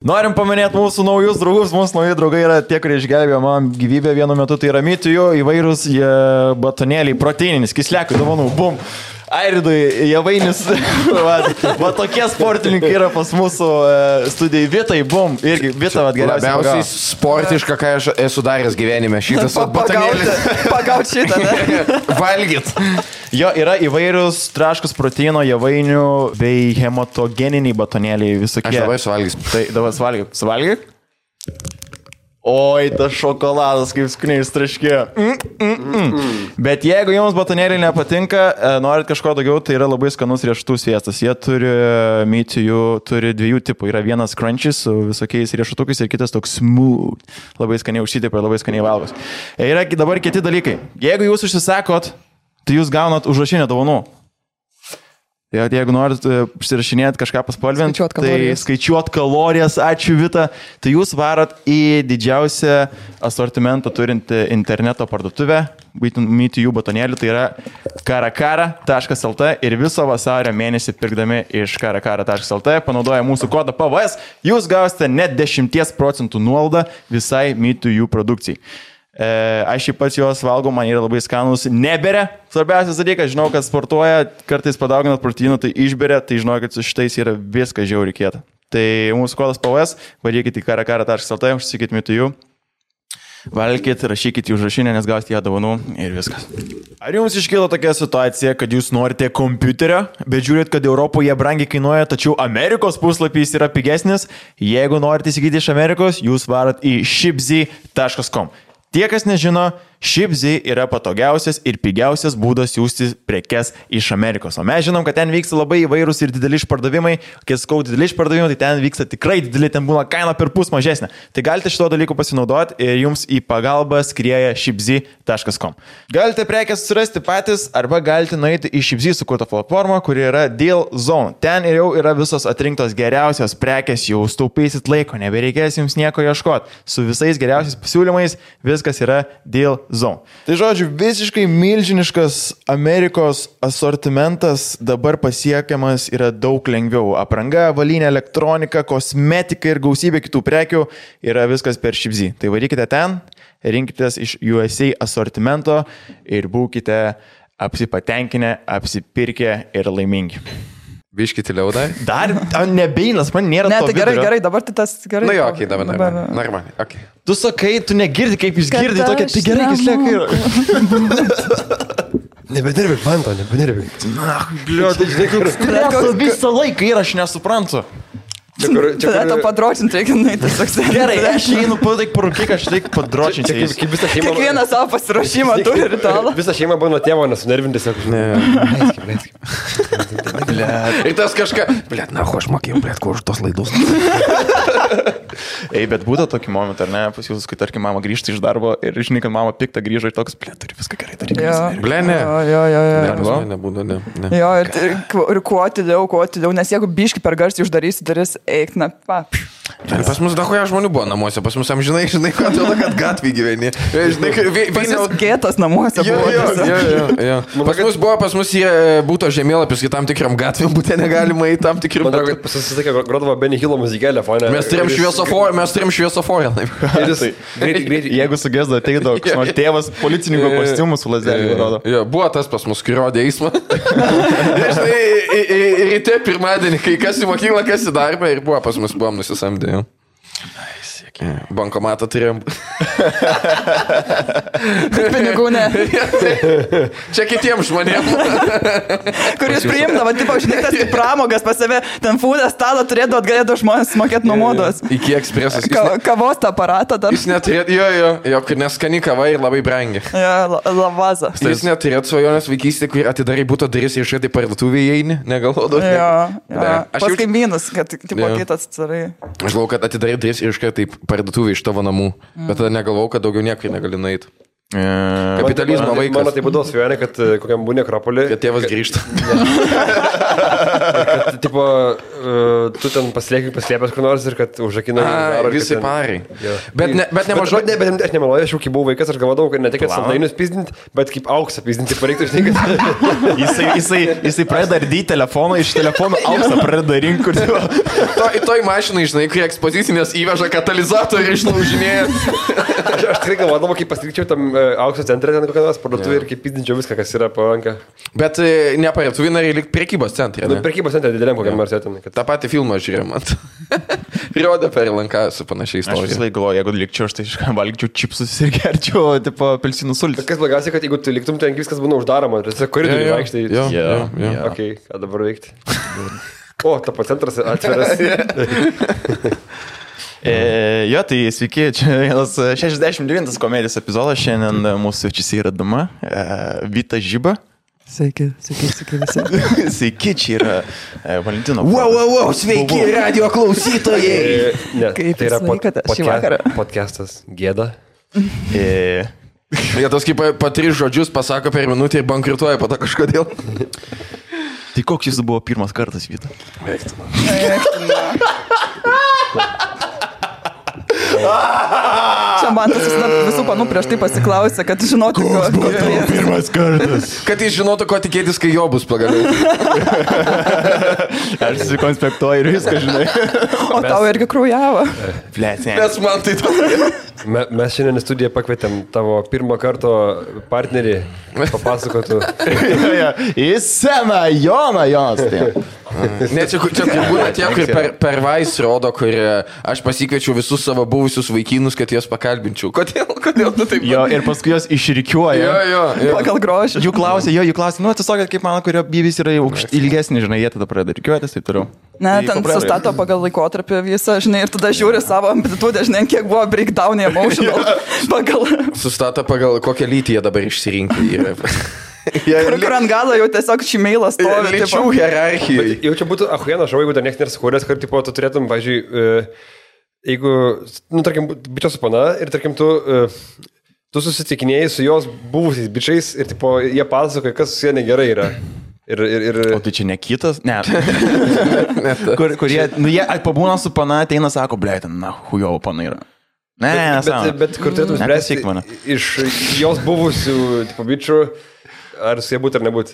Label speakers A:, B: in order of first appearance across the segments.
A: Norim paminėti mūsų naujus draugus. Mūsų nauji draugai yra tie, kurie išgelbėjo man gyvybę vienu metu. Tai yra mitijų įvairūs jie, batonėliai, proteininis, kislekai, dovanų, bum. Airidui, Javainis, va, va tokie sportininkai yra pas mūsų e, studijai. Vitai, bum, irgi Vita, va, geriausiai.
B: Labiausiai sportiška, ką aš esu daręs gyvenime, šitas vat batonėlis.
C: Pagauti šitą, ne?
B: Valgyt.
A: Jo, yra įvairūs traškus proteino, javainių bei hematogeniniai batonėliai, visokie.
B: Aš labai suvalgys.
A: Tai dabar suvalgyk. Suvalgyk. Oi, tas šokoladas, kaip skuniai ištraškėjo. Mm, mm, mm. Bet jeigu jums batonėliai nepatinka, e, norit kažko daugiau, tai yra labai skanus riešutų sviestas. Jie turi e, mytijų, turi dviejų tipų. Yra vienas crunchis su visokiais riešutukais ir kitas toks smooth. Labai skaniai užsitipa ir labai skaniai valgos. E, Yra ki- dabar kiti dalykai. Jeigu jūs užsisakot, tai jūs gaunat užrašinę dovanų. Tai vat Jeigu norit užsirašinėti kažką paspalvinti,
C: Skaičiuot
A: tai
C: kalorijas.
A: skaičiuot kalorijas, ačiū Vita, tai jūs varat į didžiausią asortimentą turintį interneto parduotuvę, myti jų batonėlį, tai yra karakara.lt ir viso vasario mėnesį pirkdami iš karakara.lt panaudoję mūsų kodą PVS, jūs gausite net 10 procentų nuolaidą visai myti jų produkcijai. E, aš jį pats juos valgau, man yra labai skanus, neberia. Svarbiausias dalykas, žinau, kad sportuoja, kartais padauginat proteinų, tai išberia, tai žinau, kad su šitais yra viskas žiauriai kieta. Tai mūsų kodas POS, vadykit į karakara.lt, užsikit mitų jų. Valkit, rašykit jų užrašinę, nes gausite ją dovanų ir viskas. Ar jums iškilo tokia situacija, kad jūs norite kompiuterio, bet žiūrit, kad Europoje brangiai kainuoja, tačiau Amerikos puslapys yra pigesnis? Jeigu norite įsigyti iš Amerikos, jūs varat į shipzy.com. Tie, kas nežino, Shipzy yra patogiausias ir pigiausias būdas siūsti prekes iš Amerikos. O mes žinom, kad ten vyksta labai įvairūs ir dideli išpardavimai. Kai sakau dideli išpardavimai, tai ten vyksta tikrai dideli, ten būna kaina per pus mažesnė. Tai galite šito dalyku pasinaudoti ir jums į pagalbą skrieja shipzy.com. Galite prekes surasti patys arba galite nueiti į shipzy sukurtą platformą, kuri yra Deal Zone. Ten ir jau yra visos atrinktos geriausios prekes, jau staupysit laiko, nebereikės jums nieko ieškoti. Su visais geriausiais pasiūlymais viskas yra Deal Zone. Tai žodžiu, visiškai milžiniškas Amerikos asortimentas dabar pasiekiamas yra daug lengviau. Apranga, valinė elektronika, kosmetika ir gausybė kitų prekių yra viskas per šipzį. Tai varykite ten, rinkitės iš USA asortimento ir būkite apsipatenkinę, apsipirkę ir laimingi.
B: Biškit tiliau dar.
A: Dar a, nebeinas, man nėra.
C: Ne,
A: to
C: tai gerai,
A: vidurio.
C: gerai, dabar tai tas gerai.
B: Na Nu jo, okei, dabar
C: Dabar- nu.
B: normaliai. Normaliai, okei.
A: Tu sakai, tu negirdi, kaip jis
C: Kad
A: girdi tokia,
C: aš
A: tai gerai, jis lieka ir...
D: Nebedirbėk, man to, nebedirbėk.
B: Nu,
A: Liūdai,
D: tai
A: žinai, koks stresas visą laiką ir aš nesuprantu.
B: Čia kur, čia
C: Tada to
B: kur,
C: padročinti reikia, na, tai toks
A: Gerai, aš einu padaik parūkyk, aš taip
D: Čia kaip,
A: padročinčiau.
D: kaip visą šeimą.
C: Kiekvieną savo pasiruošimą turi ritualą.
D: Visą šeimą buvo nuo tėvo nesunervinti, sako, žinai. Leiskim, leiskim.
B: ir tas kažką. Blet, na, ko aš mokėjau, blet, kur už tos laidus.
A: Ei, bet būtų tokį momentą, ar ne, pas jūs, kai tarkim mama grįžta iš darbo ir žinai, kad mama piktą grįžo ir toks, ble, turi viską gerai daryti.
B: Ble, ne.
C: Jo, jo, jo. jo.
B: Ne, pas mane nebūna, ne. ne.
C: Jo, ir, ir, kvo- ir kuo atidėjau, kuo atidėjau, nes jeigu biški per garsiai uždarysi duris, eik, na, pa.
B: Ten Pas mus dahoja žmonių buvo namuose, pas mus amžinai, žinai, ko atrodo, kad gatvį gyveni. Žinai, kaip
C: Visas gėtas namuose
B: Jo,
C: buvo.
B: jo,
C: tiesiog.
B: jo, jo, jo. Pas mus buvo, pas mus jie būtų žemėlapis, kai tam tikram gatvėm būtų negalima į tam tikram.
D: Man atrodo, kad pasisakė, grodavo Benny Hillo muzikelę, fone.
B: Mes Tai turim šviesoforą, mes turim šviesoforą.
D: Ir jis greitai, greitai.
A: Jeigu sugesdo ateidavo, koks nors tėvas policininko kostiumų su lazdelė rodo.
B: Jo, buvo tas pas mus, kai rodė eismą. Ir Žinai, i- i- i- ryte pirmadienį, kai kas į mokyklą, kas į darbą ir buvo pas mus, buvom nusisamdę. jo. Jo, Bankomatą turėjom.
C: Pinigų ne.
B: Čia kitiems žmonėms.
C: Kuris priimdavo, tipo, žinai, tas kaip pramogas pas save, ten fūdą stalą turėdavo, galėdavo žmonės mokėti nuomodos.
B: Iki ekspresas. Jis,
C: Ka
B: ne,
C: kavos tą aparatą dar.
B: jis neturėtų, jo, jo, jo, kur neskani kava ir labai brangi.
C: Ja, la- lavaza.
B: Jis neturėtų svajonės vaikystėje, kur atidarai būtų duris ir šitai parduotuvėje įeini, negalvodavau.
C: Jo, jo.
B: Aš
C: Pas
B: jau
C: kaimynus, kad tik tipo,
B: Jo.
C: kitas atsirai.
B: žinau, kad atidarai duris ir iškart taip parduotuvėje iš tavo namų, bet tada negalvau, kad daugiau niekur negali nueiti.
A: E,
B: Kapitalizmo
D: Man-
B: vaikas.
D: Mano tai būdavo svajonė, kad e, kokiam būnė Akropoliui.
B: Kad tėvas grįžta.
D: Kad, tipo, e, tu ten pasiliekai paslėpęs kur nors ir kad užakina.
B: Ai, visai parai. Bet ne- bet nemažai-
D: Bet, bet, bet aš nemeluoju, aš jau kaip buvau vaikas, aš galvodavau, kad ne tik, kad saldainius pizdinti, bet kaip auksą pizdinti pareiktų, žinai, kad...
A: jisai, jisai, jisai pradeda ardyti telefoną, iš telefono auksą pradeda rinkti.
B: To, toj mašinai, žinai, kai ekspozicinės įveža katalizatorių išlaužinėję.
D: Aš, aš tikrai galvodavau, kaip pasilikčiau tam e, aukso centre, ten kokią nors parduotuvę ir kaip pizdinčiau viską, kas yra palanka.
B: Bet e, ne parėtuvinariai, lik prekybos centre.
D: Nu,
B: ne?
D: prekybos centre dideliam kokiam nors ten. Kad...
B: tą patį filmą žiūrėjom. ant- Rodė per Lanką su panašiai
A: Aš visą
B: istorija.
A: laiką galvoju, jeigu likčiau, aš tai iš ką valgčiau čipsus ir gerčiau, tipo, pelsinų sultis.
D: Bet Kas blogiausia, kad jeigu tu liktum ten, viskas būna uždaroma, tu tiesiog
B: Jo,
D: koridoriuje
B: jo,
D: vaikštai.
B: jo, jo, jo.
A: Jo.
D: Ok, ką dabar veikti? O, tapo centras atviras.
A: E, jo, tai sveiki, čia vienas e, 69 komedijos epizodas, šiandien e, mūsų čia yra Dama, e, Vita Žyba.
E: Sveiki, sveiki, sveiki visi.
A: Sveiki, čia yra e, Valentino.
B: wow, sveiki radio klausytojai.
D: E, Ne,
E: Kaip
D: tai yra
E: jūs
D: pod,
E: laikotės šį
D: podca
E: vakarą?
D: podcastas Gėda.
A: E,
B: Jie tas kaip po tris žodžius pasako per minutę ir bankrutuoja po to kažkodėl.
A: tai koks jūsų buvo pirmas kartas, Vita?
E: Čia man tas visada visų panų prieš tai pasiklausė, kad žinotų, ko, ko turėti.
A: pirmas kartas?
B: Kad jis žinotų, ko tikėtis, kai jo bus pagaliau.
A: Aš susikonspektuoju ir viską žinai.
E: O tau irgi krujavo.
A: Flesnė.
B: Nes man tai tas.
D: Me, mes šiandien į studiją pakvietėm tavo pirmo karto partnerį, papasakotų.
A: Į seną Joną Jonas. tai.
B: Ne, čia, kur- čia kur būna tie, kur per, per vais rodo, kur e, aš pasikviečiau visus savo buvusius vaikinus, kad juos pakalbinčiau. Kodėl, kodėl tu taip
A: Jo, ir paskui jos
B: jo,
A: išrikiuoja.
B: jo, jo.
E: Pagal grožį.
A: Jų klausė, jo, jų klausė, nu tiesiog kaip mano, kurio bybis yra aukšt, ilgesnis, žinai, jie tada pradeda rikiuotis, tai turiu.
E: Ne, ten sustato pagal laikotarpį visą, žinai, ir tada žiūri savo amplitudę, žinai, kiek buvo breakdown emotional. Pagal,
B: Sustato pagal kokią lytį jie dabar išsirinkę. yra. Jie
E: kur, kur
B: li-
E: ant galo jau tiesiog šimeilas to.
B: Lyčių hierarchijai.
D: Jau čia būtų ahuena šau, jeigu dar niekas nėra sukūręs, kad tipo, tu turėtum, pažiūrėjau, jeigu, nu, tarkim, bičios su pana ir, tarkim, tu, e, tu susitikinėjai su jos buvusiais bičiais ir, tipo, jie pasakoja, kas su jie negerai yra. Ir, ir, ir...
A: O tai čia ne kitas, ne. kur, kur jie, nu, jie ai, pabūna su pana, ateina, sako, blei, ten, na, hujovo pana yra. Ne, ne, ne,
D: bet,
A: sako.
D: bet kur turėtum spręsti
A: Nepyk mane.
D: iš jos buvusių tipo, bičių, ar su jie būtų ar nebūtų.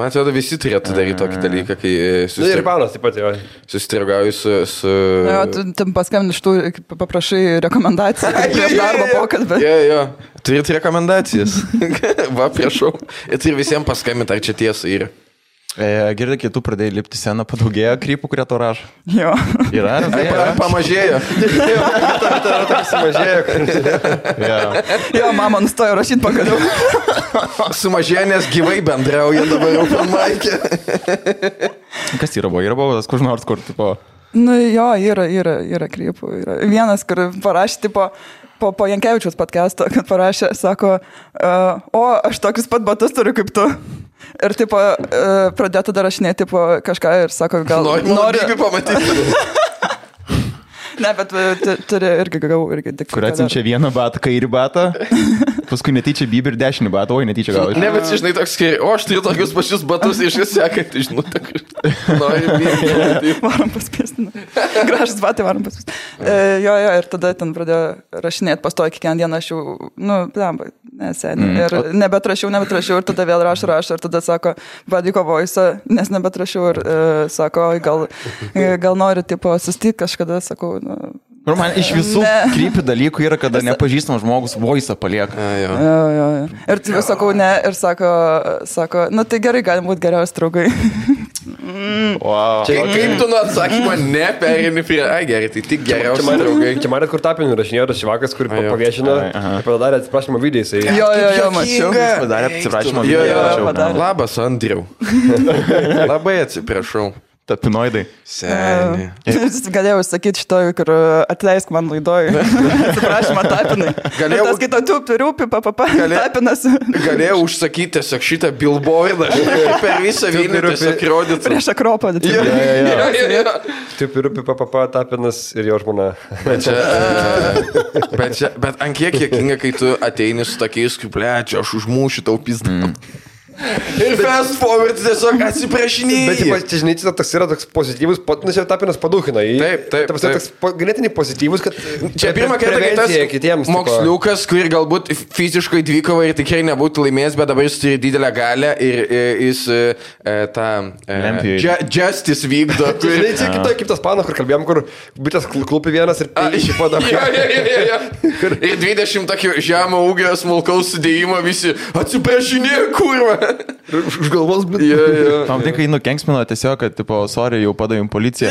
B: Man atrodo, visi turėtų daryti tokį dalyką, kai e,
D: Na Nu, ir
B: susitri-
D: panas taip pat jo.
B: susitrigauji su... su...
E: Jo, tu tam paskambini iš tų, kaip paprašai rekomendacijų prieš darbo pokalbį.
B: Jo, jo. Turit rekomendacijas. Va, prašau. Ir turi visiems paskambinti, ar čia tiesa yra.
A: E, Girdai, kai tu pradėjai lipti seną, padaugėjo krypų, kurie to rašo.
E: Jo.
A: Yra, ar ne?
B: Pa, pamažėjo.
D: Sumažėjo.
A: Jo.
E: Jo, mama nustojo rašyti pagaliau.
B: Sumažėjo, nes gyvai bendrauja dabar jau pamaikė.
A: Kas yra buvo? Yra buvo tas kur nors, kur, tipo,
E: Nu jo, yra, yra, yra krypų. Yra. Vienas, kur parašė, tipo, po, po Jankievičiaus podcast'o, kad parašė, sako, uh, o aš tokius pat batus turiu kaip tu. Ir, tipo, uh, pradėtų dar rašinėti, tipo, kažką ir sako, gal
B: Nori, nori. pamatyti.
E: Ne, bet e, tu- turi irgi, gavau irgi tik.
A: kur atsinčia vieną batą, kairį batą, paskui netyčia bybį ir dešinį batą, oi, netyčia gal.
B: Ne, bet žinai, toks skiriai. O aš turiu tokius pačius batus iš vis sekantį, žinai, tokį. Nori, bijo.
E: Varom paspėstinę. Gražus batai, varom paspėstinę. E, jo, jo, ir tada ten pradėjo rašinėti pastoju kiekvieną dieną, aš jau, nu, blemba, neseniai. Mm. Ir nebetrašiau, nebetrašiau, ir tada vėl rašo, rašo, ir tada sako, vadiko voisa, nes nebetrašiau, ir e, sako, "Oi, gal, e, gal nori, tipo, sustikti kažkada, sakau, nu,
A: Ir man iš visų
E: Ne.
A: krypį dalykų yra, kada nepažįstamas žmogus voisa palieka.
E: jo, jo, jo. Ir tada sakau, ne, ir sako, sako, nu, tai gerai, galim būti geriausi draugai.
A: Wow.
B: Čia kaip tu nuo atsakymo neperini prie... Ai, gerai, tai tik
D: Čia
B: geriausi
D: man
B: draugai.
D: Čia matėt, kur tapinį rašinėjo tas šivakas, kur
B: jo.
D: paviešino,
A: Ai, aha.
D: padarė atsiprašymą video jisai.
E: jo, jo, jo, mačiau.
A: Jis padarė atsiprašymą,
B: Jo,
A: video
B: jo,
A: mačiau.
E: padarė.
B: Labas, Andriu. Labai atsiprašau.
A: Tapinoidai.
B: Seniai.
E: Э, Galėjau sakyti šitoj, kur e, atleisk man laidoj. Atsiprašymą, tapinai.
B: Galėjau-
E: Galėjau. Tas kito tu pirūpi, papapa,
B: Galė-
E: tapinas.
B: Galėjau užsakyti tiesiog šitą billboardą, žinai, kaip per visą Vilnių
D: turi
B: tiesiog rodytų.
E: Prieš akropą.
B: Jo,
E: Yeah.
B: jo, jo, jo.
D: Taip ir upi papapa tapinas ir jo žmona.
B: Bet čia, bet čia, bet ant kiek jėkinga, kai tu ateini su tokiais, kaip plečia, aš užmušiu tau pizdą. Mm. Ir fast forward tiesiog
D: Bet
B: atsiprašinėjai.
D: ypač, čia, žinai, čia toks yra toks pozityvus, po- nes jau tapinas paduhina. jį.
B: Taip, taip,
D: Ta prasme,
B: taip.
D: toks po- ganėtinai pozityvus, kad...
B: Čia pirmą kartą, kai
D: prevencija
B: tas
D: kitiems. tipo.
B: moksliukas, kurį galbūt fiziškai dvikovą ir tikrai nebūtų laimėjęs, bet dabar jis turi didelę galę ir, ir jis e, tą e,
A: Lempijoj.
B: ju, justice vykdo.
D: Tu
B: Kur,
D: Žinai, čia kita, kaip tas panas, kur kalbėjom, kur bitės kl- klupi vienas ir
B: A,
D: iš
B: jo,
D: padaro.
B: jo, jo, jo. Ir 20 tokių žemą ūgio smulkaus sudėjimo visi atsiprašinė, kurva.
D: Už galvos, bet...
B: Jo, jo.
A: Tam tinka, jį nukenksmino tiesiog, kad, tipo, sorry, jau padavim policiją.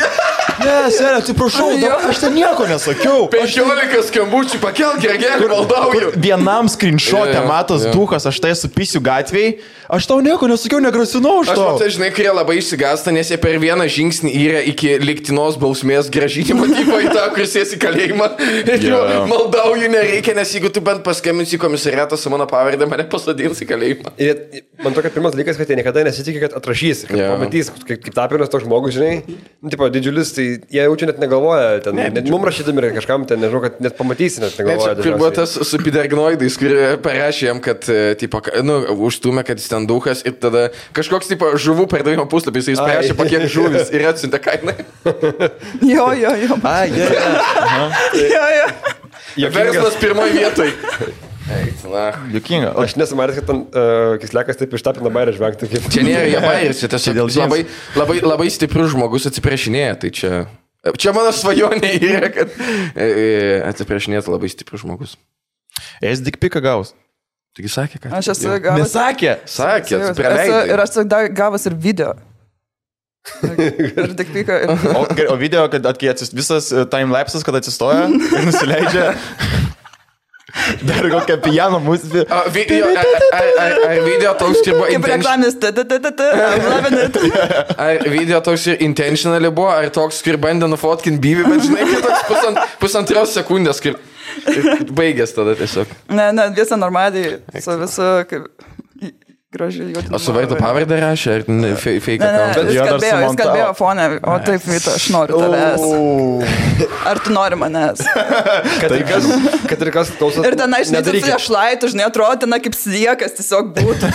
A: Ne, seniai, atsiprašau, da- aš ten nieko nesakiau.
B: 15 skambučių pakelk, gergelį, maldauju.
A: Vienam
B: Jo,
A: screenshot'e
B: jo,
A: matos
B: jo.
A: duhas, aš tai esu pisiu gatviai, aš tau nieko nesakiau, negrasinau už
B: Aš
A: to.
B: matai, žinai, kurie labai išsigasta, nes jie per vieną žingsnį yra iki liktinos bausmės gražinimo tipo į tą, kuris sės į kalėjimą. Ir jo,
A: Jo.
B: maldauju, nereikia, nes jeigu tu bent paskambinsi į komisariatą su mano pavardė, mane pasodins į kalėjimą.
D: Ir jie- man tokia pirmas dalykas, kad jie niekada nesitikė, kad atrašys, kad
B: Jo.
D: yeah. pamatys, kaip, kaip tapinas toks žmogus, žinai, nu, tipo, didžiulis, tai jie jaučia net negalvoja, ten, ne, net mums rašydami ir kažkam ten, nežinau, kad net pamatysi, net
B: Ne, čia
D: negalvoja.
B: ir buvo tas su pidergnoidais, kurie parašė jam, kad, e, tipo, ka- nu, užtumė, kad jis ten duhas ir tada kažkoks, tipo, žuvų perdavimo puslapis, jis
D: Ai.
B: parašė, po kiek žuvis ir atsiuntė kainą.
E: Jo, jo, jo.
A: Ai, jie.
E: jo, jo.
D: Jokingas.
B: Verslas pirmoje vietoje. Eik, na.
A: Jukinga. O
D: Aš nesumaręs, kad ten uh, kislekas taip ištapina bairę žvengti. Kaip...
B: Čia nėra jie bairis, Nu, tai- čia tiesiog
A: Čia dėl
B: jis labai, labai, labai stiprus žmogus atsiprašinėja, tai čia... Čia mano svajonė yra, kad e, e, atsiprašinėtų labai stiprus žmogus.
A: Es tik pika gaus.
B: Taigi sakė, kad...
E: Aš esu gavęs.
A: Nesakė.
B: Sakė,
E: Esu- Ir
B: praleidai.
E: aš esu da- gavęs ir video. Ir tik pyka. ir-
A: O, gerai, o video, kad atkai atsist... visas e, timelapsas, kad atsistoja ir nusileidžia. Dar kokią piano muziką.
B: A, vi, jo, ar, ar, ar, ar video toks ir buvo
E: Kaip
B: intention-
E: reklaminis. ta, ta, ta, ta, ta, I'm loving it.
B: ar video toks ir intentionally buvo, ar toks, kur bandė nufotkinti bybį, bet žinai, kad toks pusant, pusantros sekundės, kur ir baigės tada tiesiog.
E: Ne, ne, visą normaliai. Su visu, kaip. Gražiai jauti.
B: O su vaizdo pavardę rašė, ar ne, fe- fake
E: Ne, ne,
B: account?
A: Jo,
E: jis
A: dar
E: kalbėjo, jis
A: sumontavo.
E: kalbėjo fone, o taip, Vita, aš noriu tavęs. Ar tu nori manęs?
D: Kad ir kas, kad ir kas klausot.
E: Ir ten, žinai, tu
D: nedarykit.
E: flešlaitų, žinai, atrodo, ten kaip sliekas tiesiog būtų.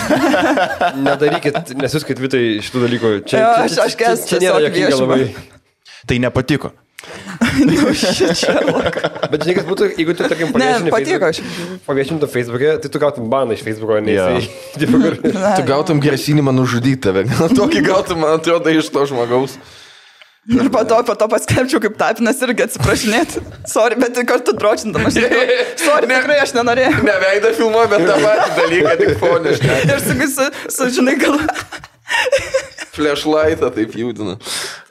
D: Nedarykit, nesuskait vitai šitų dalykų. Čia,
E: Jo,
D: čia,
E: aš-
D: čia,
E: aš
D: čia,
E: kęs
D: čia nėra
E: tiesiog
D: jokinga
E: viešumą.
D: labai.
A: Tai nepatiko.
D: Bet žinai, kas būtų, jeigu tu, tarkim,
E: Ne,
D: paviešintum
E: patiko aš.
D: paviešintum Facebook'e, tai tu gautum baną iš Facebook'o, ne?
A: Jo.
D: Yeah. Tipo, kur...
B: Tu gautum grasinimą nužudyti tave. Gal Tokį gautum, man atrodo, iš to žmogaus.
E: Ir po to, po to paskelbčiau, kaip tapinas irgi atsiprašinėti. Sorry, bet kartu dročindamas. Sorry, tikrai aš nenorėjau.
B: Ne veidą filmuoju, bet tą patį dalyką, tik foniškai.
E: Ir su, su, su žinai, gal.
B: Flashlightą taip judina.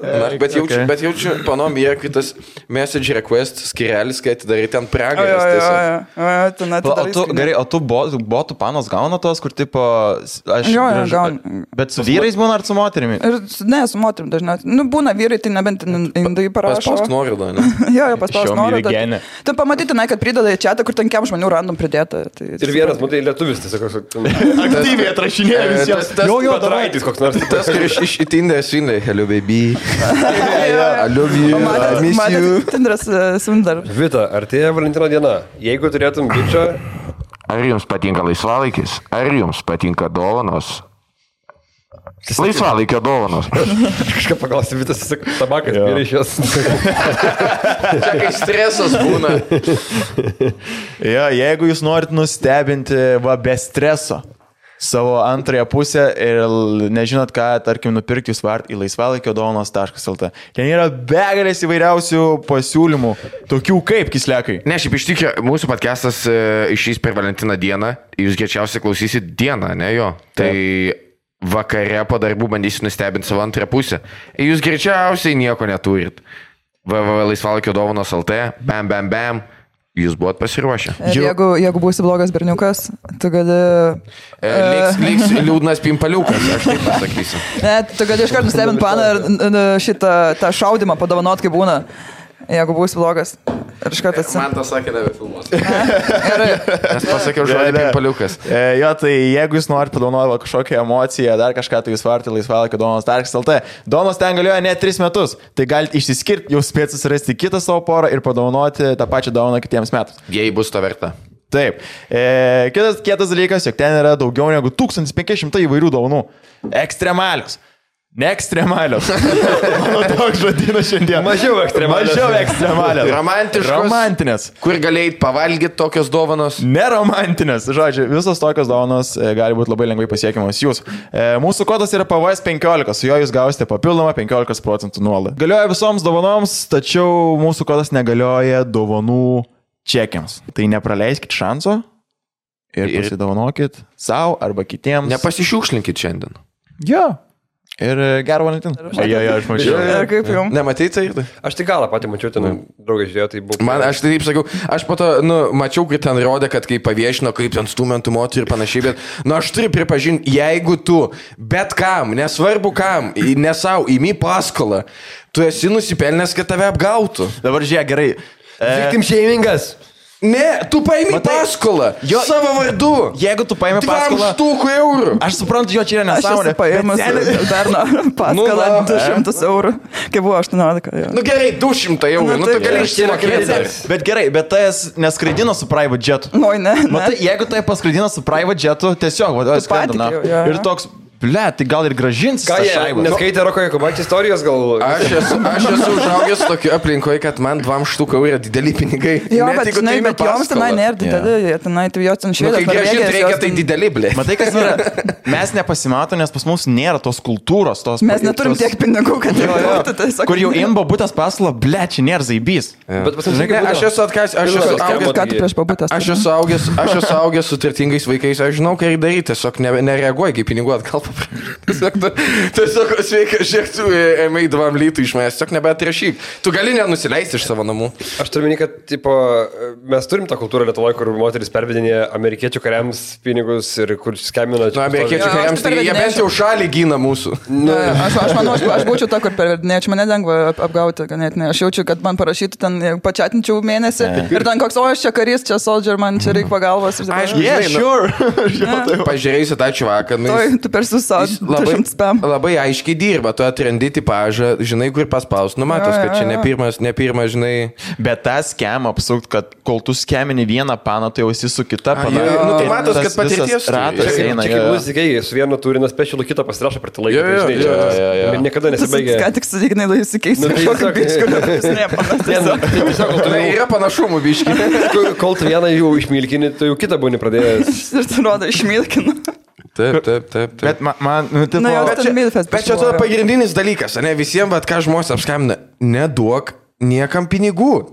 B: Na, aš bet jaučiu,
A: okay.
B: okay. bet jaučiu, panom, yra kai tas message request skirelis, kai atidarai ten
E: O, jo,
B: pragaras.
E: jo,
B: tiesiog.
E: jo, jo, ten
A: Pala, O
E: atidarai
A: tu,
E: skrynę.
A: gerai, o tu botų bo, tu panos gauna tos, kur tipo... s- Aš,
E: Jo, jo,
A: gražu-
E: gauna.
A: Bet su vyrais būna ar su moterimi?
E: Ir su- ne, su moterim dažniausiai. Nu, būna vyrai, tai nebent in- indai parašo.
B: Paspausk nuorodą, ne?
E: Jo, jo, paspaus
A: Šiom
E: nuorodą.
A: įvygenė.
E: Tu pamatytinai, kad prideda į čia, kur tankiam žmonių random pridėta. Tai,
D: Ir vienas, matai, lietuvis tiesiog.
A: Aktyviai atrašinėja
B: tas-
A: visiems.
B: tas-
A: Jo, jo, darai.
D: Patraitis koks nors. tai
B: Tas, kuris iš įtindė svindai, hello baby. I love you, I
E: Matėt, e,
B: miss you.
E: matėt, Tindras Sundar.
D: Vita, artėja Valentino diena. Jeigu turėtum bičią,
F: Ar jums patinka laisvalaikis? Ar jums patinka dovanos? Laisvalaikio dovanos.
D: kažką paklausti, Vita, tiesiog tabakas ir iš jos.
B: Čia kai stresas būna.
A: Jo, jeigu jūs norit nustebinti va be streso savo antrąją pusę ir l- nežinot, ką, tarkim, nupirkti, jūs vart į laisvalaikio dovanos.lt. Ten yra begalės įvairiausių pasiūlymų, tokių kaip kislekai.
F: Ne, šiaip iš tikrųjų, mūsų podcastas e, išeis per Valentiną dieną. Jūs greičiausiai klausysit dieną, ne jo. Tai vakare po darbų bandysit nustebinti savo antrą pusę. Jūs greičiausiai nieko neturit. www.laisvalakio dovanos LT, bam, bam, bam.
B: Jūs buvot pasiruošę.
E: Ir
A: Jo.
E: jeigu, jeigu būsi blogas berniukas, tu gali...
B: E, Liks, liks liūdnas pimpaliukas, aš taip pasakysiu.
E: Ne, tu gali iškart nustebinti paną ir n- n- šitą tą šaudimą padovanot, kaip būna. Jeigu būsi blogas. Ir iškart
G: Man
E: atsimti.
G: tas sakė, nebefilmuos.
B: Nes pasakiau
A: Ne,
B: žodį
A: ne.
B: pimpaliukas.
A: E, jo, tai jeigu jūs norite padovanoti kažkokią emociją, dar kažką, tai jūs vartite laisvalaikio Donos Tarks LT. Donos ten galioja net 3 metus, tai galite išsiskirti, jau spėti susirasti kitą savo porą ir padovanoti tą pačią dovaną kitiems metams.
B: Jei bus to verta.
A: Taip. E, kitas kietas dalykas, jog ten yra daugiau negu 1500 įvairių daunų. Ekstremalius. Ne ekstremalius. Mano toks žodynas šiandien.
D: Mažiau ekstremalios.
A: Mažiau ekstremalius.
B: Romantiškos.
A: Romantinės.
B: Kur galėjai pavalgyti tokios dovanos?
A: Nu, Neromantinės, žodžiu, visos tokios dovanos e, gali būti labai lengvai pasiekiamos jūs. E, mūsų kodas yra PVS 15, su juo jūs gausite papildomą 15 procentų nuolaidą. Galioja visoms dovanoms, tačiau mūsų kodas negalioja dovanų čekiams. Tai nepraleiskit šanso ir
B: Ir-
A: pasidovanokit savo arba kitiems.
B: Nepasišiukšlinkit šiandien.
A: Jo. Ir e, gerą valantinį. Ai, jo, jo, aš mačiau.
E: Ir kaip jums?
B: Nematyti tai? tai?
D: Aš tik galą patį mačiau, ten draugai žiūrėjo, tai buvo.
B: Man, aš tai taip sakiau, aš po to, nu, mačiau, kaip ten rodė, kad kai paviešino, kaip ten stumentų moterį ir panašiai, bet, nu, aš turiu pripažinti, jeigu tu, bet kam, nesvarbu kam, į- ne savo, įmi paskolą, tu esi nusipelnęs, kad tave apgautų.
A: Dabar žiūrėk, gerai. E,
D: Victim shamingas.
B: Ne, tu paimi
A: Matai,
B: paskolą.
A: jo-
B: Jo, savo vardu.
A: jeigu tu paėmė
B: Dvam
A: paskolą.
B: štukų eurų.
A: Aš suprantu, jo čia yra
E: Aš esu
A: nesąmonė.
E: paėmęs
A: bet senis-
E: dar nuo paskolą
B: Nu, va, e.
E: 200 eurų, kai buvo 18. jo.
B: Nu gerai, 200 eurų.
E: Na
B: Nu, tu
E: taip,
B: gali
E: aš čia
B: išsimokėti. dar.
A: Bet gerai, bet tas neskraidino su private jetu.
E: Nu, Oi, ne.
B: nu,
E: ne.
A: Matai, jeigu tai paskraidino su private jetu, tiesiog, vadovai, skraidina.
E: patikiu, jo, jo.
A: Ir toks, ble, tai gal ir gražins. Nu,
D: Ką
A: tą
D: jie?
A: šaibą.
D: Neskaitė Roko Jakubaičio istorijos gal?
B: Aš esu, aš esu užaugęs tokio aplinkoje, kad man dvam štukų eurų yra dideli pinigai.
E: Jo,
B: Net
E: bet,
B: jeigu tu
E: žinai,
B: imi
E: bet joms
B: paskolą.
E: tenai nėra dideli, jie tenai, tu jos ten
B: Nu, kai
E: šviedas.
B: grįžti reikia, tai dideli, blė.
A: Matai, kas yra? Mes nepasimato, nes pas mus nėra tos kultūros, tos...
E: Mes
A: tos-
E: neturim tiek pinigų, kad
A: Jo, jo.
E: įgautų tiesiog.
A: Kur jau imba būtas paslą, ble, čia nėra zaibys.
D: Bet pas
B: Ne,
D: mus
B: aš esu atkasęs, aš esu
D: Ką-
B: augęs.
E: Ką tu prieš pabūtęs?
B: tai- Aš esu augęs, aš esu augęs su turtingais vaikais, aš žinau, ką reikia daryti, tiesiog ne, nereaguoju, kai pinigų atgal paprašau. Tiesiog, tu- tiesiog sveika, žiūrėk, tu ėmai dvam lytų iš manęs, tiesiog nebeatrašyk. Tu gali nenusileisti iš savo namų.
D: Aš turiu minį, kad tipo, mes turim tą kultūrą Lietuvoje, kur moteris pervedinė amerikiečių kariams pinigus ir kur skambina.
B: Nu, amerikiečių
E: aš
B: kariams, tai jie
E: pervedinėčiau.
B: bent jau šalį gina mūsų.
E: Ne, Aš, aš manau, aš, aš būčiau ta, kur pervedinėčiau, mane lengva ap- apgauti, ganėtinai. Aš jaučiu, kad man parašytų ten, pačiatinčiau mėnesį ir ten koks, o aš čia karys, čia soldier, man čia reikia pagalbos. ir dabar-
B: Aišku,
A: Yeah,
B: žinai, nu-
A: sure. Žinau, tai va.
B: Pažiūrėjusi tą čuvaką, nu,
E: Tuoj,
B: jis-
E: tu per susau,
B: jis labai,
E: 200 spam.
B: labai aiškiai dirba, tu atrandi tipažą, žinai, kur paspaus, nu matos,
E: Jo, jo,
B: kad čia
E: jo,
B: ne
E: jo.
B: pirmas, ne pirmas, žinai.
A: Bet tą schemą apsukt, kad kol tu skemini vieną paną, tai jau esi su kita pana.
B: jo, jo. Nu, tu
A: Ir
B: matos,
A: tas
B: kad patirties
A: visas
B: turi.
A: Ratas
B: Čia-
A: eina.
D: Čia
A: jo,
D: kaip
A: jo.
D: muzikai, su vienu turi nespecialų, kitą pasirašo per tą laiką.
B: Jo, jo,
D: tai
B: jo,
D: žinai, čia tas-
B: jo, jo.
D: ir Niekada
E: Tu
D: nesibaigia.
E: Ką tik sudignai, lai įsikeisi
D: Nu, tai
E: kažkokį
D: tiesiog-
E: biškių, kuris nepamatė.
B: Tai yra panašumų biškiai.
D: Kol- Kol tu vieną jų išmilkini, tu jau kitą būni pradėjęs.
E: Ir tu rodo išmilkinu.
B: Taip, taip, taip. taip.
A: Bet ma- man, nu, tipo,
E: Na, jo,
B: Bet
E: ten
B: čia,
E: Milfas
B: bet čia tada
E: pašluoja.
B: pagrindinis dalykas, ne visiems, bet ką žmonės apskambina, neduok niekam pinigų.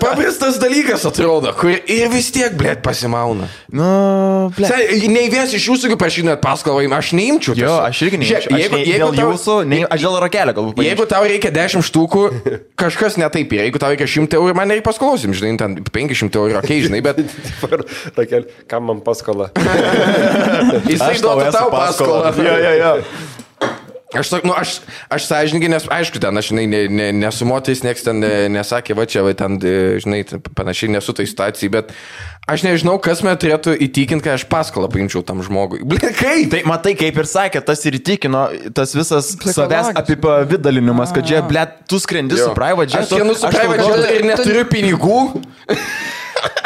B: Paprastas dalykas atrodo, kur ir vis tiek, blėt, pasimauna.
A: nu, ble.
B: Se, nei vienas iš jūsų, kai prašytumėt paskolą, im- aš neimčiau.
A: Jo,
B: tiesiog.
A: aš irgi
B: Žiūrėk,
A: nežinau. Jeigu,
B: Jeigu,
A: nei,
B: jeigu,
A: dėl
B: tau,
A: jūsų, nei, aš dėl rokelio galbūt. paimčiau.
B: jeigu tau reikia 10 štukų, kažkas netaip yra. Jeigu tau reikia 100 eurų, man reikia paskolosim, žinai, ten 500 eurų, okei, žinai, bet
D: Ir Rakel, Kam man paskola?
B: jisai
A: Aš
B: duoda
A: esu
B: tau paskolą.
A: Jo, jo, jo.
B: Aš, sak- nu, aš, aš sąžininkai, nes aišku, ten aš žinai, ne, ne, nesu moteris, niekas ten e, nesakė, va čia, va ten, e, žinai, ten panašiai nesu tai situacijai, bet aš nežinau, kas mane turėtų įtikinti, kad aš paskolą paimčiau tam žmogui. Ble, kaip?
A: Tai matai, kaip ir sakė, tas ir įtikino, tas visas savęs
E: Psichologas.
A: apipavydalinimas, kad čia, ble, tu skrendi su private
B: Aš
A: jetu.
B: skrendu su private
A: naudoju-
B: jetu ir neturiu pinigų.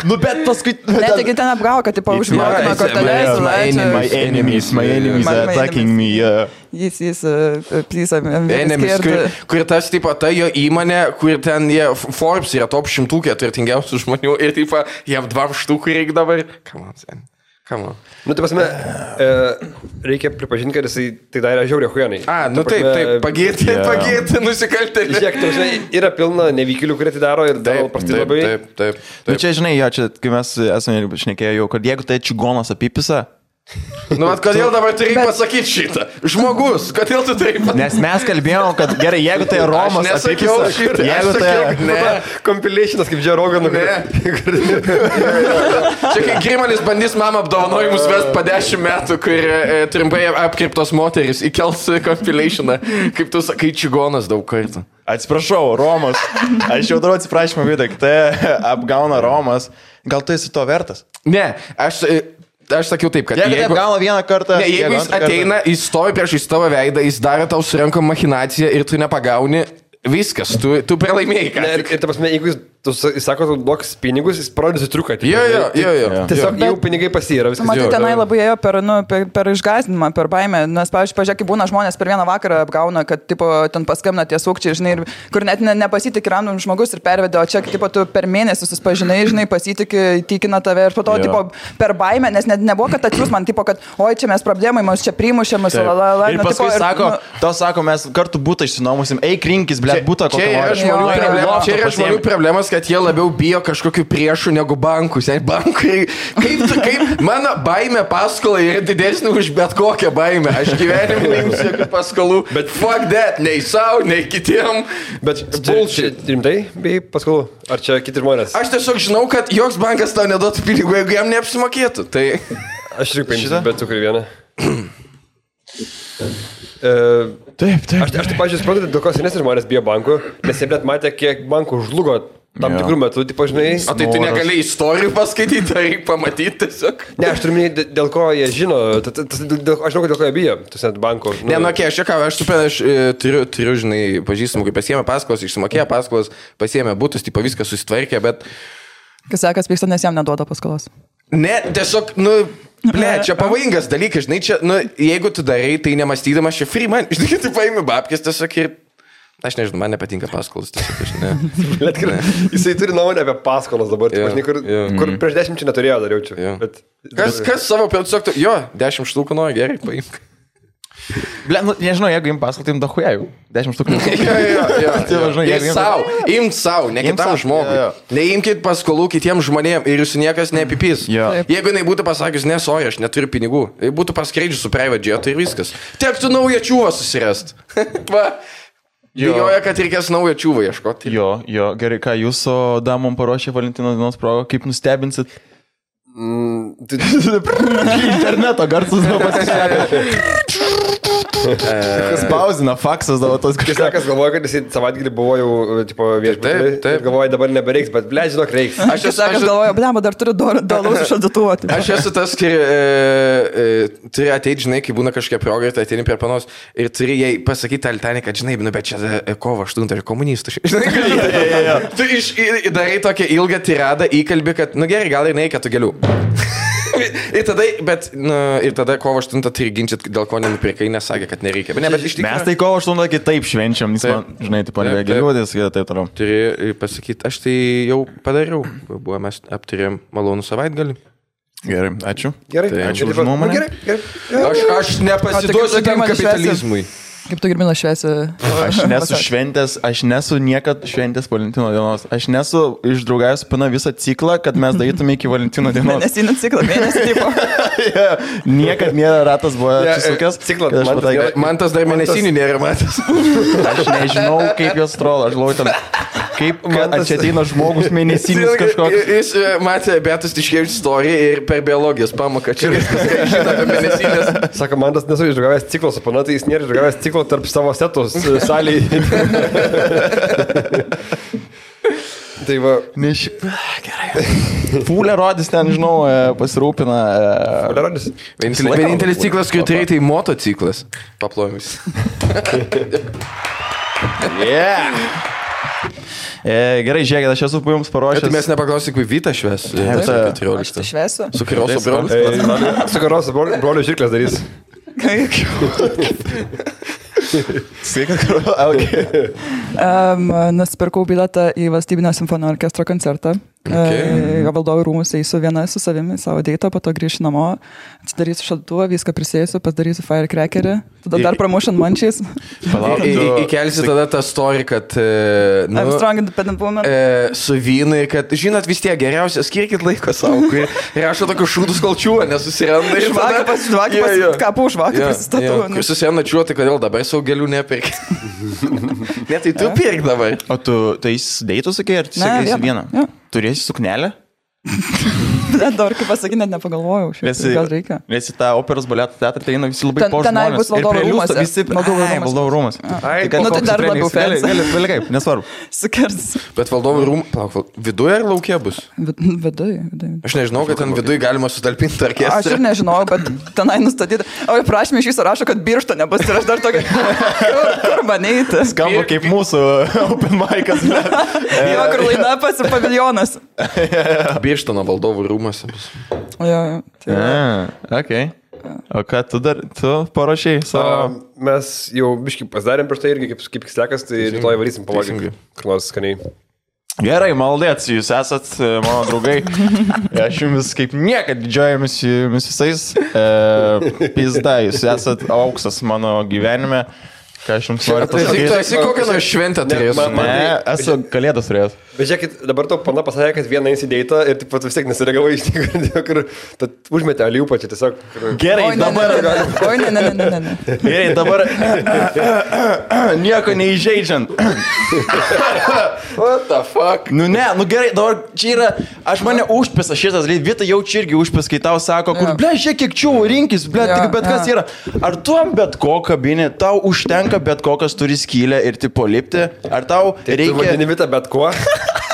A: Nu, bet paskui...
E: Ne, taigi ten apgavo, kad tipo užmokama
B: my-
E: kortelės,
B: my
A: My
B: enemy.
E: leidžia.
A: enemies, my enemies
E: My
A: are
E: enemies.
A: attacking me. yeah.
E: Jis, jis, uh, please, I'm, I'm very
B: Enemis,
E: scared.
B: kur, kur tas, tipo, ta jo įmonė, kur ten jie, F- Forbes yra top šimtų keturtingiausių žmonių ir, tipo, jam dvam štukų reikia dabar. Kam man, sen? Kam man?
D: Nu, tai pasme, e, reikia pripažinti, kad jisai tai darė žiauriai huijanai.
B: A, nu taip, taip, pagėti, yeah. pagėti, nusikaltėlį.
D: Žiūrėk, tu žinai, yra pilna nevykėlių, kurie tai daro ir daro prastai labai.
B: Taip, taip. taip.
A: Nu, čia, žinai, jo, čia, kai mes esame šnekėję jau, kad jeigu tai čigonas apipisa,
B: Nu, bet kodėl dabar turi bet... pasakyti šitą? Žmogus, kodėl tu taip pat...
A: Nes mes kalbėjom, kad gerai, jeigu tai Romas,
B: Aš nesakiau
A: apykisa,
B: šitą, aš
A: jeigu
B: sakiau,
A: tai...
B: Ne.
D: Kompilationas kaip nu, Džeroganų.
B: Čia kai Grimalis bandys man apdovanojimus vest po 10 metų, kur e, trumpai apkriptos moteris įkels į compilationą, kaip tu sakai, čigonas daug kartų.
A: Atsiprašau, Romas. Aš jau darau atsiprašymą, Vidai, kad tai apgauna Romas. Gal tu esi to vertas?
B: Ne, aš, e, aš sakiau taip, kad
A: Jeigu tai apgauna vieną kartą,
B: Ne, jeigu jis
A: antrą kartą-
B: ateina, jis stovi priešais tavo veidą, jis daro tau surenka machinaciją ir tu nepagauni, viskas, tu, tu pralaimėjai ką.
D: Ne, ir,
B: tik.
D: ir ta prasme, jeigu jis, tu, sa- jis sako, tu duoks pinigus, jis parodys triuką. tik.
B: Jo, jo, jo, jo.
D: tai- Tiesiog
C: Jo.
D: jau pinigai pasiyra, viskas.
C: Matai,
B: Jo,
C: Nu, tenai
B: jo.
C: labai ėjo per, nu, per, per išgazdinimą, per baimę, nes, pavyzdžiui, pažiūrėk, kaip būna žmonės per vieną vakarą apgauna, kad, tipo, ten paskambina tie sukčiai, žinai, ir kur net ne, nepasitikė random žmogus ir pervedė, o čia, tipo, tu per mėnesį susipažinai, žinai, pasitikė, įtikina tave ir po to,
A: Jo.
C: tipo, per baimę, nes net nebuvo, kad atsiūs man, tipo, kad, oi, čia mes problemai, mus čia primušė, mus, la, la, la.
A: Ir
C: nu, tipo,
A: paskui sako,
C: nu,
A: to sako, mes kartu būtą išsinuomusim, eik rinkis, blėt, būtą
B: Čia
A: kokią
B: yra,
A: nori.
B: žmonių
C: Jo, jo,
B: problema,
C: jo.
B: čia yra žmonių problemas, kad jie labiau bijo kažkokių priešų negu bankų. Seniai, bankai. Kaip, tu- kaip mano baime paskolai yra didesnė už bet kokią baimę. Aš gyvenime neimsiu jokių paskolų. Bet fuck that, nei savo, nei kitiem.
D: Bet
B: bullshit.
D: bullshit. Rimtai, bei paskolų. Ar čia kiti žmonės?
B: Aš tiesiog žinau, kad joks bankas tau neduotų pinigų, jeigu jam neapsimokėtų. Tai
D: Aš irgi paimsiu,
A: Šitą?
D: bet tu kuri vieną. E,
A: Taip, taip.
D: Aš, aš tai, pažiūrėjau, suprantu, dėl ko senesni žmonės bijo bankų, nes jie net matė, kiek bankų žlugo tam
A: Jo.
D: tikrų metų, tai pažinai.
B: O tai tu
A: Noras.
B: negali istorijų paskaityti, tai reikia pamatyti tiesiog.
D: Ne, aš turiu minėti, dėl ko jie žino, ta- ta- ta- dėl, aš žinau, kad dėl ko jie bijo, tu net bankų.
B: Ne, nu, okay, aš čia ką, aš suprantu, aš e, turiu, turiu, žinai, pažįstamų, kaip pasiemė paskolas, išsimokėjo paskolas, pasiemė būtus, tipo viskas susitvarkė, bet
C: Kas nu, sekas pyksta, nes jam neduoda paskolos.
B: Ne, tiesiog, nu, ble, čia pavojingas dalykas, žinai, čia, nu, jeigu tu darai, tai nemastydamas čia free man, žinai, tai paimi babkės tiesiog ir... Aš nežinau, man nepatinka paskolas, tiesiog aš ne.
D: Net, kur, jisai turi nuomonę apie paskolas dabar, tai
B: Jo,
D: pažinai, kur,
B: jo. Mhm.
D: kur prieš dešimt čia neturėjo dar jaučiu.
B: Jo.
D: Bet,
B: Kas, kas savo, pėl- tiesiog, tu, jo, dešimt štukų nori, gerai, paimk.
A: Blėt, nu, nežinau, jeigu jums pasakotum, dahuėjau. Dešimt štukų.
B: Jo, jo, jo.
A: Tai va, žinai,
B: Imk
A: jeigu-
B: sau, imk sau, ne
A: Imk
B: kitam
A: sau,
B: žmogui.
A: jo, jo.
B: Neimkit paskolų kitiem žmonėm ir jūs niekas neapipys.
A: Jo. Taip.
B: Jeigu jinai būtų pasakius, ne, sorry, aš neturiu pinigų, jei būtų paskreidžius su private jet, tai ir viskas. Tektų naują čiūvą susirasti.
A: Jo.
B: Bijoja, kad reikės naują čiūvą ieškoti.
A: Jo, jo, gerai, ką jūsų damom paruošė Valentino dienos proga, kaip nustebinsit? Interneto garsas dabar pasišalė. Spausina, faksas dabar tos
D: Jis
A: kažkas.
D: sakas galvoja, kad jis savaitgalį buvo jau, e, tipo, viešbutį.
B: taip, taip.
D: Galvoja, dabar nebereiks, bet, ble, žinok, reiks.
B: Aš
C: Kas
B: esu,
C: sekas
B: aš,
C: galvoja, blem, dar turiu dolus išadatuoti.
B: aš esu tas, kai e, e, turi ateiti, žinai, kai būna kažkokia proga ir tu ateini prie panos ir turi jai pasakyti Altanį, kad, žinai, nu, bet čia e, kovo 8 ir komunistų. Žinai, kad Tu iš, i- i- darai tokią ilgą tiradą, įkalbi, kad, nu gerai, gal ir neikėtų gėlių. ir, tada, bet, nu, ir tada kovo 8 tai ir ginčyt, dėl ko nenupirkai, nesakė, kad nereikia. Bet, ne, bet iš tikrųjų.
A: Mes tai kovo 8 kitaip švenčiam, jis man, žinai, taip pat
B: Taip, taip.
A: gėliuodės ir taip toliau.
B: Turi pasakyti, aš tai jau padariau. Buvo, mes aptarėm malonų savaitgalį.
A: Gerai, ačiū.
D: Gerai,
A: Tai ačiū
D: Ir
A: už
D: dabar-
A: nuomonę.
D: nu, Gerai, gerai.
B: Aš, aš nepasiduosiu
C: kaip
B: tam
C: man švęsti?
B: kapitalizmui.
C: Kaip tu girmino šviesi?
A: Aš nesu šventęs, aš nesu niekad šventęs Valentino dienos. Aš nesu išdraugęs pana visą ciklą, kad mes darytume iki Valentino dienos.
C: Mėnesį, nu, ciklą, mėnesį, tipo.
A: Jo, niekad nėra ratas buvo
D: Ne,
A: atsisukęs.
D: e, ciklą,
A: kad aš
D: man tas
A: pataikiau.
D: gerai.
B: Man tas dar mėnesinį nėra matęs.
A: Aš nežinau, kaip jos trolo, aš laukiu ten. Kaip,
D: Man
A: kad
D: tas-
A: čia ateina žmogus mėnesinis kažkoks.
B: Jis e, matė Betus Tiškevičius istoriją ir per biologijos pamoką. Čia viskas, ką jis žino apie mėnesinės.
D: Sako, man tas nesu išdragavęs ciklo su pana, tai jis nėra išdragavęs ciklo tarp savo setos e, salėj. tai va,
A: Neš... Gerai. Fūlė rodys ten, žinau, e, pasirūpina. e,
D: Oleronis.
B: Vienintelis, vienintelis ciklas, kurį turėjai, tai motociklas. Paplomis.
A: Yeah. E, gerai, žiūrėkit, aš esu jums
B: Bet tai
A: paruošęs.
B: mes nepaklausim, kaip Vita šves.
A: Taip,
B: Vasario
A: taip.
B: 14.
C: Aš tai šviesiu.
B: Su Kiroso broliu.
D: Tai Su karosu broliu žirklės darys.
A: Sveikas, okay.
C: Um, nusipirkau biletą į valstybinio simfoninio orkestro koncertą
E: Okay. Valdovų rūmus eisiu viena su savimi, savo deitą, po to grįšiu namo, atsidarysiu šaltuvą, viską prisėsiu, padarysiu firecrackerį, tada dar pramušant mančiais.
A: Palauk,
B: I-
A: tu-
B: i- Įkelsi tada tą story, kad... e, Nu,
E: I'm strong independent woman.
B: e, su vynai, kad, žinot, vis tiek geriausia, skirkit laiko savo, kai rašo tokius šūdus kolčių, nesusiranda iš
E: Žvakį pas žvakį,
B: tai Jo, jo.
E: pas kapų žvakį prisistatau.
B: Kai susiranda čiuo, tai kodėl dabar savo gėlių nepirk? ne, tai tu pirk dabar.
A: O tu tais deitų sakė, ar tu
E: Ne,
A: sakėsi
E: vieną.
A: vieną?
E: Jo.
A: Turėsi suknelę?
E: Net dar, kaip pasakyti, net nepagalvojau. šiaip,
A: Visi,
E: Gal reikia.
A: visi tą operos baleto teatrą, tai eina visi labai
E: Ten-
A: po
E: tenai
A: žmonės.
E: bus
A: Ir
E: Valdovų
A: prie liusto
E: rūmuose.
A: Visi,
E: Valdovų
A: ai,
E: rūmuose.
A: valdovų rūmas.
H: Ai,
A: kad
E: nu tai
A: koks
E: dar labiau
A: treneris,
E: fans.
A: gali- gali- gali kaip, nesvarbu.
E: Sukers.
B: Bet valdovų rūmų, palauk, val- viduje ar laukia bus?
E: Vidai, vidai.
B: Aš nežinau, kad ten viduje galima sutalpinti
E: Aš
B: orkestrą.
E: ir nežinojau, bet tenai nustatyta. O jau prašymė iš jūsų rašo, kad biršto nebus ir aš dar tokia. Kur, kur manyti?
A: Skamba kaip mūsų open mic'as. ne?
E: Jo, kur laina pats ir paviljonas.
B: Birštano valdovų rūmose bus.
E: O Jo, jo. Tai
A: A, ok. O ką tu dar, tu parašiai savo...
D: Um, mes jau biškai pasidarėm prieš tai irgi kaip, kaip slekas, tai rytoj varysim
B: Teisingai.
D: pavalgyti. Kur nors skaniai.
A: Gerai, maldėts, jūs esat e, mano draugai. Aš jumis kaip niekad didžiuojamis jumis visais. E, pizda, jūs esat auksas mano gyvenime. Ką aš jums noriu
B: Tai tu
A: pasakyti?
B: esi kokią nors šventę turėjęs.
D: man- man-
A: Ne,
E: tai-
A: esu kalėdas turėjęs.
D: Bet žiūrėkit, dabar to pana pasakė, kad vieną įsidėta ir taip pat vis tiek nesureagavo iš tikrųjų, kur tad užmetė aliupą čia tiesiog. kur-
A: Gerai,
E: Oi, ne, ne,
A: dabar,
E: ne, ne. Oi, ne, ne, ne, ne, ne.
A: gerai, dabar nieko neįžeidžiant.
B: What the fuck?
A: Nu ne, nu gerai, dabar čia yra, aš mane užpisa šitas, lyg Vita jau čia irgi užpisa, kai tau sako, kur,
E: Jo.
A: ble, šiek tiek čia, rinkis, ble,
E: Jo,
A: tik bet kas
E: jo.
A: yra. Ar tu ant bet ko kabinė, tau užtenka bet kokias turi skylę ir tipo lipti, ar tau
B: Tai
D: Tu vadini
A: reikia...
D: mitą bet kuo.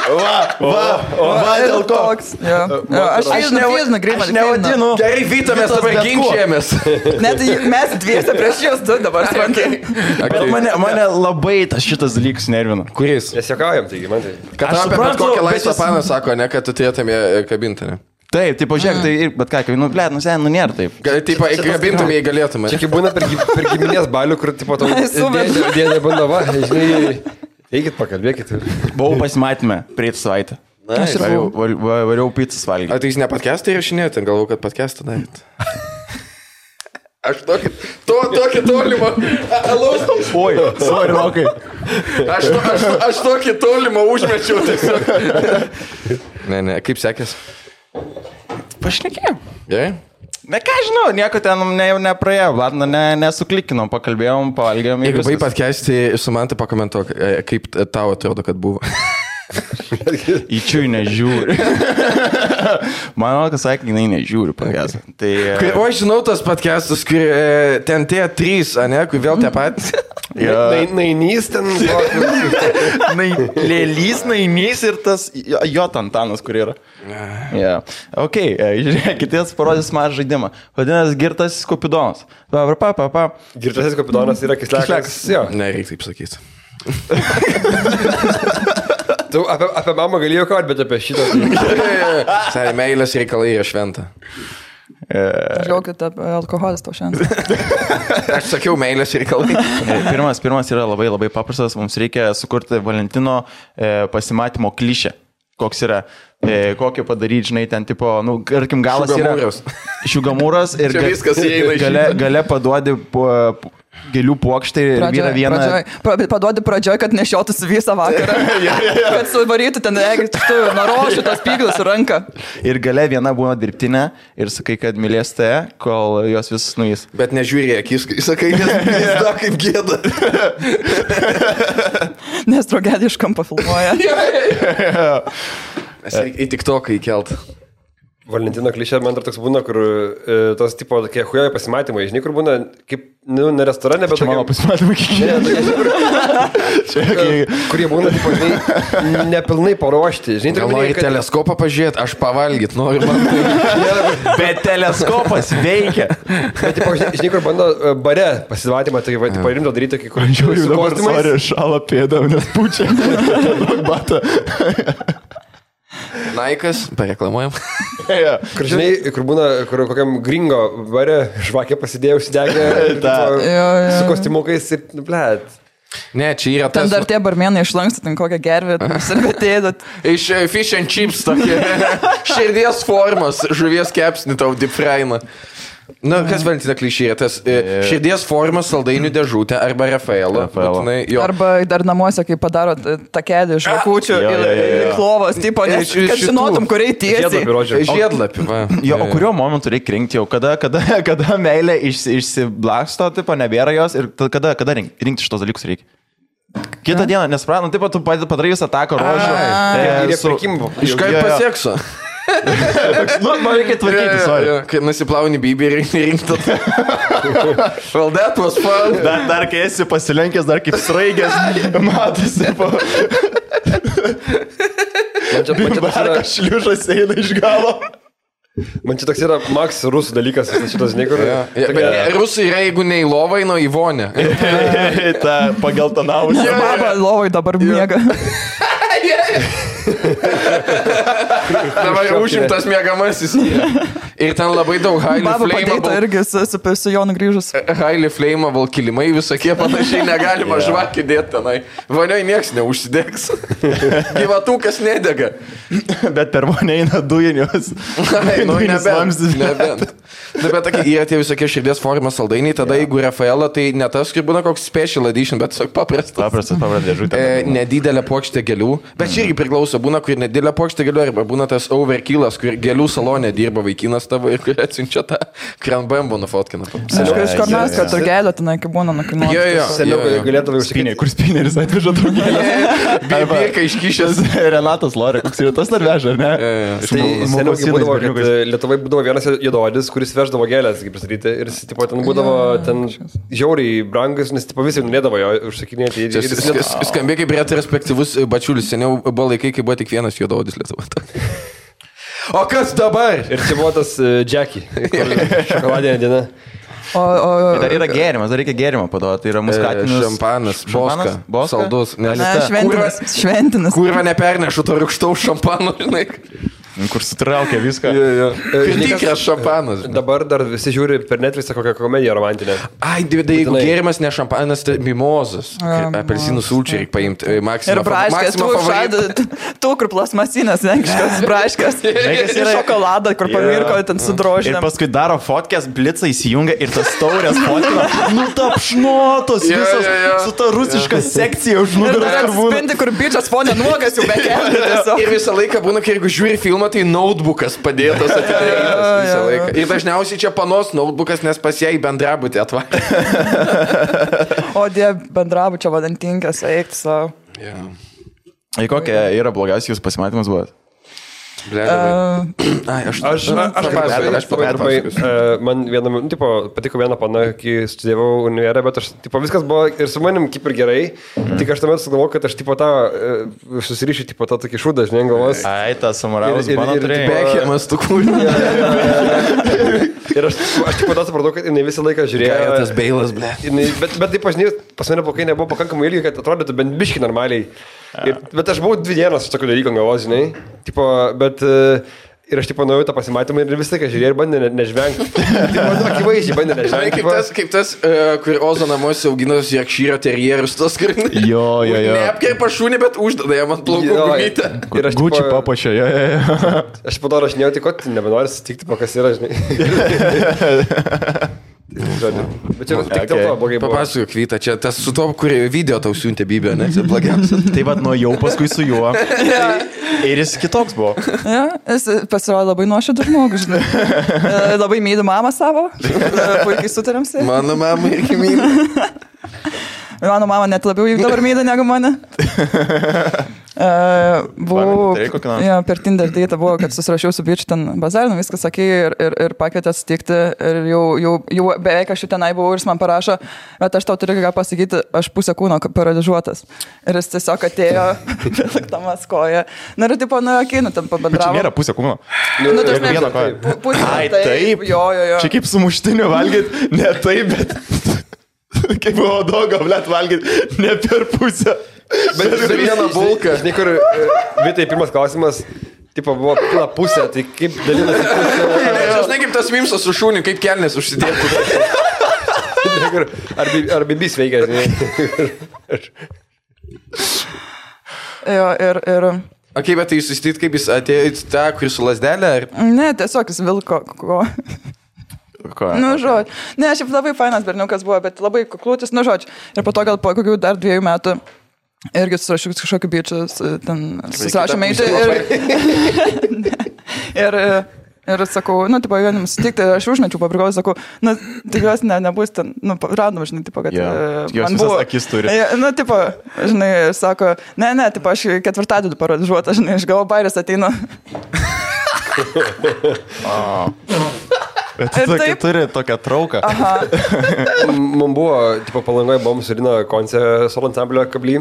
A: Va, va, va,
E: Ir
A: dėl ko?
E: Toks. Jo. Jo, aš
A: Aš
E: nežinau, nežinau,
A: Aš
E: greitai.
A: nevadinu.
B: Gerai, vytamės
A: Vitas
B: dabar
A: bet kuo.
B: ginčiamės.
E: Net mes dviese prieš jūs du dabar, suprantate.
A: Bet mane, mane labai tas šitas dalykas nervina.
B: Kuris?
D: Mes juokaujam, taigi man tai.
B: Kad
A: Aš
B: tam apie bet
A: suprantu,
B: kokią
A: bet
B: laisvą
A: jis-
B: paną sako, ne, kad tu turėtum ją kabinti, ne?
A: Taip, tai
E: Mm.
A: pažiūrėk, tai ir, bet ką, kai, nu, ble, nu, sen, nu, nėra taip.
B: Gal, taip, kabintum, jei galėtum.
D: Čia kaip būna per, gi- per giminės balių, kur tipo tau
E: Suveda.
D: dėdė bandava, žinai, eikit pakalbėkit.
A: Buvau pasimatymę prieitą savaitę.
B: Aš ir
A: Variau, val- va- variau pizzas valgyti.
B: A tai jūs ne podcast'ą įrašinėjote, galvoju, kad podcast'ą darėt. Aš tokį, to, tokį tolimą, a- alaus toks.
A: Oi, sorry, laukai.
B: Aš, to, aš, aš tokį tolimą užmečiau tiesiog. Ne, ne, kaip sekės?
A: Pašnekėjom.
B: Gerai?
A: Na ką žinau, nieko ten ne, nepraėjo, Vladna, ne, nesuklikinom, pakalbėjom, pavalgėm. ir
B: Jeigu
A: viskas.
B: baigai podcast'į, su man tai pakomentuok, e, kaip t- tau atrodo, kad buvo.
A: Į čia jų nežiūri. Mano, kas sakė, jinai nežiūri, pagas. Tai...
B: Kai- O aš žinau tas podcast'us, kur e, ten tie trys, ane, kur vėl tie patys.
A: Ja,
D: Nainys ten.
A: nai, lėlys, nainys ir tas jo jo tantanas, kur yra. Ja. Ok, e, žiūrėkit, jis parodys man žaidimą. Vadinasi, girtas skupidonas. Pa, pa, pa, pa.
D: Girtasis kapidonas yra kislekas.
A: Kislekas.
D: Jo.
B: Ne, reikia taip sakyti.
D: Tu apie, apie mamą galėjau kalbėti, bet apie šitą. tai-
B: Sai, meilės reikalai yra šventa.
E: Aš galvoju, kad ap- alkoholis tau šiandien.
B: Aš sakiau, meilės
A: E,
B: reikalai.
A: Pirmas, pirmas yra labai labai paprastas, mums reikia sukurti Valentino e, pasimatymo klišę. Koks yra, e, kokį padaryti, žinai, ten tipo, nu, tarkim, galas
B: Šugamūras.
A: yra šiugamūras ir
B: Čia
A: ga-
B: viskas įeina į
A: gale,
B: šitą.
A: gale paduodi po, po- gėlių puokštį ir yra viena.
E: pradžioj, pra- paduodi pradžioj, kad nešiotųsi visą vakarą. Kad suvarytų ten, jeigu tu narošiu tas pyglius ranką.
A: Ir gale viena būna dirbtinė ir sakai, kad mylėsite, kol jos vis nuės.
B: Bet nežiūri į akis, kai sakai, nes jis da kaip gėda.
E: Nes draugelį iš kampo filmuoja.
B: Mes reik- į tik toką įkelt.
D: Valentino klišė, man dar toks būna, kur e, tos tipo tokie hujojai pasimatymai, žinai, kur būna, kaip, nu, ne restorane, bet
A: Čia mano pasimatymai kiekvieną.
D: kurie būna, tipo, žinai, nepilnai paruošti. Žinai,
B: Gal
D: turiu
B: nori
D: omeny,
B: į teleskopą pažiūrėti, aš pavalgyt noriu. Man.
A: Bet teleskopas veikia.
D: kad, tipo, žinai, žinai, kur bando e, bare pasimatymą, tai va, tipo, rimto daryti, kai kur
A: Žiūriu,
D: su
A: dabar
D: kostiumais.
A: sorry, šalą pėdą, nes pučia. Bata.
B: Naikas, pareklamuojam.
A: Jo.
D: Kur, žinai, kur būna, kur kokiam gringo varė, žvakė pasidėjau, sidegė,
A: Ta.
E: Jo, jo.
D: su kostimukais ir, nu, blėt.
B: Ne, čia yra
E: Ten
B: tas...
E: dar tie barmenai išlanksta, ten kokią gervę, servetėdot.
B: Iš e, fish and chips tokie. Širdies formos, žuvies kepsni tau dipfraina. Na, kas valentina klišė, yra tas e, širdies formos saldainių dėžutė arba Rafaelo.
A: Rafaelo.
B: būtinai, jo.
E: Arba dar namuose, kai padaro t- takelį iš akučių
A: jo,
E: ir
A: jo, jo.
E: ir klovos, tipo,
B: E,
E: nes,
B: Iš- iš
E: kad
B: šitų.
E: žinotum, kur eiti tiesiai.
D: Žiedlapį rodžiau.
B: Žiedlapį, va.
A: Jo, o kuriuo momentu reikia rinkti jau, kada, kada, kada meilė išsi, išsiblaksto, tipo, nebėra jos ir ta- kada, kada rink- rinkti šitos dalykus reikia. Kitą dieną, nesuprantu, taip pat tu pad- padarai visą ataką rožių.
D: Ir
A: E,
D: jie
A: su-
D: pirkimų.
B: Iškart
A: Jo, jo.
B: pasieksiu.
A: Nu, man reikia tvarkyti, sorry.
B: Kai nusiplauni bibį ir tai rinktų. Well, that was fun.
A: Dar, dar kai esi pasilenkęs, dar kaip sraigės, matosi, po
D: Man čia, man čia toks yra,
A: barką šliužas eina iš galo.
D: man čia toks yra maks rusų dalykas, visas šitas niekur.
B: Ja, bet Rusai yra, jeigu ne į lovą, eina į vonę.
A: Ta pageltonavusi.
E: Baba lovai dabar miega.
B: Dabar užimtas mėgamasis. Ir ten labai daug highly
E: Baba padėta
B: flammable
E: irgi su, su, su Jonu grįžus.
B: Hailį fleimą, valkilimai visokie panašiai negalima yeah. žvakį dėti tenai. Vanioj nieks neužsidegs. Gyvatukas nedega.
A: Bet per mane eina dujinius.
B: Ai, nu,
A: Dujinis
B: nebent.
A: vamzdis.
B: nebent. Na, bet tokie yra tie visokie širdies formos saldainiai, tada yeah. jeigu Rafaela, tai ne tas, kaip būna koks special edition, bet tiesiog paprastas.
A: Paprastas pavardė, žūtė.
B: E, nedidelė plokštė gėlių, bet čia irgi priklauso, būna, kur nedidelė plokštė gėlių, arba būna tas overkillas, kur gėlių salonė dirba vaikinas tavo ir kur atsiunčia tą kranbambo nufotkina.
E: Aišku, iš
A: jo,
E: Kornasko
A: jo.
E: turgelio ten iki būna
B: Jo,
E: nukinuoti.
B: jo,
D: Seniau
B: jo, jo.
D: galėdavai
A: Spinė,
D: užsipinėti.
A: kur spineris atveža draugelį. Arba-
B: Birka iškišęs.
A: Renatas Lorė, koks yra tas dar veža, ar ne?
B: jo.
A: Tai
D: Tai seniau
A: žmogus
D: gi būdavo,
A: būdavo,
D: kad e, Lietuvai būdavo vienas jododis, kuris veždavo gėlės, kaip pristatyti, ir jis tipo, ten būdavo ten žiauriai brangus, nes tipo, visi norėdavo jo užsakinėti. Ir, ir jis net,
B: Skambė kaip retrospektyvus e, bačiulis, seniau buvo laikai, kai buvo tik vienas juodaodis E, Lietuvoje. O kas dabar?
D: ir čia buvo tas e, Jackie, kur šokoladinė diena.
E: O, o,
D: e,
A: Dar yra gėrimas, dar reikia gėrimą paduoti, tai yra muskatinis.
B: Šampanas, boska,
A: boska?
B: saldus, nes
E: na, šventinas. Šventinas.
B: Kurva nepernešu to rūkštaus šampano, žinai.
A: Nu, Kur sutraukia viską.
B: E, Ir
D: E, žinai, kas-
B: tikras šampanas. žinai.
D: Dabar dar visi žiūri per netvisą kokią komediją romantinę.
B: Ai, dvidai, jeigu
D: Būtinai.
B: gėrimas ne šampanas, tai mimozas.
E: Jo,
B: Apelsinų
E: mimozas,
B: sulčiai reikia paimti. e,
E: Ir
B: Maxima fa-
E: braškės,
B: Maxima
E: tu
B: favorit-
E: žada, tu kur plasmasinas, lenkiškas braškės.
A: kas
E: Ir
A: yra-
E: šokoladą, kur
A: Jo.
E: pamirko, ten
A: Ir
E: sudrožinam.
A: paskui daro fotkės, blica įsijungia ir tas taurės fotkina. Nu tapšnuotos
B: Jo,
A: visos
B: jo, jo.
A: su ta rusiška sekcija už
E: Ir
A: nugaros.
E: dar
A: kur būna.
E: atspindi, kur bičias fonė nuogas jau bekelė.
B: Ir visą laiką būna, kai jeigu žiūri filmą, tai notebookas padėtas atidarytas visą
E: jo, jo.
B: laiką. Ir dažniausiai čia panos notebookas, nes pas ją į bendrą būti atvarė.
E: O die bendrabučio vadantinkas, eik savo.
A: Į kokią Tai yra blogiausias jūsų pasimatymas buvo?
B: Ai, aš
D: Aš,
B: Na,
D: aš, aš,
B: papasakosiu,
D: aš, aš
B: aš
D: labai,
B: papasakosiu.
D: e, man vienam, nu, tipo, patiko viena pana, kai studijavau univerę, bet aš, tipo, viskas buvo ir su manim kaip ir gerai, mm. tik aš tuomet sugalvojau, kad aš, tipo, tą e, susiryšiu, tipo, tą tokį šūdą, žinai, galvos.
A: Ai, tas samuraus,
D: Ir- ir-
A: man
D: ir-
A: atrodo.
D: be-
B: Bekiamas tu kūrinį.
D: Ir aš, aš tik tada supratau, kad jinai visą laiką žiūrėjo.
B: Tas beilas, ble.
D: Jinai, bet, bet taip, aš žinai, pas mane plaukai nebuvo pakankamai ilgi, kad atrodytų bent biški normaliai. Ir, bet aš buvau dvi dienas su tokiu dalyku galvos, žinai. Tipo, bet, e, ir aš, tipo, nuėjau į tą pasimatymą ir visą laiką žiūrėjau ir bandė ne- nežvengti. Tipo, nu, akivaizdžiai bandė
B: Žinai,
D: nežvengti.
B: kaip tas, kaip tas uh, kur Ozo namuose auginas Jakšyro terjerus, tas kūrinys.
A: Jo, jo, jo.
B: Neapkaipa šūnį, bet uždada jam ant plaukų
D: Jo,
B: gumytę.
D: Ir aš,
A: Gucci
D: tipo,
A: papuošė, jo, jo, jo.
D: Aš po to rašinėjau, tai ko tu nebenori sutikti, po kas yra, žinai. Žodžiu. Bet čia tik dėl
A: Okay.
D: to blogai buvo.
B: Papasakok, Vyta, čia tas su to, kur video tau siuntė Bibė, ne? Tai blogiausia.
A: Tai vad nuėjau paskui su juo. Ir jis kitoks buvo.
E: Ja, jis pasirodė labai nuoširdus žmogus, žinai. E, Labai myli mamą savo, e, puikiai sutariam su ja.
B: Mano mama irgi myli.
E: Mano mama net labiau jį dabar myli negu mane. Uh, buvau
A: Pameni, turėjai tai kokį nors?
E: ja, per Tinder dėtą, buvo, kad susirašiau su bičiu ten bazarinu, viską sakė ir, ir, ir pakvietė sutikti ir jau, jau, jau beveik aš jau tenai buvau ir jis man parašo, bet aš tau turiu ką pasakyti, aš pusę kūno k- paralyžiuotas. Ir jis tiesiog atėjo, laktamas koja. Na ir tipo, nu, okei, nu, ten
A: Čia nėra
E: pabendravo.
A: pusė kūno.
E: Nu, ta prasme,
A: Vieną koją.
E: pu- pusę,
A: Ai,
E: taip,
A: taip.
E: Jo, jo, jo.
A: Čia kaip su muštiniu valgyt, ne taip, bet kaip odogo, blėt, valgyt, ne per pusę.
D: Bet
B: Su viena bulka.
D: Žinai, kur, e, Vitai, pirmas klausimas, tipo, buvo pilna pusė, tai kaip dalinasi pusė.
B: Žinai, kaip tas Vimsas su šūniu, kaip kelnes užsidėtų.
D: Kur- Ar, bi- ar bibis veikia, žinai.
E: Jo, ir, ir...
B: Ok, bet tai jūs susitit, kaip jis atėjo į tą, kuris su lasdelė, ar...
E: Ne, tiesiog jis vilko. Ko.
A: Ko?
E: Nu, žodžiu. Ne, šiaip labai fainas berniukas buvo, bet labai kuklutis, nu, žodžiu. Ir po to gal po kokių dar dviejų metų. Irgi susirašiau kažkokį bičią, ten susirašėme eiti. Ir, ir, ir sakau, nu, tipo, jo, nesutikti, aš užmečiau pabrigau, sakau, nu, tikiuosi, ne, nebus ten, nu, pa- random, žinai, tipo, kad...
A: Jo,
E: e,
A: tikiuosi,
E: man
A: visas akis turi.
E: Ja, nu, tipo, žinai, sako, ne, ne, tipo, aš ketvirtadienį paralyžiuota, žinai, aš galvoju, bairės ateina.
A: Bet tu
E: ir
A: tokį,
E: taip-
A: turi tokią trauką.
E: Aha.
D: Man buvo, tipo, palangoje buvom surina koncę solo ansamblio kablį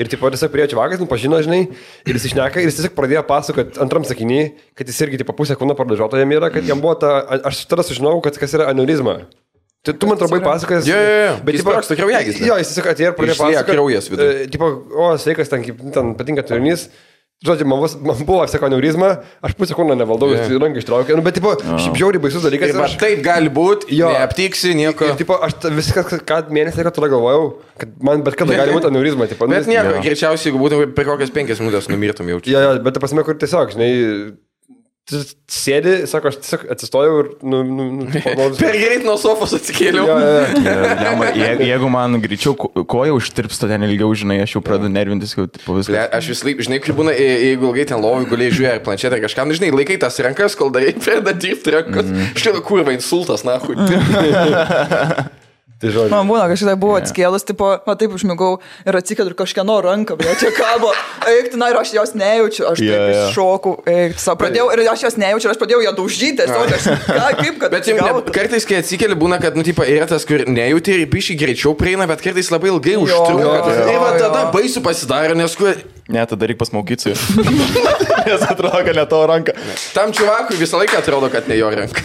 D: ir, tipo, tiesiog prie čevakas, nu, pažino, žinai, ir jis išneka, ir jis tiesiog pradėjo pasakoti antram sakiniui, kad jis irgi, tipo, pusę kūno pardažuoto jam yra, kad jam buvo ta, a- aš tada sužinojau, kad kas yra aneurizma. Tai tu man trumpai pasakojai.
B: Jo, jo, jo.
D: Bet
B: Jis
D: tipo-
B: sprogsta kraujagyslė.
D: Jo, jis tiesiog atėjo ir pradėjo
B: Išlieja
D: pasakoti.
B: kraujas viduj.
D: e, Tipo, o, sveikas, ten, kaip ten patinka turinys. Žodžiu, man, vos- man buvo, sako, aneurizma, aš pusę kūno nevaldau, yeah. ranką ištraukiau, nu, bet, tipo, šiaip žiauriai baisus dalykas.
B: Ir
D: ir
B: va,
D: aš-
B: taip gali būti,
D: Jo.
B: neaptiksi nieko.
D: Ir, tipo, aš ta- viskas, ką mėnesį, kad tada galvojau, kad man bet kada gali būti aneurizma. Tipo, nu,
B: Bet
D: jis-
B: nieko,
D: Jo.
B: greičiausiai, jeigu būtum per kokias penkias minutės numirtum jau.
D: Jo, jo, bet ta prasme, kur tiesiog, žinai, tu sėdi, sako, aš tiesiog atsistojau ir, nu, nu, nu tipo, noriu-
B: Per greit nuo sofos atsikėliau.
D: Jo, jo, jo.
A: Lemba, je- jeigu man greičiau ko- koja užtirpsta ten ilgiau, žinai, aš jau pradedu nervintis, jau tipo,
B: Ble,
A: viskas.
B: aš vis laik, žinai, kaip būna, e- jeigu ilgai ten lovai guliai žiūri ar planšetę ar kažkam, nu, žinai, laikai tas rankas, kol dar pradeda dirbti rankas. Štai kurva insultas, na, hui.
E: Mhm.
D: Tai žodžiu.
E: Man būna, kažkada buvo atskėlus, tipo, va taip užmigau ir atsikėliau ir kažkieno ranką, bet čia kabo, eik, na ir aš jos nejaučiu, aš
A: Jo,
E: yeah, taip
A: jo.
E: yeah. šokau, eik, sa, pradėjau ir aš jos nejaučiu, ir aš pradėjau ją daužyti, tiesiog, aš, ką, kaip, kad...
B: Bet jums ne,
E: atsigautų?
B: kartais, kai atsikeli, būna, kad, nu, tipo, yra tas, kur nejauti ir bišį greičiau prieina, bet kartais labai ilgai užtrunka.
E: jo,
B: Ir va
E: jo.
B: tada baisu pasidaro, nes kur...
A: Ne, tada reikia pasmaukyti su juo. Nes atrodo, kad ne tavo ranka.
B: Tam čuvakui visą laiką atrodo, kad ne jo ranka.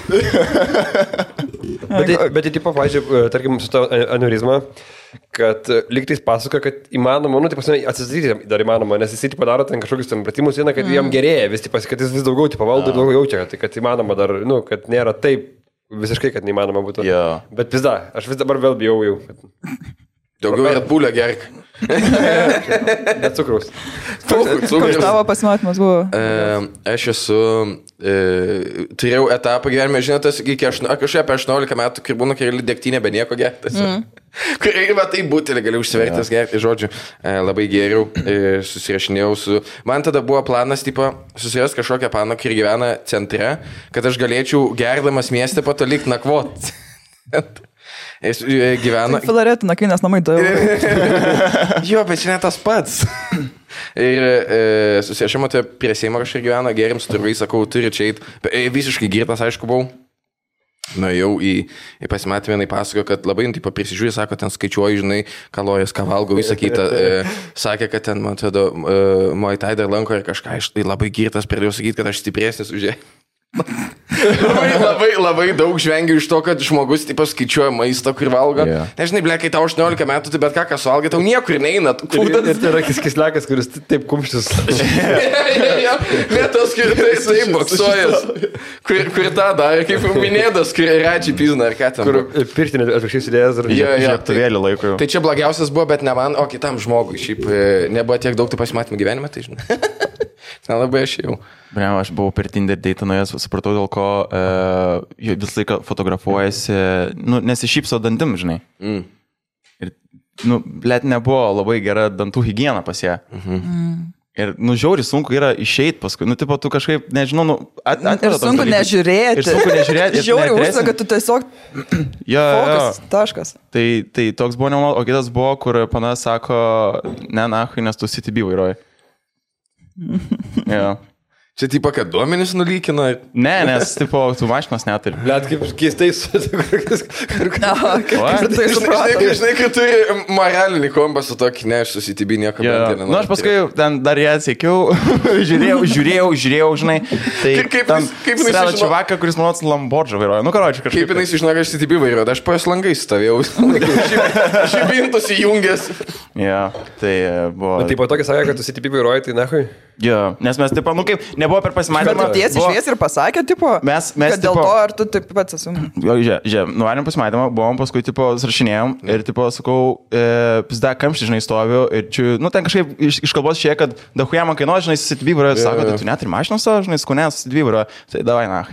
D: Bet, tai- bet, tai, tipo, pažiūrėjau, tarkim, su to aneurizma, kad e, lygtais pasako, kad įmanoma, nu, tai prasme, atsistatyti jam dar įmanoma, nes jisai, tipo, daro ten kažkokius ten pratimus, viena, kad mm. jam gerėja, vis, tipo, kad jis vis daugiau, tipo, valdo, ir daugiau jaučia, kad, tai, kad įmanoma dar, nu, kad nėra taip visiškai, kad neįmanoma būtų.
A: Jo.
D: Bet vis dar, aš vis dabar vėl bijau jau, kad
B: Daugiau ir atbūlė gerk.
D: net cukraus.
E: Koks tavo pasimatymas buvo?
B: E, aš esu, e, turėjau etapą gyvenime, žinote, iki aštuon- a, kažkaip apie 18 metų, kai būna, kai gali degtinė be nieko gerti. Mm. Kur ir va tai būtelį gali užsivertęs yeah. gerti, žodžiu, e, labai geriau, e, susirašinėjau su... Man tada buvo planas, tipo, susirasti kažkokią paną, kuri gyvena centre, kad aš galėčiau gerdamas miestą patolik nakvot. Jis e, gyvena,
E: Filaretų nakvynės namai du. eurai.
B: Jo, bet čia ne tas pats. ir e, susirašymo tai prie Seimo kažkaip gyveno, gerim su turvai, sakau, turi čia eiti. E, visiškai girtas, aišku, buvau. Nuėjau į, į pasimatymą, jinai pasakojo, kad labai, nu, tipo, prisižiūri, sako, ten skaičiuoji, žinai, kalorijas, ką valgau, visą kitą. E, sakė, kad ten, man atrodo, e, Moitai dar lanko ir kažką, aš tai labai girtas, pradėjau sakyti, kad aš stipresnis už ją. labai, labai, labai daug žvengiu iš to, kad žmogus, tipo, skaičiuoja maistą, kur valgo.
A: Jo.
B: Yeah. Nežinai, ble, kai tau 18 metų, tai bet ką, kas valgai, tau niekur neina. tu
D: Ir,
B: Kūdas.
D: ir tai yra kis- kislekas, kuris t- taip kumštis.
B: Lietas, kur tai taip boksuojas. Kur, kur tą darė, kaip jau minėtas, kur rečiai pizna ar ką ten.
D: Kur
B: buvo.
D: pirtinė atvirkščiai sudėjęs ir...
B: Jo, jo, tai,
A: Žiaptuvėlį laiko jau.
B: tai čia blogiausias buvo, bet ne man, o kitam žmogui. Šiaip e, nebuvo tiek daug tų pasimatymų gyvenime, tai žinai. Nelabai aš jau.
A: Ne, aš buvau per Tinder date nuėjęs, supratau, dėl ko uh, visą laiką fotografuojasi, nu, nesišypso dantim, žinai. Mm. Ir, nu, let nebuvo labai gera dantų hygiena pas ją. Mhm. Ir, nu, žiauri sunku yra išeiti paskui, nu, tipo, tu kažkaip, nežinau, nu, at,
E: Ir
A: atveda tuos
E: sunku
A: dalykus.
E: nežiūrėti.
A: Ir sunku nežiūrėti. ir
E: Žiauriai
A: neatresinti.
E: užsaka, tu tiesiog
A: Jo, jo, jo.
E: fokus, taškas.
A: Tai, tai toks buvo nemalonu, o kitas buvo, kur pana sako, ne, nahui, nes tu CTB vairuoji. jo.
B: Čia tipo, kad duomenys nulykino.
A: Ne, nes, tipo, tu mašinos neturi.
D: Net kaip keistai su... kur- kur-
E: Na, kaip
A: Oi.
B: Žinai,
E: ir tai
B: žinai,
E: supratau.
B: kad- žinai, kad turi moralinį kompasą tokį, ne, aš susitibį nieko.
A: Jo,
B: bendro
A: Na,
B: nenoriu.
A: nu, aš paskui ten dar ją atsiekiau, žiūrėjau, žiūrėjau, žiūrėjau, žinai. Tai
B: Kaip- kaip
A: ten
B: jis- kaip jis
A: sreda
B: sužino-
A: čevaką, kuris man Lambordžą vairuoja. Nu, karoči, kažkaip.
B: Kaip jinai sužinojo, kad aš CTB vairuoju, aš po jos langais stovėjau. Žibintus įjungęs.
A: Ja, tai e, buvo.
D: Nu, Taip, po tokia sakė, kad tu sitipi vairuoji, tai nahui.
A: e, Jo, nes mes, tipo, nu kaip, nebuvo per
E: Bet
A: pasimatymą.
E: tu tiesiai
A: buvo-
E: išvies ir pasakė, tipo,
A: Mes- mes,
E: kad dėl
A: tipo-
E: to, ar tu taip pats esu.
A: Jo, žia, žia, nuvarėm pasimatymą, buvom, paskui, tipo, srašinėjom ir, tipo, sakau, e, pizda, kamštį, žinai, stoviu ir čia, nu, ten kažkaip iš, iš kalbos šie, kad dahuja man kainuoja, žinai, sitvybrą, sako, tai tu net ir mašinos, savo, žinai, skunės sitvybrą, tai davai, na.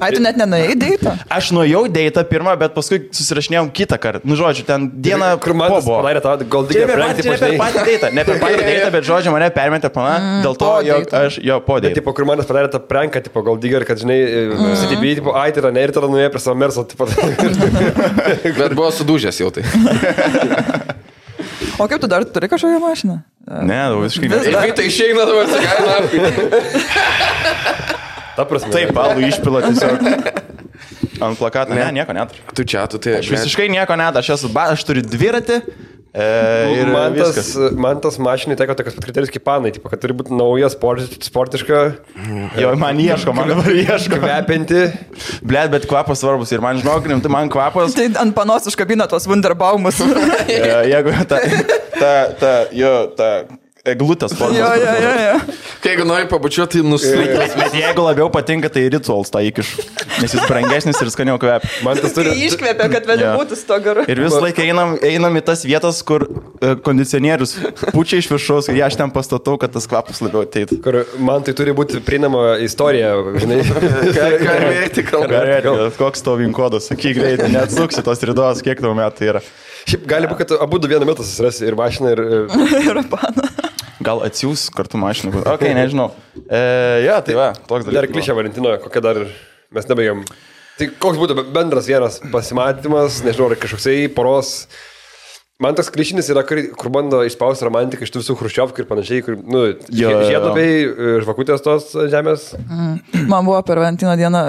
E: Ai, tu net nenai dėta.
A: Aš nuėjau deitą pirmą, bet paskui susirašinėjom kitą kartą. Nu, žodžiu, ten dieną...
D: Kur man
A: po buvo.
D: padarė tą
A: Čia
D: goldigerį
A: ne per patį- čia ne per
D: praeitį, pažinai.
A: patį deitą, ne per patį deitą, bet žodžiu mane permetė pana, dėl to,
E: po
A: jog
E: deito.
A: aš jo podėjau.
D: Tipo, kur man padarė tą pranką, tipo, goldigerį, kad, žinai, CTB, tipo, ai, tai yra ne, ir tada nuėjo prie savo merso, tipo,
B: Bet buvo sudužęs jau tai.
E: O kaip tu dar turi kažkokią mašiną?
A: Ne, nu, visiškai
E: Vis
A: ne.
B: Ir kai tai išeina dabar, sakai, na,
D: ta prasme.
A: Taip, balų išpila tiesiog. Ant plakato, ne, nieko neturiu.
B: tu čia, tu tai.
A: Aš visiškai nieko net, aš esu, ba, aš turiu dviratį. E, ir
E: Nu,
D: Ir Nu, man tas,
A: viskas.
D: man tas mašinai teko tokias pat kriterijus kaip panai, tipo, kad turi būti nauja, sport, sportiška,
A: Jo, man ieško, man dabar ieško.
D: kvepinti.
A: Blet, bet kvapas svarbus. Ir man žinok, rimtai, man kvapas.
E: Tai ant panos užkabino tos Wunderbaumus. jo,
A: e, Jeigu ta, ta, ta, jo, ta eglutės
E: jo,
A: forma.
E: jo, jo.
B: Kai jeigu nori pabučiuoti, tai nuslydai.
A: Bet jeigu labiau patinka, tai rituals tą įkiš. Nes jis brangesnis ir skaniau kvepia.
D: Man tas
E: Tai
D: turi...
E: iškvėpė, kad vėl
A: Jo.
E: būtų su to garu.
A: Ir visą laiką einam, einam į tas vietas, kur e, kondicionierius pučia iš viršaus ir ją aš ten pastatau, kad tas kvapas labiau ateitų.
D: Kur man tai turi būti prieinama istorija, žinai.
B: Kalbėti, kalbėti.
A: Koks tavo vinkodas, sakyk greitai, neatsuksi tos ridos, kiek tau metų yra.
D: Šiaip gali būti, kad abu du vienu metu susirasi ir mašiną, ir... e, ir-
E: Ir pana.
A: Gal atsiūs kartu mašiną. Ok, nežinau. E, jo, tai va, toks
D: Dar
A: dalykas.
D: klišė Valentino, kokia dar mes nebaigėm. Tai koks būtų bendras vienas pasimatymas, nežinau, ar kažkoksai poros. Man toks klišinis yra, kur, kur bando išspausti romantiką iš tų visų hruščiovkų ir panašiai, kur, nu,
A: Jo, jo, jo.
D: žiedapiai, žvakutės tos žemės.
E: Man buvo per Valentino dieną,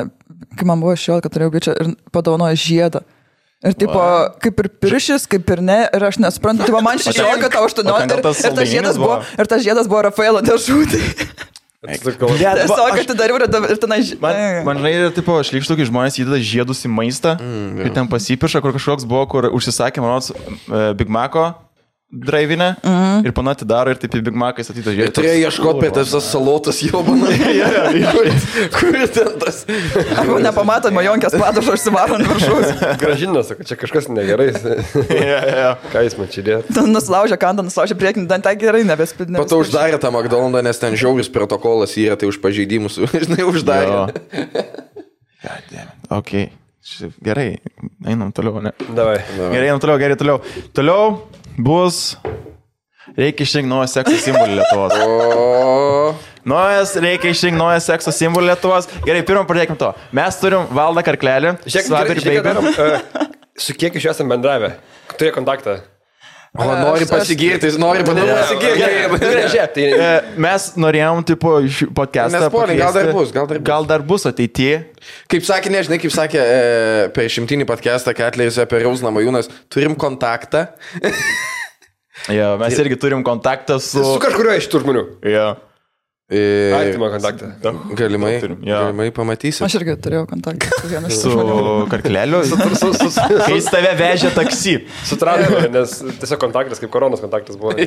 E: kai man buvo 16, turėjau gičią ir padovanojo žiedą. Ir tipo, kaip ir piršis, kaip ir ne, ir aš nesuprantu, tipo, man
A: ten-
E: 16, tau
A: o ten
E: 18,
A: gal
E: ir,
A: tas
E: ir, tas žiedas
A: saldaininis
E: buvo,
A: buvo?
E: ir tas žiedas buvo Rafaelo dėžutė.
D: Sakau,
E: Tiesiog
A: aš-
E: atidariau ir dabar- ir tenai
A: Man,
E: žiedas.
A: man žinai, yra, tipo, šlykštu, kai žmonės įdeda žiedus į maistą, mm, kai ten pasipiša, kur kažkoks buvo, kur užsisakė, manot, Big Maco draivinę mm. ir panati daro ir taip į Big Macą įstatytą žiedą.
B: Ir turėjai ieškoti apie tas visas salotas jau manai. Kur ten tas?
E: Arba nepamatoma, Jonkės padažo užsivaro ant viršaus.
D: gražinas, sakau, čia kažkas negerai. Ką jis man čia dėt?
E: Ten Nuslaužė kantą, nuslaužė priekinį dantą, gerai, nebespidinė.
B: Pato uždarė tą McDonald'ą, nes ten žiauris protokolas yra, tai už pažeidimus, žinai, uždarė.
A: Ok, Ši- gerai, einam toliau, ne?
D: Davai.
A: Gerai, einam toliau, gerai, toliau. Toliau bus. Reikia išrinkti naują sekso simbolį Lietuvos.
B: O,
A: Naujas, reikia išrinkti naują sekso simbolį Lietuvos. Gerai, pirmą pradėkime to. Mes turim valdą karklelį.
D: Žiūrėk,
A: Slab
D: gerai,
A: ir
D: žiūrėk,
A: baby.
D: darom, e, su kiek iš jų esame bendravę? Turėjo kontaktą.
B: o nori
E: Aš- aš-
B: pasigirti, jis nori pasigirti.
D: Gerai, žiūrėk, tai
A: E, mes norėjom, tipo, iš podcast'o.
B: Mes puolėm, gal dar
A: pakviesti.
B: bus, gal dar bus.
A: Gal dar bus ateityje.
B: Kaip sakė, nežinai, kaip sakė e, per šimtinį podcastą Ketleris apie Rausną Majūnas, turim kontaktą.
A: Jo, mes irgi turim kontaktą su...
D: Su kažkurio iš tų žmonių.
A: Jo.
B: E,
D: Artimą kontaktą.
B: galimai,
A: turim, jo.
B: galimai pamatysim.
E: Aš irgi turėjau kontaktą su vienu iš
A: Su karkleliu.
D: Su, su, su,
A: Kai jis tave vežė taksi.
D: Sutradome, nes tiesiog kontaktas, kaip koronos kontaktas buvo.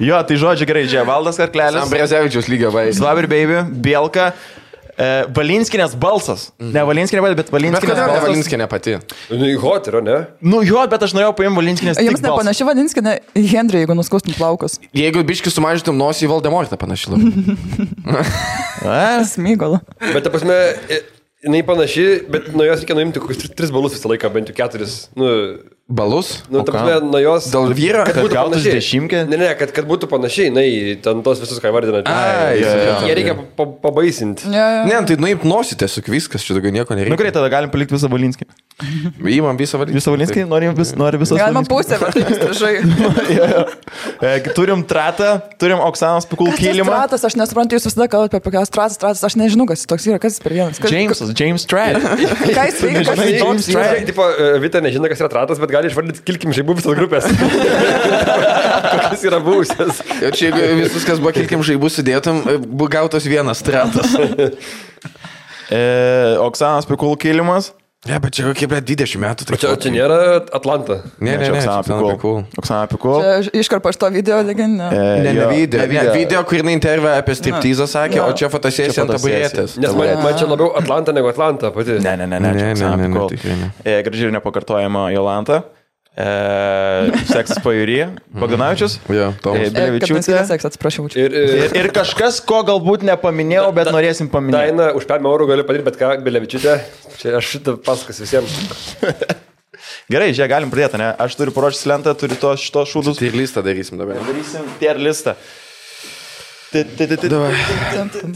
A: Jo, tai žodžiu gerai, čia valdas karklelis.
B: Ambrezevičius lygio vaizdas.
A: Slav ir baby, Bielka. E, Valinskinės balsas.
E: Mhm.
A: Ne Valinskinė, balsas, bet
B: Bet
A: Valinskinės
B: kodėl ne
A: balsas.
B: Valinskė ne pati?
D: Nu, į hoterio, ne?
A: Nu jo, bet aš norėjau paimti Valinskinės.
E: Jums
A: tik balsą.
E: nepanaši Vadinskinė į Henry, jeigu nuskustum plaukus.
B: Jeigu biški sumažintum nosį į Valdemortą panašiai labai.
A: E,
E: Smygalo.
D: Bet, ta prasme, i- jinai panaši, bet nuo jos reikia nuimti kokius tri- tris balus visą laiką, bent jau keturis. Nu,
B: Balus?
D: nu
A: O
D: ta
A: ką?
D: prasme, nuo jos.
B: Dėl vyro?
D: Kad
A: Kad
D: būtų
A: gautų
D: panaši.
A: dešimtkę?
D: Ne, ne, kad, kad būtų panašiai, jinai ten tos visus, ką vardinate.
B: Ai, jo, jo.
D: Jie reikia pa- pa- pabaisinti.
B: Ne, tai nuimt nosį tiesiog viskas, čia daugiau nieko
A: Nu
B: nereikia.
A: gerai, tada galim palikti visą Valinskį.
B: Įmam visą valdymą.
A: Visą Valinskį, nori, vis, nori visą.
E: Galima pusę, bet taip įstrižai.
A: E, Turim tratą, turim Oksanos Pikul kilimą.
E: Stratas, aš nesuprantu, jūs visada kalbate apie kokias stratas, stratas, aš nežinau, kas jis toks yra, kas jis per vienas. Kas,
A: Jamesas, James Trat.
E: ką jis veikia, kas
A: nežinai,
E: jis
A: James
E: toks yra.
A: Strat.
D: Taip, tai- tipo, e, Vita nežino, kas yra tratas, bet gali išvardinti kilkim žaibų visos grupės. Kokias yra buvusias.
B: Ir čia jeigu visus, kas buvo kilkim žaibus sudėtum, e, buvo gautas vienas stratas.
A: E, Oksanos Pikul kilimas.
B: Ne, bet čia kokie, bet 20 metų. Tai
D: Bet čia, čia nėra Atlanta.
B: Ne, ne,
A: čia
B: ne,
A: Oksana
B: Oksana
A: Pikul.
B: Pikul.
A: Oksana Pikul. E,
E: Iškarpa iš to video E, legendinio.
B: Ne, ne video. Ne video, video kur jinai intervą apie striptizą sakė,
E: Jo.
B: o čia
A: Čia
B: fotosesija ant
A: fotosesija.
B: taburetės.
D: Nes man, man čia labiau Atlanta negu Atlanta pati.
A: Ne, ne, ne, ne.
B: Ne,
A: čia
B: ne,
A: Oksana
B: ne, ne,
A: Pikul.
B: tikrai ne.
A: E, Graži ir nepakartojama Jolanta. E, seksas pajūry.
B: Mhm.
A: Bagdonavičius.
B: Jo, Tomas.
A: E,
E: Levičiūtė.
A: Bilevičiūtė.
E: Seks, atsiprašau.
B: E.
E: čia.
D: Ir, e, ir,
A: Ir, ir kažkas, ko galbūt nepaminėjau, bet norėsim paminėti.
D: Daina, už 5 eurų galiu padaryti bet ką, Bilevičiūtė. Čia aš šitą pasakas visiems.
A: Gerai, žiūrėk, galim pradėti, ne? Aš turiu paruošęs lentą, turiu to šito šūdus.
B: Tai ir listą darysim dabar.
A: Darysim tier listą. Ti- ti- ti- ti-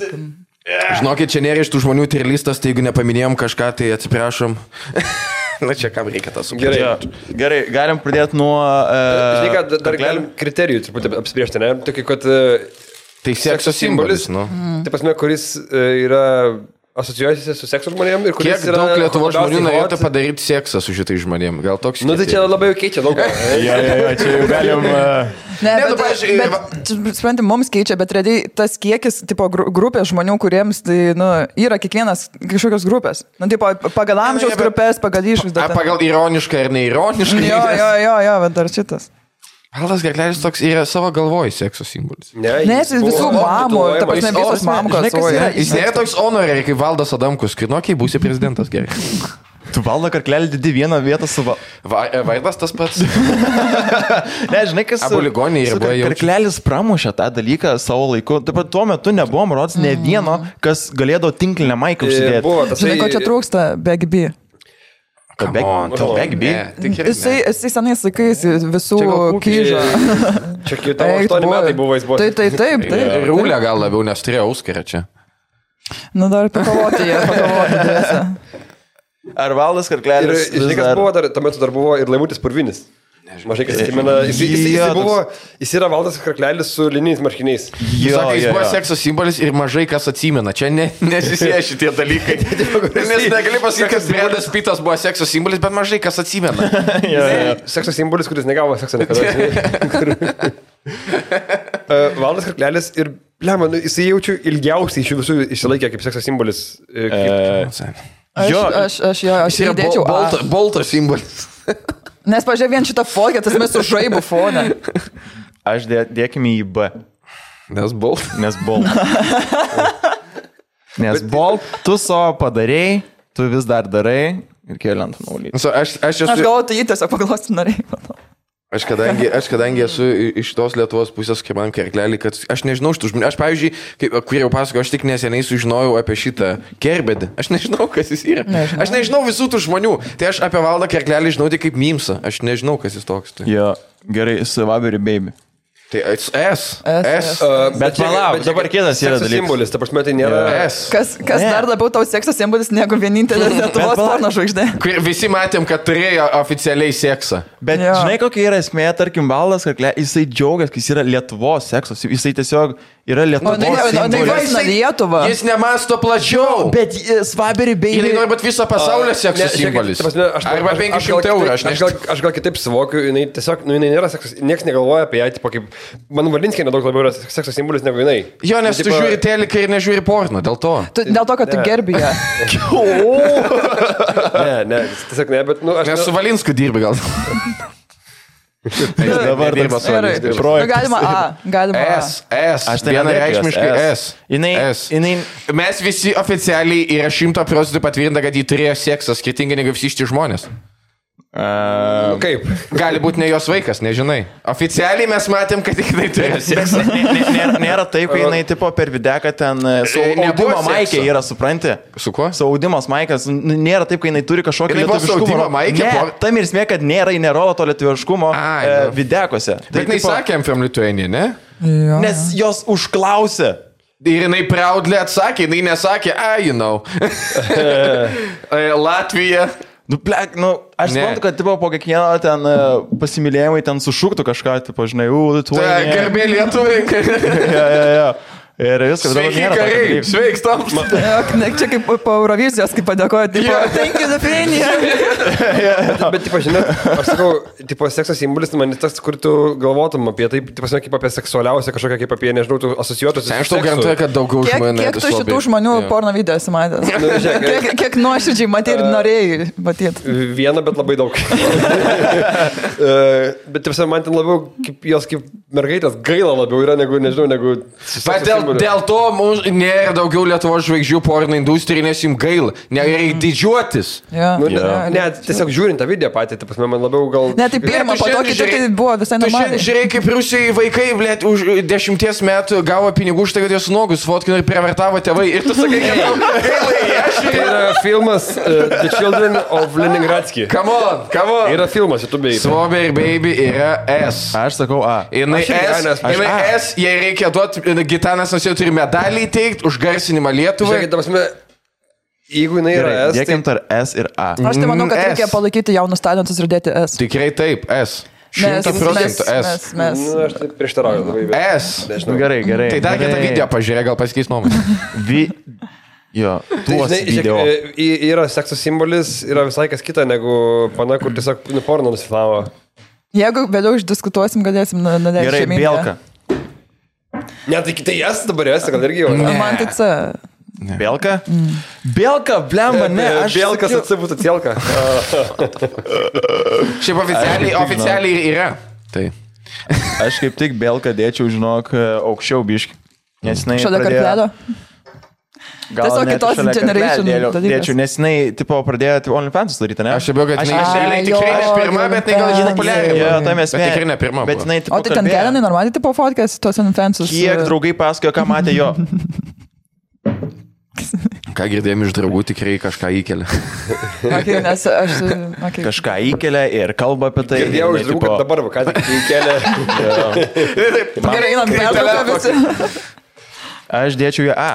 B: Žinokit, čia nėra iš tų žmonių tirlistas, tai jeigu nepaminėjom kažką, tai atsiprašom. Na čia kam reikia tas
D: Gerai. Tai
A: Jo. Gerai, galim pradėti nuo...
B: e,
A: Uh,
D: Žinai, kad dar galim kriterijų truputį apspriežti, ne? Tokį, kad... e,
B: Tai sekso simbolis, nu.
D: Tai pasme, kuris e, yra asociuojasi su seksu žmonėm ir kuris
B: Kiek
D: yra...
B: daug lietuvo žmonių
D: labiausiai
B: norėtų
D: hot.
B: padaryti seksą su šitais žmonėm? Gal toks...
D: Nu tai čia labai keičia daug. ką.
A: Ja, ja, ja, čia jau galim... Uh,
E: Ne,
B: Ne, nu,
E: bet,
B: pavyzdžiui,
E: bet,
B: va-
E: bet supranti, mums keičia, bet realiai tas kiekis, tipo, gru- grupės žmonių, kuriems, tai, nu, yra kiekvienas kažkokios grupės. Nu, tipo, pagal amžiaus
B: ne, bet-
E: grupės, pagal išvaizdą.
B: A,
E: ten.
B: pagal ironišką ar neironišką.
E: Jo, jo, jo, jo, bet dar šitas.
B: Aldas Gerleris toks yra savo galvoj sekso simbolis.
D: Ne,
E: Nes jis tai visų
D: buvo-
E: mamų, ta prasme,
B: jis-
E: visos
B: o,
E: mamkos.
B: žinai, kas
E: oi.
B: yra? Jis nėra toks honorė, kaip Valdas Adamkus, kai nuokiai būsi prezidentas gerai.
A: tu valdo karklelį didį vieną vietą savo...
B: Va, e, Vaidas tas pats.
A: Ne, žinai, kas...
B: Abu ligoniai ir
A: su-
B: buvo jau-
A: Karklelis pramušė tą dalyką savo laiku. Taip pat tuo metu nebuvom rods ne vieno, kas galėdavo tinklinę maiką
D: e,
A: užsidėti.
D: Buvo tas...
E: Žinai, ko čia trūksta, begbi.
A: Come on, tau Bagby?
B: Tikrai.
E: Jisai, jisai senais laikais visų
B: Čia gal kūkis.
E: kyžo.
D: Tai Čia kai tavo 8 metai buvo, jis buvo.
E: Tai, tai, taip, taip.
B: Rūlė gal labiau, nes turėjo Auskarą čia.
E: Nu, dar pakovoti jie, pakovoti dviese.
A: Ar valdas
D: Ir
A: karklelis...
D: žinai, kas buvo dar, tuo metu dar buvo ir Laimutis Purvinis. Mažai kas atsimena, jis, jis, jis,
A: E, Jo,
D: jis, buvo, jis yra valdas karklelis su lininiais marškiniais.
A: Jo,
B: Sakai, jis
A: jo,
B: buvo
A: jo.
B: sekso simbolis ir mažai kas atsimena. Čia ne, nesisėja šitie dalykai. Nes negali pasakyti, kad Bredas Pitas buvo sekso simbolis, bet mažai kas atsimena.
A: Jo, jo, jo.
D: Sekso simbolis, kuris negavo sekso niekada. žinai, kur- E, valdas karklelis ir, blema, nu, jisai jaučiu ilgiausiai iš jų visų išsilaikė kaip sekso simbolis. e, Kaip,
E: Aš,
A: Jo.
E: aš, aš, jo, aš
B: Čia
E: įdėčiau.
B: bol, bolto,
E: A.
B: bolto simbolis.
E: Nes, pažiūrėjau, vien šitą fogę, tas mes su žaibu fone.
A: Aš dė, dėkime į B.
B: Nes boltas.
A: Nes Bolt. Nes Bolt, tu savo padarėjai, tu vis dar darai ir keliant nuolyti.
B: So, aš, aš,
E: Aš
B: esu,
E: galvoju, tai jį tiesiog paglosti norėjau.
B: aš, kadangi, aš kadangi esu i- iš tos Lietuvos pusės, kaip man kerklelį, kad aš nežinau šitų žmonių. Aš, pavyzdžiui, kaip, kur jau pasakojau, aš tik neseniai sužinojau apie šitą kerbedį. Aš nežinau, kas jis yra. Nežinau. Aš nežinau visų tų žmonių. Tai aš apie valdą kerklelį žinau tik kaip mimsą. Aš nežinau, kas jis toks. Tai,
A: Jo, gerai, su Vaberiu Baby.
B: tai S. S.
E: S,
B: S.
E: S.
D: e,
A: Bet
D: čia-
A: palauk,
D: čia
A: dabar kitas yra
D: sekso
A: dalykas.
D: Simbolis, ta prasme, tai nėra.
B: S.
E: Kas, kas
A: Ne.
E: dar labiau tau seksas simbolis negu vienintelis Lietuvos
A: pala-
E: porno žvaigždė?
B: Kur visi matėm, kad turėjo oficialiai seksą.
A: Bet
E: Jo.
A: jo. žinai, kokia yra esmė, tarkim, Baldas, kad jisai džiaugiasi, kad jis yra Lietuvos seksas, jisai tiesiog yra Lietuvos
E: tai ne, ne, ne,
A: simbolis.
E: ne, ne. Jisai- Lietuvą.
B: Jis nemasto plačiau.
A: Bet
E: e,
A: Vaberiu
B: Jis
A: Baby.
B: nori būti viso pasaulio sekso simbolis. Arba 500 eurų, aš nežinau.
D: nežinau. Aš, gal- aš gal kitaip suvokiu, jinai tiesiog, nu, jinai nėra seksas, niekas negalvoja apie ją, tipo, kaip, man Valinskė nedaug labiau yra sekso simbolis negu jinai. Nu,
B: Jo, nes tu
D: Tipo-
B: žiūri teliką ir nežiūri porno, dėl to.
E: Tu, dėl to, kad tu
D: Ne.
E: gerbi ją.
D: Ne, ne, tiesiog ne, bet, nu, aš
B: Nes su Valinsku dirbi gal.
A: Dabar dirba su
E: Gerai.
F: tai
A: Vaberiu
E: Nu,
A: Baby.
E: galima A, galima A.
B: S, S.
A: Aš tai
B: Aš tai vienareikšmiškai
A: nedėkiu,
B: S.
A: S. Jinai-
B: S.
A: jinai-
B: Mes visi oficialiai yra šimto procentų patvirtinta, kad jį turėjo seksą skirtingai negu visi šiti žmonės.
D: nu, kaip.
B: Gali būti ne jos vaikas, nežinai. Oficialiai mes matėm, kad tik tai turėjo seksą.
A: Nėra, nėra taip, kai jinai tipo per videką ten e, su
B: E, nebuvo
A: audimo maikė
B: sekso.
A: yra, supranti?
B: Su kuo?
A: Saudimas Maikas, n- nėra taip, kai jinai turi kažkokį
B: Jinai buvo su
A: lietuviškumo.
B: Audimo Maike,
A: ne,
B: po-
A: tam ir smė, kad nėra, jinai nerodo to lietuviškumo
B: Ai,
A: e,
B: nu.
A: videkose.
B: Bet jinai sakė, I'm from Lithuania, ne?
E: Jo.
A: nes jos užklausė.
B: Ir jinai proudly atsakė, jinai nesakė, I you know. E, Latvija.
A: Nu, plek, nu, aš
B: Ne.
A: suprantu, kad tipo, po kiekvieno ten e,
B: E.
A: pasimylėjimai ten sušūktų kažką, tipo, žinai, u, tu.
B: Tai Garbė Lietuvai.
A: Ja, ja, ja. Ir viskas dabar
F: Sveiki,
A: nėra. tokio
F: kariai,
A: dalyko.
F: sveiks, tam.
E: Jo, ne, Čia kaip po Eurovizijos, kaip padėkojate. Yeah. Thank you, Zafrinija.
D: Bet, tipo, žinai, aš sakau, tipo, sekso simbolis tai man ne tas, kur tu galvotum apie tai, tipo, žinai, kaip apie seksualiausią kažkokią, kaip apie, nežinau, tu asocijuotus.
F: Aš tau garantuoju, kad daugiau
E: Kiek,
F: žmonių.
E: kiek tu šitų žmonių yeah. porno video esi matęs?
D: Nu, žiūrėk,
E: kiek, kiek nuoširdžiai matė ir norėjai matyti?
D: Vieną, bet labai daug. E, bet, taip sakant, man ten labiau, kaip, jos kaip mergaitės gaila labiau yra, negu, nežinau, negu... sekso
F: Bet dėl,
D: simbolių.
F: dėl to mums nėra daugiau Lietuvos žvaigždžių porno industrijai, nes jums gaila.
B: Mhm.
F: Nereikia didžiuotis.
E: Yeah.
D: Nu, yeah. ne, tiesiog žiūrint tą video patį, taip pasme, man labiau gal...
E: Ne, tai pirmą,
F: tu
E: po to
F: šiandien
E: kitą, tai
F: žiūrėk-
E: buvo visai
F: Tu šiandien
E: normaliai.
F: žiūrėjai, kaip Rusijai vaikai, blėt, už dešimties metų gavo pinigų už tai, kad jos nuogus fotkino ir prievartavo tėvai. Ir tu sakai, kad tau gaila, aš
D: Tai yra filmas uh, The Children of Leningradski.
F: Come on, come
D: Tai
F: on.
D: Yra filmas, tu bei.
F: Svober baby yra S.
A: Aš sakau, a.
F: Jinai
D: Aš irgi,
F: S,
D: nes-
A: aš-
F: jinai
A: a.
F: S, jai reikia duoti, Gitanas nors jau turi medalį įteikti už garsinimą Lietuvai.
D: Žiūrėkit, taip pasme, jeigu jinai yra
A: Gerai,
D: S, tai...
A: Dėkim tarp S ir A.
E: Aš tai manau, kad
F: Mm,
E: reikia
F: S.
E: palaikyti jaunus talentus ir dėti S.
F: Tikrai taip, S.
E: Mes,
F: Šimtą
E: mes,
F: procentų
E: mes,
F: S.
E: mes.
D: Nu, aš taip prieštarauju labai. bet-
F: S.
A: Nu,
D: Nežinau.
A: gerai, gerai.
F: Tai dar kitą
A: gerai.
F: video pažiūrė, gal pasikeis nuomonę.
A: Vi... Jo,
D: Tai,
A: tuos
D: žinai, žiūrėk,
A: video.
D: e, y- yra sekso simbolis, yra visai kas kita negu pana, kur tiesiog nu, porno nusifilavo.
E: Jeigu vėliau išdiskutuosim, galėsim nuleisti.
A: Gerai, Bielka.
D: Ne, tai tai jas dabar esi, gal irgi jau.
F: Ne.
E: Man tai C.
A: Bielka?
E: Mm.
A: Bielka, blemba, ne. Aš
D: Bielkas atsibūtų cielka.
F: Šiaip oficialiai,
A: Aš kaip tik žinau.
F: oficialiai yra. Tai.
A: Aš kaip tik Belką dėčiau, žinok, e, aukščiau biški. Nes jinai...
E: Šalia
A: pradėjo-
E: kartelio.
A: Gal
E: Tiesiog
A: net
E: kitos
A: šalia
E: generation
A: kartelio dėliau-
E: dalykas.
A: Dėčiau, nes jinai, tipo, pradėjo tipo, OnlyFans daryti, ne?
F: Aš abejoju, kad jinai
A: Aš-
F: aš realiai
E: Ai,
F: tikrai ne
E: jo,
F: pirma, bet jinai gal
E: jo,
F: išpopuliarė.
A: Jo, tam esmė.
F: Bet tikrai ne pirma
A: Bet
F: buvo.
A: jinai, tipo,
E: O tai ten
A: kalbėjo.
E: Kelenai normaliai tai po fotkės tuos e, influencers.
A: Kiek draugai pasakojo, ką matė jo.
F: Ką girdėjom iš draugų, tikrai kažką įkelia.
E: Okay, nes aš... e, Okay.
A: Kažką įkelia ir kalba apie tai.
D: Girdėjau
A: ir
D: iš
A: jinai,
D: draugų,
A: tipo,
D: kad dabar, va, ką tik įkelia.
E: Gerai, einam, pertrauką visi.
A: Aš dėčiau ją A.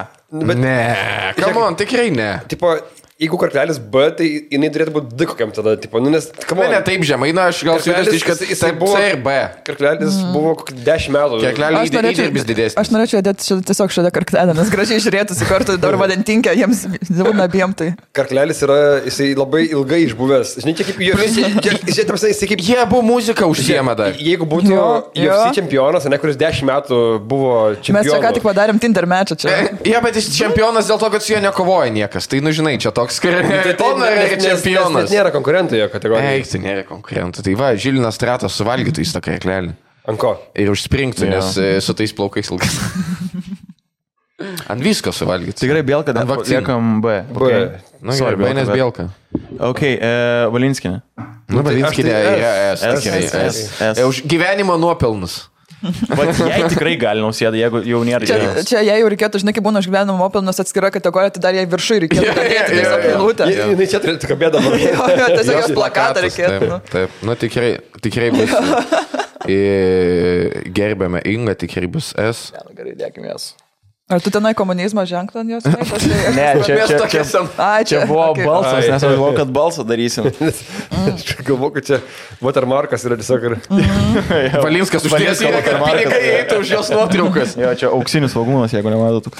F: Ne, come on, tikrai ne.
D: Tipo, jeigu kartelis B, tai jinai turėtų būti D kokiam tada, tipo, nu, nes,
F: Ne,
D: kamau,
F: ne taip žemai, na aš gal
D: Karklelis,
F: suėdęs iš kad
D: jis- jisai
F: jisai buvo
D: buvo-
F: C ir B.
D: kartelis buvo kokį 10 metų.
F: Keklelį
E: Aš norėčiau-
F: įdirbis
E: Aš
F: didesnis.
E: norėčiau dėti šitą, tiesiog šalia kartelę, nes gražiai žiūrėtųsi kartu dar valentinkę, jiems būna abiem tai.
D: Kartelis yra, jisai labai ilgai išbuvęs. Žinai, čia kaip jo, jisai tarsi, jisai kaip...
F: Jie buvo muzika užsiema dar.
D: Jeigu būtų jo,
E: Jo,
D: jo.
E: jo.
D: UFC čempionas, ne kuris 10 metų buvo
E: Mes čia
D: čempionas.
E: ką tik padarėm Tinder mečą čia.
F: Jie, bet jis čempionas dėl to, kad su juo nekovoja niekas. Tai, nu žinai, čia toks
D: Tai
F: karinėtonas.
D: taip,
F: Tai
D: nes-
F: yra
D: nes- nes
F: čempionas.
D: Net nėra konkurentų jo kategorijai.
F: Eik, tai nėra konkurentų. Tai va, Žilinas Tratas suvalgytų į tą kreklelį.
D: Ant ko?
F: Ir užspringtų,
A: Jo.
F: nes e, su tais plaukais ilgas. Ant visko Tai suvalgyti.
A: Tikrai Bielka,
F: Ant
A: dar
F: vakcinų.
A: paliekam B. Nu
D: B.
A: Okay.
F: Na,
A: Sorry,
F: gerai,
A: Bielka,
F: Bainės
A: bet-
F: Bielka.
A: Ok, e, Valinskinė.
F: Nu,
D: aš
F: bet
D: tai
F: viskinė
D: S.
F: yra e, S.
A: S,
F: tikrai,
A: S,
F: S.
A: S, S.
F: E, Už gyvenimo nuopelnus.
A: Bet jai tikrai gali nausėda, jeigu jau nėra.
E: Čia,
A: idėjos.
E: čia jei jau reikėtų, žinai, kaip būna užgyvenimo nuopelnus atskira kategorija, tai dar jai viršui reikėtų.
F: Jo, jo,
E: padėti
F: jo,
E: visą
F: jo.
E: eilutę.
D: Ji- Jinai čia turėtų kabėdama.
E: Jo, jo, Tiesiog
F: Jos
E: jos plakatą
F: plakatus,
E: reikėtų. nu.
F: Taip, taip. nu tikrai, tikrai bus. e, Gerbiame Inga, tikrai bus S.
D: Gerai, dėkime jas.
E: Ar tu tenai komunizmo ženklą ant jos? mėtai? Aš tai- aš
A: Ne,
E: nesuprantu.
A: čia,
F: Mes
A: čia,
F: tokie
A: čia,
F: sen.
E: Ai,
A: čia buvo
E: okei.
A: balsas,
D: Ai.
A: nes aš galvoju, kad balsą darysim.
D: Galvoju, kad čia watermarkas yra tiesiog ir...
F: Valinskas uždės,
A: Valinsko
F: kad
A: vakarmarkas.
F: pinigai eitų už jos nuotraukas.
A: Jo, čia auksinis svagūnas, jeigu nematot.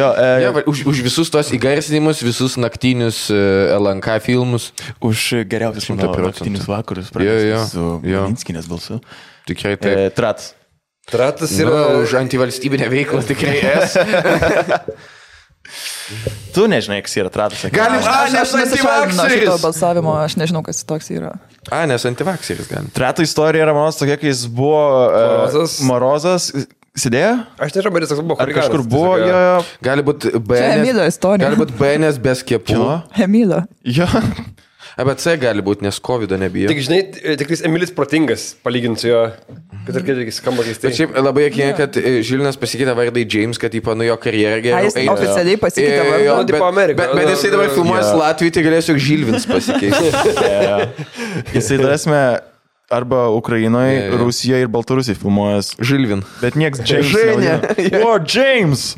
A: Jo, e,
F: Ja, va, už, už visus tos įgarsinimus, visus naktinius e, LNK filmus.
A: už geriausius
F: Šimtą
A: mano
F: procentų.
A: naktinius vakarus
F: Jo, jo,
A: pradėjau su
F: jo.
A: Valinskinės balsu.
F: Tikrai taip.
A: E, Trats.
D: Tratas
F: Ir
D: yra...
F: nu, už
D: E,
F: antivalstybinę veiklą tikrai S.
A: Tu nežinai, kas yra Tratas. sakė.
F: Galim, a,
E: Aš
F: nes
E: nesišalinu šito
F: antivakseris.
E: balsavimo, aš nežinau, kas jis toks yra.
F: A, nes antivakseris galim.
A: Trato istorija yra mano tokia, kai jis buvo e,
D: Morozas.
A: Morozas. Sėdėjo?
D: Aš nežinau, bet jis toks buvo.
A: Ar kažkur
D: chuliganas
A: buvo?
D: tiesiog,
A: Jo, jo.
F: Gali būti
E: Čia Emilio
F: BNS.
E: istorija.
F: Gali būti BNS be skiepų.
A: Kino?
E: Emilio.
A: Jo.
F: ABC gali būti, nes COVID nebijo.
D: Tik žinai, tik tais Emilis protingas, palyginti su jo, kad ir kaip jis skamba keistai.
F: Bet šiaip labai jėkinė, kad e, Žilinas pasikeitė vardą į James, kad ypa nu jo
E: A,
F: karjerą geriau
E: jis oficialiai pasikeitė
F: E,
E: vardą.
F: jo,
D: Nu, tipo
F: bet-
D: Amerika.
F: Bet, bet jisai dabar
D: Jo.
F: filmuojas yeah. Latvijoje, tai galėsiu Žilvins pasikeisti.
A: Jisai, tarsi, arba Ukrainoje,
F: Jo, jo.
A: Rusijoje ir Baltarusijoje filmuojas.
F: Žilvin.
A: Bet nieks James.
F: Žainė.
A: nevadina. O, James!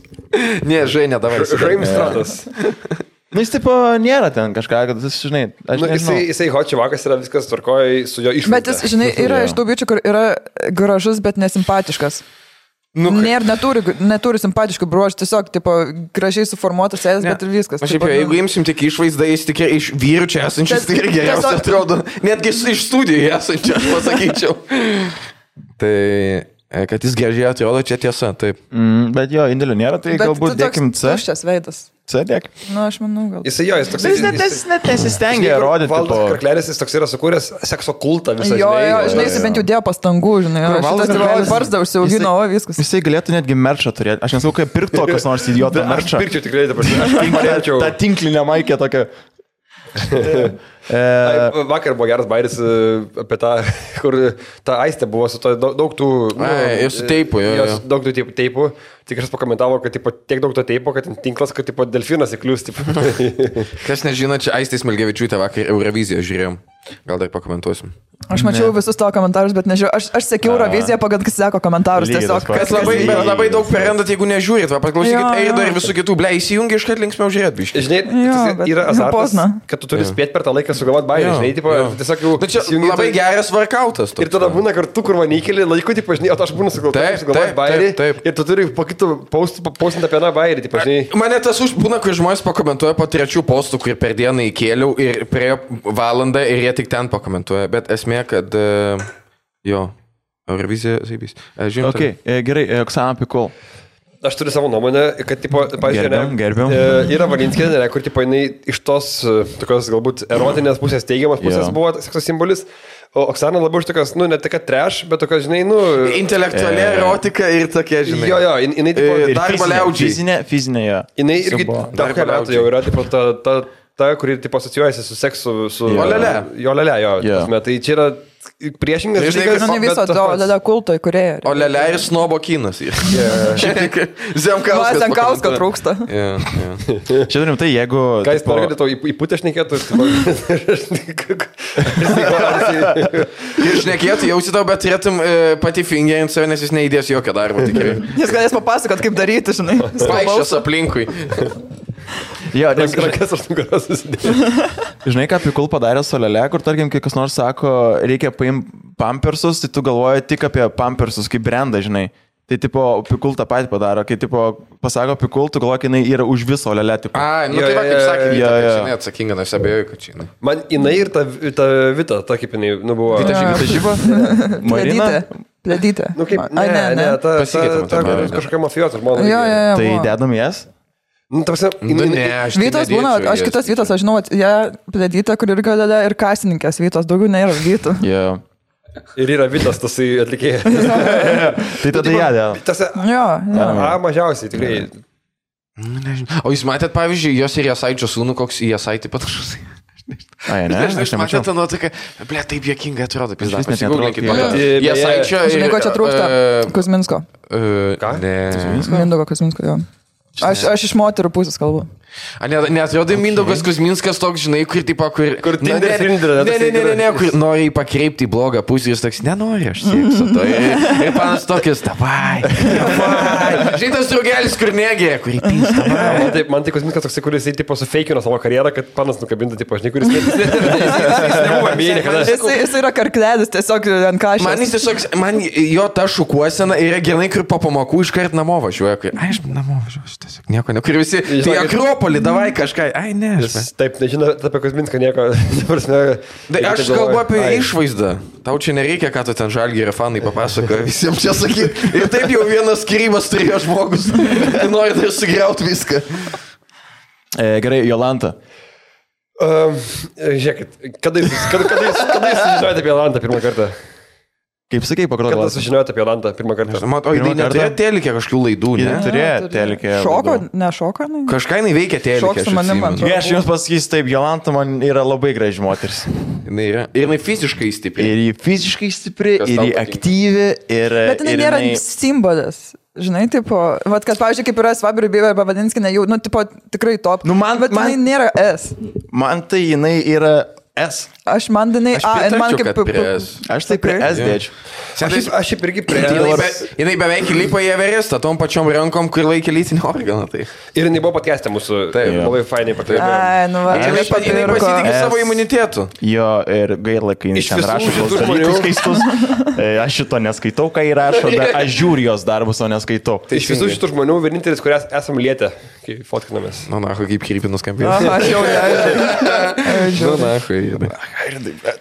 F: Ne, Žainė, dabar.
D: Žaimis Tratas.
A: Na, Nu, jis tipo nėra ten kažką, kad jis, žinai, aš
D: Nu,
A: nu,
D: jisai,
A: nežinau.
D: jisai hočivakas yra viskas tvarkoja su jo išvaizda.
E: Bet jis, žinai, yra
A: Jo.
E: iš tų bičių, kur yra gražus, bet nesimpatiškas. Nu, Nėra, neturi, neturi simpatiškų bruožų, tiesiog, tipo, gražiai suformuotas eis, bet ir viskas. nu.
B: Aš šiaip jau, jeigu imsim tik išvaizdą, jis tik iš vyrų čia esančius,
E: Tas-
B: tai irgi geriausiai
E: tiesiog-
B: atrodo. Netgi iš- iš studijų esančių, aš pasakyčiau. tai, e, kad jis gražiai atrodo, čia tiesa, taip.
A: Mm, bet jo, indėlių nėra, tai bet galbūt dėkim C.
E: Šias veidas.
A: C dėk.
E: Nu, aš manau, gal.
D: Jisai jo, jis toks.
A: Jis net, jis net nesistengia
D: Žinai, kur
A: rodyti.
D: Valdas
A: po-
D: Karklelis, jis toks yra sukūręs sekso kultą visą.
E: Jo, jo, žinai, jis bent jau dėjo pastangų, žinai,
A: Kur
E: o
A: Valdas
E: šitas tipo
A: Karklelis-
E: barzdą užsiaugino, o
A: jisai-
E: viskas.
A: Jisai galėtų netgi merčą turėti. Aš nesakau, kaip pirkti tokios nors idiotą
D: Bet Aš
A: merčą.
D: pirkčiau tikrai dabar. Aš
A: Tą,
D: norėčiau.
A: tą tinklinę maikę tokią. e,
D: Ai, Vakar buvo geras bairis e, apie tą, kur ta aistė buvo su to daug, daug tų... Nu,
B: Ai, ir su
D: e,
B: teipu, jo,
D: jos
B: jo.
D: Daug tų teipų. teipų. Tikras pakomentavo, kad tipo, tiek daug to teipo, kad ten tinklas, kad tipo, delfinas įkliūs. Tipo.
B: Kas nežino, čia Aistės Melgevičiūtė vakar Euroviziją žiūrėjom. Gal dar pakomentuosim.
E: Aš mačiau visus tavo komentarus, bet nežiūrėjau. Aš, aš sekiau Euroviziją, pagal kas seko komentarus.
A: Lygiai
E: Tiesiog
A: tas pats.
B: Kas labai, bet labai daug perendat, jeigu nežiūrit, va
E: Jo,
B: paklausykit,
E: jo.
B: Eido ir visų kitų, blei, įsijungi iškart linksmiau žiūrėt, biškai.
D: Žinai,
E: Jo,
D: tas
E: bet
D: yra
E: jau
D: azartas,
E: pozna.
D: kad tu turi spėti per tą laiką sugalvoti bairį.
B: Jo,
D: Žinai, tipo,
B: jo.
D: tiesiog jau...
B: Na čia
D: įsijungi tai-
B: labai
D: tą-
B: geras workoutas.
D: Ir tada būna kartu, kur man įkeli laiku, tai pažinai, o aš būnu
B: Taip, taip,
D: sugalvojęs, sugalvojęs bairį.
B: taip, taip.
D: Ir tu turi po kitų paustinti apie vieną bairį, tai pažinai.
B: Mane tas užbūna, kai žmonės pakomentuoja po trečių postų, kur per dieną įkėliau ir prie valandą ir jie tik ten pakomentuoja. Bet esmė, kad e, jo, Eurovizija, zaibys. Žinau,
A: Ok, e, gerai, e, Oksana Pikul.
D: Aš turiu savo nuomonę, kad, tipo, pavyzdžiui,
A: Gerbiam,
D: ne,
A: gerbiam.
D: e, yra Valinskė, ne, kur, tipo, jinai iš tos, e, tokios, galbūt, erotinės pusės, teigiamas pusės
A: Jo.
D: buvo sekso simbolis, o Oksana labiau iš tokios, nu, ne tik, kad treš, bet tokios, žinai, nu...
B: Intelektuali erotika ir tokie, žinai.
D: Jo, jo, jin- jinai,
B: E,
D: tipo,
A: Ir
B: Darbo
A: fizinė-
B: liaudžiai.
A: Fizinė, fizinė jo.
D: jinai irgi
A: Siaubo.
D: daug
B: Darbo
D: metų jau yra, tipo, ta, ta, ta kuri, tipo, asocijuojasi su seksu, su...
A: Jo.
B: Olele.
D: Jo, lele, jo.
A: Jo.
D: Yeah. Tai čia yra priešingas
B: Ir žinai,
D: dalykas.
B: kad-
E: Nu, ne viso
D: bet tas
E: to
D: pats.
E: Lele kulto įkurėjo.
B: O lele ir snobo kinas. Yeah.
E: Va,
B: Zemkauskas. pakomentuoja.
E: Zenkausko Nu, trūksta.
B: Jo, jo.
A: Čia turim tai, jeigu...
D: Ką jis
A: tipo,
D: pergalė tau į į putę šnekėtų?
B: Ir šnekėtų, jausi tau, bet turėtum e, pati fingerinti save, nes jis neįdės jokio darbo tikrai.
E: Jis galės papasakot, kaip daryti, žinai.
B: Paaiškės aplinkui.
A: Jo, nes,
D: Rankas aš nugaras susidėjau.
A: Žinai, ką Pikul padarė solelė, kur tarkim, kai kas nors sako, reikia paimti pampersus, tai tu galvoji tik apie pampersus kaip brandą, žinai. Tai tipo, Pikul tą patį padaro, kai tipo, pasako Pikul, tu galvoji, kad jinai yra už viso lelę, tipo.
B: A, nu
D: Jo,
B: tai va,
D: jo,
B: kaip
D: jo,
B: sakė,
D: jo,
B: Vyta, kad
A: jo.
B: čia neatsakinga, nors abejoju, kad čia. jinai.
D: Man jinai ir ta, ta Vita, ta kaip jinai, nu buvo.
B: Vita Žygis.
A: Žyba?
E: Pledytė.
A: Marina?
E: Pledytė.
D: Nu kaip,
E: Ai,
D: ne, ne, ta, ta,
B: Pasikeitė man
D: ta,
B: atrodo,
D: ta
B: ne.
D: kažkokia mafijos žmona.
E: Jo, jo, jo.
A: Tai
E: buvo.
A: dedam jas?
D: Nu, ta prasme,
B: Nu,
D: jinai-
B: ne, aš tai
E: Vytos būna,
B: nedėčiau
E: aš
B: į jas.
E: kitas Vytos, aš žinau, jie plėdytė, kur ir galėlė, ir kasininkės Vytos, daugiau nėra Vytų.
A: Jo.
D: Ir yra Vitas tas atlikėjas.
A: Tai tada ją dedam.
D: Tas
E: Jo, jo.
D: A mažiausiai, tikrai.
B: Nu, nežinau. O jūs matėt, pavyzdžiui, jos ir Jasaičio sūnų, koks į Jasaitį panašus.
A: Ai, ne,
B: Nežinau,
A: aš
B: aš matėt
A: nemačiau.
B: tą nuotrauką, ble, taip jokinga atrodo, pizda,
A: Aš vis net
B: pasigūglinkit.
A: neatrodo,
B: pagal-
D: jo.
B: Jasaičio
E: Aš žinai, ko čia trūksta.
B: e,
E: Kuzminsko.
B: e,
D: Ką?
B: Ne.
E: Mindogo Kuzminsko, jo. Aš, aš iš moterų pusės kalbu.
B: A, ne- Neatrodo, okay. Mindaugas Kuzminskas toks, žinai, kur tipo, kur...
D: Kur
B: Na,
D: Tinder
B: ne-
D: Tinder,
B: Ne, ne,
D: toksai
B: ne, ne, ne,
D: kur-
B: kur nori jį pakreipti į blogą pusę, jis toks, nenori, aš sieksiu to. Ir, ir panas tokius, davai, davai. Žinai, tas draugelis, kur negėrė, kur įpinsta.
D: Man tai, man tai Kuzminskas toksai, kuris jisai tipo sufeikino savo karjerą, kad panas nukabinta, tipo, žinai, kuris net- jis net- jis- jis- jis nebuvo mėlyne, kad aš...
E: Jis, jis yra karklelis, tiesiog ant kažko.
B: Man jis tiesiog, man jo ta šukuosena yra gerai, kur po pamokų iškart namo važiuoja. Kur, ai, aš namo važiuoju, tiesiog nieko ne. Kur visi, tai
D: Žinokit-
B: Akropolį, davai kažką. Ai, ne. Aš,
D: Jis Taip, nežinau apie Kuzminską nieko. ta prasme,
B: Tai
D: jeigu
B: aš kalbu
D: taip galvoju.
B: apie
D: Ai.
B: išvaizdą. Tau čia nereikia, ką tu ten žalgi ir fanai papasakoja visiems čia sakyti. Ir taip jau vienas skirybas turėjo žmogus. Tu nori tai sugriauti viską.
A: E, Gerai, Jolanta.
D: Um, Žiūrėkit, kada jūs, kada, kada jūs, kada jūs sužinojote apie Jolantą pirmą kartą?
A: Kaip sakai, pakartok.
D: Kada
A: Jolanta?
D: sužinojote apie Jolantą pirmą kartą?
B: Matau,
A: Pirmą
B: jinai neturėjo
A: kartą?
B: telikė kažkokių laidų,
A: Ji
B: ne?
A: Turėjo telkę.
E: Šoko, ne šoko, nu, ne?
B: Kažką jinai veikia
E: Šok
B: telikė.
E: su manim, man
A: Ne, aš jums pasakysiu taip, Jolanta man yra labai graži moteris.
B: Jinai yra. Ir jinai fiziškai stipri.
A: Ir ji fiziškai stipri,
B: Kas
A: ir
B: tau
A: ji
B: patinka?
A: aktyvi, ir...
E: Bet
A: E,
E: jinai
A: ir
E: nėra simbolis. Žinai, tipo, vat, kad, pavyzdžiui, kaip yra Svabri Bieber arba Vadinskinė, jau, nu, tipo, tikrai top.
A: Nu, man-
E: bet jinai
A: man-
E: nėra S.
A: Man tai jinai yra S.
E: Aš man dinai,
B: Aš
E: a, ir man
B: pritarčiau,
E: kaip...
B: kad prie S.
A: Aš tai prie
E: Sakai?
A: S dėčiau.
D: Aš šiaip- Aš šiaip
A: Tai
D: irgi prie...
B: Jinai, be,
D: Elvis.
B: Tai jinai beveik įlipo į Everestą, tom pačiom rankom, kur laikė lytinį organą. Tai.
D: Ir jinai buvo patkesti mūsų.
B: Taip.
D: Taip, labai fainai patkesti.
E: Ai, nu, va, čia
B: Jinai,
E: aš
B: pa- jinai
E: patirko.
B: pasitikė
A: S.
B: savo imunitetu.
A: Jo, ir gaila, kai jis
D: Iš
A: ten
D: visų
A: rašo
D: šitų
A: tuos dalykus
D: žmonių.
A: keistus. E, Aš šito neskaitau, kai jis rašo, bet aš žiūriu jos darbus, o neskaitau.
D: Tai iš visų šitų žmonių vienintelis, kurias esam lietę, kai fotkinamės.
B: Na, na, kaip krypį nuskambėjo.
E: Aha, aš jau, ja, ja.
B: Na, na, kaip.
A: Va,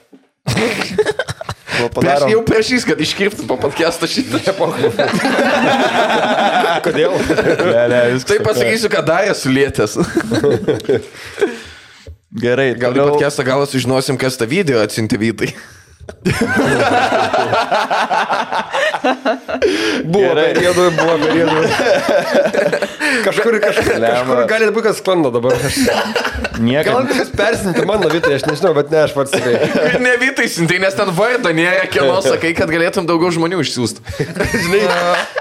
B: Aš
A: padarom-
B: jau prašys, kad iškirptum po podcast'o šitą epochą.
D: Kodėl?
A: Ne, ne, viskas
B: Tai
A: tvarkoj.
B: pasakysiu, kad darė sulėtęs.
A: Gerai,
B: Gal į
A: toliau-
B: podcast'ą galą sužinosim, kas tą video atsinti vydai.
D: Buvo
A: Gerai.
D: periodų, buvo periodų. Kažkur, kažkur, kažkur
A: Lemba.
D: gali būti, kad sklando dabar. Gal
A: Niekam.
D: viskas persinti mano vietą, aš nežinau, bet ne aš pats. tai- tikrai.
B: Ir ne vydai sintai, nes ten vardo nėra kieno sakai, kad galėtum daugiau žmonių išsiųsti.
D: Žinai,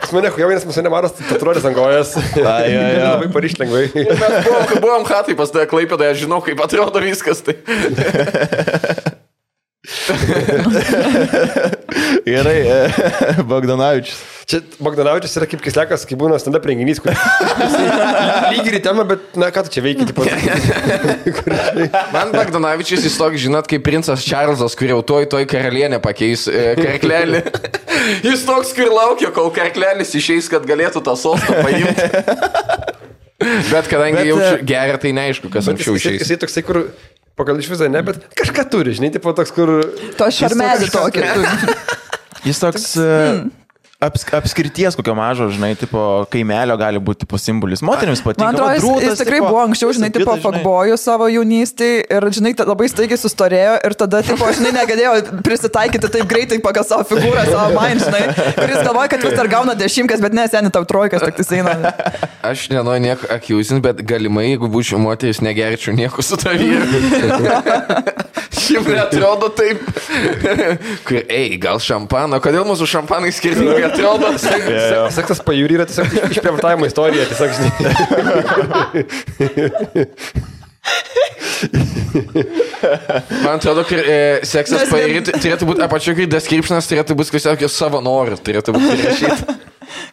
D: pas mane huijovinas mūsų nemaras, tatuiruotis ant kojas.
A: Ai, jo, jo.
D: Labai parišlengvai.
B: Mes buvom, kai buvom hatai pas tave klaipėdą, aš žinau, kaip atrodo viskas. Tai.
A: Gerai, e, Bogdanavičius.
D: Čia Bagdanavičius yra kaip kislekas, kai būna stand-up renginys, kur lygiai temą, bet na ką tu čia veikit, pat.
B: Man Bagdonavičius jis toks, žinot, kaip princas Čarlzas, kur jau toj toj karalienė pakeis e, karklelį. Jis toks, kur laukia, kol karklelis išeis, kad galėtų tą sostą paimti. Bet kadangi
A: Bet,
B: Bet,
A: e,
B: jaučiu gerą, tai neaišku, kas
D: Bet
B: anksčiau
D: jis, jis,
B: išeis.
D: jisai toksai, kur pagal iš viso ne, bet kažką turi, žinai, tipo toks, kur...
E: To šarmelį tokį.
A: Jis toks
E: hmm.
A: e, aps, apskirties kokio mažo, žinai, tipo kaimelio gali būti tipo simbolis. Moteriams patinka.
E: Man atrodo,
A: va,
E: jis,
A: drūtas,
E: jis tikrai
A: tipo,
E: buvo anksčiau, žinai,
A: visa
E: tipo
A: kita, žinai.
E: fakbojų savo jaunystėje ir, žinai, ta- labai staigiai sustorėjo ir tada, tipo, žinai, negalėjo prisitaikyti taip greitai pagal savo figūrą, savo mind, žinai, kuris galvoja, kad vis dar gauna dešimtkas, bet ne, seniai tau trojkas, tik jis eina.
B: Aš nenoriu nieko akiusinti, bet galimai, jeigu būčiau moteris, negerčiau nieko su tavimi. Šiaip netrodo taip. Kur, ei, gal šampano, kodėl mūsų šampanai skirtingai atrodo?
A: Jo, jo.
D: Seksas pajūri yra tiesiog iš- išprievartavimo istorija, tiesiog, žinai.
B: Man atrodo, kad e, seksas
E: Mes ne-
B: pairyti turėtų būti apačioje, kai descriptionas turėtų būti tiesiog savo norų, turėtų būti rašyti.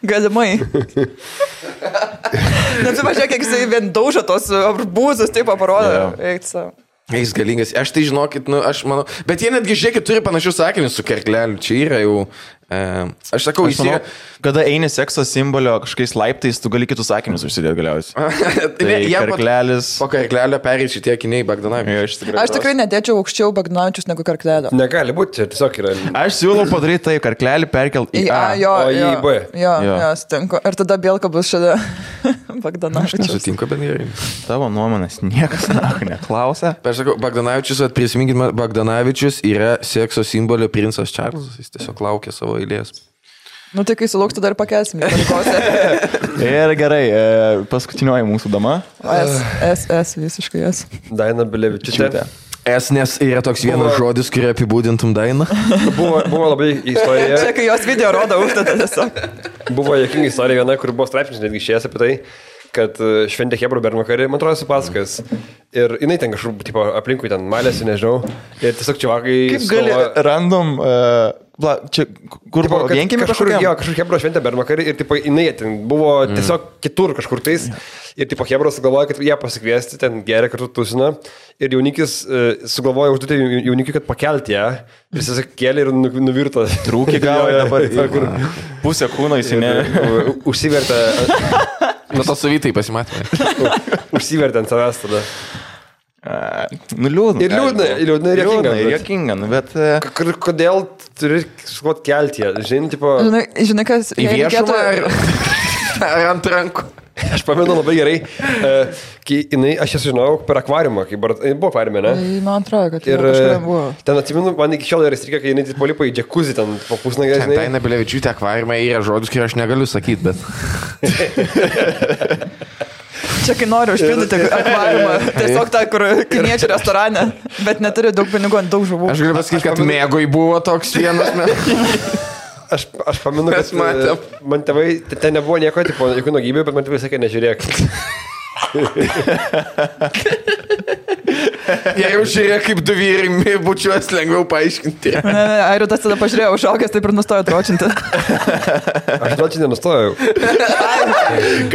E: Galimai. Nes tu pažiūrėk, kiek jisai vien daužo tos e, arbūzus, taip parodo.
A: Jo.
E: Eik savo.
B: Jis galingas. Aš tai žinokit, nu, aš manau. Bet jie netgi, žiūrėkit, turi panašius sakinius su kerkleliu. Čia yra jau. E, aš sakau,
A: Aš
B: jis
A: manau,
B: yra.
A: kada eini sekso simbolio kažkokiais laiptais, tu gali kitus sakinius užsidėti galiausiai. Tai
B: ne, jie po-
A: karklelis.
B: Po kerklelio perėti šitie akiniai Bagdanavimui.
A: Aš tikrai-
E: Aš tikrai nedėčiau aukščiau bagnuojančius negu karklelio.
D: Negali būti, čia tiesiog yra.
A: Aš siūlau padaryti tai, karklelį perkelti į
E: Į A,
A: A.
E: jo,
D: o į
E: jo,
D: B.
E: Jo,
A: Jo.
E: jo, sutinku. Ir tada Bielka bus šalia Bagdanavičiaus.
B: Sutinku, bet gerai.
A: Tavo nuomonės niekas na, neklausia.
B: Bet Tai Aš sakau, Bagdanavičius, vat prisiminkit, man, Bagdanavičius yra sekso simbolio princas Čarlzas. Jis tiesiog laukia savo eilės.
E: Nu tai kai sulauks, tada ir pakelsim. į panikos.
A: Ir gerai, e, paskutinioji mūsų dama.
E: S, S, S, visiškai S.
D: Daina Bilevičiūtė.
B: Es, nes yra toks vienas
D: Buvo-
B: žodis, kurį apibūdintum dainą.
D: Buvo, buvo labai istorija.
E: Čia, kai jos video rodo, užtada tiesiog.
D: Buvo jokinga istorija viena, kur buvo straipsnis netgi išėjęs apie tai, kad e, šventė Hebrų bernakarį, man atrodo, esu pasakęs. Ir jinai ten kažkur, tipo, aplinkui ten malėsi, nežinau. Ir tiesiog čiavakai...
A: Kaip gali random, e, bla, čia kur buvo vienkime
D: kažkur,
A: kažkokiam?
D: jo, kažkur Hebro šventė bernakarį ir tipo, jinai ten buvo mm. tiesiog kitur kažkur tais. Ir tipo Hebras galvoja, kad ją pasikviesti, ten geria kartu tusiną. Ir jaunikis uh, sugalvoja užduoti jau- jaunikiui, kad pakelti ją. Ir jis tiesiog kėlė ir nu- nuvirto.
A: Trūkį gavo
D: Jo, jo,
A: dabar.
D: jo, kur-
A: Pusę kūno įsinė.
D: U- Užsivertė,
B: Na, tas savitai pasimatė.
D: užsivertė ant savęs tada.
A: Nu liūdna.
D: Ir liūdna, ir liūdna, ir juokinga,
A: Ir
D: bet-
A: jokinga, nu, bet... e,
D: K- kur- Kodėl turi skot kelti ją? Žinai, tipo,
E: Žinai, žinai kas
B: Į
E: jai
B: viešumą ar, ar ant rankų.
D: aš pamenu labai gerai, e, kai jinai, aš jas žinojau per akvariumą, kai bar- jinai buvo akvariume,
A: Mm.
D: ne?
E: Tai, Man atrodo, kad
D: Ir
E: ir
D: e,
E: kažkada buvo.
D: ten atsimenu, man iki šiol yra įstrigę, kai jinai polipa į džekuzį, ten po pusnagę, žinai.
B: Daina Bilevičiūtė akvariume yra žodis, kurį aš negaliu sakyti, bet...
E: Čia, kai noriu užpildyti akvariumą, tiesiog tą, kur kiniečių restorane, bet neturi daug pinigų ant daug žuvų.
B: Aš galiu pasakyti, kad mėgoj buvo toks vienas metas.
D: Aš, aš pamenu,
B: Mes
D: kad e,
B: matėm.
D: man tėvai, te- ten nebuvo nieko, tipo, jokių nuogybių, bet man tėvai sakė, nežiūrėk.
B: Jei jau žiūrėjo kaip du vyrai, būčiau jas lengviau paaiškinti.
E: Ne, ne, Airiu tas tada pažiūrėjo užaugęs, taip ir nustojo tročinti.
D: Aš duoti nenustojau.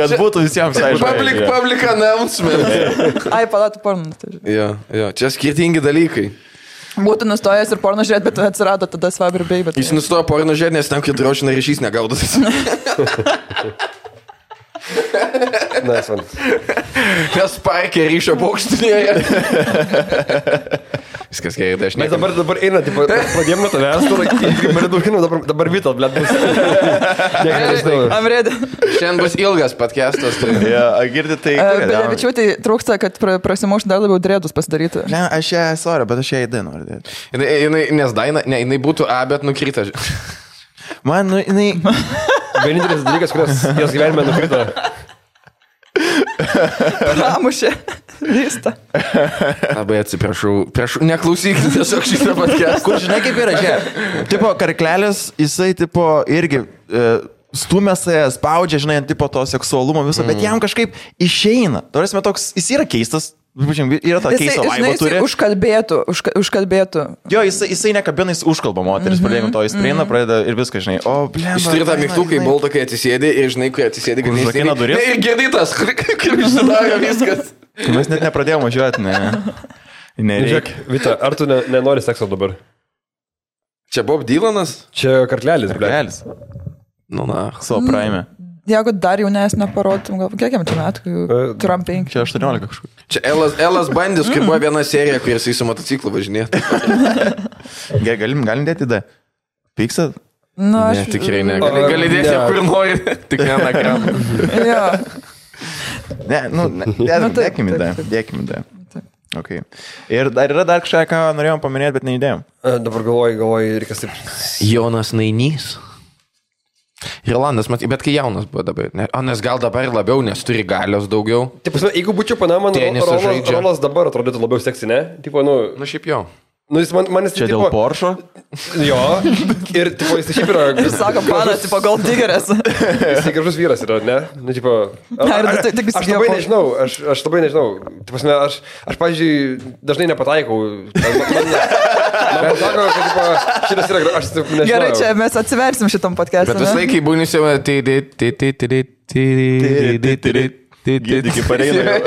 A: Kad būtų visiems aišku.
B: Public, public announcement.
E: Ai, palatų porno. tai žiūrėk.
B: Jo, jo, čia skirtingi dalykai.
E: Būtų nustojęs ir porno žiūrėti, bet atsirado tada Svaber Bay. Bet...
B: Jis nustojo porno žiūrėti, nes ten, kad drošina ryšys negaudotas.
D: Na, esu.
B: Nes parkė ryšio bokštinėje. Viskas gerai, tai aš
D: Mes
B: ne.
D: dabar, dabar einame, tipo, pradėjome nuo tavęs, tu laikai, per daug kinų, dabar, dabar Vital, blėt, bus. Nieko nežinau.
E: Amrėdė.
B: Šiandien bus ilgas podcastas. Tai...
A: Ja, girdit tai. kuria,
E: Belevičiu, tai trūksta, kad pra- prasimuštų dar labiau drėdus pasidaryti.
A: Ne, aš ją, sorry, bet aš ją įdai noriu dėti.
B: Jinai, Tai jinai, nes Daina, ne, jinai būtų A, bet nukrita.
A: Man, nu, jinai.
D: Vienintelis dalykas, kuris jos gyvenime nukrito.
E: Ramušė. Vysta.
B: Labai atsiprašau, prašau, neklausykit tiesiog šitą podcastą.
A: Kur žinai, kaip yra, žinai. Tipo, karklelis, jisai, tipo, irgi e, stumia save, spaudžia, žinai, ant tipo to seksualumo viso, mm. bet jam kažkaip išeina. Turėsime toks, jis yra keistas, žinai, yra ta
E: Jisai,
A: keista
E: žinai,
A: laimė
E: jisai
A: turi. Už...
E: užkalbėtų, užka, užkalbėtų.
A: Jo, jisai, jisai nekabina, jis užkalba moteris, mm -hmm, pradėjom
E: Mhm,
A: to, jis prieina, mm -hmm. pradeda ir viską, žinai. O, blem.
B: Jis turi tą mygtuką į boltą, kai atsisėdi ir žinai, kai atsisėdi, kad
A: Užrakina
B: neįsėdi.
A: duris.
B: Ne, ir gėdytas, kaip išsidaro viskas.
A: Mes net nepradėjome važiuoti, ne.
D: Žiūrėk,
A: Nereikia.
D: Vita, ar tu ne, nenori sekso dabar?
B: Čia Bob Dylanas?
D: Čia kartlelis, blėt.
A: Karklelis,
B: Nu, na.
A: savo
E: Mhm.
A: praime.
E: Jeigu dar jaunesnio parodom, gal kiek jam čia metų,
D: E,
E: turam penki.
A: Čia 18 kažkur.
B: Čia Elas, Elas Bandis, kai buvo viena serija, kur jisai su motociklu važinėjo.
A: Gerai, galim, galim dėti D. Piksat?
E: Nu,
B: Ne,
E: aš
B: tikrai ne.
D: O,
B: Gali dėti,
D: ne.
B: kur nori, tik ne ant ekrano.
E: Jo.
A: Ne, nu, ne,
E: Nu,
A: dėkime, dėkime, dė,
E: taip, taip, taip.
A: dėkime. Dė.
E: Taip.
A: Okay. Ir dar yra dar kažką, ką norėjom paminėti, bet neįdėjom.
D: E, Dabar galvoju, galvoju, reikia taip.
B: Jonas Nainys. Irlandas, matai, bet kai jaunas buvo dabar, ne, o nes gal dabar labiau, nes turi galios daugiau.
D: Taip, prasme, jeigu būčiau panama, man
B: Tenisą
D: Rolas,
B: žaidžia.
D: Rolas dabar atrodytų labiau seksi, ne? Tipo, nu,
B: Na šiaip jo.
D: nu jis man, man jis
A: Čia dėl Porsche.
D: Jo, ir tipo, jis šiaip yra.
E: Jis sako, panas, tipo, gal digeris.
D: Jis gražus vyras yra, ne? Nu, tipo,
E: Ne, ir jis tik- tik
D: aš
E: įsigijo
D: labai
E: po-
D: nežinau, aš, aš labai nežinau. Tai prasme, aš, aš pavyzdžiui, dažnai nepataikau. Man man- man sako, kad tipo, šitas yra gražus, aš taip nežinau.
E: Gerai, čia mes atsiversim šitam
B: Bet visą
E: podcast'ui. ne?
B: laiką būnisi, tai tai tai tai tai tai tai
A: Gydykį pareina.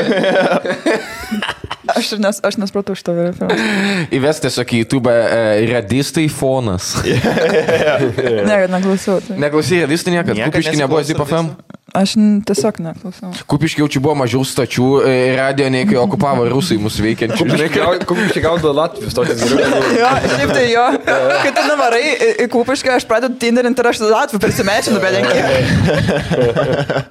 E: Aš, ir nes, aš nespratau šito referendumo.
B: Įves tiesiog į YouTube e, radistai fonas.
E: Ne, kad neklausiau. Tai.
B: Neklausai radistai niekad.
A: Niekad
B: Kupiški nebuvo
A: nesiklauso
B: ZIPFM.
E: Aš n- tiesiog neklausiau.
B: Kupiški jaučiu buvo mažiau stačių e, radio, nei kai okupavo rusai mūsų veikiančių. Žinai, kai-
D: Kokius čia gaudo Latvijos tokias geriau.
E: Jo, šiaip tai jo, kai tu nuvarai į, į kūpišką, aš pradedu tinderinti ir aš Latvijų persimečinu, bet lenkiai.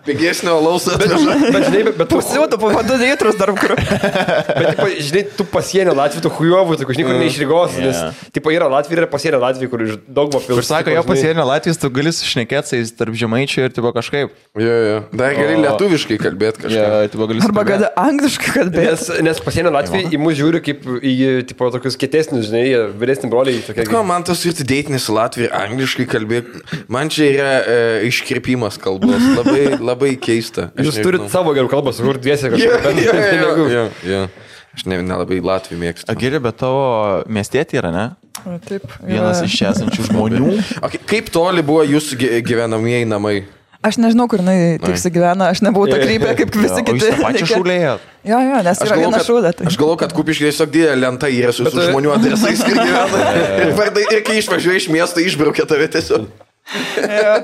B: Pigesnio alaus atveža.
D: Bet žinai, bet, bet, tu,
E: Pusiūtų, po 2 litrus dar kur.
D: bet tipo, žinai, tu pasienio Latvijų, tu hujovų, tu žinai, kur neišrygos, nes
A: Yeah.
D: tipo, yra Latvija ir yra pasienio Latvija, kur iš daug buvo
A: Kur
D: filmų.
A: sako, jo pasienio Latvijas, tu gali sušnekėti su tarp žemaičių ir tipo kažkaip.
B: Jo, jo. Dar gali
A: O.
B: lietuviškai kalbėti
A: Jo,
B: kažką.
A: tipo gali
E: Arba kad angliškai kalbės.
D: Nes, nes pasienio Latvija į mus žiūri kaip į tipo, tokius kietesnius, žinai, jie vyresni broliai. Tokie,
B: Bet ko man tas ir dėtinis Latvijai ir angliškai kalbėti, man čia yra e, iškreipimas kalbos. Labai, labai keista. Aš
D: Jūs turit
B: nežinau.
D: savo gerų kalbą, sukurti dviesią
B: Jo,
D: kažką.
B: jo, jo, jo, jo. Aš ne, nelabai Latvijai mėgstu.
A: Geri, bet tavo miestietė yra, ne?
E: O, Taip.
A: Vienas
E: yra.
A: iš čia esančių žmonių.
B: Okay, kaip toli buvo jūsų gy- gyvenamieji namai?
E: Aš nežinau, kur jinai
B: Ai.
E: taip sugyvena, aš nebuvau ta krypė kaip visi kiti.
A: Pačią
E: Reikia-
A: šūlėje.
E: Jo, jo, nes yra viena šūlė. tai-
B: kad, aš galvoju, kad kupiškai tiesiog didelė lenta yra su, su
D: tai-
B: žmonių adresais ir gyvena. Ir vardai, ir kai išvažiuoji iš miesto, išbraukia tave tiesiog.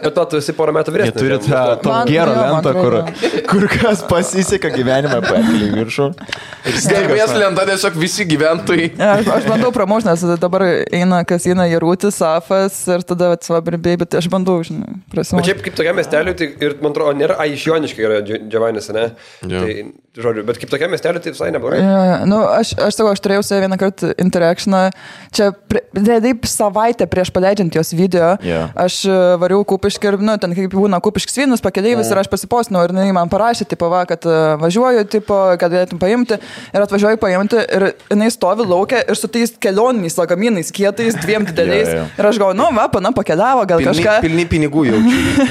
D: Bet to tu esi porą metų
A: Jie
D: vyresnis.
A: turi tą
D: negu-
E: Man-
A: Tom Gero
E: jo, man
A: lentą, kur, kur kas pasiseka gyvenime, pakeliai viršų.
B: Garbės lenta tiesiog visi gyventojai.
E: Aš, aš bandau pramožinęs, dabar eina, kas eina Jarūtis, Safas ir tada atsvabirbėjai, bet tai aš bandau, žinai,
D: Bet
E: prasme.
D: šiaip kaip tokia miestelė, tai ir man atrodo, nėra, ai, iš Joniškai yra Dž- Džiavanis, ne?
B: Jo.
D: Tai, žodžiu, bet kaip tokia miestelė, tai visai neblogai.
E: Ja, nu, aš, aš sakau, aš turėjau su ja vieną kartą interakcioną. Čia, realiai, savaitę prieš paleidžiant jos video,
A: Jo.
E: aš e, variau kupiškį ir, nu, ten kaip būna kupiškis vienas pakeleivis ir aš pasipostinau ir jinai man parašė, tipo, va, kad e, važiuoju, tipo, kad galėtum paimti ir atvažiuoju paimti ir jinai stovi laukia ir su tais kelioniniais lagaminais, kietais, dviem dideliais.
A: Jo, jo.
E: Ir aš galvoju, nu, va, pana pakeliavo, gal
B: Pilni,
E: kažką.
B: pilni pinigų jaučiu.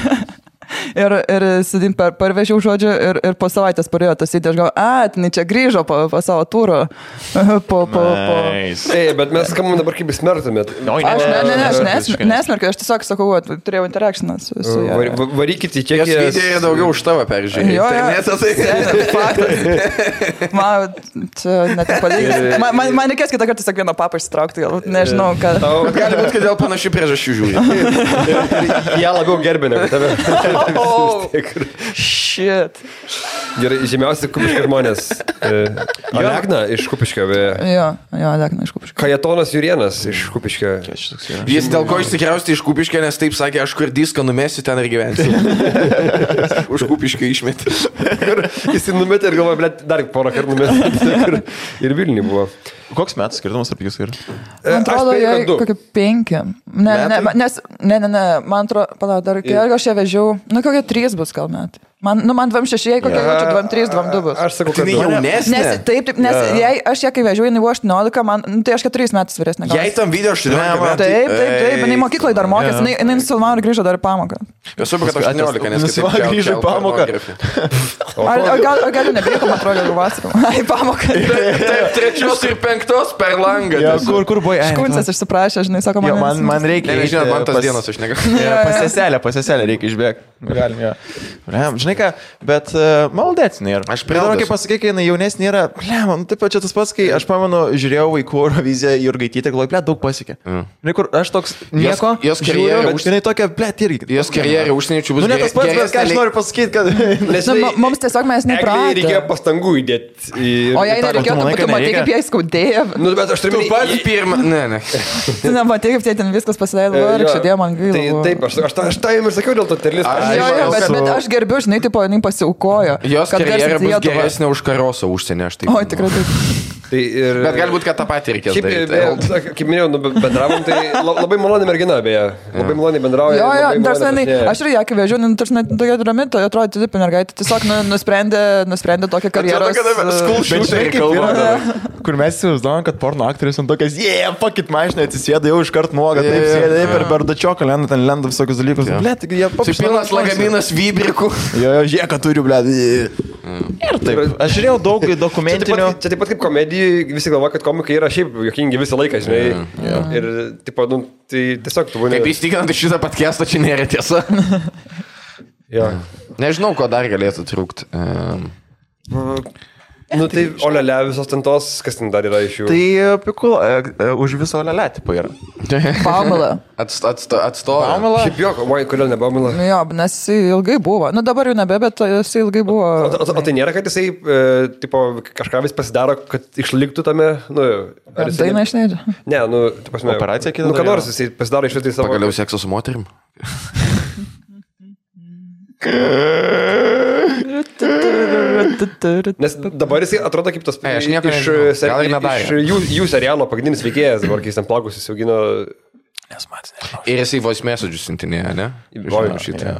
E: Ir, ir sėdim per, parvežiau žodžiu ir, ir po savaitės parėjo tas įdė, aš galvoju, a, tai čia grįžo po, po savo turą. Po, po, po.
A: Nice.
D: Ei, bet mes skambam dabar kaip besmertumėt.
A: Oi,
E: Aš ne, ne, ne, aš
A: visiškai
E: nesmerkiu, nesmerkiu, aš tiesiog sakau, vat, turėjau interakciją su, su ja.
D: Var- va- Varykit į
B: Jas
D: kiek
B: idėja daugiau už tavo peržiūrėjai.
E: Jo, jo.
B: Internetą tai
E: Seniai, faktas. Man, čia net nepalyginti. Man, man, man reikės kitą kartą tiesiog vieną papą išsitraukti, gal nežinau, ką.
D: Tau
B: gali būti, kad dėl panašių priežasčių žiūri.
D: ją labiau gerbė negu tave.
E: Oh, shit.
D: Gerai, žymiausi kupiški žmonės. Jagna iš kupiškio. beje.
E: Jo, jo, dekna, aišku, kažkaip.
D: Kajetonas Jurienas iš kupiškio.
B: Jis dėl ko išsikraustė iš kupiškio, nes taip sakė, aš kur diską numesiu, ten ir gyvensiu. už kupiškio išmetė.
D: Kur jis jį numetė ir galvoja, bet dar porą kartų numetė. Kur Ir Vilniui buvo.
A: Koks metas skirtumas tarp jūsų yra?
D: E,
E: Man atrodo,
D: spėju, kad
E: jai
D: du.
E: kokie penki. Ne, ne,
B: Metai?
E: nes, ne, ne, ne, man atrodo, palauk, dar kai aš ją vežiau, nu kokie trys bus gal metai. Man, nu, man 26, kokie jau čia 23, 22 bus.
D: Aš sakau, kad
B: Tai
D: du.
B: jaunesnė.
E: Nes, taip, taip, nes jei aš ją kai vežiau, jinai buvo 18, man, nu, tai aš 4 metus vyresnė. gal
B: Jei tai- tam video aš žinojau.
E: Taip, taip, taip, jinai mokykloje dar mokėsi, jinai, jinai nusifilmavo ir grįžo dar į pamoką.
B: Esu, kad aš 18, nes
A: Nusima-
B: kitaip kel-
A: grįžo į
B: kel-
A: pamoką.
B: pornografiją.
E: Ar, ar, gal, ar galiu nebėgti, man atrodo, jau vasarą. Ai, pamoką. tai
B: Taip, trečios ir penktos per langą.
A: Ja,
B: tiesiog.
A: kur, kur buvo? Ai,
E: Škuncas išsiprašė, žinai, sako, nu,
A: Jo,
E: man,
A: man, man reikia.
B: Ne,
A: eiti
B: nežinau, man tas
A: pas-
B: dienas aš negaliu.
A: Ja, pasiselė, pasiselė, reikia išbėgti. Galim, jo. Blem, žinai ką, bet uh, maldėtinė yra.
B: Aš
A: Bet dabar,
B: prielaidas.
A: kai pasakai, kai jinai jaunesnė yra, blem, nu, taip pat čia tas pats, kai aš pamenu, žiūrėjau vaikų Euroviziją Jurgaitytę, galvoju, blem, daug pasiekė. Mm. Kur aš toks nieko,
B: jos
A: žiūriu,
B: karjera
A: bet
B: už-
A: jinai tokia, blem, irgi.
B: Jos karjerą užsieniečių bus
A: Nu, ne tas pats, bet ką aš noriu pasakyti, kad...
D: Nes
E: Na,
D: žinai,
E: mu- mums tiesiog mes
D: Eglei
E: nepratę.
D: reikėjo pastangų įdėti. į-
E: O jei
D: į tą-
E: nereikėjo,
A: tu manai,
E: tai tu
A: kad
E: matai, kaip
A: nereikia?
E: jie skaudėjo,
D: Nu, bet aš turiu
B: Tu pats pirmą. Ne, ne.
E: tu nematai, kaip jie ten viskas pasileido,
D: Tai- e, Jo.
E: vargšė, dėjo man gaila.
D: Tai
E: buvo.
D: taip, aš, aš, tą- aš tą jums ir sakiau dėl to terlisto.
B: Ai,
E: Jo, jo,
B: aš
E: bet,
A: esu-
E: bet aš gerbiu, žinai, tipo, jinai pasiaukojo.
B: Jos
E: kad
B: karjera
E: garsinti
B: bus
E: Lietuvą.
B: geresnė už karoso užsienį, aš taip.
E: O,
B: manau.
E: tikrai taip.
D: Tai ir...
B: Bet galbūt, kad tą patį reikės
D: Šiaip,
B: daryti.
D: vėl, kaip minėjau, nu, bendravom, tai la- labai maloni mergina, beje. Labai maloniai
E: Jo,
D: bendrauja.
E: jo,
D: labai
E: dar
D: maloniai
E: senai,
D: pašneka.
E: aš ir ją kai vežiau, nu, tarsi tokia rami, to atrodo, tu tipi mergaitė, tiesiog nu, nusprendė, nusprendė tokią karjerą.
A: Bet žinai, kaip yra, kur mes įsivaizduojam, kad porno aktorius ant tokias, jie, yeah, pakit mašinai, atsisėda jau iš karto nuoga,
B: Jo,
A: taip
B: jo,
A: sėda, taip
B: jo.
A: ir berdačioką lenda, ten lenda visokius dalykus.
B: Jo.
A: Ble, tik jie
B: Tai pilnas lagaminas vybrikų.
A: Jo, jo, žieką turiu, ble. Ir taip. Aš žiūrėjau daug
D: Čia taip,
A: dokumentinių.
D: pat, čia taip pat kaip komedijai, visi galvoja, kad komikai yra šiaip jokingi visą laiką, žinai. Yeah, yeah. Ir, tipo, nu, tai tiesiog tu būni.
B: Kaip įstikinant, šitą patkestą čia nėra tiesa.
D: Jo.
B: Nežinau, ko dar galėtų trūkti.
D: Nu, tai olele visos tentos, kas ten dar yra iš jų.
A: Tai pikul, e, už viso leletipą yra.
E: e, Pamela.
B: Atstovai.
D: Šiaip jo, oi, kodėl nebamila.
E: Nu Jo, nes jis ilgai buvo. Nu dabar jau nebe, bet jis ilgai buvo.
D: O, o, o tai nėra, kad jisai, e, tipo, kažką vis pasidaro, kad išliktų tame, nu, ar jisai...
E: Dainą išleidžia.
D: Ne, nu, tu pasme.
A: Operaciją kitą
D: Nu, ką
A: daro?
D: nors jisai pasidaro iš visai savo...
B: Pagaliau sekso su moterim.
D: Nes dabar jisai atrodo kaip tas
B: Ei, aš nieko
D: iš,
B: nežinau.
D: ser,
B: Gal ir nedarė.
D: iš jų, jų serialo pagrindinis veikėjas, dabar kai jis ten plaukus įsiaugino.
B: Ir jisai voice message siuntinėja, ne? Žinau šitą.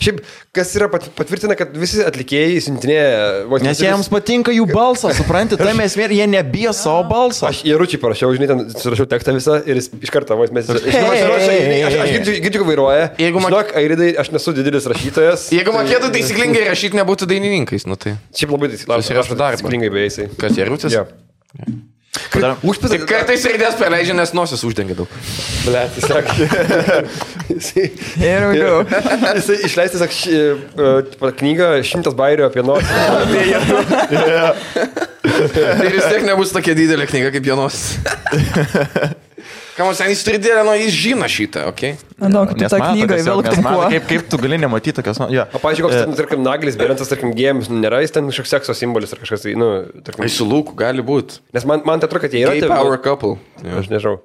D: Šiaip, kas yra pat, patvirtina, kad visi atlikėjai siuntinėja vos
A: Nes jiems patinka jų balsas, supranti, tam esmė ir jie nebijo savo balso.
D: Aš įručiai parašiau, žinai, ten surašiau tekstą visą ir jis iš karto vos mes... Aš, žinau, aš,
A: Hey!
D: rašau, žinai, aš, aš girdžiu, girdžiu, kad vairuoja.
B: Jeigu
D: Jeigu
B: mak-
D: man... Žinok, Airidai, aš nesu didelis rašytojas. tai
B: Jeigu mokėtų tai- taisyklingai rašyti, nebūtų dainininkais, nu tai.
D: Šiaip labai
B: Susirašo darbą.
D: Sklingai beje jisai.
B: Kas jie rūtis?
D: Jo.
B: Tik kartais raidės praleidžia, nes nosis uždengia daug.
D: Blet, jis sakė. jisai...
E: Ir jau.
D: Jisai išleisti, sak, ši, e, tipo, knygą šimtas bairių apie nosį.
B: Ir vis tiek nebus tokia didelė knyga kaip Jonos. Kamas, jis turi didelę, nu jis žino šitą, okei? Okay?
E: Manau, kad Nu, tu tą knygą įvilktum kuo.
A: Kaip, kaip tu gali nematyti tokios... nu, Jo.
D: O, pažiūrėk, koks, ten, tarkim, naglis, berentas, tarkim, gėjimas, nu, nėra jis ten kažkoks sekso simbolis ar kažkas tai, nu, tarkim.
B: Jis su lūku gali būti.
D: Nes man, man tai atrodo, kad jie yra.
B: Gay
D: tie-
B: power couple.
D: Aš nežinau.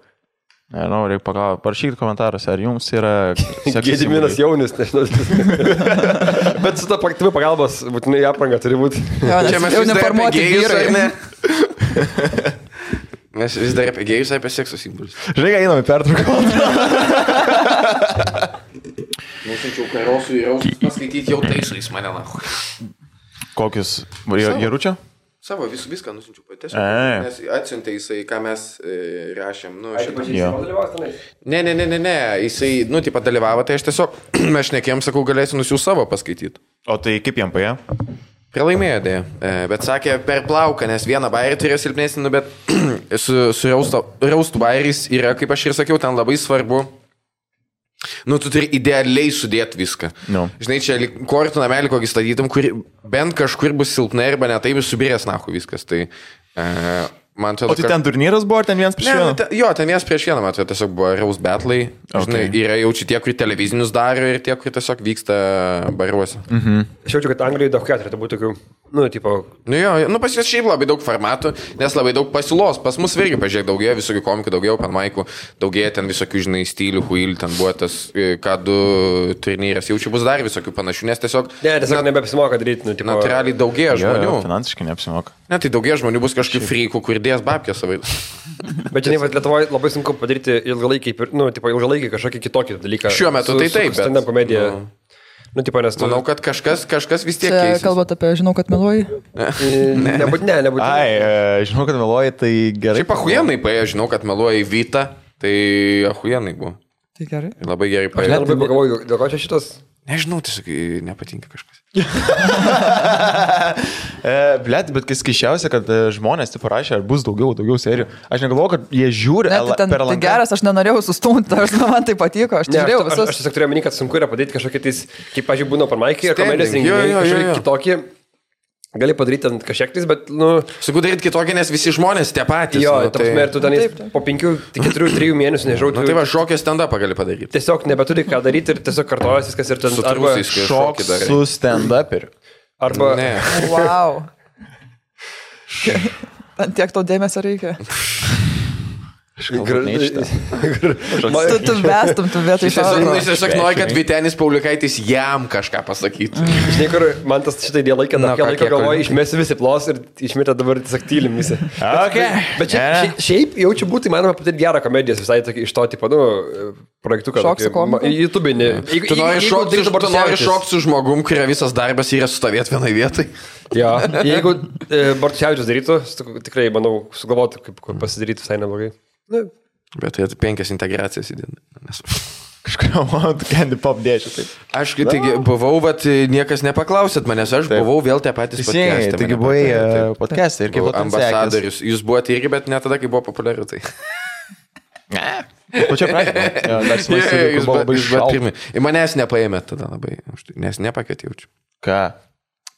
A: Nežinau, nu, reikia pagalvoti. Parašykit komentaruose, ar jums yra... seksas
D: Gėdiminas
A: simbolis.
D: jaunis, nežinau. Bet su ta paktyvi pagalbos, būtinai apranga turi būti.
E: Jo, nes
B: Čia mes
E: jau
B: vis dar apie
E: neformuoti
B: gėjus, ar
E: vyrai.
B: ne? Mes vis dar apie gėjus, apie sekso simbolius.
A: Žinai, ką einam į pertrauką.
B: Nusinčiau karosų ir jau paskaityti jau taisais mane, na.
A: Kokius? Jeručio?
F: Savo vis, viską nusinčiau.
A: Ai.
F: Tiesiog
A: E.
F: nes atsiuntė jisai, ką mes e, rašėm. Nu, šitą-
A: Jo.
F: Ne, ne, ne, ne, ne, jisai, nu, taip pat dalyvavo, tai aš tiesiog, mes nekėjom, sakau, galėsiu nusiųsti savo paskaityti.
A: O tai kaip jam paėjo?
F: Pralaimėjo dėja, E, bet sakė per plauką, nes vieną bairį turėjo silpnesnį, nu, bet su, su rausto- raustų bairis yra, kaip aš ir sakiau, ten labai svarbu. Nu, tu turi idealiai sudėti viską.
A: Nu.
F: Žinai, čia lyg kortų namelį kokį statytum, kur bent kažkur bus silpnai arba netaip subirės nahu viskas. Tai e, man atrodo,
A: O tai ten turnyras buvo, ar ten vienas prieš
F: Ne,
A: vieną?
F: nu, te, jo, ten vienas prieš vieną, matau, tiesiog buvo Raus Betlai. Žinai,
A: Okay.
F: yra jau čia tie, kurie televizinius daro ir tie, kurie tiesiog vyksta baruose. Mm.
D: Aš jaučiu, kad Anglijoje daug keturių, tai būtų tokių, nu, tipo,
F: Nu jo, jo, nu pas jūs šiaip labai daug formatų, nes labai daug pasiūlos. Pas mus irgi, pažiūrėk, daugėja visokių komikų, daugėja panmaikų, daugėja ten visokių, žinai, stilių, huilių, ten buvo tas, ką du turnyras, jaučiu bus dar visokių panašių, nes tiesiog...
D: ne, tiesiog nebeapsimoka daryti, nu, tipo,
F: Natūraliai daugėja
A: Jo,
F: žmonių.
A: jo, finansiškai neapsimoka.
F: Ne, tai daugėja žmonių bus kažkaip frykų, kur dės babkės savai.
D: Bet žinai, vat Lietuvoje labai sunku padaryti ilgalaikį, pir- nu, tipo, ilgalaikį kažkokį kitokį dalyką.
F: Šiuo metu tai taip, bet-
D: Stand-up komedija. Nu, tipo, nes tu...
F: Manau, kad kažkas, kažkas vis tiek
C: Čia
F: keisis.
C: kalbate apie, žinau, kad meluoji.
D: nu, Ne, nebūt, ne, nebūt.
A: Ai, e, žinau, kad meluoji, tai gerai.
F: Šiaip ahujenai paėjo, žinau, kad meluoja į Vytą, tai ahujenai buvo.
C: Tai gerai.
F: Labai gerai
D: Ne,
F: paėjo.
D: labai pagalvoju, dėl ko čia šitas?
F: Nežinau, tiesiog i, nepatinka kažkas.
A: E, Blet, bet kas keščiausia, kad e, žmonės tai parašė, ar bus daugiau, daugiau serijų. Aš negalvoju, kad jie žiūri
C: Ne, tai
A: L-
C: ten
A: per
C: tai
A: lanką.
C: geras, aš nenorėjau sustumti, aš žinau, man tai patiko, aš
D: Ne, aš,
C: žiūrėjau
D: aš, aš
C: visas.
D: tiesiog turėjau meni, kad sunku yra padaryti kažkokį tais, kaip, pažiūrėjau, būna parmaikį ir
F: Standing,
D: komedijos
F: jo,
D: renginį,
F: jo, jo, jo.
D: kažkokį kitokį. Gali padaryti ant kažkiek tais, bet, nu,
F: Sakau, daryti kitokį, nes visi žmonės tie patys.
D: jo,
F: nu,
D: ta prasme, ir tu ten
C: Taip, taip.
D: po penkių, tik keturių, trijų mėnesių, nežinau,
F: nu, tai va, šokio stand-upą gali padaryti.
D: tiesiog nebeturi ką daryti ir tiesiog kartojasi viskas ir ten
F: Su
D: arba,
F: trūsiais. kai
A: Šok
F: šokį darai.
A: su stand-uperiu.
D: arba,
F: Ne.
E: Tai
C: Wow. Ant tiek to dėmesio reikia.
A: Galbūt neištas.
C: Tu, tu vestum, tu vietoj
F: Jis tiesiog, nu,
C: šio.
F: jis tiesiog nori, kad Vitenis Pauliukaitis jam kažką pasakytų.
D: Žinai, kur man tas šitą idėją laikė,
F: Na,
D: na,
F: ką,
D: ką laiką
F: kiek
D: galvoju,
F: laiko?
D: išmėsiu visi plos ir išmėtė dabar tiesiog tylim visi.
A: Okay.
D: Bet šiaip, yeah. šiaip, šiaip jaučiu būtų įmanoma patirti gerą komediją visai tokį, iš to tipo, nu, projektų, kad...
C: Šok su komiku?
D: YouTube.
F: Tu nori šokti su, tu nori šokti su žmogum, kurio visas darbas yra sustovėti vienai vietai.
D: Jo, jeigu e, Bartusevičius darytų, su- tikrai, manau, sugalvotų, kaip kaip pasidarytų visai neblogai. Nu,
F: Bet turėtų penkias integracijas į dieną. Nes...
A: Kažkurio momentu candy pop tai dėčiu. Taip.
F: Aš kai taigi buvau, bet niekas nepaklausėt manęs, aš Taip. buvau vėl tie patys
A: Teisingai,
F: podcastai,
A: taigi
F: mane
A: buvai
F: pakvietė. Taip.
A: e, podcast'e ir kaip
F: Buvau
A: pat
F: ambasadorius. Jūs buvote irgi, bet ne tada, kai buvo populiaru. Tai.
A: Pačia pradžia. Jo, dar su
F: Jo, jo,
A: maisteliu, buvo
F: jūs buvote-
A: labai
F: jūs buvote
A: šalta.
F: pirmi. Ir manęs nepaėmė tada labai, aš tai- nes nepakvietė jaučiu.
A: Ką?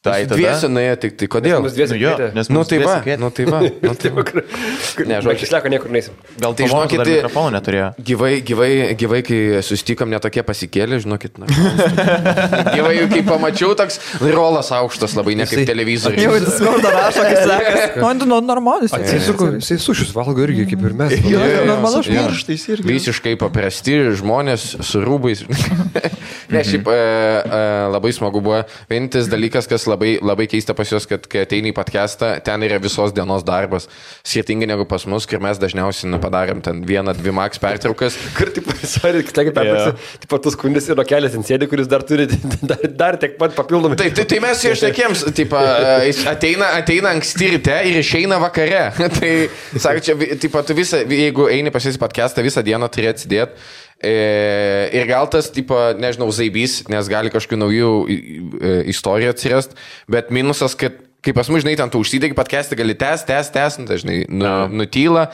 A: Tai
F: Dviesi
A: tada.
F: nuėjo tik tai,
D: mus
F: kodėl?
D: dviesi.
A: Nu, jo, nes
F: Nu
A: mums
F: tai va,
A: dviese
F: nu tai va. Nu, tai va. Ne,
D: Bet
F: žodžiu.
D: šis leko niekur neįsim.
A: Gal
F: Tai
A: tai žinokit,
F: žinokit,
A: mikrofonų neturėjo.
F: Gyvai, gyvai, gyvai, kai susitikom netokie pasikėlė, žinokit. Na, gyvai, jau kai pamačiau, toks rolas aukštas labai, ne kaip
C: Jau į
F: televizorius.
C: Discordą rašo, kai sekas. Man tu normalus. tai
D: Jisai sušius valgo irgi, kaip ir mes.
A: Jo,
F: jo,
C: normalus
F: jo.
C: žmogus.
A: Pirštais irgi.
F: Visiškai paprasti žmonės su rūbais. ne, šiaip e, e, labai smagu buvo. Vienintelis dalykas, kas labai, labai keista pas juos, kad kai ateini į podcastą, ten yra visos dienos darbas. Skirtingai negu pas mus, kur mes dažniausiai nu, padarėm ten vieną, dvi maks pertraukas.
D: Kur, tipo, sorry, kitokį perpirksiu. Yeah. Tipo, tu skundis ir rokelės ant sėdė, kuris dar turi dar, dar tiek pat papildomai.
F: Tai, tai, tai mes jau išnekėm, tipo, e, jis ateina, ateina anksti ryte ir išeina vakare. tai, sakai, čia, vi- tipo, tu visą, vi- jeigu eini pasisi podcastą, visą dieną turi atsidėti. E, ir gal tas, tipo, nežinau, zaibys, nes gali kažkokių naujų i- i- e, istorijų atsirasti, bet minusas, kad kaip pas mus, žinai, ten tu užsidegi podcastą, gali tęs, tęs, tęs, nu, dažnai nu, nutyla.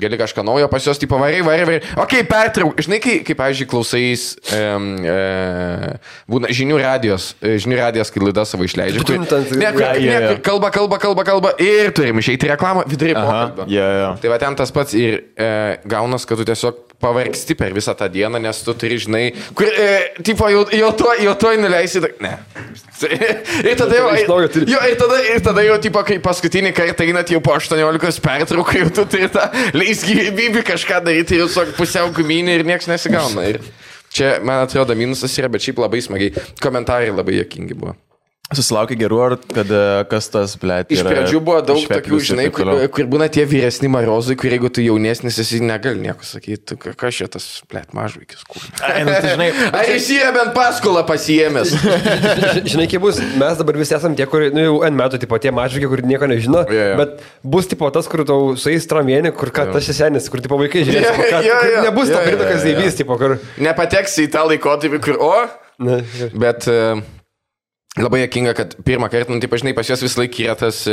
F: Gali kažką naujo pas juos, tipo, varai, varai, varai. O kai pertrauk, žinai, kai, kaip, pavyzdžiui, klausais, um, e, būna žinių radijos, e, žinių radijos, kai laida savo išleidžia. Kur,
D: Tum, tum, tum.
F: ne, kur,
A: Ja, ja,
F: ne,
A: ja.
F: kur, kalba, kalba, kalba, kalba ir turim išeiti į reklamą vidury
A: Aha,
F: pokalbio.
A: jo, jo.
F: Tai va ten tas pats ir e, gaunas, kad tu tiesiog pavargsti per visą tą dieną, nes tu turi, žinai, kur, e, tipo, jau, jau tuoj jau tuoj nuleisi, tak, ne. ir tada jau,
D: Iš naujo turi.
F: jo, ir tada, ir tada jau, tipo, kai paskutinį kartą einat jau po 18 pertraukų, jau tu turi tą leis gyvybį kažką daryti, jau tiesiog pusiau guminį ir niekas nesigauna. Ir čia, man atrodo, minusas yra, bet šiaip labai smagiai, komentarai labai jokingi buvo.
A: Susilaukė gerų, ar kad e, kas tas, ble.
F: Iš pradžių buvo daug tokių, žinai, kur, kur būna tie vyresni marozai, kur jeigu tu jaunesnis esi, negali nieko sakyti, Tu, ka- kas čia tas, plėt, mažvaikis, kur.
A: Ai, nu, tai, žinai,
F: Ar jis yra bent paskolą pasiemęs?
D: Ži- Žinai, kaip bus, mes dabar visi esame tie, kurie, nu jau N metų, tipo, tie mažvikiai, kur nieko nežino,
F: Jo, jo.
D: bet bus, tipo, tas, kur tau su jais tramienė, kur ką, tas senis, kur, tipo, vaikai žiūrės,
F: Jo,
D: tipo, ką,
F: jo,
D: kur
F: jo.
D: nebus to
F: Jo, jo,
D: pirmo, kas
F: jo, jo.
D: įvys, tipo, kur...
F: Nepateksi į tą laikotarpį, kur, o,
D: Ne,
F: Bet e, labai jokinga, kad pirmą kartą, nu, tai pažinai, pas juos vis laik yra tas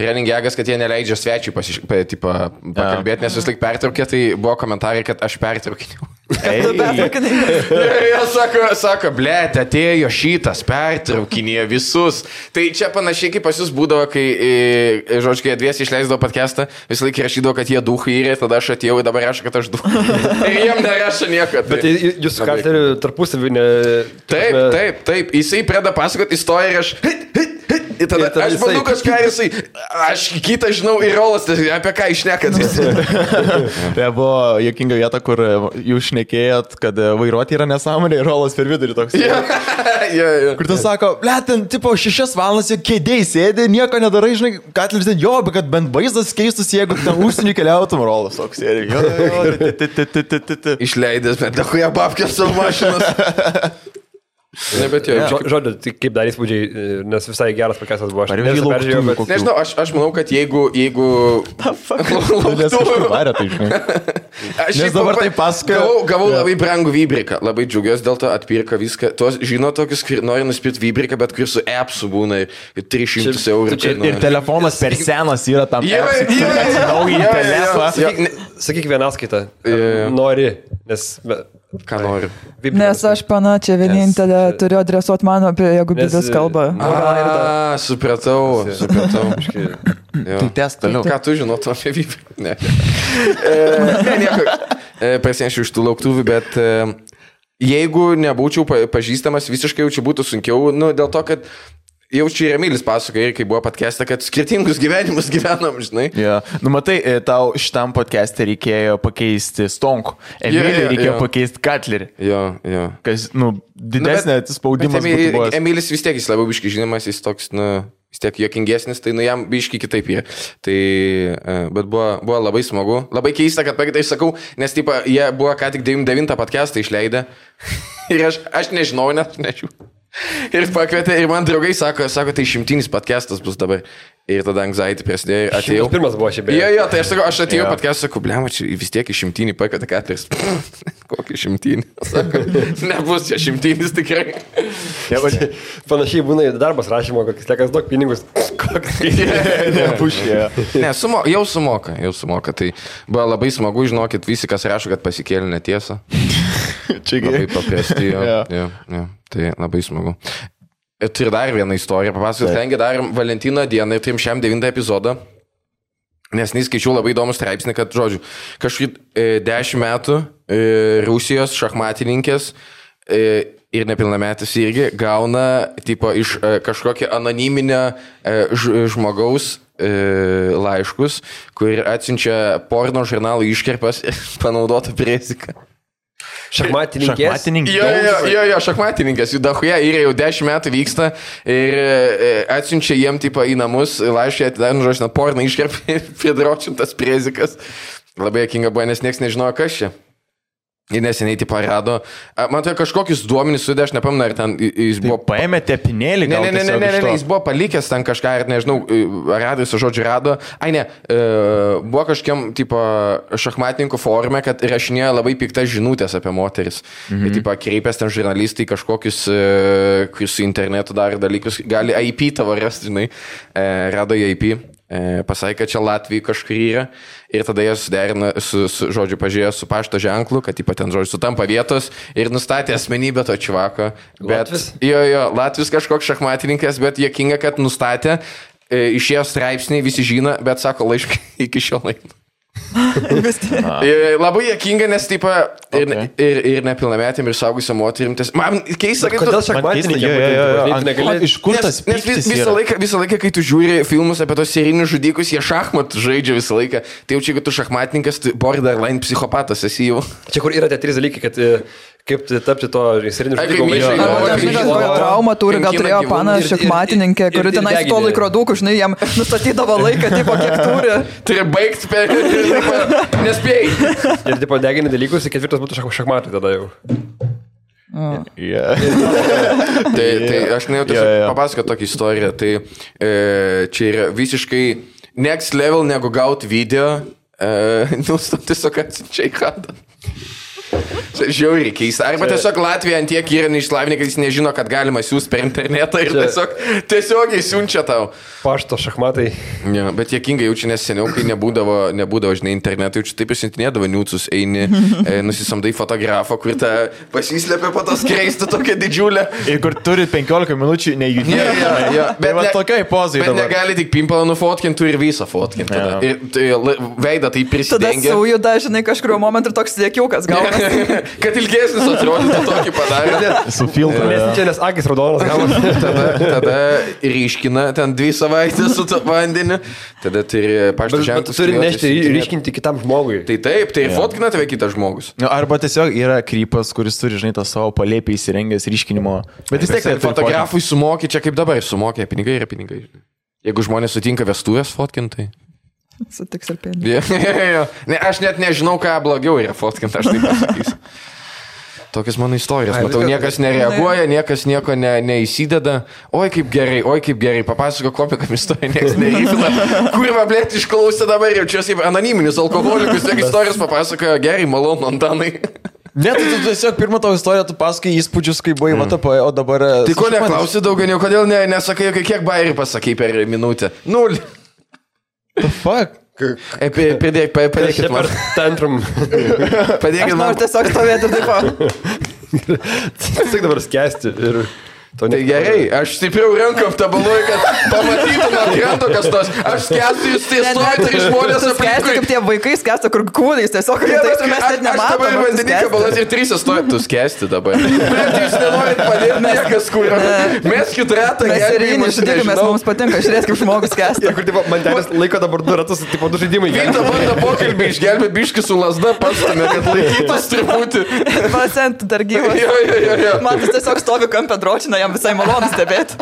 F: reningegas, kad jie neleidžia svečiui pasiš... pa, tipo, pakalbėti, nes vis laik pertraukė, tai buvo komentarai, kad aš pertraukinėjau.
C: Pertraukinėjimas.
F: Jie sako, sako, blėt, atėjo šitas, pertraukinėjo visus. Tai čia panašiai kaip pas jūs būdavo, kai, e, žodžiu, kai dviesi išleisdavo podcastą, visą laiką rašydavo, kad jie duhai ir tada aš atėjau ir dabar rašo, kad aš duhai. ir jiem nerašo nieko.
D: Bet tai ju- jūs su
F: Labai
D: karteriu tarpusavį ne...
F: Taip,
D: prasme,
F: taip, taip. Jisai pradeda pasakoti istoriją ir aš... hit, hit, hit, Ir tada,
D: Ir tada
F: aš bandau
D: jisai-
F: kažką ir jisai... Aš kitą žinau ir rolas, tai apie ką išnekat.
A: Tai buvo jokinga vieta, kur e, jūs šnekėjot, kad e, vairuoti yra nesąmonė ir rolas per vidurį toks.
F: Ja, ja, ja.
A: Kur tu sako, ble, ten tipo šešias valandas jau kėdėjai sėdi, nieko nedarai, žinai, katlis ten jo, bet kad bent vaizdas keistųsi, jeigu ten užsienį keliautum, rolas toks sėdi. Jo, jo, jo, tai- ti, ti, ti, ti, ti, ti, ti.
F: Išleidęs, bet dahuja babkės savo mašinas. Ne, bet jo.
D: žo- Žodžiu, tai kaip dar įspūdžiai, e, nes visai geras pakestas buvo. Aš
A: Ar jau
D: ne visą
A: žinai,
D: peržiūrėjau, bet...
A: lauktuvių kokių?
F: Nežinau, aš, aš manau, kad jeigu... jeigu...
A: tai Nes kažkur varė, tai žinai.
F: Aš
A: Nes
F: šiaip
A: dabar
F: pa-
A: tai pasakoja-
F: Gavau, gavau labai brangų vybriką, labai džiaugiuosi dėl to, atpirka viską. Tuos, žino tokius, kur nori nusipirkti vybriką, bet kur su apsu būna ir 300 eurų.
A: Ir, ir telefonas per senas yra tam.
F: Jo,
A: apps,
F: jo,
A: kad
F: jo.
A: atsinaujini
F: Jo, jo,
A: telefą.
F: jo.
D: Sakyk, ne- Sakyk vienas kitą.
F: Jo.
D: Nori, nes... be-
F: Ką noriu.
D: Vip-
C: Nes aš pana čia vienintelė
D: Nes-
C: turiu adresuoti mano, apie- jeigu
D: Nes-
C: bidas kalba.
F: A, supratau, supratau. Tai
A: tęsk toliau.
F: Ką tu žinotum apie vyvį? Ne. E, ne, nieko. E, Prasinešiu iš tų lauktuvių, bet e, jeigu nebūčiau pa- pažįstamas, visiškai jau čia būtų sunkiau, nu, dėl to, kad jau čia ir Emilis pasakoja, ir kai buvo patkesta, kad skirtingus gyvenimus gyvenam, žinai.
A: Ja. Nu, matai, e, tau šitam podcast'e reikėjo pakeisti Stonku, Emilijai
F: jo,
A: reikėjo
F: jo.
A: pakeisti Katlerį,
F: Jo, jo.
A: kas, nu, didesnė atsispaudimas
F: bet Emi-
A: būtų buvęs.
F: Emilis vis tiek, jis labiau biški žinomas, jis toks, nu, vis tiek jokingesnis, tai, nu, jam biški kitaip yra. Tai, e, bet buvo, buvo labai smagu, labai keista, kad pakitai sakau, nes, tipo, jie buvo ką tik 99 podcastą išleidę ir aš, aš nežinau, net nežinau. Ir pakvietė, ir man draugai sako, sako, tai šimtinis podcastas bus dabar. Ir tada anxiety prasidėjo, ir atėjau.
D: Šimtas pirmas buvo šiaip, beje.
F: Jo, jo, tai aš sakau, aš atėjau
A: Jo.
F: yeah. podcastą, sakau, blem, čia vis tiek išimtinį pakvietė Katris. Kokį šimtinį? Sako, nebus čia šimtinis tikrai.
D: Ne, va, čia Panašiai būna ir darbas rašymo, kokius tekas daug pinigus. Koks tai?
A: Pušė.
F: Ne, sumo, jau sumoka, jau sumoka. Tai buvo labai smagu, žinokit, visi, kas rašo, kad pasikėlė netiesą.
A: Čia
F: Labai paprasti. Jo,
A: Jo.
F: jo, jo, tai labai smagu. Ir turiu dar vieną istoriją papasakoti. Tengi darėm Valentino dieną ir turim šiam devintą epizodą. Nes neskaičiau labai įdomų straipsnį, kad, žodžiu, kažkaip e, dešimt metų e, Rusijos šachmatininkės e, ir nepilnametis irgi gauna, tipo, iš e, kažkokio anoniminio e, ž, žmogaus e, laiškus, kur atsiunčia porno žurnalų iškerpas ir panaudotą prieziką.
D: šachmatininkės.
A: Šachmatininkė.
F: Jo, jo, jo, jo, šachmatininkės, jų dahuje ir jau dešimt metų vyksta ir e, atsiunčia jiem tipo į namus, laiškė, ten užrašina porną iškerpį ir pridročintas priezikas. Labai jokinga buvo, nes niekas nežinojo, kas čia. Ir neseniai tipo rado. A, Man atrodo, kažkokius duomenys sudė, aš nepamenu, ar ten i- jis buvo...
A: Paėmė tepinėlį.
F: Ne, ne, ne, ne, ne, ne, ne, jis buvo palikęs ten kažką, ar nežinau, i, ar adresą žodžiu rado. Ai ne, e, buvo kažkiem, tipo, šachmatininkų forume, kad rašinėjo labai piktas žinutės apie moteris. Mhm. Ir, tipo, kreipęs ten žurnalistai kažkokius, e, kai su internetu dar dalykus, gali IP tavo rasti, žinai, e, rado į IP. e, Pasakė, kad čia Latvija kažkur yra ir tada jie suderino, su, su, žodžiu, pažiūrėjo su pašto ženklu, kad ypač ten, žodžiu, sutampa vietos ir nustatė asmenybę to čivako. Bet,
D: Latvis?
F: Jo, jo, Latvijas kažkoks šachmatininkas, bet jokinga, kad nustatė, e, išėjo straipsniai, visi žino, bet sako laiškai iki šiol laiko.
C: Vis tiek.
F: E, Labai jokinga, nes taip ir,
A: Okay.
F: okay. ir, ir nepilnametėm, ir saugusiam moterim. tas- Man keista, kad
D: Kodėl
F: tu...
A: Šachmatininkė.
D: šachmatininkė? Negali...
A: Iš kur tas
F: Nes, nes vis,
A: pyktis
F: visą,
A: yra?
F: laiką, visą laiką, kai tu žiūri filmus apie tos serijinius žudikus, jie šachmat žaidžia visą laiką. Tai jau čia, kad tu šachmatininkas, tu borderline psichopatas esi jau.
D: Čia kur yra tie trys dalykai, kad e, kaip tapti to įsirinimo
B: Ai, kaip Miša
E: Arba ten, žinai, ten kokią traumą turi, gal
B: Kankina
E: turėjo
B: gyvūnų
E: pana
D: ir- ir-
E: šakmatininkė,
D: ir-
E: kuri
D: ir
E: tenai su tuo
D: deginė.
E: laikroduku, žinai, jam nustatydavo laiką, tipo, kiek turi.
B: Turi baigti per... Nespėjai.
D: Ir tipo degini dalykus, ir ketvirtas būtų šak- šachmatai tada jau.
A: Yeah.
B: Tai, tai aš
A: Jo, jo, jo.
B: norėjau tiesiog papasakoti tokią istoriją. Tai e, čia yra visiškai next level negu gauti video. E, Nustot tiesiog atsiunčia į hadą. Čia žiauriai keista. Arba tiesiog Latvija ant tiek yra neišlavinė, kad jis nežino, kad galima siūsti per internetą ir
D: Čia-
B: tiesiog, tiesiog įsiunčia tau.
D: Pašto šachmatai.
B: Ja, bet jėkingai jaučiu, nes seniau, kai nebūdavo, nebūdavo žinai, internetai, jaučiu, taip išsintinėdavo niucus, eini, e, nusisamdai fotografą, kur tą pasislėpia po tos kreistų tokia didžiulė.
A: Ir kur turi 15 minučių nejudinti.
B: Jo, jo, jo.
A: Bet tai va
B: ne-
A: tokiai pozai
B: Bet
A: dabar.
B: negali tik pimpalą nufotkinti, turi visą fotkinti.
A: Jo.
B: tada. Ir tai, la- veidą tai
E: Tada
B: prisidengia.
E: saujų dažnai kažkurio momentu ir toks siekiukas gaunas.
B: kad ilgesnis atrodytų tokį padarė.
A: Su filtru.
D: Nes čia nes akis raudonas gavosi.
B: Tada, tada ryškina ten dvi savaitės su to vandeniu. Tada turi pašto
D: Bet- bet
B: ženklus.
D: Turi
B: klijuoti,
D: nešti ir
B: siuntinėti.
D: ryškinti kitam žmogui.
B: Tai taip, tai fotkina tave kitas žmogus.
A: Nu, Arba tiesiog yra krypas, kuris turi, žinai, tą savo palėpį įsirengęs ryškinimo. Bet vis tiek tai
B: Fotografui sumokė, čia kaip dabar sumokė, pinigai yra pinigai. žinai. Jeigu žmonės sutinka vestuvės fotkintai.
E: Sutiks ir pėdė.
B: Jo, jo, jo. ne, aš net nežinau, ką blogiau yra fotkint, aš taip pasakysiu. Tokias mano istorijas. Matau,
A: nu,
B: niekas nereaguoja, niekas nieko ne, neįsideda. Oi, kaip gerai, oi, kaip gerai. Papasako komikam istoriją, niekas neįsideda. Kur va, blėt, išklausė dabar, jaučiuosi kaip anoniminis alkoholikas, tiek istorijas papasakojo gerai, malonu, Antanai.
A: Ne, tai tu tiesiog pirmą tavo istoriją, tu pasakai įspūdžius, kai buvai VTP, o dabar... e,
B: Tai ko
A: sušmanis.
B: neklausi daugiau, ne, kodėl ne, nesakai, kai kiek bairį pasakai per minutę? Nul.
A: Fuck.
B: E, pi- pridėk, pa- Padėkit
D: per
B: man.
D: tantrum.
B: Padėkit
E: Aš
B: man.
E: noriu tiesiog stovėti ir taip. o.
D: Tik dabar skęsti ir to
B: Tai gerai, aš stipriau rankom tabaluoju, kad pamatytum ant krento kas nors. Aš skęstu, jūs tai stojate ir žmonės
E: Tu skęsti,
B: aplinkui.
E: kaip tie vaikai skęsta, kur kūnais tiesiog
B: Ne, bet
E: rimtais ir mes
B: aš-
E: net
B: Aš dabar
E: nematome.
B: vandenį kabalas ir trys stojate, tu skęsti dabar. Bet jūs nenorit padėti, niekas kur. Mes kitratą
E: Mes serijinis žudikas, mums patinka, žiūrėk, kaip žmogus skęsta.
D: Ir kur tipo, man tenis laiko dabar du ratus, tipo du žaidimai.
B: Vita bando pokalbį išgelbė biški su lasda, pastumė, kad laikytas truputį.
E: Vasent dar gyvas.
B: Jo, jo, jo, jo.
E: Man tas tiesiog stovi kampė dročina, jam visai malonu stebėti.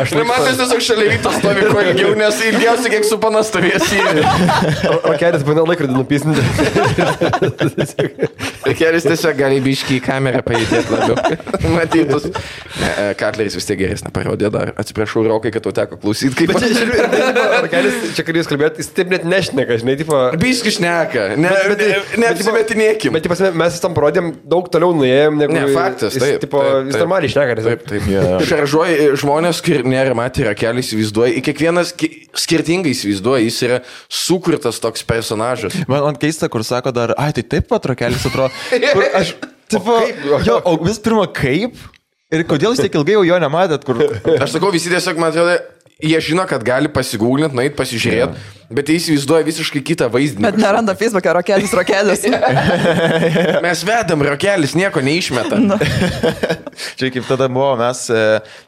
D: Aš
B: Ir man
D: laikau.
B: vis tiesiog šalia Vytas stovi kuo ilgiau, nes ilgiausiai kiek su panas stovės į...
D: O kelias bandė laikrodį nupisinti.
B: Kelis tiesiog gali biškiai į kamerą pajudėti labiau. Matytus. Ne, e, Katleris vis tiek geresnė parodė dar. Atsiprašau, Rokai, kad tau teko klausyti, kaip
D: Bet čia, žiūriu, ar kelias, čia kai jūs kalbėt, jis taip net nešneka, žinai, tipo...
B: Biški šneka.
D: Bet- bet-
B: Neapsimetinėkim.
D: Bet, tipo, mes tam parodėm, daug toliau nuėjom, negu...
B: Ne, faktas,
D: Jis,
B: taip,
D: tipo,
B: taip,
D: jis
B: taip.
D: normaliai šneka, nes...
B: Taip, taip.
A: Jo.
B: Yeah. Šaržuoji e, žmonės, kurie nėra matę, yra kelias įsivaizduoja. Ir Kiekvienas ki skirtingai įsivaizduoja, jis yra sukurtas toks personažas.
A: Man, man keista, kur sako dar, ai, tai taip pat rokelis atrodo. Kur aš, tipo, jo, o vis pirma, kaip? Ir kodėl jūs tiek ilgai jau jo nematėt, kur...
B: Aš sakau, visi tiesiog, man atrodo, jie žino, kad gali pasigūlinti, nueiti pasižiūrėti, yeah. bet jie įsivaizduoja visiškai kitą vaizdinį.
E: Bet neranda Facebook'e rokelis, rokelis.
B: Mes vedam, rokelis nieko neišmeta. No.
A: Čia kaip tada buvo, mes e,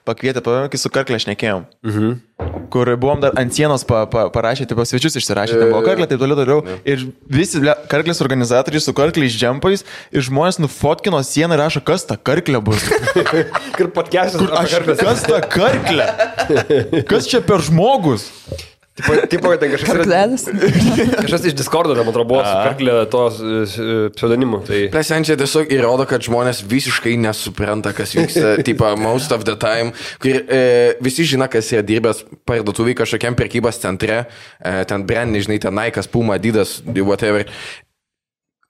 A: pakvietę, pavėmė, kai su karklė šnekėjom. Mhm. Kur buvom dar ant sienos pa, pa, parašę, tipo svečius išsirašę, ten buvo karklė, taip toliau dariau. Ir visi ble, karklės organizatoriai su karkliais džempais ir žmonės nufotkino sieną ir rašo, kas ta karklė bus.
D: Ir podcastas, kur
A: Aš, kas ta karklė? Kas čia per žmogus?
D: Tipo, tipo, kad ten kažkas... yra-
E: Karklelis.
D: Kažkas iš Discordo, man atrodo, buvo su perklė tos e, pseudonimu. Tai...
B: Plesenčia tiesiog įrodo, kad žmonės visiškai nesupranta, kas vyksta, tipo, most of the time. Kur, e, visi žino, kas yra dirbęs parduotuviai kažkokiam prekybos centre, e, ten brand, nežinai, ten Nike'as, Puma, Didas, whatever.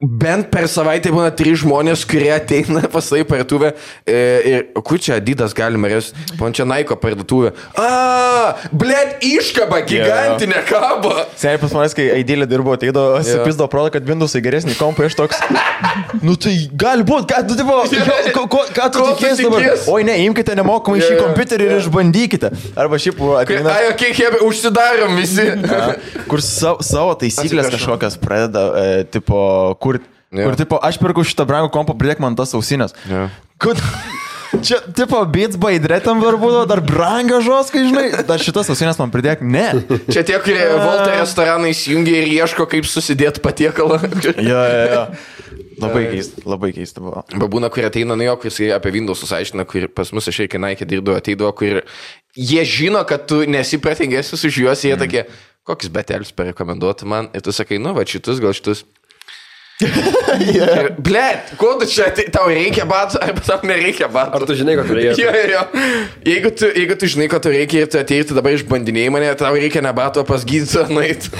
B: Bent per savaitę būna trys žmonės, kurie ateina pas tai parduotuvę e, ir kur čia Didas galima rasti, pončia Naiko parduotuvę. A, blėt, iškaba gigantinė yeah. kaba.
A: Seniai pas manęs, kai Aidėlė dirbo, ateidavo, sapisdavo prodą, kad Windowsai geresnį kompą, aš toks. Nu tai gali būti, ką tu tipo, ko, ko, ką tu
B: Ko tu
A: tikiesi dabar?
B: tikies?
A: Oi ne, imkite nemokamai
B: Jo,
A: šį
B: jo,
A: kompiuterį ir išbandykite. Arba šiaip va, ateina,
B: Ai, okei, okay, užsidarom visi.
A: kur savo, savo taisyklės
B: Atsiprašau.
A: kažkokias pradeda, e, tipo, kurti.
B: Jo.
A: Kur tipo, aš perku šitą brangų kompą, pridėk man tas ausinės.
B: Jo.
A: Kur... Čia, tipo, beats baidretam varbūt, dar brangažos, kai žinai, dar šitas ausinės man pridėk, ne.
B: Čia tie, kurie Volta restoraną įsijungia ir ieško, kaip susidėti patiekalą.
A: Jo, jo, jo. Labai keista, labai keista buvo.
F: Babūna, kurie ateina nuo jo, kuris apie Windows'us aiškina, kur pas mus aš irgi Nike dirbdavo, ateidavo, kur jie žino, kad tu nesipratingesnis už juos, jie tokie, kokius betelius parekomenduotų man, ir tu sakai, nu, va šitus, gal šitus. yeah. Blet, ko tu čia, atei- tau reikia batų, arba tau nereikia batų.
D: Ar tu žinai, kad turėjai?
F: Jo, jo, jo. Jeigu tu, jeigu tu žinai, ko tu reikia ir tu atėjai, tu dabar išbandinėjai mane, tau reikia nebato pas gydytoją nueiti.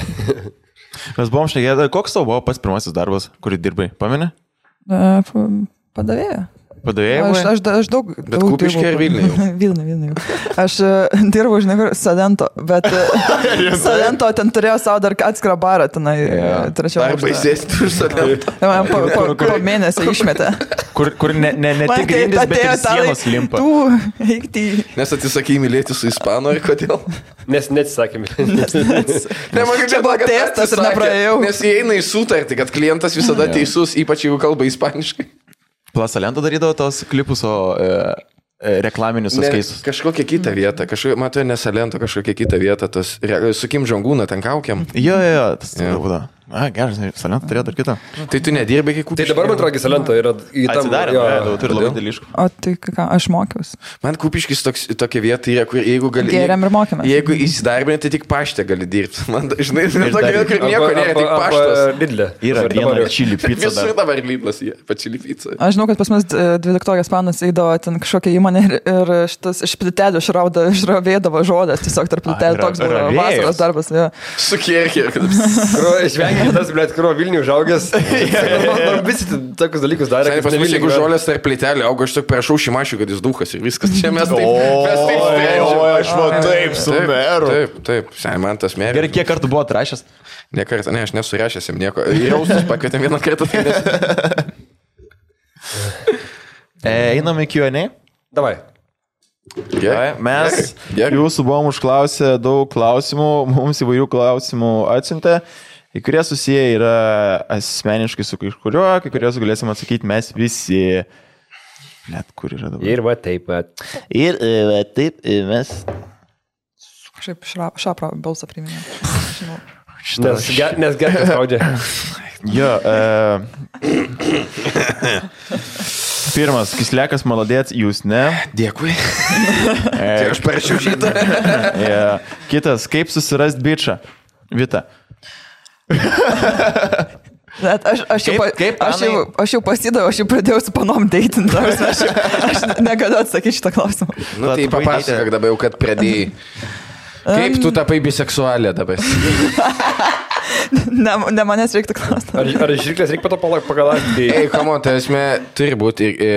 A: Mes buvom šnekėję, koks tavo buvo pats pirmasis darbas, kurį dirbai, pameni?
E: E, pa- Padavėja.
A: Padavėjai?
E: Aš,
A: buvai?
E: aš, aš daug. Bet
F: Kupišky ar Vilniuj jau?
E: Vilniui, Vilniui. Aš e, dirbau, žinai, kur, Sadento, bet e, Sadento ten turėjo savo dar atskirą barą tenai, yeah. trečią
F: Arba įsėsti už save.
E: Man po, po, po mėnesio išmetė.
A: Kur, kur ne, ne, ne tik grindis, bet ir sienos limpa.
E: Tu, eikti į...
F: Nes atsisakė mylėti su ispanu ir kodėl?
D: Nes neatsisakėme.
F: Ne, man čia
E: buvo
F: blogas
E: testas ir nepraėjau.
F: Nes įeina į sutartį, kad klientas visada teisus, ypač jeigu kalba ispaniškai.
A: Plasalento darydavo tos klipus, o e, e, reklaminius
F: Ne,
A: skaisus.
F: Kažkokią kitą vietą, kažkokią, matau, nesalento, kažkokią kitą vietą, tas, re- su Kim Žongūna ten kaukiam.
A: Jo, jo, jo, tas yeah. būdavo. A, geras, salento turėjo dar kitą.
F: Tai tu nedirbi iki kupiškio.
D: Tai dabar, man atrodo, Salento yra į tą...
A: Atsidarė,
D: jo.
A: jau turi labai
F: Kodėl?
A: dalyškų.
E: O tai ką, aš mokiausi.
F: Man kupiškis toks, tokia vieta yra, kur jeigu gali...
E: Gėrėm ir mokėmės.
F: Jeigu įsidarbinai, tai tik paštę gali dirbti. Man, žinai, tai tokia
A: dar-
F: vieta, kur nieko
D: Arba-
F: nėra, tik
D: arba-
F: paštas.
D: arba Lidle.
A: Yra
D: Dabar
A: viena
D: jau.
A: čili pizza
F: Visur
A: dar.
F: dabar lydlas jie, pačilipica.
E: Aš žinau, kad pas mus e, dvyliktokės panas eidavo ten kažkokią įmonę ir, ir šitas iš plitelių išrauda, išravėdavo žodės, tiesiog tarp plitelių
A: ra-
E: toks buvo
A: ravėjos.
E: vasaros darbas. Jo.
F: Su kierkė, kad...
D: Kro- Išvengė tas, blėt, kuro Vilnių žaugęs. Visi tokius dalykus darė. kad
F: Seniai Tai pas
D: ne
F: mus,
D: Vilniuj
F: jeigu
D: gyvena.
F: žolės tarp plytelį auga, aš tik prašau šimašių, kad jis duhas ir viskas. Čia mes taip... Mes taip sprendžiam.
A: aš va taip
F: Taip, Taip, taip, seniai man tas mėgė.
A: Gerai, kiek kartų buvo atrašęs?
F: Ne kartą, ne, aš nesurašęs jam nieko. Jaustas pakvietėm vieną kartą. tai Nes...
A: E, einam į Q&A.
D: Davai.
F: Gerai.
A: Mes
F: Gerai.
A: jūsų buvom užklausę daug klausimų, mums įvairių klausimų atsiuntė. Kai kurie susiję yra asmeniškai su kažkuriuo, kai kuriuos galėsim atsakyti mes visi. Net kur yra dabar.
D: Ir va taip pat.
A: Ir e, va taip e, mes.
E: Kažkaip šra- šaprą balsą priminė. Žinau.
D: Nes, ge, nes gerai spaudžia.
A: Jo. E, pirmas, Kislekas maladėts, jūs ne.
F: Dėkui.
A: E,
F: Aš parašiau šitą.
A: e, kitas, kaip susirasti bičią? Vita.
E: Bet aš, aš, jau,
A: Kaip-
E: pa-
A: kaip
E: aš, jau,
A: Anai-
E: aš jau pasidavau, aš jau pradėjau su panom deitinti. Aš, jau- aš negaliu atsakyti šitą klausimą.
F: Nu,
A: Vat
F: tai
A: baigėte.
F: papasakok dabar jau, kad pradėjai. Kaip tu tapai biseksualė dabar?
E: Ne, ne manęs reiktų klausti.
D: Ar, ar žirklės reikia pato pagalakti?
F: Ei, komo, tai esmė, turi būti ir e,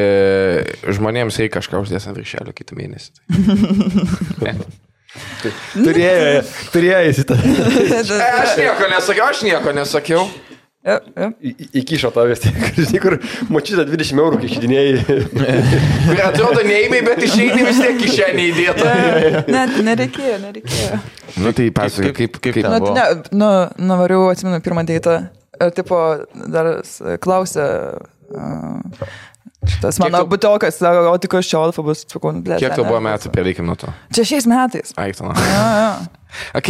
F: žmonėms reikia kažką uždės ant viršelio kitą mėnesį.
A: Turėjo, turėjo įsitą.
F: E, aš nieko nesakiau, aš nieko nesakiau.
D: Į- į- Įkišo tą vis tiek. Žinai, kur mačyta 20 eurų kišdinėjai.
F: Ir atrodo neįmai, bet išeini vis tiek kišenį įdėta.
E: Net nereikėjo, nereikėjo.
F: Nu tai pasakok, kaip, kaip, kaip
E: Nu, tai ne, nu, nuvariau, atsimenu, pirmą deitą. Ir tipo, dar s- klausė. Uh, šitas mano
F: tau-
E: butiokas, sako, o tik aš čia alfa bus, sakau, nu, blė.
F: kiek tau buvo metų, pradėkim nuo to.
E: Čia šiais metais.
F: Aiktona. Ok,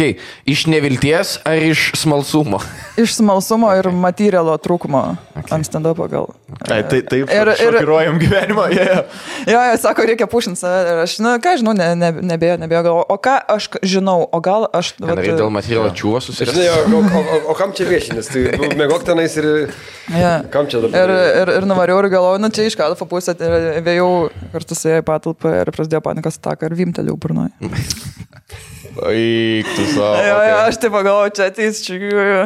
F: iš nevilties ar iš smalsumo?
E: Iš smalsumo ir materialo trūkumo okay. ant stand-upo gal.
A: Ai, tai taip,
E: Ir-
A: ir,
E: ir-
A: ir... šokiruojam gyvenimą. Yeah.
E: Jo, jo, sako, reikia pušinti save. Ir aš, na, ką žinau, ne, ne, nebėjo, nebėjo gal. O ką aš k- žinau, o gal aš...
F: Ar
E: vat,
F: reikia dėl materialo čiuvo
D: Tai Žinai,
F: susirasti?
D: o, o, o, o kam čia viešinis? Tai nu, mėgok tenais ir...
E: jo.
D: Kam čia
E: Ir,
D: dabar?
E: ir, ir nuvariau ir galvojau, nu čia iš kalfo pusės ir vėjau kartu su jai patalpą ir prasidėjo panikos ataka ir vimteliau burnoje. Jo,
A: Eik, tu savo.
E: okay. jo, aš taip pagalvojau, čia ateis, čia... jo, jo.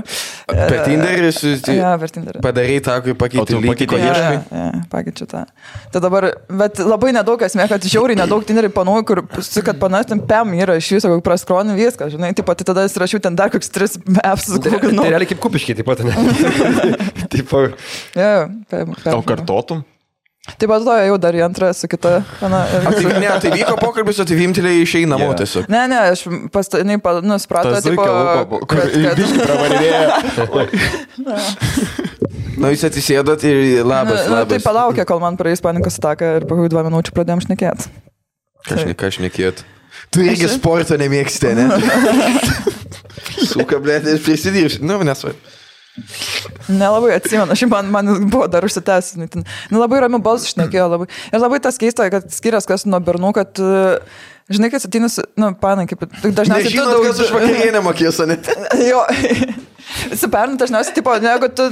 F: Per Tinderį
E: Jo,
F: susi-
E: per Tinderį.
F: padarei tą,
A: O
F: kaip
A: tu
F: pakeitė lygį,
A: pakeitei
F: ko
A: lygį?
F: ieškai.
E: Tai Ja, Pakeičiu tą. Tai dabar, bet labai nedaug esmė, kad žiauriai nedaug tineriai panuoju, kur, su- kad panaštum, pem yra iš viso, kokiu praskronį viską, žinai, taip pat tai tada įsirašiau ten dar kokius tris apsus,
D: Tai
E: kokiu
D: tai
E: nori.
D: realiai kaip kupiškiai taip pat, ne? Taip, o-
E: Ja, pem, pem,
A: O kartotum?
E: Taip pat to jau dar į antrą su kita. Pana, ir...
F: Tai, ne, tai vyko pokalbis, o tai vimteliai išeina namo
A: Jo.
F: tiesiog.
E: Ne, ne, aš pastojai, nu, suprato,
A: Tas
E: tipo,
A: zuikio lūpa, kur
E: kad- kad-
A: biški pravarėja.
F: Na, Nu, jūs atsisėdot ir
E: Nu,
F: labas,
E: nu, tai
F: labas.
E: palaukė, kol man praeis panikos ataka ir po kokių dviejų minučių pradėjom šnekėti.
F: Kažkaip, kažkaip nekėt. Tu irgi sporto nemėgsti, ne? Suka, blėt, aš prisidirbsiu. Nu, nesvarbu.
E: Nelabai atsimenu, šiaip man, man jis buvo dar užsitęs. žinai, ten. Nu, labai ramių balsų šnekėjo labai. Ir labai tas keista, kad skiriasi kas nuo bernų, kad, e, žinai, kai atinus, nu, panai, kaip tik dažniausiai tu
B: Nežinau,
E: daug...
B: kas už vakarienę mokės, ne?
E: Jo. Su pernu dažniausiai, tipo, ne, jeigu tu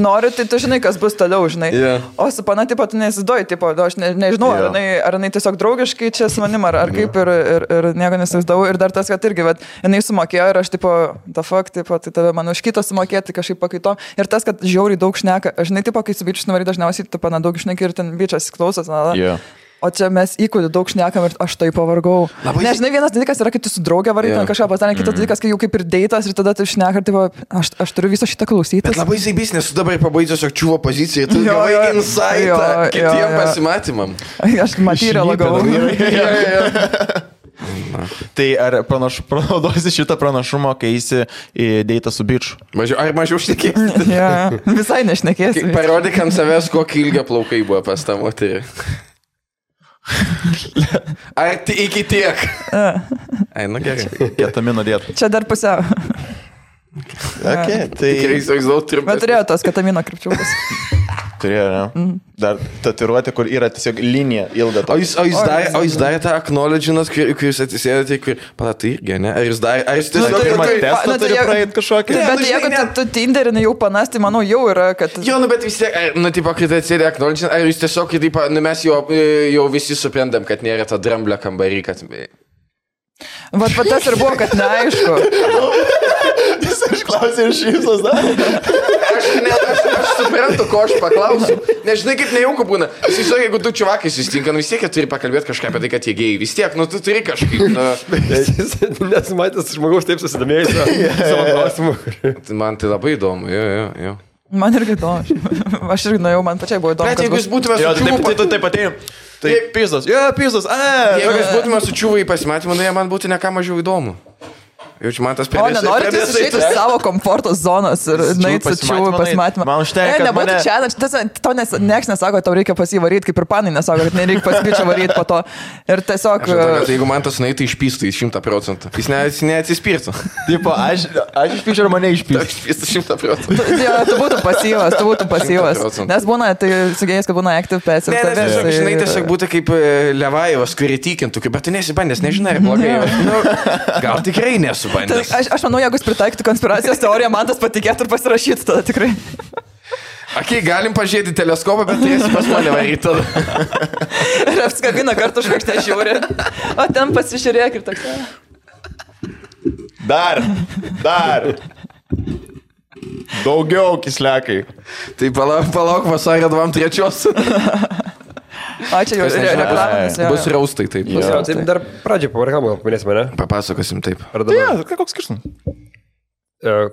E: nori, tai tu žinai, kas bus toliau, žinai.
B: Jo.
E: O su pana, tipo, tu nesiduoji, tipo, nu, aš ne, nežinau,
B: Jo.
E: yeah. ar, jinai, ar jinai tiesiog draugiškai čia su manim, ar, ar kaip, ir, ir, ir nieko nesivaizdavau. Ir dar tas, kad irgi, bet jinai sumokėjo ir aš, tipo, the fuck, tipo, tai tave man už kitą sumokėti kažkaip pakaitom. Ir tas, kad žiauriai daug šneka, žinai, tipo, kai su bičiu nuvarai dažniausiai, tu pana daug šneki ir ten bičias klausos. Na, na.
A: Jo.
E: O čia mes įkūdį daug šnekam ir aš tai pavargau. Labai... Nežinai, vienas dalykas yra, kai tu su draugė varai yeah.
B: Jo.
E: kažką pasakė,
B: Mm.
E: kitas dalykas, kai jau kaip ir deitas ir tada tu šneka ir tai va, aš, aš turiu viso šitą klausytis.
B: Bet labai zaibys, nes tu dabar pabaigęs akčiuvo poziciją, tu
E: Jo,
B: gavai
E: jo. Jo,
B: insightą
E: jo,
B: kitiem
E: jo.
B: pasimatymam.
E: Aš matyrę lagau.
A: Tai ar pranaš, panaudosi šitą pranašumą, kai eisi į deitą su bičiu?
B: Mažiau, ar mažiau užtikė?
E: Yeah. Visai nešnekėsiu.
B: Parodyk ant savęs, kokį ilgą plaukai buvo pas tą moterį. Ar ti iki tiek? Ai, nu gerai.
A: Ketamino dietą.
E: Čia dar pusiau.
A: Okay, tai
B: Tikrai įsivaizduoju,
E: Bet
B: turime.
E: turėjo tos katamino kripčiukas.
A: turėjo, ne? Dar tatiruoti, kur yra tiesiog linija ilga.
B: O
A: tokia.
B: jūs, o jūs darė, o jūs darė tą acknowledginat, kur, kur jūs atsisėdate, kur... Pala, tai irgi, ne? Ar jūs darė, ar jūs
A: Ar
B: tiesiog...
A: pirmą
E: tai-
A: testą
E: na, tai
A: turi
E: jeigu-
A: praeiti kažkokį?
B: Ne, nu,
E: Bet
B: žinai,
E: jeigu tu,
B: ne.
E: tu tinderini jau panasti, manau, jau yra, kad...
B: Jo, nu bet vis tiek, ar, nu, tipo, kai tai atsėdė acknowledginat, ar jūs tiesiog, kai, tipo, nu, mes jau, e, jau visi suprantam, kad nėra ta dramblio kambarį, kad...
E: Vat va, tas ir buvo, kad neaišku.
A: Jis išklausė iš šypsos, na?
B: Aš, ne, aš, aš suprantu, ko aš paklausiu. Nežinai, kaip nejauku būna. Jis tiesiog, jeigu tu čuvakai susitinka, nu vis tiek jie turi pakalbėti kažką apie tai, kad jie gėjai. Vis tiek, nu tu turi kažkaip. Nu,
D: Jis nesumatęs žmogaus taip susidomėjęs savo klausimu.
B: tai man tai labai įdomu, jo, jo, jo.
E: Man irgi įdomu. Aš irgi nuėjau, man pačiai buvo įdomu.
B: Bet
E: kas
B: jeigu
E: bus.
B: jūs būtume
A: Jo, tai
B: su
A: taip,
B: čiuvu...
A: tai tu taip atėjai. Tai
B: Jei-
A: pizdas, jo, pizdas, a,
B: Jeigu jūs būtume su čiuvu į pasimatymą, nu jie man būtų neką mažiau įdomu. Jaučiu, man tas
E: O
B: pridės-
E: nenori
B: pridės-
E: išeiti iš savo komforto zonos ir
A: Su
E: nueiti su
A: pasimatymą
E: čiūvu
A: nueit.
E: pasimatymą.
A: Man užtenka, kad
E: Ne, nebūtų
A: mane-
E: čia, tas, to nes, nieks nesako, tau reikia pasivaryti, kaip ir panai nesako, kad nereikia pasibičio varyti po to. Ir tiesiog...
B: Aš atrodo, kad Jeigu man tas nueitų išpystų į 100 procentų. Jis, ne, jis neatsispirtų.
A: tipo, aš, aš išpyšiu ar mane išpyšiu.
B: Išpystų 100 procentų.
E: Tu, jo, tu būtum pasyvas, tu būtum pasyvas.
B: 100%.
E: Nes būna, tai sugėjęs, kad būna active passive.
B: Ne, nes
E: tai- tave
B: tiesiog,
E: jisai-
B: žinai, tiesiog būtų kaip e, Levajevas, kurį tikintų, kaip, bet tu nesibandęs, nežinai, ar blogai. Nu, gal tikrai
E: Tai
B: nesubandęs.
E: Aš, aš manau, jeigu jis pritaikytų konspiracijos teoriją, man tas patikėtų ir pasirašytų tada tikrai.
B: Akiai, galim pažiūrėti teleskopą, bet turėsi pas mane varyti.
E: Ir apskabina kartu žvaigždė žiūri. O ten pasižiūrėk ir toks. "A,
A: Dar, dar. Daugiau kislekai.
B: Tai palauk, palauk vasario 23.
E: Ačiū, jau re- reklaminis. jo,
B: Bus
E: jo."
B: raustai, taip.
A: Jo.
D: Tai dar pradžią pavarkam, gal paminėsime, ne?
B: Papasakosim taip.
D: Ar
A: Tai,
D: dabar?
A: jo, ką- koks skirtumas?
D: E,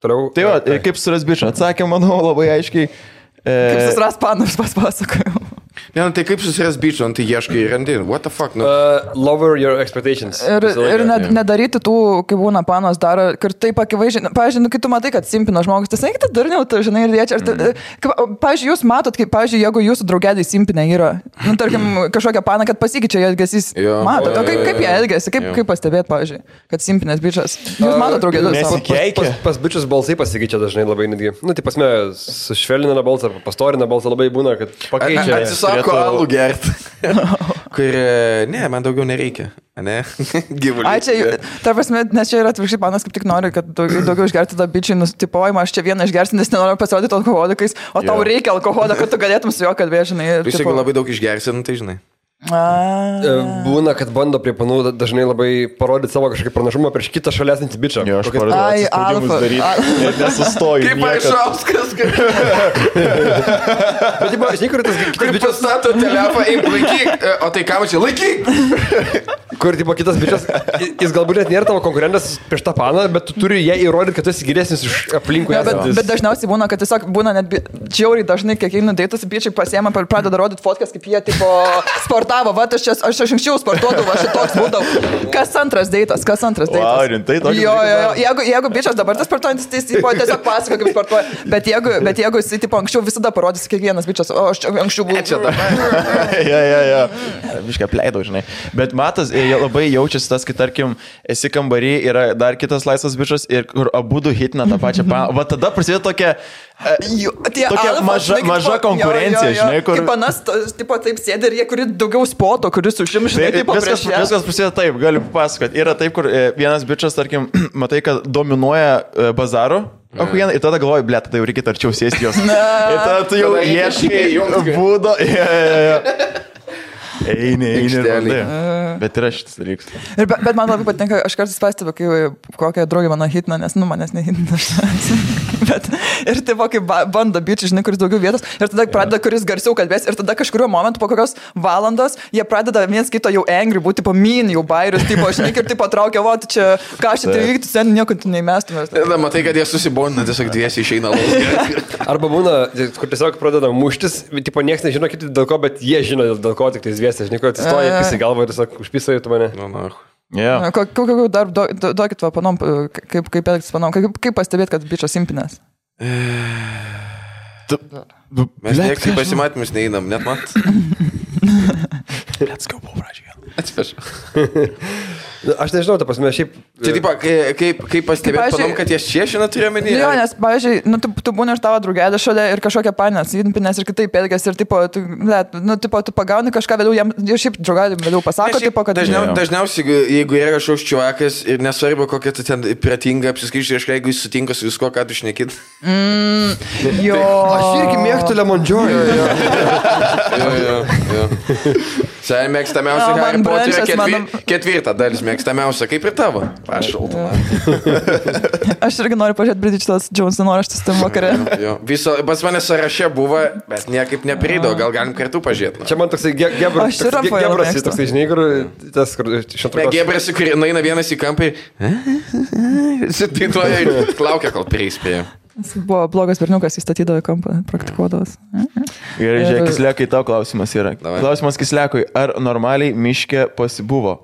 D: Toliau. e,
A: Tai va, kaip suras bičiu, atsakė, manau, labai aiškiai.
E: Kaip
A: E,
E: susiras panus paspasakoju.
B: Ne, nu, tai kaip susiras bičiu, nu, tai ieškai ir randi. What the fuck? Nu.
D: Uh, lower your expectations.
E: Ir,
D: Visą laiką.
E: ir ne, nedaryti tų, kai būna panos daro, kur taip akivaizdžiai, pavyzdžiui, nu, kai tu matai, kad simpino žmogus, tai sakykite, durniau, tu žinai, ir liečia.
B: Mhm.
E: Mm. Pavyzdžiui, jūs matot, kaip, pavyzdžiui, jeigu jūsų draugeliai simpinė yra, nu, tarkim, kažkokia pana, kad pasikeičia jo elgesys.
B: Mhm. Jo.
E: Matot,
B: Jo,
E: o kaip,
B: jo,
E: kaip
B: jo,
E: jie
B: jo.
E: elgesi, kaip,
B: Jo.
E: kaip pastebėt, pavyzdžiui, kad simpinės bičias. Jūs matot draugelius. savo.
A: nesikeik-
D: Pas, pas, pas bičius balsai pasikeičia dažnai labai netgi. Na, nu, tai pasme, sušvelnina balsą, arba pastorina balsą labai būna, kad
B: Ah,
D: pakeičia.
B: Atsisako
A: turėtų-
B: alų gerti. Kur, e, ne, man daugiau nereikia. Ne? Gyvuliai.
E: Ai, čia, ta prasme, nes čia yra atvirkščiai, panas kaip tik nori, kad daugiau, daugiau išgerti tą bičią, nustipojimą, aš čia vieną išgersiu, nes nenoriu pasirodyti alkoholikais, o tau
A: Jo.
E: reikia alkoholio, kad tu galėtum su juo kalbėti, žinai. ir
B: Tu jeigu
E: tipo-
B: labai daug išgersi, nu, tai žinai.
E: A.
D: E, Būna, kad bando prie panų da- dažnai labai parodyti savo kažkokį pranašumą prieš kitą šalia esantį bičią.
A: Jo, aš
D: Kokias-
A: pradėjau
E: Ai,
A: atsispaudimus
E: alfa.
A: daryti. ir Nesustoju.
B: Kaip
A: niekad.
B: Ašauskas, kaip
D: Bet, tipo, žinai, kur tas kitas
B: kaip
D: bičias,
B: pastato telefoną, eik, laikyk. E, O tai kam čia laikyk?
D: kur, tipo, kitas bičias, i- jis galbūt net nėra tavo konkurentas prieš tą paną, bet tu turi ją įrodyti, kad tu esi geresnis už aplinkų
E: Jo, bet, bet
D: esantis.
E: dažniausiai būna, kad tiesiog būna net bi- džiauriai dažnai, kiek einu daitas, bičiai pasiema ir pradeda rodyti fotkas, kaip jie tipo sportavo, va, aš, čia- aš, aš anksčiau sportuodavau, aš čia toks būdavau. Kas antras daitas, kas antras daitas.
A: Vau, rimtai
E: jo,
A: tai tokį
E: Tai jo,
A: dalyką
E: jo, jeigu, jeigu bičias dabar tas sportuojantis, tai jis tipo, tiesiog pasako, kaip sportuoja. Bet jeigu, bet jeigu jis tipo, anksčiau visada parodys kiekvienas bičias, o aš čia anksčiau buvau. Čia
A: ja, ja, ja. Viškai apleidau, žinai. Bet matas, e, jie labai jaučiasi tas, kai tarkim, esi kambarį, yra dar kitas laisvas bičias ir kur abu du hitina tą pačią. Pa... Va tada prasideda tokia, e,
E: Jų- tie
A: Tokia
E: alfos,
A: maža-
E: žinai, kaip
A: maža
E: po- jo,
A: konkurencija,
E: jo, jo.
A: žinai, kur-
E: Kaip panas, tipo, taip sėdi ir jie, kuri daugiau spoto, kuris užims, žinai,
A: Tai
E: taip
A: viskas, viskas prasideda taip, galiu papasakoti. Yra taip, kur e, vienas bičias, tarkim, matai, kad dominuoja e, bazaru. O
F: Mhm.
A: vien, ir tada galvoji, blėt, tada jau reikia arčiau sėsti jos. ir tada tu jau
F: Tada reikia
A: ieškai
F: įjungti.
A: būdo. Jo, jo, jo. Eini, eini. ir
F: Aikštelėj.
A: bandai. Bet yra šitas dalykas.
E: Ir, be- bet man labai patinka, aš kartais pastebiu, kai kokią draugę mano hitna, nes, nu, manęs nehitina. bet ir tai va, kai ba- bando bičias, žinai, kuris daugiau vietos, ir tada pradeda, kuris garsiau kalbės, ir tada kažkurio momentu po kokios valandos jie pradeda viens kito jau angry būti, tipo, min jau bairius, tipo, aš niekaip tipo traukia, va, tu čia, ką aš čia tai vyktų, sen nieko tu neįmestumės.
F: Tada matai, kad jie susibonina, tiesiog dviesi išeina lauk.
D: Arba būna, tai kur tiesiog pradeda muštis, tipo niekas nežino kiti dėl ko, bet jie žino dėl- dėl ko, tik tai zviesti, aš nieko atsistoju,
E: Ai, ai.
D: pisi galvo ir tiesiog užpisai tu mane.
F: Nu, na,
A: Yeah.
E: Ko- ko- Kokiu dar do- do- duokit va, panom, kaip, kaip elgtis panom, kaip, kaip pastebėt, kad bičias impinės?
F: Mes niek į pasimatymus neįnam, net mat.
A: Atskau buvau pradžioje.
F: Atsiprašau.
D: Nu, Aš nežinau, ta prasme, šiaip... e,
F: Čia, tipo, kai- kaip, kaip pastebėt,
E: pavyzdžiui-
F: panom, kad jie šiešina turėjo menį.
E: Jo, nes, pavyzdžiui, nu, tu, tu būni ir tavo draugelė šalia ir kažkokia panės, įpinės ir kitaip elgesi ir, tipo, tu, ne, nu, tipo, tu pagauni kažką vėliau, jam, jau šiaip draugelė vėliau pasako, tipo, kad...
F: dažniau,
A: Jo.
F: dažniausiai, jeigu- jeigu yra kažkoks čiuakas ir nesvarbu, kokia tu ten pratinga apsiskaičiai, reiškia, jeigu jis sutinka su viskuo, ką tu šnekit.
E: Jo,
D: Aš irgi mėgstu lemondžioju.
F: Jo, jo, jo. Sen mėgstamiausia
E: Jo,
F: Harry
E: man
F: Potterio
E: brančas,
F: ketvir...
E: mano-
F: ketvirta dalis mėgstamiausia, kaip ir tavo. Aš šaltą. Tai-
E: Aš irgi noriu pažiūrėti Bridgetas Jones dienoraštis tam vakarė.
F: Jo, viso, pas mane sąraše buvo, bet niekaip neprido, gal galim kartu pažiūrėti.
D: Čia man toksai ge- gebr-
E: Aš ir
D: toks ge-
E: Rafaelą
D: gebras,
E: mėgstu.
D: toksai žinai, kur tas, kur šantrakos.
F: Gebrasi, kur eina vienas į kampą ir... Sitituoja ir laukia, kol prieis prie. jo.
E: Jis buvo blogas berniukas, jis statydavo į kampą, praktikuodavas.
A: Gerai,
E: Ir-
A: žiūrėk, kislekai tau klausimas yra.
F: Davai.
A: Klausimas kislekui, ar normaliai miške pasibuvo?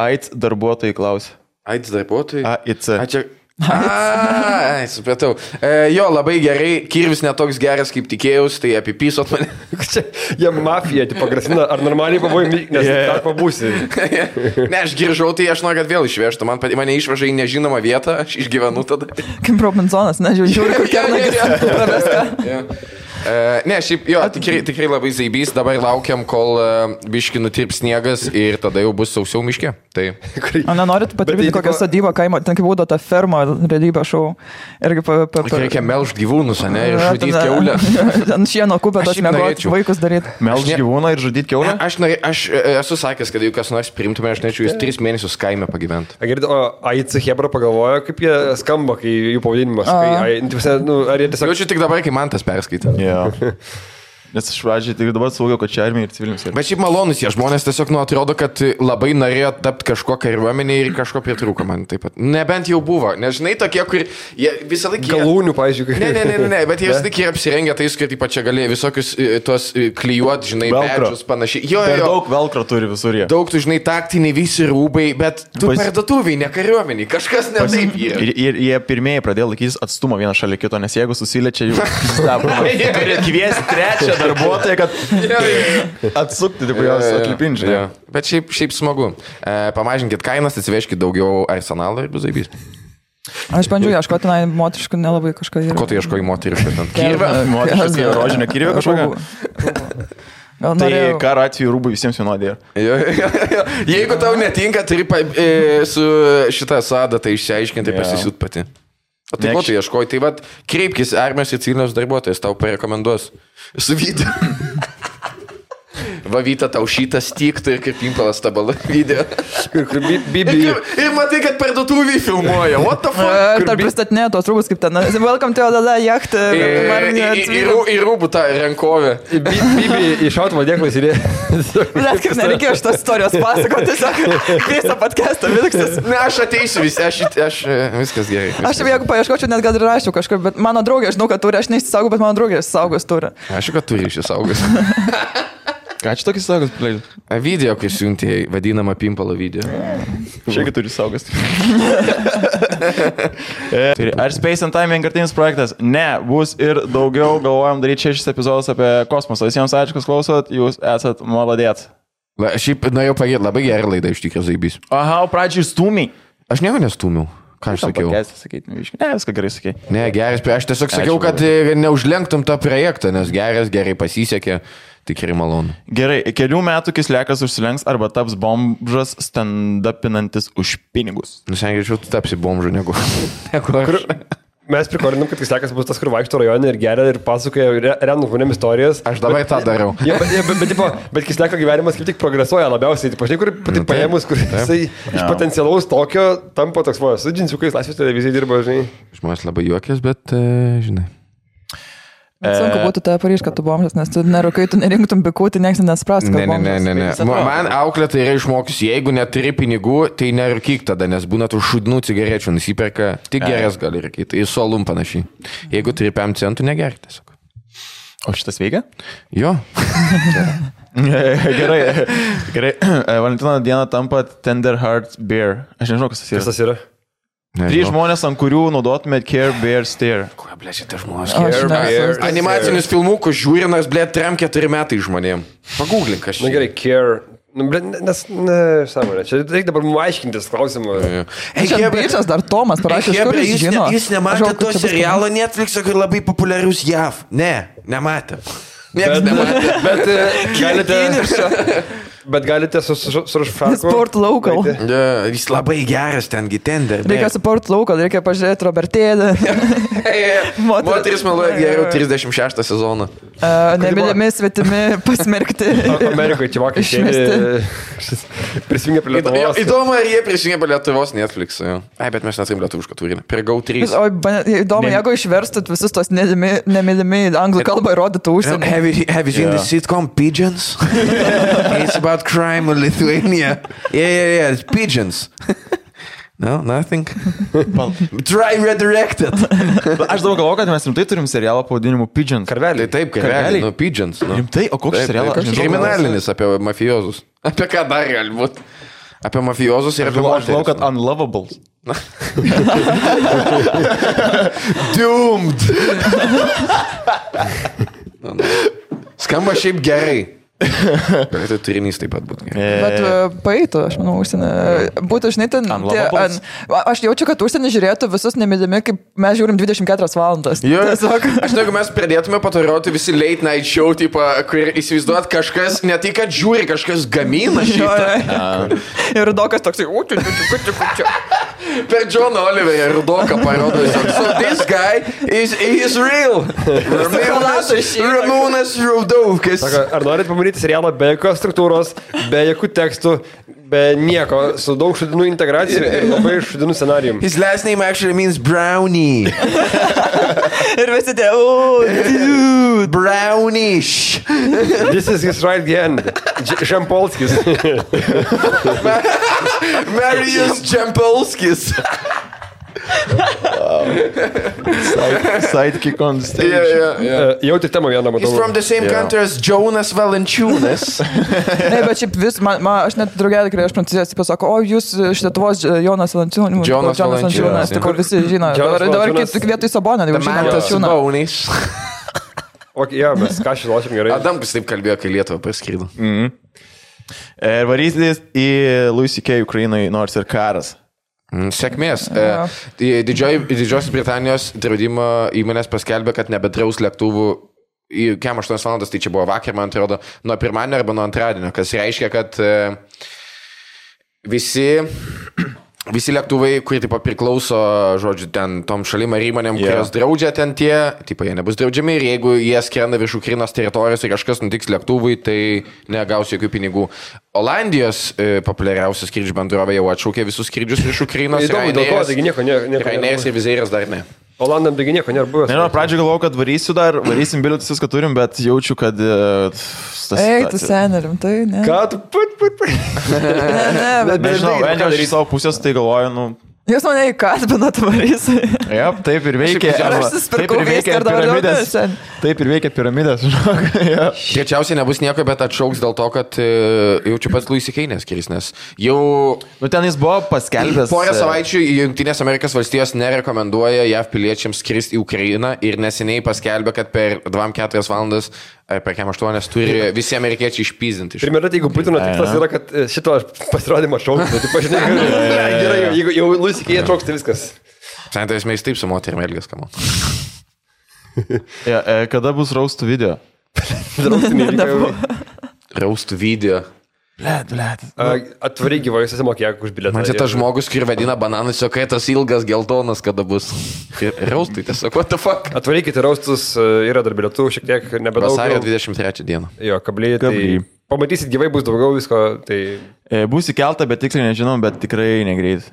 A: AIDS darbuotojai klausia.
F: AIDS darbuotojai.
A: AIC.
F: A, čia. Ai, supratau. E, jo, labai gerai, kirvis netoks geras, kaip tikėjausi, tai apipysot mane.
D: Čia jie mafija, tipo, grasina, ar normaliai pabuvai, mi- nes
A: Yeah.
D: yeah. dar pabūsi.
F: ne, aš giržau, tai aš noriu, kad vėl išvežtų. Man, pat- mane išveža į nežinomą vietą, aš išgyvenu tada. E,
E: Kaip Robinsonas, nežinau, žiūri, kokia nagis.
F: Jo. E, ne, šiaip, jo, tikrai, tikrai labai zaibys, dabar laukiam, kol e, biški nutirps sniegas ir tada jau bus sausiau miške. Tai
E: O nenorit patirti
D: Bet tai
E: kokią
D: tipo-
E: sodybą kaimo, ten kaip būdavo ta ferma realybė šau. Irgi pa... pa, pa
F: reikia melžti gyvūnus, ne, ir
E: Ja,
F: žudyti
E: tada-
F: keulę.
E: Ant šieno kupę
F: Aš
E: tos
F: šiaip
E: mėgoti,
F: norėčiau.
E: vaikus daryti.
A: Melž
F: Aš ne-
A: gyvūną ir žudyti
F: Ne,
A: keulę?
F: Aš, nori- aš e, esu sakęs, kad jeigu kas nors priimtume, aš nečiau jūs tris mėnesius kaime pagyventi.
D: A, Gerai, o AIC Hebra pagalvojo, kaip jie skamba, kai jų pavadinimas. Kai, ai, ta prasme, nu, ar jie tiesiog...
F: Jaučiu tik dabar, kai man tas perskaitė.
A: Jo. Nes aš pradžiai tik dabar suvokiau, kad čia armija ir civilinis. karas.
F: Bet šiaip malonus jie žmonės tiesiog, nu, atrodo, kad labai norėjo tapti kažko kariuomenėje ir kažko pritrūko man taip pat. Nebent jau buvo, nežinai, tokie, kur jie visą laiką...
D: Galūnių, pavyzdžiui, kai...
F: Ne, ne, ne, ne, ne, bet jie vis tik yra apsirengę tais, kad ypač čia galėjo visokius e, tuos e, klijuot, žinai,
A: Velcro.
F: medžius panašiai. Jo,
A: Per
F: jo, jo.
A: daug velkro turi visur jie.
F: Daug tu, žinai, taktiniai visi rūbai, bet tu
A: Pas-
F: parduotuviai, ne kariuomeniai, kažkas ne taip yra.
A: Ir, ir jie pirmieji pradėjo laikytis atstumą vieną šalia kito, nes jeigu susiliečia, jau stabdoma. Turi kviesti trečią darbuotoją, kad atsukti, tik jos atlipinčiai.
F: Jo. Bet šiaip, šiaip smagu. E, pamažinkit kainas, atsiveškit daugiau arsenalo ir bus zaibys.
E: Aš bandžiau ieškoti tenai moteriškų, nelabai kažką ir...
F: Ko tu ieškoji moterį šiandien?
A: Kirvę, moteriškas, jie rožinio kirvę kažkokią.
E: Gal
A: Tai
E: norėjau...
A: karo atveju rūbai visiems vienodė.
F: Jo, jo, jo. Jeigu tau netinka, turi pa, e, su šitą sadą tai išsiaiškinti,
A: Jo.
F: yeah. pasisūt pati. O
A: Ne,
F: tai ko tu
A: aš-
F: ieškoji, tai vad kreipkis į armijos ir civilinės darbuotojas, tau parekomenduos. Suvyta. Vavyta tau šitą stiktų ir kaip impalas tabalą video.
D: Kur- kur bi-
F: Ir,
D: Bibi.
F: kaip- ir matai, kad parduotuvį filmuoja. What the fuck?
E: Ar pristatinėjo tos rūbus kaip ten? Welcome to LLA jacht.
F: Į- į- į- į rū- Į rūbų tą renkovę.
D: Bi- Bibi iš auto dėklas ir...
E: Net kaip nereikėjo šitos istorijos pasakoti, tiesiog visą podcastą, viskas.
F: Ne, aš ateisiu visi, aš, it- aš e, viskas gerai. Viskas.
E: Aš jau jeigu paieškočiau, net gal ir rašiau kažkur, bet mano draugė, žinau, kad turi, aš neįsisaugau, bet mano draugė saugos turi.
F: Aš jau, kad turi iš įsaugus.
A: Ką čia tokį saugas, plėdžiu?
F: Video, kai siuntėjai, vadinama pimpalo video.
A: Šiaip turi saugas. E, turi. Ar Space and Time vienkartinis projektas? Ne, bus ir daugiau, galvojam daryti šešis epizodus apie kosmosą. Visiems ačiū, kas klausot, jūs esat maladėt.
F: La, šiaip, na jau pagėt, labai gerą laidą iš tikrųjų zaibys.
A: Aha, o pradžiai stumiai.
F: Aš nieko nestumiu. Ką aš sakiau?
A: Pakesti, sakyt, ne, biškį. ne, viską gerai sakai.
F: Ne, geras, prie- aš tiesiog sakiau,
A: Ačiū
F: kad e, neužlenktum tą projektą, nes geras, gerai pasisekė, tikrai malonu.
A: Gerai, kelių metų kislekas užsilenks arba taps bombžas standupinantis už pinigus.
F: Nusengiačiau, Nu, tu tapsi bomžu negu. negu aš.
D: Mes prikorinam, kad Kislekas bus tas, kur vaikšto rajone ir geria ir pasakoja re- realų žmonėm istorijas.
F: Aš dabar tą dariau.
D: Ja, bet, ja, bet, bet, tipo, bet Kisleko gyvenimas kaip tik progresuoja labiausiai. Tipo, žinai, kur pati paėmus, kur jisai iš
A: Jo.
D: potencialaus tokio tampa toks vojas. Su džinsiukais laisvės televizijai dirba, žinai.
F: Žmonės labai juokės, bet, e, žinai.
E: Sunku
F: E-
E: būtų tave pareiškinti, kad tu bomžas, nes tu nerukai, tu nerinktum bikutį, niekas nespręstų.
F: Ne, ne,
B: Tai
F: ne, ne,
A: Kaip
F: ne.
A: jis atrodo?
F: Man auklė tai yra išmokus, jeigu neturi pinigų, tai nerūkyk tada, nes būna tų šudinų cigarečių, nusiperka, tik geras gali rūkyti, į solum panašiai. Jeigu turi 5 centų, negerk tiesiog.
A: O šitas veikia?
F: Jo,
A: gerai, gerai. E, Valentino dieną tampa Tender Heart Bear. Aš nežinau, kas
D: Kas
A: tas yra.
D: tas yra?
A: Trys žmonės, ant kurių naudotumėt Care Bear Steer.
F: Blečiate žmonės.
E: Aš ne.
F: Animacinius filmukus žiūrinas, blė, 3-4 metai žmonėm. Pagūglink, aš.
D: Na gerai, care. Nu, ble, ne- nes, ne, sąmonė, čia reikia dabar mum aiškintis klausimą.
F: Ei,
E: Čia
F: Hebra,
E: bičias dar Tomas parašė, iš kur
F: Hebra,
E: jis
F: jūs, ne,
E: žino.
F: jūs nematėte to serialo Netflix'o, kur labai populiarus JAV. Ne, nematė. Niekas nematė.
D: Bet e, galite. Bet galite su Surfšaku.
E: Sport local.
F: Ja, Jis labai geras tengi, tender.
E: Reikia support lauko, reikia pažiūrėti Robertėlį. Moteris-
F: Moteris meluoja geriau 36 sezoną.
E: Nemylimi, svetimi, pasmerkti.
D: Amerikoje čia vakar išėjo. Prisijungė prie Lietuvos.
F: Įdomu, ar jie prisijungė prie Lietuvos Netflix. Jo. Ai, bet mes neturim lietuviško turinio. Pirgau 3.
E: O ba- įdomu, jeigu išverstat visus tos nemylimi nemylimi į anglų kalbą ir rodytų užsienį.
F: Have you, have you seen the sitcom Pigeons? it's about crime in Lithuania. Yeah, yeah, yeah. It's pigeons. no, nothing. Try redirected.
A: Bet Aš daug galvoju, kad mes rimtai turim serialą pavadinimu Pigeon.
F: Tai
D: Karvelį.
F: taip,
A: Karveliai?
F: karveliai. Nu, pigeons. Nu.
A: Rimtai, o koks
F: Taip,
A: serialas?
F: taip,
A: Aš nežinau,
F: Kriminalinis apie mafiozus. Apie ką dar gali būti? Apie mafiozus ir
A: Aš
F: apie
A: galvoju, aš galvoju,
F: moteris.
A: kad Unlovables.
F: Doomed. Nu, nu. Skamba šiaip gerai. Galėtų turinys taip pat būti. gerai.
E: Bet e, paeitų, aš manau, užsienį. E, Būtų, žinai, ten...
A: Ant
E: Tie,
A: Lovabos?
E: an, a- aš jaučiu, kad užsienį žiūrėtų visus nemylimi, kaip mes žiūrim 24 valandas.
F: Jo,
E: Tiesiog.
F: aš žinau, jeigu mes pradėtume pataroti visi late night show, tipo, kur įsivaizduot kažkas, ne tai, kad žiūri, kažkas gamina
E: Jo,
F: šitą.
E: jo. Ir dokas toksai, učiu, učiu, učiu, učiu.
F: Per John Oliverį rudoką parodo. tiesiog, So this guy is, is real. Ramūnas, Ramūnas Rudokas.
D: Sako, ar norit pamatyti serialą be jokios struktūros, be jokių tekstų, be nieko, su daug šudinų integracijų ir labai šudinų scenarijumi?
F: His last name actually means brownie.
E: Ir visi tie, uuu.
F: Brownish.
D: This is his right hand. Dž- Žempolskis.
F: Marijus Čempolskis.
A: Sidekick on stage.
D: E, Jau tik temą vieną
F: He's from
D: matau.
F: the same country as Jonas Valančiūnas.
E: Ne, bet šiaip vis, man, man, aš net draugelį, kai aš prancūzijos, taip pasako, o jūs iš Lietuvos Dž- Jonas nu, Valančiūnas.
F: Jonas Valančiūnas,
E: Taip, tai kur visi žino.
D: Jonas
E: Dabar, dabar
D: Valančiūnas.
E: kit- tik vietoj Sabonio, jau žino
F: Mantas
E: Valančiūną.
F: Baunis.
D: O, jo, mes ką šilošim gerai.
F: Adamkus taip kalbėjo, kai Lietuvą paskrido.
A: Ir varysis į Louis C.K. Ukrainai, nors ir karas.
F: Mm, Sėkmės. E, di- didžioji- Didžiosios Britanijos draudimo įmonės paskelbė, kad nebedraus lėktuvų į kem 8 valandas, tai čia buvo vakar, man atrodo, nuo pirmadienio arba nuo antradienio, kas reiškia, kad e, visi, visi lėktuvai, kurie tipo, priklauso, žodžiu, ten tom šalim ar įmonėm, yeah.
A: Jo.
F: kurios draudžia ten tie, tipo, jie nebus draudžiami ir jeigu jie skrenda virš Ukrainos teritorijos ir kažkas nutiks lėktuvui, tai negaus jokių pinigų. Olandijos e, populiariausia skrydžių bendrovė jau atšaukė visus skrydžius virš Ukrainos.
D: Įdomu, dėl ko, taigi nieko nė- nieko
F: Rainėjas
D: nėra.
F: ir Vizėjas dar ne.
D: Olandam taigi nieko nėra buvę.
A: Nežinau, pradžioje galvojau, kad varysiu dar, varysim bilietus viską turim, bet jaučiu, kad... e, tas-
E: Ei, tu
A: tas-
E: seniai, rimtai, ne.
D: Ką tu put, put, put.
E: Ne, ne, bet
A: Nežinau,
D: žinai,
A: bent
D: ką
A: jau iš
D: daryt?
A: savo pusės tai galvoju, nu...
E: Jūs mane įkalbinat varys.
A: Jep, taip ir veikia.
F: Aš
A: arba-
E: nusipirkau
A: taip ir
E: viską
A: veikia
E: ir dabar jau
A: piramidės.
E: sen.
A: Taip ir veikia piramidės, žinok. jo.
F: Greičiausiai nebus nieko, bet atšauks dėl to, kad e, jau čia pats Luis Ikeinės skiris, nes jau
A: Nu ten jis buvo paskelbęs.
F: Porą
A: e,
F: savaičių Junktinės Amerikos valstijos nerekomenduoja JAV piliečiams skristi į Ukrainą ir neseniai paskelbė, kad per 2-4 valandas ar per KM8 turi visi amerikiečiai išpyzinti. Iš...
D: Pirmiausia, tai jeigu Putino tikslas yra, kad e, šito aš pasirodymą šauktų, tai pažinai, gerai, jau- jeigu jau Lusikėje atšauks, tai viskas.
F: Santais mes taip su moterim elgės, kam.
A: Ja, e, kada bus raustų video?
D: Draustinė įvyko jau.
F: Raustų video.
A: Blet, blet.
D: A, Atvarai gyvai, jis susimokėjo už bilietą.
F: Man čia tas žmogus, kurį vadina bananais, o kai tas ilgas geltonas, kada bus. Ir Raustai tiesiog, what the fuck.
D: Atvarykite raustus, e, yra dar bilietų, šiek tiek nebedaug.
F: Vasario
D: jau.
F: 23 dieną.
D: Jo, kabliai.
A: Kabliai.
D: Tai pamatysit gyvai, bus daugiau visko. Tai
A: Būsi keltą, E, bet tiksliai nežinom, bet tikrai negreit.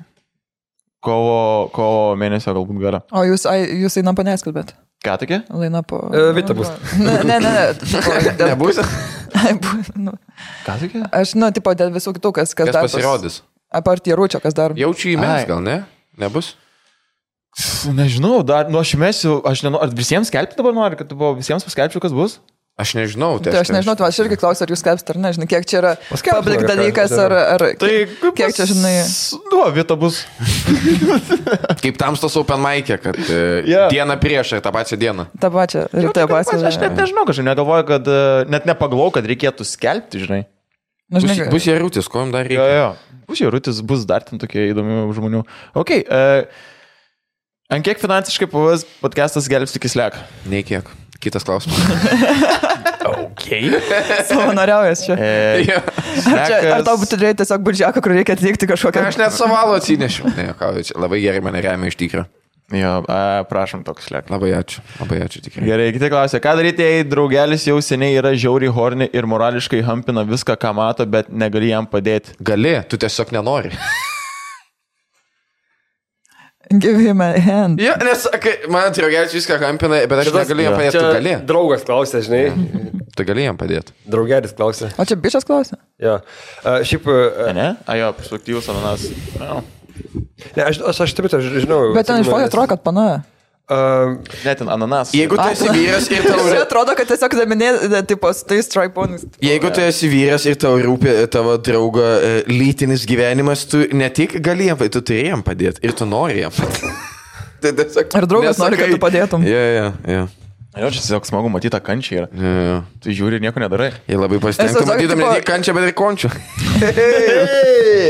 A: Kovo, kovo mėnesio galbūt gara.
E: O jūs, ai, jūs einam panės kalbėt.
A: Ką tokia?
E: Laina po...
D: E, Vita bus.
E: Ne, ne, ne. ne. Dėl...
F: Nebus?
E: Bu- nu,
A: Ką tokia?
E: Aš, nu, tipo, dėl visų kitų, kas, kas
F: Kas
E: dar... pas-
F: pasirodys?
E: Apart Jaručio, kas dar...
F: Jaučiu į mes,
A: Ai.
F: gal ne? Nebus?
A: Nežinau, dar, nu aš mėsiu, aš nenoriu, ar visiems skelbti dabar noriu, kad buvo, visiems paskelbčiau, kas bus?
F: Aš nežinau.
E: Tai aš nežinau, tu aš irgi klausiu, ar jūs skelbsit ar ne, žinai, kiek čia yra
D: Paskelbs,
E: public
D: ką-
E: dalykas,
D: ką-
E: ar, ar
A: Tai
E: kiek čia, žinai,
A: Nu, vieta bus.
F: Kaip tamstas Open Mike, kad
A: Jo.
F: yeah. dieną prieš ir tą pačią dieną.
E: tą pačią rytą
A: Aš net
E: pasiūlė.
A: nežinau, kažkaip negalvoju, kad e, net nepagalau, kad reikėtų skelbti, žinai.
E: Nu,
F: Bus,
E: žinai,
F: bus jie rūtis, ko jums dar
A: Jo,
F: reikia?
A: jo. Bus jaurutis, bus dar ten tokie įdomių žmonių. Ok. Uh, An kiek finansiškai pavas podcastas gelbsti kislek?
F: Nei kiek. Kitas klausimas.
E: savanoriaujas čia.
A: E,
F: Jo.
E: Ar, čia, ar tau būtų reikia tiesiog budžiako, kur reikia atlikti kažkokią...
F: Aš net savalo atsinešiau. Ne, ką, čia labai gerai mane remia iš tikro.
A: Jo, a, prašom toks slek.
F: Labai ačiū. Labai ačiū tikrai.
A: Gerai, kiti klausia, ką daryti, jei draugelis jau seniai yra žiauri horni ir morališkai hampina viską, ką mato, bet negali jam padėti.
F: Gali, tu tiesiog nenori.
E: Give him a hand.
F: Jo, nes kai, man atrogelis viską kampina, bet aš
D: Šitas-
F: negaliu jam padėti. Tu gali.
D: Čia draugas klausė, žinai,
F: Tu gali jam padėti.
D: draugelis klausė.
E: O čia bičias klausia.
D: Ja. A, Šiaip, e, a,
A: Ne? A jo, perspektyvus ananas.
D: ne, aš, aš, aš taip, aš žinau.
E: Bet ten iš fojo atrodo, kad pana.
D: A,
A: Net ten ananas.
F: Jeigu tu esi vyras ir tau
E: Čia
F: yra...
E: atrodo, kad tiesiog daminė, tipo, su tais triponais.
F: Jeigu tu esi vyras ir tau rūpi tavo draugo e, lytinis gyvenimas, tu ne tik gali jam, tu turi jam padėti ir tu nori jam padėti. Tai tiesiog
E: Ar draugas nori, kad
F: nesakai-
E: tu padėtum?
F: Jo, jo, jo.
A: Jo, čia tiesiog smagu matyti tą kančią ir
F: jo, jo.
A: tu žiūri ir nieko nedarai.
F: Jie labai pasitengtų,
E: tiesiog,
F: matytum ne
E: tipo-
F: tik kančią, bet ir končių.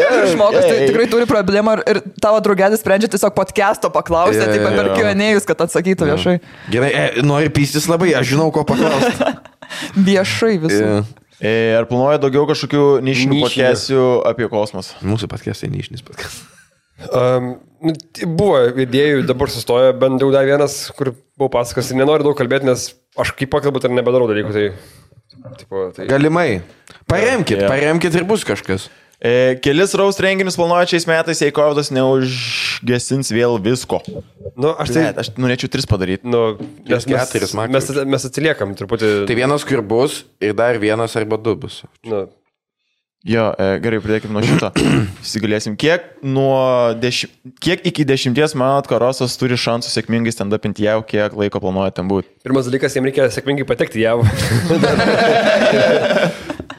E: Ir žmogus tai, tikrai turi problemą ir, ir tavo draugelis sprendžia tiesiog podcast'o paklausę,
F: Jo,
E: yeah,
F: jo,
E: taip per
F: jo.
E: kionėjus, kad atsakytų viešai.
F: Gerai, e, nori pystis labai, aš žinau, ko paklausti.
E: Viešai visų.
F: Jo.
A: E, Ar planuoja daugiau kažkokių nišinių
D: Nišinių.
A: pakesių apie kosmosą?
F: Mūsų patkestai nišinis patkestas.
D: Um, nu, t- buvo idėjų, dabar sustojo bent jau dar vienas, kur buvau pasakas. Nenoriu daug kalbėti, nes aš kaip pakalbu, tai nebedarau dalykų. Tai, tipo, tai...
F: Galimai. Paremkit,
A: Jo.
F: paremkit ir bus kažkas.
A: E, kelis raust renginius planuoja šiais metais, jei COVID neužgesins vėl visko.
D: Nu, aš tai...
A: Tai aš norėčiau tris padaryti.
D: Nu, nes mes,
F: keturis, Matai.
D: mes, mes atsiliekam truputį.
F: Tai vienas, kur bus ir dar vienas arba du bus.
D: Nu,
A: Jo, e, gerai, pradėkime nuo šito. Įsigalėsim. Kiek, nuo deši... kiek iki dešimties, manot, karosas turi šansų sėkmingai stand upinti jau, kiek laiko planuoja ten būti?
D: pirmas dalykas, jiems reikia sėkmingai patekti į JAV.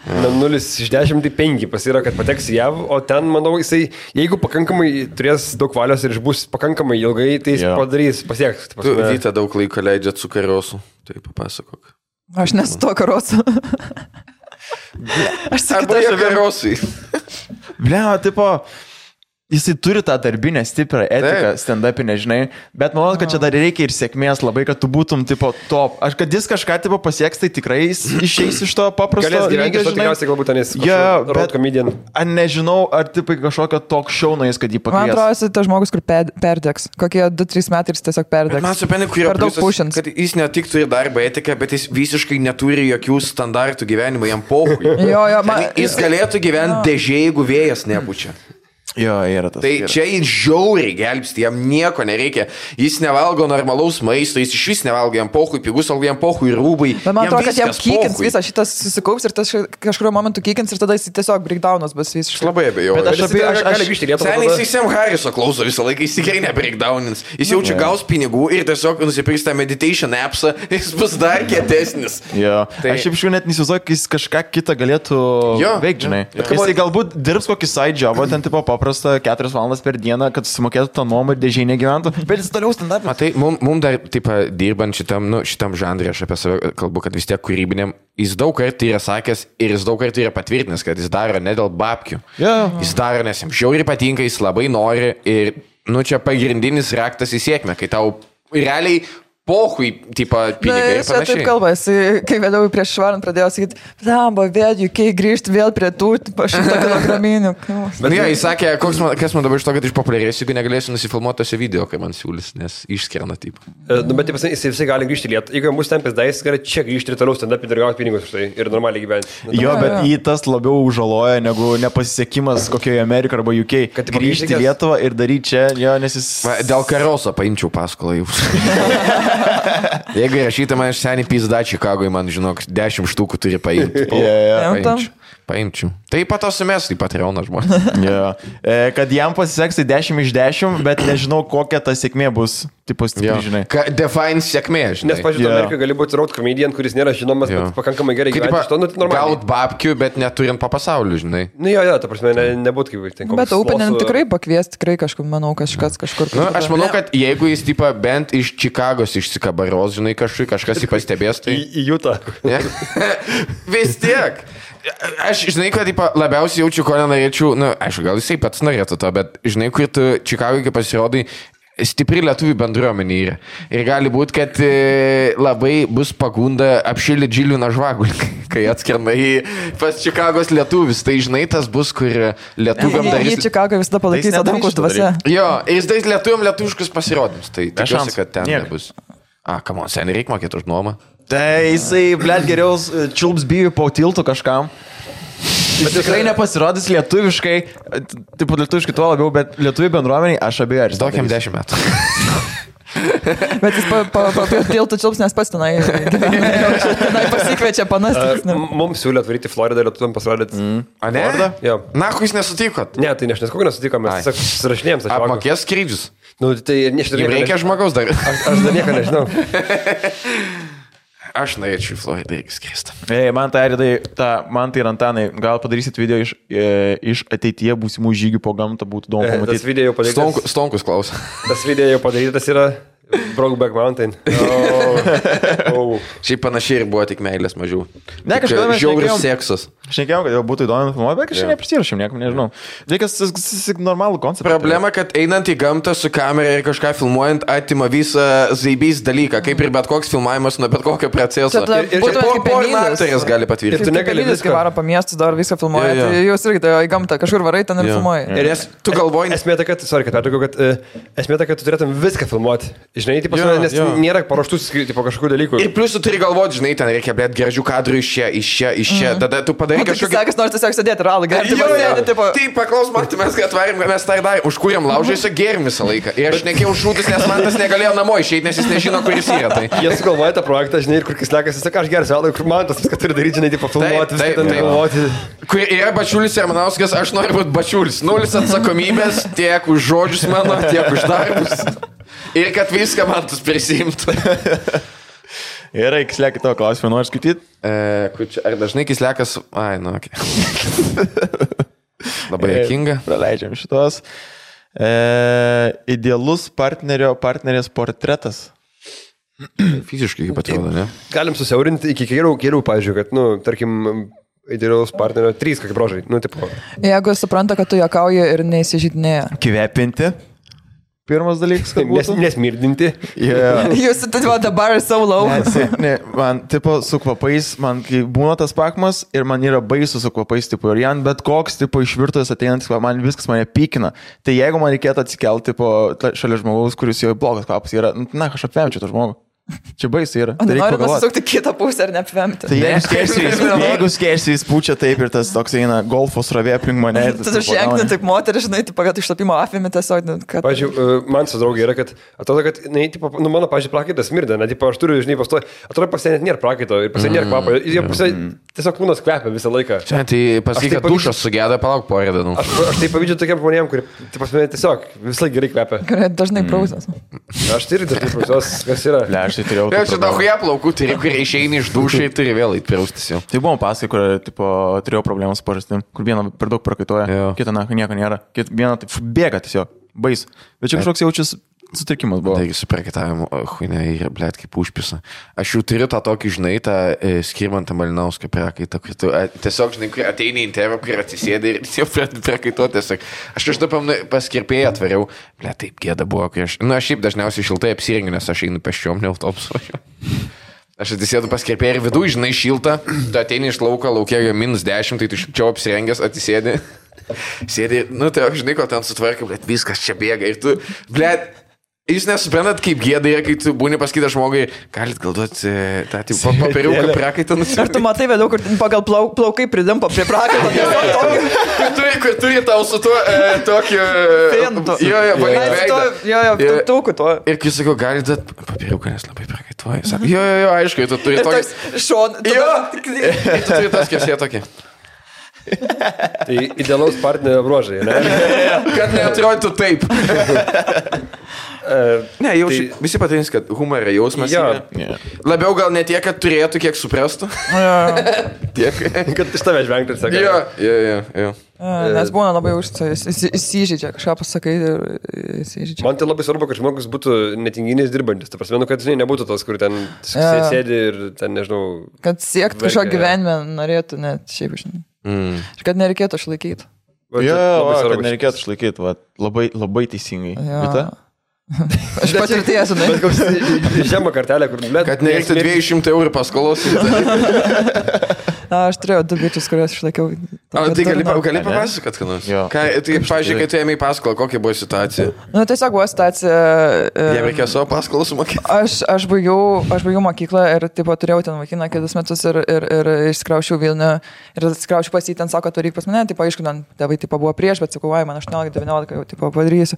D: Na, 0 iš 10, tai 5 pasira, kad pateks į JAV, o ten, manau, jisai, jeigu pakankamai turės daug valios ir išbūs pakankamai ilgai, tai jis
A: Jo.
D: yeah. padarys, pasieks. ta
F: Tu,
D: prasme.
F: Vyta, daug laiko leidžiat su kariosu. Tai papasakok.
E: Aš
F: nu.
E: nesu to karosu. Aš sakau,
F: Arba jie karosui.
A: Bleo, tipo, jisai turi tą darbinę stiprią etiką,
F: Taip.
A: stand upinę, žinai, bet manau, kad čia dar reikia ir sėkmės labai, kad tu būtum, tipo, top. Aš kad jis kažką, tipo, pasieks, tai tikrai jis išeis iš to paprasto
D: Galės gyventi,
A: lygio,
D: aš tikriausiai galbūt ten jis.
A: Jo, bet-
D: bet komedijan.
A: Ar nežinau, ar tipai kažkokio tok šaunais, kad jį
E: Man atrodo,
A: pakvies.
E: esi tas žmogus, kur ped- perdegs. Kokie 2-3 metai ir jis tiesiog perdegs.
F: Man suprantu, kur yra
E: per daug
F: pliusas,
E: pušins.
F: kad jis ne tik turi darbo etiką, bet jis visiškai neturi jokių standartų gyvenimo jam pohui.
E: Jo, jo, man-
F: Jis galėtų gyventi dėžė, jeigu vėjas nepučia.
A: Jo, yra tas.
F: Tai
A: yra.
F: čia jis žiauriai gelbsti, jam nieko nereikia. Jis nevalgo normalaus maisto, jis iš vis nevalgo jam pohui, pigus algo jam pohui, rūbai.
E: Bet man atrodo, kad jam
F: viskas
E: kykins
F: pohui.
E: visą šitas susikaups ir tas ši- kažkuriuo momentu kykins ir tada jis tiesiog breakdownas bus
F: Aš
E: visiškai.
F: labai abejoju.
A: Bet
D: Aš apie... Aš galiu grįžti į Lietuvą.
F: Seniai
D: tada.
F: jis Sam Harriso klauso visą laiką, jis tikrai nebreakdownins. Jis jaučia gaus pinigų ir tiesiog nusipirks tą meditation appsą, jis bus dar kietesnis.
A: Jo.
F: Tai-
A: Tai... Aš šiaip šių net neįsivaizduoju, kad jis kažką kitą galėtų
F: Jo.
A: veikti, žinai.
F: Jo.
A: Jisai galbūt dirbs kokį side jobą, ten tipo paprasta, 4 valandas per dieną, kad susimokėtų tą nuomą ir dėžiai negyventų, bet jis toliau stand-up.
F: Matai, Tai mum, mum dar, taip, dirbant šitam, nu, šitam žanrui, aš apie save kalbu, kad vis tiek kūrybiniam, jis daug kartų yra sakęs ir jis daug kartų yra patvirtinęs, kad jis daro ne dėl babkių.
A: Yeah.
F: Jis daro, nes jam žiauriai patinka, jis labai nori ir, nu, čia pagrindinis raktas į sėkmę, kai tau realiai pohui, tipo, pinigai.
E: jis čia taip kalba, jis, kai vėliau prieš švarant pradėjo sakyti, blamba, vėl juk, kai grįžti vėl prie tų tipo, šimto kilograminių.
F: Bet nu, jo, jis sakė, koks man, kas man dabar iš to, kad išpopuliarėsiu, jeigu negalėsiu nusifilmuoti tose video, kai man siūlys, nes išskirna taip.
D: E, Nu, bet taip, jis visai gali grįžti į Lietuvą. Jeigu jam bus tempęs daisys, gali čia grįžti ir toliau stand-up ir gauti pinigus už tai ir normaliai gyventi. Nu,
A: Jo, bet jį tas labiau užaloja negu nepasisekimas kokioje Amerikoje arba UK.
D: Kad
A: Kad
D: tipo
A: grįžti į
D: grįžti,
A: Lietuvą ir daryti čia, jo, nes jis...
F: Va, Dėl karoso paimčiau paskolą jums. Jeigu rašytum man iš senį pizdą Čikagoje, man žinok, 10 štukų turi paimti. Po,
A: Yeah,
E: Paimtum?
F: paimčiau. paimčiau. Tai pat to sumės į Patreoną žmonės.
A: yeah. E, kad jam pasiseks tai 10 iš 10, bet nežinau, kokia ta sėkmė bus. Tipo,
F: Jo.
A: stipri, žinai.
F: Ka- Define sėkmė,
D: Nes,
F: žinai.
D: pažiūrėjau,
A: Jo.
D: yeah. Amerikoje gali būti road comedian, kuris nėra žinomas,
F: Jo.
D: yeah. bet pakankamai gerai
F: Kaip
D: gyventi. Iš to, nu, tai normaliai.
F: gaut babkių, bet neturint po pasaulį, žinai.
D: Nu, jo, jo, ta prasme, ne, nebūt kaip ten koks.
E: Bet Openin
D: Losu-
E: tikrai pakvies, tikrai kažkur, manau, kažkas kažkur.
F: Nu,
E: kažkur.
F: aš manau, kad jeigu jis tipo, bent iš Čikagos išsikabaros, žinai, kažkaip kažkas jį
D: Į,
F: pastebės, tai...
D: į Jutą.
F: Ne? Vis tiek. Aš žinai, kad taip, labiausiai jaučiu, ko nenorėčiau, na, nu, aišku, gal jisai pats norėtų to, bet žinai, kur tu Čikagoje kai pasirodai, stipri lietuvių bendruomenė yra. Ir gali būti, kad e, labai bus pagunda apšilti džilių na žvagulį, kai atskrenda į pas Čikagos lietuvius. Tai žinai, tas bus, kur lietuviam
E: Jį
F: darys.
E: Čikagoje visada
A: Tai jis
E: palaikys
A: nedarys
E: Adamkus
A: šito
E: dvasia.
A: dalyko.
F: Jo, ir jis darys lietuviam lietuviškus pasirodymus. Tai tikiuosi,
A: šansų.
F: kad ten
A: Nieko.
F: nebus. A, kam on, seniai reikia mokėti už nuomą.
A: Tai jisai, blėt, geriau e, čiulps bijų po tiltų kažkam. Bet tikrai nepasirodys lietuviškai, e, t- tipo lietuviškai tuo labiau, bet lietuvių bendruomeniai aš abejoju.
F: Tokiam dešimt metų.
E: Bet jis papiltų čiulps, nes pats tenai, tenai pasikviečia
D: Uh,
E: panas.
D: mums siūlė atvaryti į Floridą ir lietuviam pasirodyti. Mm.
F: A, ne?
D: Jo.
F: Na, kuo jūs nesutikot?
D: Ne, tai ne, aš neskuoju nesutikome,
F: Ai.
D: mes tiesiog susirašinėjom. su čevaku.
F: Apmokės skrydžius.
D: Nu, tai ne, aš
F: Jums reikia žmogaus dar.
D: Aš dar nieko nežinau.
F: Aš norėčiau į Floridą irgi skristi.
A: Ei, man tai, Aridai, ta, man tai ir Antanai, gal padarysit video iš, e, iš ateityje būsimų žygių po gamtą, būtų įdomu
D: E, Tas
A: pamatyti.
D: video jau padarytas.
F: Stonkus, stonkus klausia.
D: Tas video jau padarytas yra Brokeback Mountain. Oh. Oh.
F: Šiaip panašiai ir buvo tik meilės mažiau.
A: Ne,
B: e,
F: Tik,
A: kažkada mes
F: Žiaurius
A: šnekėjom.
F: seksas.
A: Šnekėjau, kad jau būtų įdomu filmuoti, bet kažkaip
F: Jo.
A: yeah. neprisirašėm, niekam nežinau. Reikas s- s- s- normalų konceptą.
F: Problema, kad einant į gamtą su kamera ir kažką filmuojant atima visą zaibys dalyką, kaip ir bet koks filmavimas nuo bet kokio proceso.
E: Čia tada
F: Ir- ir
E: būtumėt
F: po-
E: kaip
F: Porno
E: emilis.
F: aktorės gali
D: Ir tu
F: patvirtinti.
D: negali
E: Negali viską
D: visko.
E: varo po miestus, dar viską filmuoja.
F: Jo, jo.
E: Tai jūs irgi tai į gamtą, kažkur varai ten ir
F: Jo.
E: filmuoja.
F: Ir nes tu galvoji, nes...
D: Esmė ta, kad, sorry, kad pertraukiau, kad e, esmė ta, kad tu turėtum viską filmuoti. Žinai, tai
F: Jo,
D: pasakė, nes
F: jo.
D: nėra paruoštų skirti po kažkokių dalykų.
F: Ir plus tu turi galvoti, žinai, ten reikia, bet gražių kadrų iš čia, iš čia, iš čia. Tada Mhm. tu padarai
E: Kaip
F: kažkokį...
E: sakas, nors tiesiog sėdėti, ralai, gali
F: Jo, jo.
E: sėdėti, tipo...
F: Taip, paklaus, matai, mes kai atvarėm, mes tą ir darėm, užkūrėm laužėsiu gėrim visą laiką. Ir aš nekėjau šūdus, nes man tas negalėjo namo išeiti, nes jis nežino, kur jis yra. Tai.
D: Jie sugalvoja tą projektą, žinai, ir kur kas lekas, jis sako, aš geras, valai, kur man tas viską turi daryti, žinai, tai papilnuoti,
F: Taip,
D: viską
F: taip,
D: ten
F: taip.
D: galvoti.
F: Kur yra bačiulis ir Manauskas, aš noriu būti bačiulis. Nulis atsakomybės tiek už žodžius mano, tiek už darbus. Ir kad viską man tas prisimtų.
A: Gerai, kislek į tavo klausimą, nori skaityti?
F: E, kur čia- ar dažnai kislekas... Ai, nu, ok.
D: E,
F: Labai jokinga.
A: Praleidžiam šitos. E, idealus partnerio, partnerės portretas.
F: Fiziškai kaip atrodo, ne?
D: Galim susiaurinti iki geriau, geriau, pavyzdžiui, kad, nu, tarkim, idealaus partnerio trys kokie brožai. Nu, tipo,
E: Jeigu supranta, kad tu jokauji ir neįsižydinėja.
A: Kvepinti. Pirmas dalykas, kad
D: nes,
A: būtų.
D: nesmirdinti.
A: Yeah.
E: Jūs atitva dabar solo.
A: Ne, ne, man, tipo, su kvapais, man kai būna tas pakmas ir man yra baisu su kvapais, tipo, ir jam bet koks, tipo, iš virtuvės ateinantis kvapas, man viskas mane pykina. Tai jeigu man reikėtų atsikelti, tipo, ta- šalia žmogaus, kuris jo blogas kvapas yra, nu, na, aš apvemčiau tą žmogų. Čia baisu yra.
E: O
A: tai reikia
E: noriu
A: pagalvot.
E: pasisukti kitą pusę ir neapvemti.
A: Tai jeigu skersiais, jeigu skersiais pučia taip ir tas toks eina golfo srovė aplink mane. ir tas
E: Tu
A: tipo gauna.
E: žengni taip moterį, žinai, tai pagat išlapimo afimi tiesiog. nu, Kad...
D: Pavyzdžiui, e, man su draugė yra, kad atrodo, kad, na, tipo, nu, mano, pavyzdžiui, prakaitas smirda, ne, tipo, aš turiu, žinai, pasto, atrodo, pas ją net nėra prakaito ir pas ją nėra kvapo, ir
F: Mm.
D: jie pas ją tiesiog kūnas kvepia visą laiką.
F: Čia, tai
D: Aš taip
F: pasakyk, kad
D: pavyzdžiui-
F: dušas sugeda, palauk porą dienų.
D: Aš, aš tai pavydžiu tokiem žmonėm, kurie, tai tipo, tiesiog visai gerai kvepia.
F: Mm.
E: Gerai, Dažnai prausas.
D: Aš tai irgi taip, pas jos, kas yra.
A: Ble, aš aš tai turėjau.
F: Jau
A: tų
F: čia
A: problemų.
F: daug jie plaukų, tai kurie išeina iš dušai, turi vėl įpirūstis jau.
A: Tai buvo paskai, kur tipo, turėjau problemų su pažastim, kur vieną per daug prakaituoja,
F: Jo.
A: kitą naktį nieko nėra, kitą vieną taip bėga tiesiog, bais. Bet čia kažkoks jaučias sutrikimas buvo.
F: Taigi su praketavimu, huinė, ir blėt kaip užpisa. Aš jau turiu tą tokį, žinai, tą e, skirmantą Malinauską prekaitą, kur tu e, tiesiog, žinai, kur ateini į intervą, kur atsisėdi ir jau prekaituoti tiesiog. Aš kažkaip pamenu, paskirpėjai atvariau, blėt taip gėda buvo, kai aš, na, nu, aš šiaip dažniausiai šiltai apsirengiu, nes aš einu peščiom, ne autobusu. Aš atsisėdu paskirpėjai ir vidų, žinai, šilta, tu ateini iš lauko, laukia jo minus 10, tai tu čia apsirengęs atsisėdi. Sėdi, ir, nu tai, aš žinai, ko ten sutvarkai, bet viskas čia bėga ir tu, blėt, Jūs nesuprantat, kaip gėda yra, kai tu būni pasakytas žmogui, galit gal duoti e, tą tipo, papiriuką
E: Ar
F: prakaitą
E: tu
F: nusipirkti.
E: matai vėliau, kur pagal plau- plaukai pridimpa prie prakaito?
F: Kur turi, kur turi tau su tuo e, tokiu...
E: Fentu.
F: Jo, jo, palei veidą.
E: Jo, jo,
F: Ir-
E: tauku to.
F: Ir kai sakau, galit duoti papiriuką, nes labai prakaituoju. Sako, Jo, jo, jo, aišku, ir tu turi
E: Ir
F: tokį...
E: toks šon.
F: Jo,
E: tada-
F: Ir tu turi tas kėsė tokį.
D: Tai idealaus partnerio bruožai, ne?
F: Kad neatrodytų taip.
D: E,
F: Ne, jau
D: Tai-
F: tai... visi patinys, kad humorą jausmas.
D: Jo.
F: yra. Labiau gal ne tiek, kad turėtų, kiek suprastų. tiek.
D: Kad iš tavęs vengtų ir sakai.
F: Jo, jo, jo. jo.
E: Jo, Nes būna labai užsiai, įsižydžia, kažką pasakai ir įsižydžia.
D: Man tai labai svarbu, kad žmogus būtų netinginys dirbantis. Ta prasme, nu, kad jis nebūtų tas, kur ten tiesiog
E: Jo.
D: sė- sėdi ir ten, nežinau,
E: Kad siekti kažko
D: Verkia, jo.
E: gyvenime norėtų, net šiaip žinai.
F: Mm.
E: Ir kad nereikėtų išlaikyti.
D: va,
A: Jo,
D: čia labai
A: va,
D: svarbu
A: kad
D: šitas.
A: nereikėtų išlaikyti, va, labai, labai teisingai.
E: Jo.
A: Vita?
E: Aš patirties,
D: Bet
E: žinai.
D: koks žemą kartelę, kur... Blėt,
F: Kad nereiktų 200 eurų paskolos.
E: A, Aš turėjau du bičius, kuriuos išlaikiau.
F: O tai gali, pa-
E: Tokio
F: gali
A: Ne, ne.
F: papasakot, kad nors.
A: Jo.
F: Ką, tai, pažiūrėk, kai tu ėmė į paskolą, kokia buvo situacija?
E: durno. Nu, tiesiog buvo situacija. e,
F: Jam reikėjo savo paskolą sumokėti.
E: Aš, aš, baigiau, aš baigiau mokyklą ir taip pat turėjau ten vaikiną kelis metus ir, ir, ir išskraušiau Vilnių ir atsikraušiau pas jį ten, sako, tu reik pas mane, tai aišku, ten tėvai taip buvo prieš, bet sakau, ai, man 18-19 jau taip padarysiu.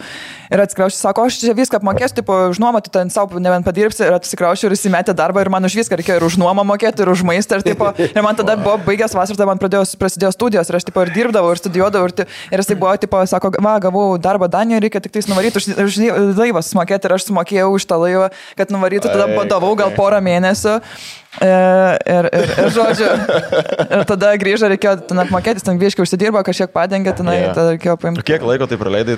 E: Ir atsikraušiau, sako, aš čia viską apmokėsiu, taip, už nuomą tu ten savo nebent padirbsi ir atsikraušiau ir įsimetė darbą ir man už viską reikėjo ir už nuomą mokėti, ir už maistą. Ir, taip, ir man tada buvo baigęs vasaras, tada man pradėjo, prasidėjo studijos ir aš taip ir dirbdavau, ir studijuodavau. Ir, ti- ir jisai buvo, tipo, sako, va, gavau darbą Danijoje, reikia tik tais nuvaryti už, už laivą sumokėti ir aš sumokėjau už tą laivą, kad nuvarytų, tada badavau gal porą mėnesių. E, Ir, ir, ir, žodžiu, ir tada grįžo, reikėjo ten apmokėti, jis ten biškai užsidirbo, kažkiek padengė, tenai,
A: Jo.
E: yeah. tada reikėjo
A: Ir
E: paimti.
A: Kiek laiko tai praleidai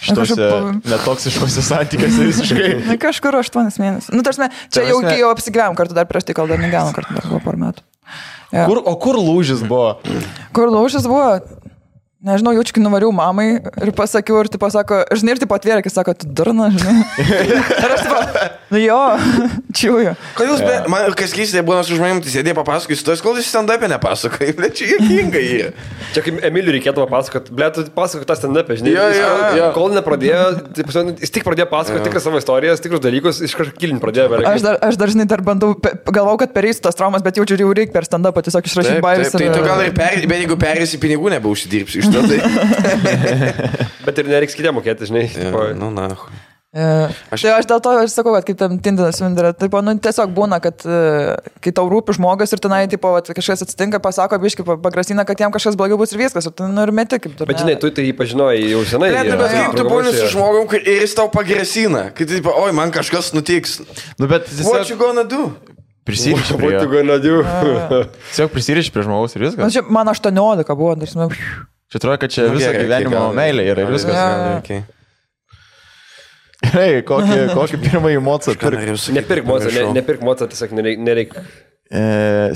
A: šitose
E: kažkaip
A: netoksiškose santykiuose visiškai?
E: Na, kažkur 8 mėnesius. Nu, tarsi, čia
A: Ta
E: jau,
A: prasme-
E: jau apsigyvėjom kartu dar prieš tai, kol dar negyvenom kartu, dar buvo porą metų. Jo.
A: Kur, o kur lūžis buvo?
E: Kur laužas buvo? Nežinau, jaučiu, kai nuvariau mamai ir pasakiau, ir tai pasako, žinai, ir tai patvėrė, kai sako, tu durna, žinai. ir aš tipo, nu jo, čiūju.
F: Kodėl jūs, be- man kas keista, būna su žmonėmis, tai sėdėjo papasakai, su to, kol jūs stand up'e nepasakai, bet čia juokinga yra.
D: Čia kaip Emiliu reikėtų papasakot, ble, tu pasakot tą stand-up, žinai,
F: Jo,
D: jis
F: jo,
D: kol-
F: jo.
D: kol nepradėjo, tai, prasme, jis tik pradėjo pasakot tikras savo istorijas, tikrus dalykus, iš kažkur kilin
E: Aš
D: pradėjo verkti.
E: dar, aš dar, žinai, dar bandau, pe- galvau, kad pereisiu tas traumas, bet jaučiu, ir jau reikia per stand-upą tiesiog
F: Taip,
E: išrašyti
F: taip,
E: bairius.
F: tai tu gal ir perėsi, bet jeigu perėsi pinigų, nebeužsidirbsi iš to. Tai,
D: Bet ir nereiks kitiem mokėti, žinai. tipo,
F: nu, na.
E: Aš... Tai aš dėl to ir sakau, kad kaip tam Tindinas Vindra, tai nu, tiesiog būna, kad e, kai tau rūpi žmogus ir tenai, tipo, vat, kažkas atsitinka, pasako, biškai pagrasina, kad jam kažkas blogiau bus ir viskas, ir tu nu, ir meti kaip tu.
D: Bet žinai, tu tai jį pažinojai jau senai.
F: Bet,
D: ir-
F: tai bet kaip tu būni su
D: draugaujasi.
F: žmogum kur- ir jis tau pagrasina, kad jis, oi, man kažkas nutiks.
A: Nu, bet
F: What you
A: tiesiog
F: gonna do?
A: prisiriši prie,
D: What you
A: jo.
D: gonna do?
A: tiesiog prisiriši prie žmogaus ir
E: Na,
A: viskas.
E: Nu, čia man 18 buvo, dar žinau.
A: Čia atrodo, kad čia
F: Nu,
A: viso
F: gerai, tai
A: gyvenimo
F: gal-
A: meilė yra ir viskas.
E: Jo.
F: gal, okay.
A: Gerai, kokį, kokį pirmąjį mocą
F: Ką
A: pirk?
F: norėjau sakyt,
D: Nepirk moco, ne,
F: pamiršau.
D: nepirk moco, tiesiog nereik. nereik.
A: E,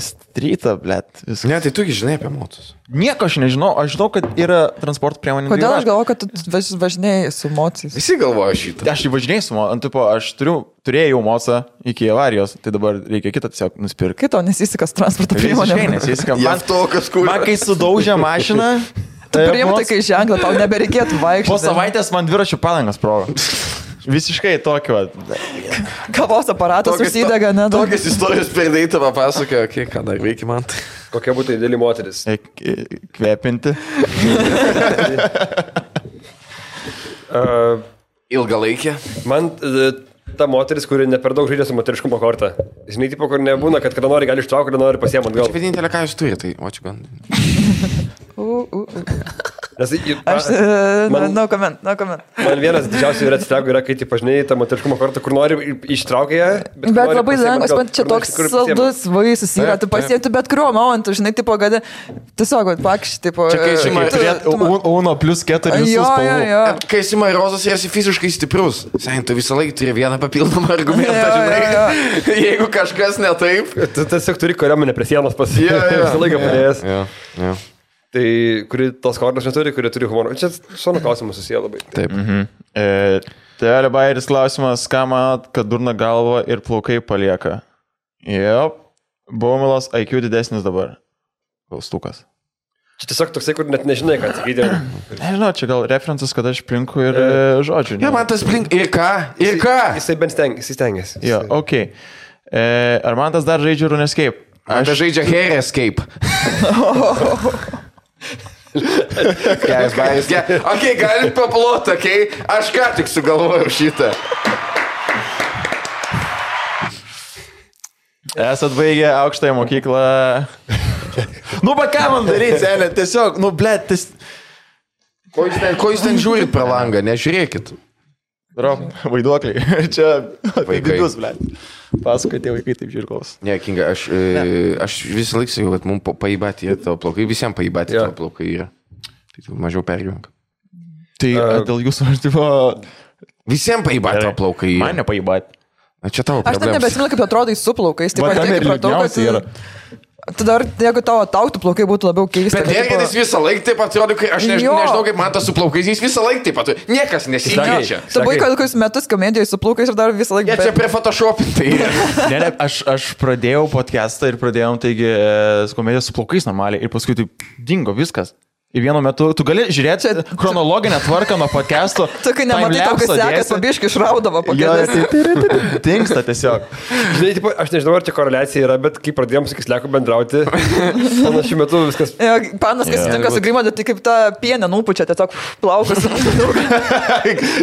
A: Streetą, blėt. viskas.
F: Ne, tai tu gi žinai apie motus.
A: Nieko aš nežinau, aš žinau, kad yra transporto priemonė.
E: Kodėl aš
A: dalyvavimas.
E: galvoju, kad tu važ- važinėjai su mocijais?
F: Visi galvoja šitą.
A: Aš įvažinėjau su mocu, tipo, aš turiu, turėjau mocą iki avarijos, tai dabar reikia kitą tiesiog nusipirkti.
E: Kaip tau nesisikas transporto
A: Visiškai,
E: priemonė?
A: nes jis kam...
F: Man to, kas kur.
A: Man kai sudaužė mašiną, e,
E: Priimtai,
A: moc-
E: tai, kai ženklą, tau nebereikėtų vaikščioti.
A: po savaitės man dviračių palangas provo. Visiškai tokio. va.
E: Kavos aparatas
F: Tokias-
E: užsidega, ne? nu. daug-
F: Tokias istorijas perdai tavą pasakoja, okay, ką dar veikia man.
D: Kokia būtų ideali moteris?
A: E, k- Kvėpinti.
D: Uh,
F: Ilgalaikė.
D: man e, ta moteris, kuri ne per daug žaidžia su moteriškumo kortą. Žinai, tipo, kur nebūna, kad kada nori gali ištraukti, kada nori pasiemant gal.
F: Vienintelė, ką jūs turite, tai očiu gan.
E: nu, U, u, u.
D: Nes, į-
E: Aš,
D: a-
E: na,
D: man-
E: na, koment, na, koment.
D: Man vienas didžiausių yra atsiteko yra, kai, tipo, žinai, tą moteriškumo kartą, kur nori, i- ištraukia ją. kur
E: Bet
D: nori,
E: labai
D: pasiima
E: lengvas,
D: atgal,
E: man čia
D: kur nori,
E: toks
D: kur pasiima.
E: saldus vaistas yra,
F: Taip,
E: tu
F: taip.
E: pasėti bet kuriuo momentu, žinai, tipo, gali tiesiog, vat, pakš, tipo,
F: Čia kai
E: e,
F: čia
E: tu-
A: Turėt
E: tu ma-
A: un- Uno plus keturi visų
E: Jo, jo,
A: spalvų.
E: jo.
F: Kai esi mairozas, esi fiziškai stiprus. Sen, tu visą laiką turi vieną papildomą argumentą,
E: Jo, jo,
F: žinai. Jeigu kažkas ne taip.
D: Tu tiesiog turi kariuomenę prie sienos pasijęs.
F: Jo, jo.
D: Visą laiką padėjęs.
F: Jo, jo.
D: Tai kuri tos kornos neturi, kuri turi humoro. Čia šono klausimas susiję labai.
F: Taip.
A: E, Tele Bairis klausimas, ką manot, kad durna galva ir plaukai palieka? Jep. Baumilas IQ didesnis dabar. Klaustukas.
D: Čia tiesiog toksai, kur net nežinai, ką atsakyti.
A: Nežinau, čia gal references, kad aš plinku ir e, žodžiu.
F: Ja, man tas blink. Ir ką? Ir ką?
D: Jisai bent steng, jisai stengiasi.
A: Jo, ok. E, ar man tas dar žaidžia RuneScape?
F: Aš žaidžiu Hair Escape. Geras baris. Ge... Ok, galit paplot, ok? Aš ką tik sugalvojau šitą.
A: Esat baigę aukštąją mokyklą. nu, bet ką man daryti, Elė? Tiesiog, nu, blėt, tas...
F: Ko jūs ten, ko jūs ten žiūrit per langą, nežiūrėkit.
A: Daro, vaiduokliai. čia
F: Vaikai.
A: apie didus, blėt. Pasakai, tie vaikai taip žiūrkos.
F: Ne, Kinga, aš, e, aš visą laiką sakiau, kad mums paibati tavo plaukai, visiems paibati
D: Jo.
F: tavo plaukai yra. Tai tu mažiau perjung.
A: Tai
D: E,
A: uh, dėl jūsų, aš tipo...
F: Visiems paibati tavo plaukai. yra.
A: Man nepaibat.
F: Na, čia tavo
E: Aš net
F: problema.
E: nebesimenu, kaip atrodai su plaukais, tai
A: Va, ten
E: pati
A: ir
E: supratau,
A: liūdniausia yra.
E: kad... Tu dar, jeigu tavo tauktų plaukai būtų labiau keista. tai
F: Bet Hergeris visą laiką taip atrodo, kai aš nežinau,
E: Jo.
F: nežinau kaip man tas su plaukais, jis visą laiką taip atrodo. Niekas nesikeičia.
E: Tu buvai kokius metus komedijoje su plaukais ir dar visą laiką...
F: Jie čia prie tai Photoshopintai.
A: Ne, ne, aš, aš pradėjau podcastą ir pradėjom, taigi, e, su komedija su plaukais normaliai ir paskui taip dingo viskas. Į vienu metu, tu gali žiūrėti chronologinę tvarką nuo podcast'o.
E: Tu kai nematai, tau kas
A: timelapso
E: sekas,
A: dėsi.
E: pabiškai išraudavo
A: Jo,
E: pakėlęs.
A: tai tiri, tiri, Dingsta tiesiog.
D: Žinai, tipo, aš nežinau, ar čia koreliacija yra, bet kai pradėjom su Kisleku bendrauti, panašiu metu viskas.
E: Jo, Panas, kas
A: Jo.
E: sutinka su Grimo, tai kaip ta pienė nupučia, tiesiog pf, plaukas.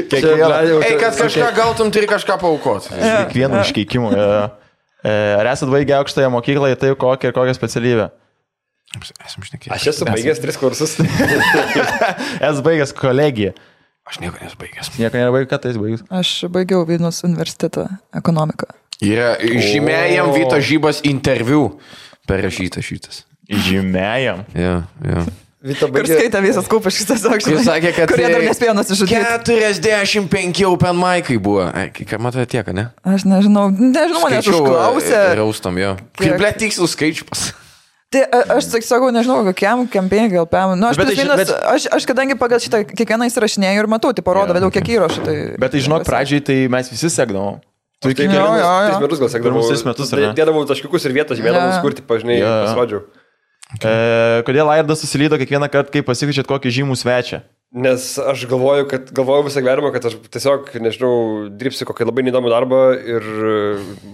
A: Kiekvieną,
F: Ei, kad kažką gautum, turi kažką paukoti.
A: kiekvieną iškeikimą. E, e, Ar esat baigę aukštąją mokyklą, jei taip kokią ir kokią specialybę?
F: Esam šnekėję.
D: Aš esu baigęs tris kursus.
A: Esu baigęs kolegiją.
F: Aš nieko nesu baigęs.
A: Nieko nėra baigęs, tai esu baigęs.
E: Aš baigiau Vilnius universitetą ekonomiką.
F: Yra žymėjam Vito žybas interviu. Perrašytas šitas.
A: Žymėjom.
F: Ja, ja.
D: Vito
E: Ir
D: baigė.
E: skaitė visas kupašys tiesiog. žinai,
F: Jis sakė, kad...
E: Kurie dar
A: tai-
F: e,
E: nespėjo nusižudyti.
F: 45 open mic'ai buvo. Ai, ką matote tiek, ne?
E: Aš nežinau, nežinau, manęs užklausė.
A: e,
F: Raustam jo.
E: Kiek?
F: Kaip ble tikslus skaičius pas.
E: Tai a- aš tik sakau, nežinau, kokiam kampėnį gal pėm. Nu, aš,
A: Bet
E: bet,
A: tai
E: minus,
A: ži-
E: bet...
A: bet-
E: aš, aš kadangi pagal šitą kiekvieną įsirašinėjau ir matau, tai parodo, yeah. vėliau kiek įrašų. Tai...
A: Bet nu, tai žinok, pradžiai tai mes visi sekdavom. Tu
D: Taip,
A: iki
E: Jo,
D: jo,
E: jo,
D: jo, jo.
E: jo.
D: Tris metus gal sakydavau.
A: Pirmus tris metus, ar ne?
D: Dėdavau taškiukus ir vietas, žymėdavau,
E: Jo.
D: skurti, pažinai,
A: Jo, jo.
D: pasirodžiau.
A: E, kodėl Airdas susilydo kiekvieną kartą, kai pasikviečiat kokį žymų svečią?
D: Nes aš galvoju, kad galvoju visą gyvenimą, kad aš tiesiog, nežinau, dirbsiu kokį labai neįdomų darbą ir e,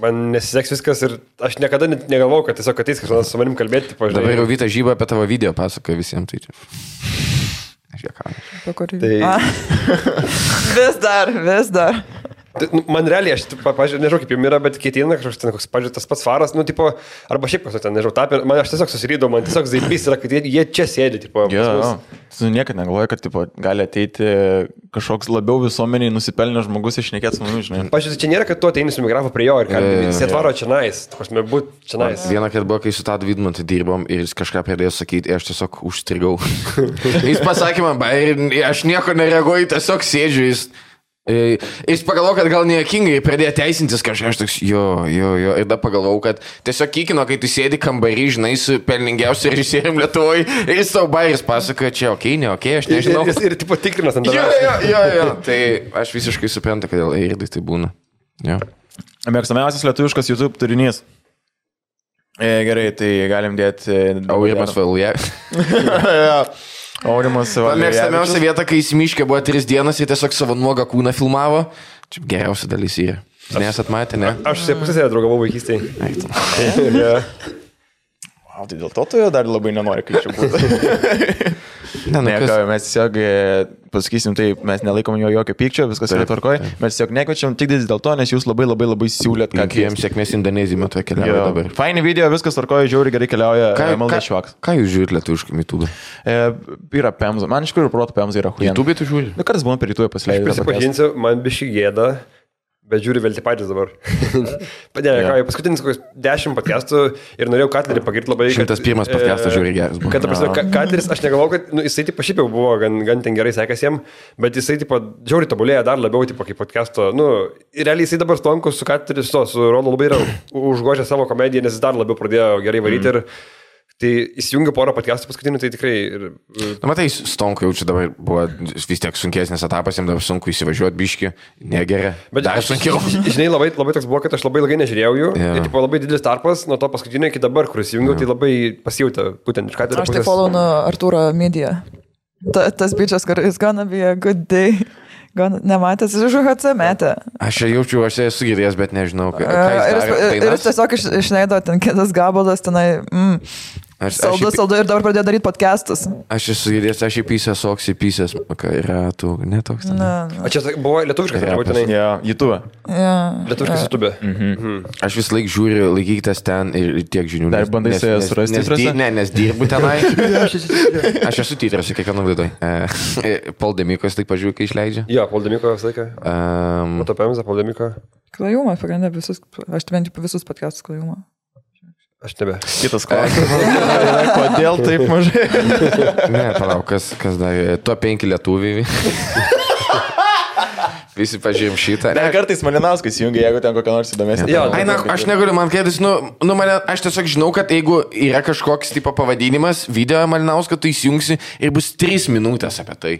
D: man nesiseks viskas ir aš niekada net negalvojau, kad tiesiog ateis kažkas su manim kalbėti,
F: Dabar
D: pažiūrėjau.
F: jau Vita žyba apie tavo video pasakoja visiems. Tai čia. Aš juokauju.
E: Kurį...
D: Tai-
E: vis dar, vis dar.
D: Tai, nu, man realiai, aš, tipo, pavyzdžiui, nežinau, kaip jums yra, bet keitina kažkoks ten, koks, pavyzdžiui, tas pats faras, nu, tipo, arba šiaip kas nors ten, nežinau, tapė, man aš tiesiog susirydau, man tiesiog zaibys yra, kad jie, jie čia sėdi, tipo, pas mus.
A: Jo, jo. Tu niekada negalvoji, kad tipo, gali ateiti kažkoks labiau visuomeniai nusipelnęs žmogus išnekėti su mumis, žinai.
D: Pavyzdžiui, čia nėra, kad tu ateini su migrafu prie jo ir kalbėti, jis atvaro čia nais, tu prasme, būt čia nais.
F: Vieną kartą buvo, kai su Tadu Vidmantu dirbom ir jis kažką pradėjo sakyti, ir aš tiesiog užstrigau. jis pasakė man, "Bai, ir aš nieko nereaguoju, tiesiog sėdžiu. Jis, e, jis pagalvojo, kad gal neakingai pradėjo teisintis kažką, aš toks, jo, jo, jo. Ir tada pagalvojau, kad tiesiog kikino, kai tu sėdi kambarį, žinai, su pelningiausiu režisieriumi Lietuvoje, ir jis tau bairis pasakoja, čia ok, ne ok, aš
D: Ir,
F: nežinau.
D: ir, ir, tipo, tikrinas ant
F: Jo,
D: tavęs.
F: jo, jo, jo. Tai aš visiškai suprantu, kodėl Eiridai tai būna. Jo.
A: Mėgstamiausias lietuviškas YouTube turinys. E, gerai, tai galim dėti. e,
F: Aurimas Valuje.
A: Aurimas
F: Man
A: Valerijavičius.
F: Mėgstamiausia vieta, kai įsimiškė buvo tris dienas ir tiesiog savo nuogą kūną filmavo. Čia geriausia dalis yra. Nesat matę, ne?
D: Aš su jie pusėje draugavau vaikystėje. Jo.
A: Vau, Tai dėl to tu jo dar labai nenori, kai čia būtų. Ne, nu, kas... mes tiesiog, e, pasakysim, tai mes nelaikom jo jokio pykčio, viskas yra tvarkoje. Mes tiesiog nekviečiam tik dėl to, nes jūs labai labai labai siūlėt, ką
F: Jiems sėkmės Indonezijai metu keliauja dabar.
A: Faini video, viskas tvarkoje, žiauri gerai keliauja.
F: Ką,
A: Malda
F: ką,
A: švaks.
F: ką jūs žiūrite lietuviškai YouTube?
A: E, yra Pemza. Man iš tikrųjų protų Pemza yra huijana.
F: YouTube tu žiūri?
A: Nu, kartais būna per rytųjų pasileidžiu.
D: Prisipažinsiu, man biški gėda, bet žiūri vėl tie patys dabar. Padėjo, ką, paskutinis kokius dešimt podcastų ir norėjau Katlerį pagirti labai. kad,
F: 101
D: e,
F: podcastas žiūri geras buvo.
D: Kad, ta prasme, Ka- Katleris, aš negalvoju, kad nu, jisai tipo šiaip jau buvo, gan, gan ten gerai sekasi jam, bet jisai tipo žiauri tobulėja dar labiau, tipo kaip podcast'o. Nu, ir realiai jisai dabar stonkus su Katleris, to, su Rolu labai yra užgožę savo komediją, nes jis dar labiau pradėjo gerai varyti. Mm. Ir, Tai įsijungiu porą podcastų paskutinių, tai tikrai ir, ir
F: Na, matai, Stonko jau čia dabar buvo vis tiek sunkesnis etapas, jam dabar sunku įsivažiuoti biški, negeria. Bet dar sunkiau.
D: Žinai, labai, labai toks buvo, kad aš labai ilgai nežiūrėjau jų.
F: Jo.
D: Yeah. Ir tipo, labai didelis tarpas nuo to paskutinio iki dabar, kuris jungiau, yeah. tai labai pasijutė būtent iš ką
E: Aš tai follow Arturo mediją. Ta, tas bičias, kur jis gana bija, good day. Gana, nematęs, jis už HC metę.
F: Aš čia jaučiu, aš čia esu girdėjęs, bet nežinau, ką. ką jis
E: E, Ir jis,
F: darė.
E: ir jis
F: Dainas?
E: tiesiog iš, išleido ten kitas gabalas, tenai, mm,
F: Aš- aš
E: saldu,
F: šiaip-
E: saldu ir dabar pradėjo daryti podcastus.
F: Aš esu girdėjęs, aš įpysęs, oksy pysęs, ką yra tu, netoks. ten.
E: nu.
D: O čia sa- buvo lietuviškas, yeah,
F: Repas.
D: būtinai.
A: Ja, YouTube.
E: Yeah.
D: Lietuviškas YouTube. Mm -hmm.
F: Aš vis laik žiūriu, laikykitės ten ir ir tiek žinių.
A: Dar
F: nes-
A: bandai
F: nes-
A: save
F: nes-
A: surasti
F: nes
A: titruose?
F: di- Ne, nes dirbu tenai. aš esu titras, kiekvienam vidui. Paul Demikos taip pažiūrėjau, kai išleidžia.
D: Jo, Poldemiko visą laiką.
F: Um,
D: Mato Pemza, Poldemiko.
E: Klajumą, pagrindė visus, aš tai bent jau visus podcastus klajumą.
D: Aš nebe.
A: Kitas klausimas. Kodėl taip mažai?
F: ne, palauk, kas, kas dar. Tuo penki lietuviai. Visi pažiūrėjom šitą.
A: Dar kartais Malinauskas jungia, jeigu ten kokia nors įdomesnė.
D: Jo,
A: tema.
D: tai
F: Ai, na, aš negaliu, man kėdis, nu, nu mane, aš tiesiog žinau, kad jeigu yra kažkoks tipo pavadinimas, video Malinausko, tu įsijungsi ir bus 3 minutės apie tai.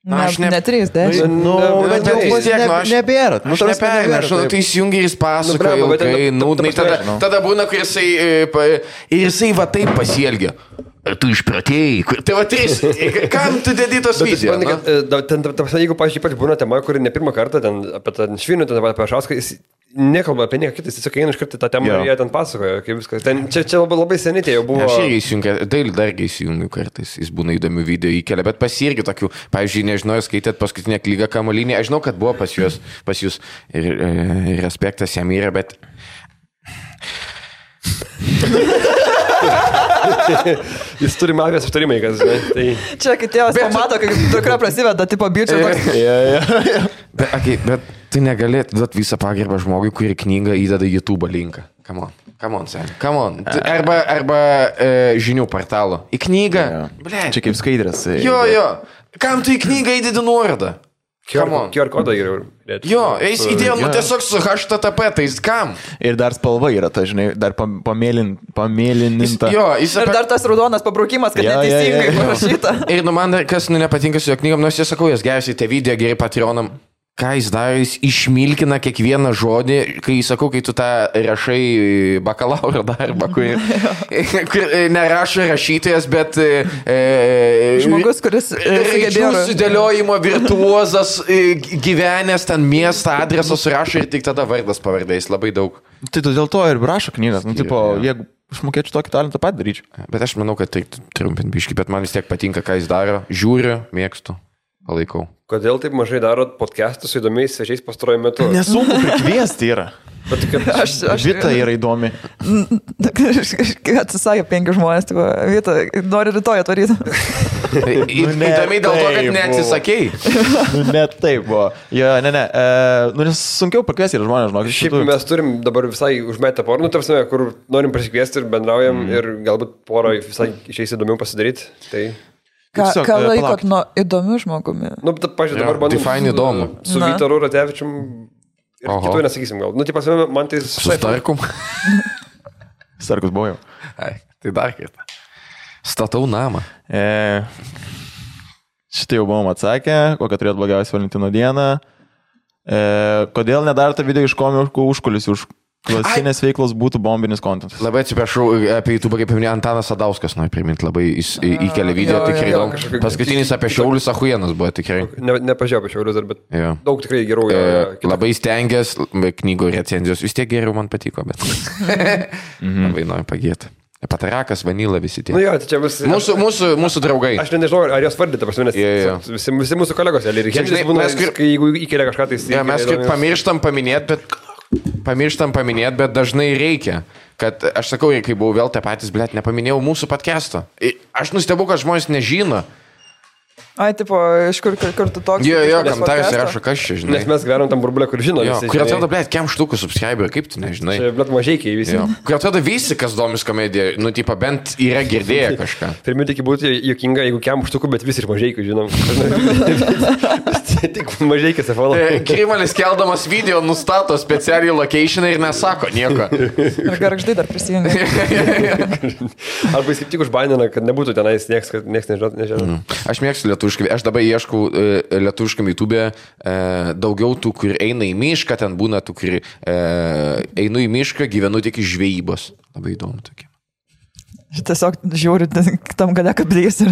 F: Na,
E: Ne,
F: aš ne-
E: ne 3, 10.
A: Nu, bet jau
F: vis
A: pats
F: tiek, nu,
A: ne-
F: aš-
A: nebėra. Nu,
F: Aš
A: ta prasme,
F: neperinu,
A: nebėra,
F: aš nu,
A: taip.
F: tai įsijungi ir jis pasakoja,
D: Nu, blemba, bet
F: ilgai,
D: ten-
F: nūdnai,
D: ta- ta- ta
F: tada,
D: prasme, žinau.
F: tada būna, kur jisai, e, pa- ir jisai va taip pasielgia. Ar tu išpratėjai? kur- Tai va trys, e, kam tu dedi tos nu?
D: Bet
F: video?
D: supranti,
F: na?
D: kad e, da- ten, ta- ta prasme, jeigu, pavyzdžiui, ypač būna tema, kuri ne pirmą kartą ten apie tą švinų, ten apie Šauską, jis nekalba apie nieką kitą, jis tiesiog eina iš karto į tą temą
A: Jo.
D: yeah. ir jie ten pasakoja, kaip viskas. Ten, čia, čia labai, labai seniai tie jau buvo.
F: Aš irgi įsijungiu, dailį dargi įsijungiu kartais, jis būna įdomių video įkelia, bet pas jį irgi tokių, pavyzdžiui, nežinau, ar skaitėt paskutinę knygą Kamolinį, aš žinau, kad buvo pas jūs, pas jūs ir, e, respektas jam yra, bet...
D: Jis turi magijos aptarimai, kas, žinai. Tai...
F: Nu,
E: Čia kitiems pamato, kaip dukra prasideda, tipo bičio toks.
F: Bet, okay, bet tu negali duoti visą pagarbą žmogui, kurį knygą įdeda į YouTube linką. Come on, come on, sen. Come on. Tu- Arba, arba e, žinių portalo. Į knygą. Ble.
A: Čia kaip skaidrės. e,
F: Jo, jo. Kam tu į knygą įdedi nuorodą? Come on.
D: QR kodą geriau. dėti.
F: Jo, jis įdėjo, nu tiesiog su HTTP, tai jis kam?
A: Ir dar spalva yra, ta, žinai, dar pam- pamėlin, pamėlininta.
F: Jo, jis
E: Ir
F: apie...
E: dar tas raudonas pabraukimas, kad
A: Jo, jo, jo,
E: neteisingai
A: jo.
E: parašyta.
F: Ir nu man, dar kas nu, nepatinka su jo knygom, nors jie sakau, jas geriausiai te video, gerai Patreonam. Ką jis daro, jis išmilkina kiekvieną žodį, kai jis sakau, kai tu tą rašai e, bakalauro darbą, kur, kur e, nerašo rašytojas, bet... e, E,
E: Žmogus, kuris, e,
F: Reikšmų
E: sugebėjo-
F: sudėliojimo virtuozas, e, gyvenęs ten miestą, adresą surašo ir tik tada vardas pavardais, labai daug.
A: Tai tu dėl to ir rašo knygas. Nu,
F: Skyrių,
A: tipo,
F: jo.
A: jeigu aš mokėčiau tokį talentą pat daryčiau.
F: Bet aš manau, kad tai trumpint biški, bet man vis tiek patinka, ką jis daro, žiūriu, mėgstu, palaikau.
D: Kodėl taip mažai darot podcastus su įdomiais svečiais pastaruoju metu?
A: Nesunku prikviesti yra.
D: Bet kad...
E: Aš, aš,
A: Vita yra įdomi.
E: aš, aš atsisakė penki žmonės, tipo, Vita, nori rytoj atvaryti.
F: Į-
A: Nu, ne
F: Tai Įdomiai dėl to,
A: taip
F: kad
A: buvo.
F: neatsisakėjai.
A: Nu, ne taip buvo. Jo, ne, ne. E, nu, nes sunkiau pakviesti yra žmonės, žinok.
D: Šiaip mes turim dabar visai užmetę pornų, tarpsime, kur norim prisikviesti ir bendraujam mm. ir galbūt porą visai išeis įdomiau pasidaryti. Tai,
E: Ką,
A: Tiesiog,
E: ką
A: e, palaukit.
E: laikot nuo įdomių žmogumi?
D: nu, ta, pažiūrėjau, dabar bandau.
F: define įdomu.
D: Su
E: Na.
D: Vytaru Ratevičium ir
F: Oho.
D: kitų nesakysim gal. Nu, tai pasime, man tai...
F: Sustarkum.
A: Sarkus buvau jau.
F: Ai, tai dar kartą. Statau namą.
A: E, šitai jau buvom atsakę, kokią turėt blogiausią Valentino dieną. E, kodėl nedarote video iš komiškų užkulisių, už klasinės veiklos būtų bombinis kontentas?
F: Labai atsiprašau apie YouTube, kaip minėjo Antanas Sadauskas, noriu priminti, labai jis į- įkelia video,
E: jo,
F: tikrai
E: jo,
F: įdomu.
D: kažkokiu-
F: Paskutinis apie Šiaulius Ahujienas buvo tikrai.
D: Ne, nepažiūrėjau apie šiaulius dar, bet
F: Jo.
D: daug tikrai gerų.
F: E,
D: yra. Kita-
F: Labai stengiasi, knygų recenzijos vis tiek geriau man patiko, bet. Labai noriu pagėti. Patarakas, vanila visi tie.
D: Nu jo, tai čia bus...
F: Mūsų, mūsų, mūsų draugai.
D: Aš net nežinau, ar jos vardyti, pas mane.
F: Jo, jo.
D: Visi, visi mūsų kolegos, Eli, ir
F: Čia, žinai,
D: Henris būna,
F: mes kir-
D: kai- jeigu įkelia kažką, tai jis...
F: Ne,
D: įkelia
F: mes kaip
D: įdomius-
F: pamirštam paminėti, bet, pamirštam paminėt, bet dažnai reikia. Kad aš sakau, kai buvau vėl tie patys, blėt, nepaminėjau mūsų podcast'o. I- Aš nustebu, kad žmonės nežino.
E: Ai, tipo, iš kur, kur, kur tu toks?
F: Jo, jo,
E: Iš
F: kam tai jūs
E: podcast'o?
F: rašo, kas čia, žinai.
D: Nes mes gyvenam tam burbulę, kur žino.
F: Jo,
D: visi,
F: kur
D: žinai.
F: atrodo, blėt, kem štukų subscriberių, kaip tu nežinai.
D: Čia, blėt, mažai kai visi.
F: Jo. Kur atrodo visi, kas domis komedija, nu, tipo, bent yra girdėję kažką.
D: Pirmiau tik būtų juokinga, jeigu kiam užtuku, bet visi ir mažai, kai žinom. tik mažai, kai sefalo.
F: E, Krimalis keldamas video nustato specialiai locationą ir nesako nieko.
E: Ir garžtai dar prisijungi.
D: Arba jis kaip tik užbanina, kad nebūtų tenais niekas, kad niekas nežino.
F: Mhm.
D: nežino. Mm.
F: Aš mėgstu lietuviškai, aš dabar ieškau e, lietuviškam YouTube e, daugiau tų, kur eina į mišką, ten būna tų, kur e, einu į mišką, gyvenu tik iš žvejybos. Labai įdomu tokia.
E: Tiesiog žiūri, tam gale kablys ir...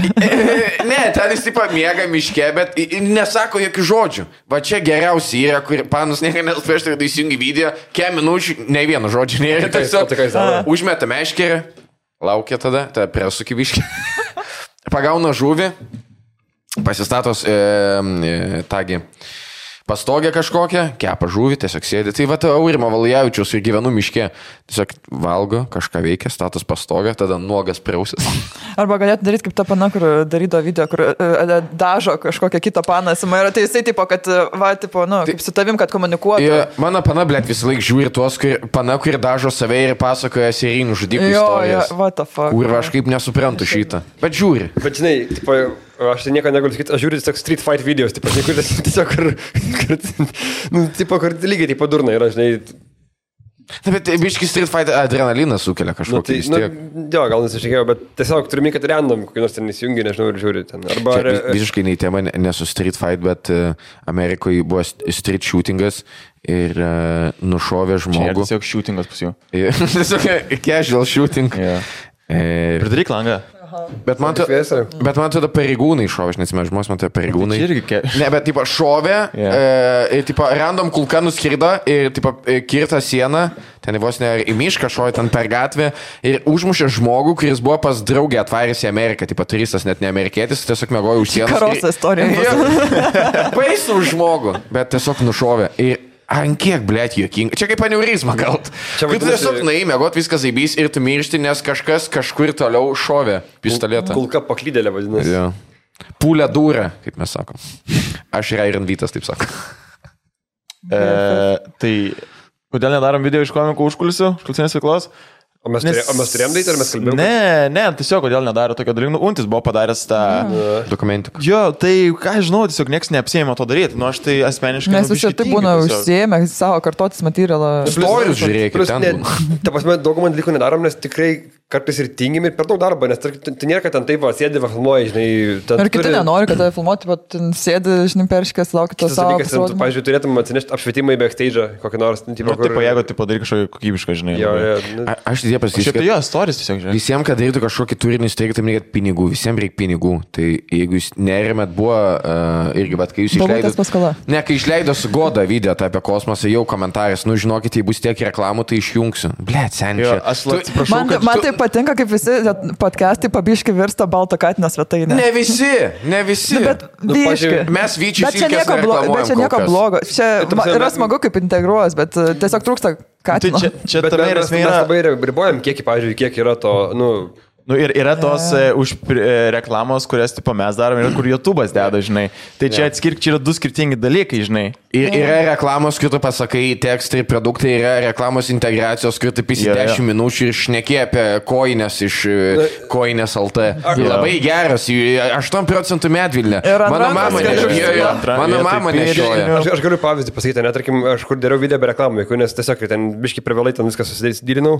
F: Ne, ten jis taip mėga miške, bet i- i nesako jokių žodžių. Va čia geriausiai yra, kur panus niekas nesuprešta, kad įsijungi video, kem minučių, ne vieno žodžio nėra.
D: ką jis- o tai ką jis daro?
F: užmeta meškerį, laukia tada, tada presuki biškį, pagauna žuvį, pasistatos e, e, tagi. Pastogė kažkokią, kepa žuvį, tiesiog sėdi. Tai va, Aurimo Valjavičius ir gyvenu miške. Tiesiog valgo, kažką veikia, status pastogę, tada nuogas priausis.
E: Arba galėtų daryti kaip tą paną, kur darydo video, kur e, e, dažo kažkokią kitą paną. Ir tai jisai tipo, kad, e, va, tipo, nu, kaip su tavim, kad komunikuotų.
F: Tai Jo, mano pana, blėt, visą laiką žiūri tuos, kur, pana, kur dažo save ir pasakoja serijinių
E: jo,
F: žudikų
E: jo,
F: istorijas.
E: what the fuck.
F: Kur aš kaip nesuprantu šitą. Bet žiūri.
D: Bet žinai, tipo, aš tai nieko negaliu sakyti, aš žiūriu tiesiog street fight videos, tipo, žinai, kur tiesiog, kur, kur, nu, tipo, kur lygiai taip padurna yra, žinai,
F: Na, bet biškis Street Fighter adrenaliną sukelia
D: nu,
F: kažkokį.
D: tai,
F: vis
D: nu,
F: tiek.
D: jo, gal nusišykėjau, bet tiesiog turime, kad random, kokį nors ten įsijungi, nežinau, ir žiūri ten. Arba,
F: Čia
D: ar,
A: e,
F: vis- Visiškai nei tema, ne- ne su Street Fight, bet e, Amerikoje buvo st- street shootingas ir e,
A: Čia
F: nušovė
A: yra
F: žmogų.
A: tiesiog šūtingas pas jų.
F: Tiesiog casual shooting.
A: Jo.
F: E,
A: Pridaryk langą.
F: Bet man, tu,
D: šviesa.
F: bet man atrodo pareigūnai šovė, aš neatsimenu, žmonės man tai pareigūnai.
A: Tai čia irgi ke-
F: Ne, bet tipo šovė, yeah. e, ir tipo random kulka nuskirda ir tipo e, kirta siena, ten vos ne į mišką šovė, ten per gatvę ir užmušė žmogų, kuris buvo pas draugę atvaręs į Ameriką, tipo turistas net ne amerikietis, tiesiog mėgojo už sienos.
E: Karoso istorija.
F: Baisų žmogų, bet tiesiog nušovė. Ir An kiek, blėt, juokinga. Čia kaip aneurizma gal. Čia
D: Čia
F: kaip tu
D: vadinasi-
F: tiesiog naimėgot, viskas įbys ir tu miršti, nes kažkas kažkur toliau šovė pistoletą.
D: e, Kulka paklydėlė vadinasi.
F: Jo. Pūlė dūrė, kaip mes sakom. Aš ir Iron Vytas taip sako.
A: E, tai kodėl nedarom video iš komikų užkulisių, užkulisinės veiklos?
D: O mes, turė, o mes turėjom daryti, ar mes kalbėjome?
A: Ne, ne, tiesiog kodėl nedaro tokio dalyko. Nu, Untis buvo padaręs tą...
F: Dokumentika.
A: Jo, tai ką aš žinau, tiesiog niekas neapsėjimo to daryti. Nu, aš tai asmeniškai...
E: Mes
A: nu,
E: visi
A: biškį
E: taip
A: tingiu
E: būna
A: tiesiog.
E: užsiemę savo kartotis materialą.
F: Storius žiūrėkit,
D: Plius
F: ten
D: ne-
F: būna.
D: Ta prasme, daugumą dalykų nedarom, nes tikrai kartais ir tingim ir per daug darbo, nes tarkim, tai tai nėra, kad ten taip va, sėdi, va, filmuoji, žinai, ten...
E: Ir kiti nenori, kad tave filmuoti, bet ten sėdi, žinai, perškės, laukia to
D: Tas
E: savo.
D: dalykas, ten, tu,
E: pasirodymo.
D: pavyzdžiui, turėtum atsinešti apšvietimą į backstage, kokį nors, nu, tipo,
A: Nu, tai pajėgo, tai padaryk kažkokį kokybišką, žinai.
D: Jo,
A: labai.
D: jo, nu,
F: A, aš tai pasakysiu.
A: Šiaip tai
F: kad
A: jo, istorijas tiesiog, žinai.
F: Visiems, kad darytų kažkokį turinį, suteikti tam reikia pinigų, visiems reikia pinigų. Tai jeigu jūs nerimėt buvo, uh, irgi, bet kai jūs
E: Buvo
F: išleidot...
E: tas paskola.
F: Ne, kai išleido su Goda video tą apie kosmosą, jau komentaras, nu žinokit, jei bus tiek reklamų, tai išjungsiu. Ble,
A: Jo,
F: seniai.
A: aš la- atsiprašau.
E: Man,
A: kad
E: man
A: tu-
E: tai patinka, kaip visi podcastai pabiški virsta balto katino svetainė.
F: Ne visi, ne visi.
E: Nu, bet
D: Nu,
E: biški.
D: pažiūrėjau,
F: Mes vyčiai
E: Bet čia nieko, blo bet čia nieko blogo. Čia
D: ta
E: ma,
D: prasme,
E: yra
D: mes-
E: smagu, kaip integruos, bet e, tiesiog trūksta
A: Tai
E: katino.
A: čia, čia
D: bet
A: tame
D: mes,
A: ir
D: mes,
A: esmė
D: mes
A: yra.
D: labai ribojam, kiek, pavyzdžiui, kiek yra to, nu,
A: Nu, ir yra tos e, už pri- e, reklamos, kurias tipo, mes darom ir kur YouTube'as deda, žinai. Tai čia atskirk, čia yra du skirtingi dalykai, žinai.
F: Ir yra reklamos, kur tu pasakai tekstai, produktai, yra reklamos integracijos, kur tu pisi
A: Jo, jo.
F: 10 minučių ir šneki apie koinės iš e, koinės LT.
A: Jo.
F: Labai geras, jų 8 procentų medvilnė.
E: Ir ant
F: Mano
E: rankos
F: mama
E: gali
F: nešioja.
A: užsidėt.
F: Mano
A: Jo, tai
F: mama
A: taip,
F: nešioja.
A: ir-
D: aš, aš galiu pavyzdį pasakyti, net, tarkim, aš kur dariau video be reklamų, jokių, nes tiesiog ten biški privalai ten viską susidarinau,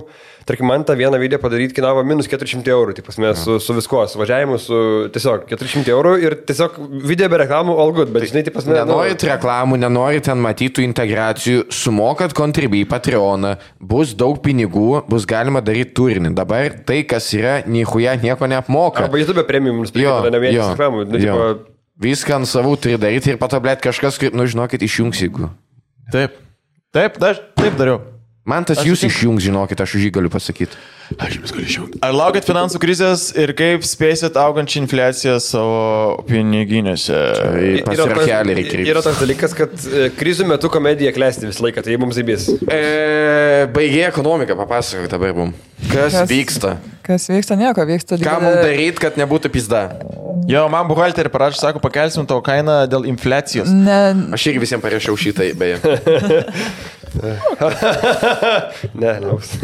D: tarkim, man tą vieną video padaryti kainavo minus 400 eurų, tai pasme, su, su viskuo, su važiavimu, su tiesiog 400 eurų ir tiesiog video be reklamų, all good, bet žinai, tai pasme,
F: Nenorit reklamų, nenorit ten matytų integracijų, sumokat kontribį į Patreoną, bus daug pinigų, bus galima daryti turinį. Dabar tai, kas yra, nichuja nieko neapmoka.
D: Arba YouTube premium
F: Jo,
D: nusipirkti, ne vien
F: jo,
D: Instagramui. Nu,
F: jo.
D: tipo,
F: Viską ant savų turi daryti ir patablėt kažkas, kaip, nu žinokit, išjungs jeigu.
A: Taip. Taip, aš taip dariau.
F: Man tas jūs išjungs, žinokit, aš už jį galiu pasakyti.
A: Ar laukiat finansų krizės ir kaip spėsit augančią infliaciją savo piniginėse?
F: Tai
D: Yra toks-
F: pasirakelį reikia.
D: Yra toks dalykas, kad e, krizių metu komedija klesti visą laiką, tai mums įbės.
F: E, baigė ekonomiką, papasakok dabar mum. Kas,
E: Kas-
F: Kas vyksta?
E: Kas vyksta, nieko vyksta.
F: Ką
E: didelė-
F: mums daryti, kad nebūtų pizda?
A: Jo, man buhalterį parašė, sako, pakelsim tavo kainą dėl infliacijos.
E: Ne,
F: Aš irgi visiems parašiau šitą, beje.
D: Ne, lauks.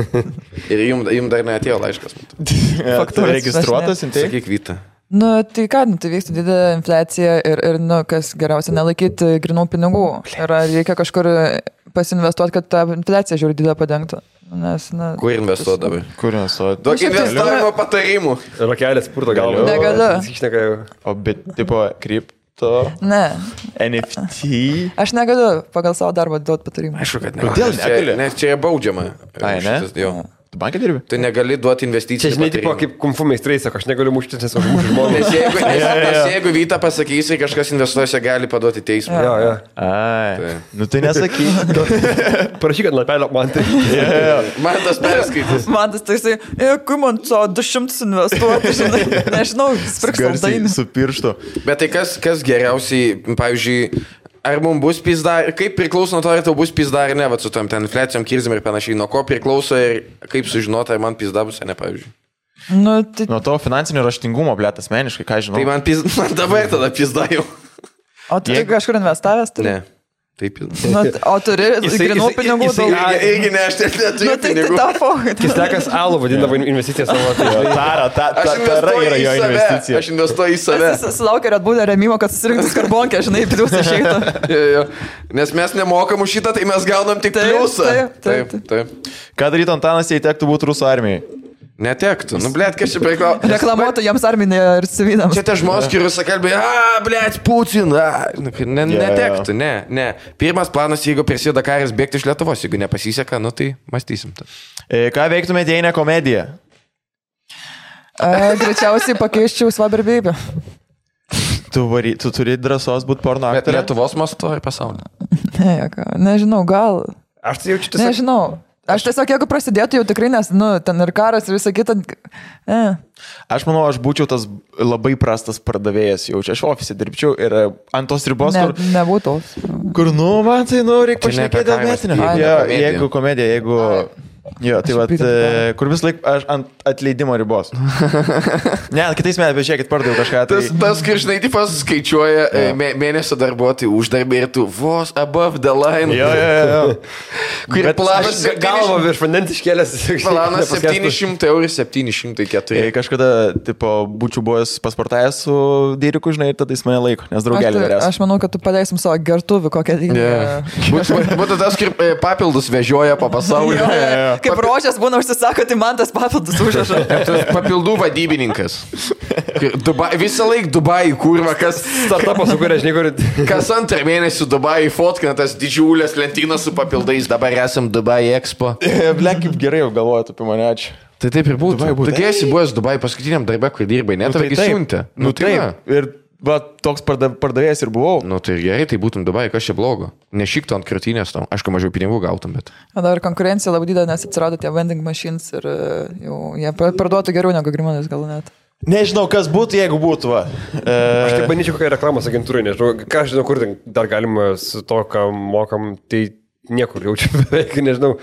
F: Ir jums jum dar neatėjo laiškas.
A: Faktų
E: Faktūras
A: Tai registruotas, tai
F: Sakyk, Vyta.
E: nu, tai ką, nu, tai vyksta didelė inflecija ir, ir nu, kas geriausia, nelaikyti grinų pinigų. Ir reikia kažkur pasinvestuoti, kad tą infleciją žiūri didelę padengtų. Nes, nu, na,
F: Kur investuot dabar?
A: kur nesu.
F: Duok
E: šiaip tai-
F: investavimo patarimų.
D: Rakelės purto galvo.
E: Negaliu.
D: Išneka jau.
A: O bet tipo kripto,
E: ne,
A: NFT.
E: aš negaliu pagal savo darbą duoti patarimą.
F: Aišku, kad ne.
A: Kodėl
F: Nes
A: negali?
F: čia- Nes čia yra baudžiama. e,
A: Ai, ne?
F: Šitas- jo.
E: Nu.
A: Tu bankai dirbi?
F: Tu negali duoti investicijų.
D: Čia žinai, tipo,
F: patarimų.
D: kaip kumfu meistrai sako, aš negaliu muštis, nes aš mušiu žmogų.
F: Nes jeigu, nes, nes jeigu Vyta pasakysi, kažkas investuosi, gali paduoti teismą.
D: Jo, jo.
A: Ai.
F: Tai.
A: Nu tai nesakyk.
D: Parašyk ant lapelio man tai.
F: Man tas perskaitis.
E: Man tas toksai, e, kur man savo 200 investuoti, žinai, nežinau, spirksau
A: Garsiai
E: dainis.
A: su pirštu.
F: Bet tai kas, kas geriausiai, pavyzdžiui, ar mums bus pizda, ir kaip priklauso nuo to, ar tau bus pizda ar ne, va su tom ten infliacijom, kirzim ir panašiai, nuo ko priklauso ir kaip sužinoti, ar man pizda bus ar ne, pavyzdžiui.
E: Nu, tai,
A: Nuo to finansinio raštingumo, blėt, asmeniškai, ką žinau.
F: Tai man, pizda, man dabar tada pizda jau.
E: o tu
A: jeigu-
E: kažkur investavęs? turi?
F: Ne.
A: tai
F: Taip, pizda.
E: Nu, t- o turi grinų pinigų
F: jisai,
E: daug.
F: irgi, irgi ne, aš net
E: Nu, tai
F: neturiu
E: tai
F: pinigų.
E: tapo.
D: Kistekas alų vadindavo investicijas savo.
A: Jo,
D: Tai,
A: Tara, ta, ta,
F: Aš
A: tara
F: investuoju
A: yra
F: į
A: jo
F: save.
A: investicija.
F: Aš investuoju į save.
E: Sulaukė Redbulio remimo, kad susirinktų skarbonkę, žinai, pilius išeitų.
F: Jo, jo. Nes mes nemokam už šitą, tai mes gaunam tik
E: Taip,
F: pliusą.
E: taip, taip,
F: taip.
A: Ką darytų Antanas, jei tektų būti rusų armijai?
F: Netektų. Nu, blėt, kas čia priklauso.
E: Reklamuotų jiems arminė ir civilams.
F: Čia tie žmonės, kurie sakalbė, a, blėt, Putina. Nu, Ne,
A: Jo, jo.
F: netektų, ne, ne. Pirmas planas, jeigu prisėda karas, bėgti iš Lietuvos. Jeigu nepasiseka, nu tai mąstysim. tą.
A: E, Ką veiktumėte, jei ne komedija?
E: Greičiausiai pakeiščiau svaberbybę.
A: Tu, vary, tu turi drąsos būti porno
F: Bet
A: aktorė.
F: Lietuvos masto ir pasaulio.
E: Ne, jokio. nežinau, gal.
D: aš tai jaučiu tiesiog.
E: Nežinau. Aš tiesiog, jeigu prasidėtų jau tikrai, nes, nu, ten ir karas ir visą kitą. E.
A: Aš manau, aš būčiau tas labai prastas pardavėjas, jaučiu, aš ofise dirbčiau ir e, ant tos ribos,
E: Ne,
A: kur,
E: nebūtų.
A: kur nu, man tai, nu, reikia
F: Čia ne apie
A: pašnekėti dėl
F: kaimas,
A: metinio.
F: tai
A: Jo,
F: apie komediją.
A: Jeigu komedija, jeigu... Jo, tai
E: Aš
A: va,
E: pritariu.
A: kur vis laik aš ant atleidimo ribos. ne, kitais metais, bet žiūrėkit, pardaviau kažką. Tai...
F: Tas, tas krišnai tipas skaičiuoja yeah. mė, mėnesio darbuotojų uždarbį ir tu vos above the line.
A: Jo, jo, jo, jo.
F: Kur
A: bet-
F: planas
D: Galvo virš vandens iškėlęs.
F: Planas 700 eurų ir 704.
A: Jei tai kažkada, tipo, būčiau buvęs pasportavęs su Diriku, žinai, ir tada jis mane laiko, nes draugelį
E: Aš, tai-
A: vyresnis.
E: aš manau, kad tu paleisim savo gertuvį kokią lygį.
F: Būtų tas, kaip e, papildus vežioja po pasaulį.
E: Kaip rožės būna užsisako, tai man tas papildus užrašas.
F: Tas papildų vadybininkas. Dubai, visą laiką Dubai kurva, kas,
D: Startupas, su kuriuo aš niekur.
F: kas antrą mėnesį Dubai fotkina tas didžiulės lentynas su papildais, dabar esam Dubai Expo.
A: Blek, kaip gerai jau galvojate apie mane, ačiū.
F: Tai taip ir būtų. tai
A: Dubai būtų.
F: Taigi esi buvęs Dubai paskutiniam darbę, kur dirbai, net tave išsiuntė.
A: Nu, taip. Ir va, toks parda- pardavėjas ir buvau.
F: Nu tai gerai, tai būtum Dubai, kas čia blogo. Nešyktų ant krūtinės tam, aišku, mažiau pinigų gautum, bet.
E: O Dar konkurencija labai didelė, nes atsirado tie vending machines ir e, jau jie pa- parduotų geriau negu grimonės gal net.
A: Nežinau, kas būtų, jeigu būtų. Va.
D: Aš
A: E,
D: tai bandyčiau kokią reklamos agentūrą, nežinau, ką aš žinau, kur ten dar galima su to, ką mokam, tai niekur jaučiu beveik, nežinau.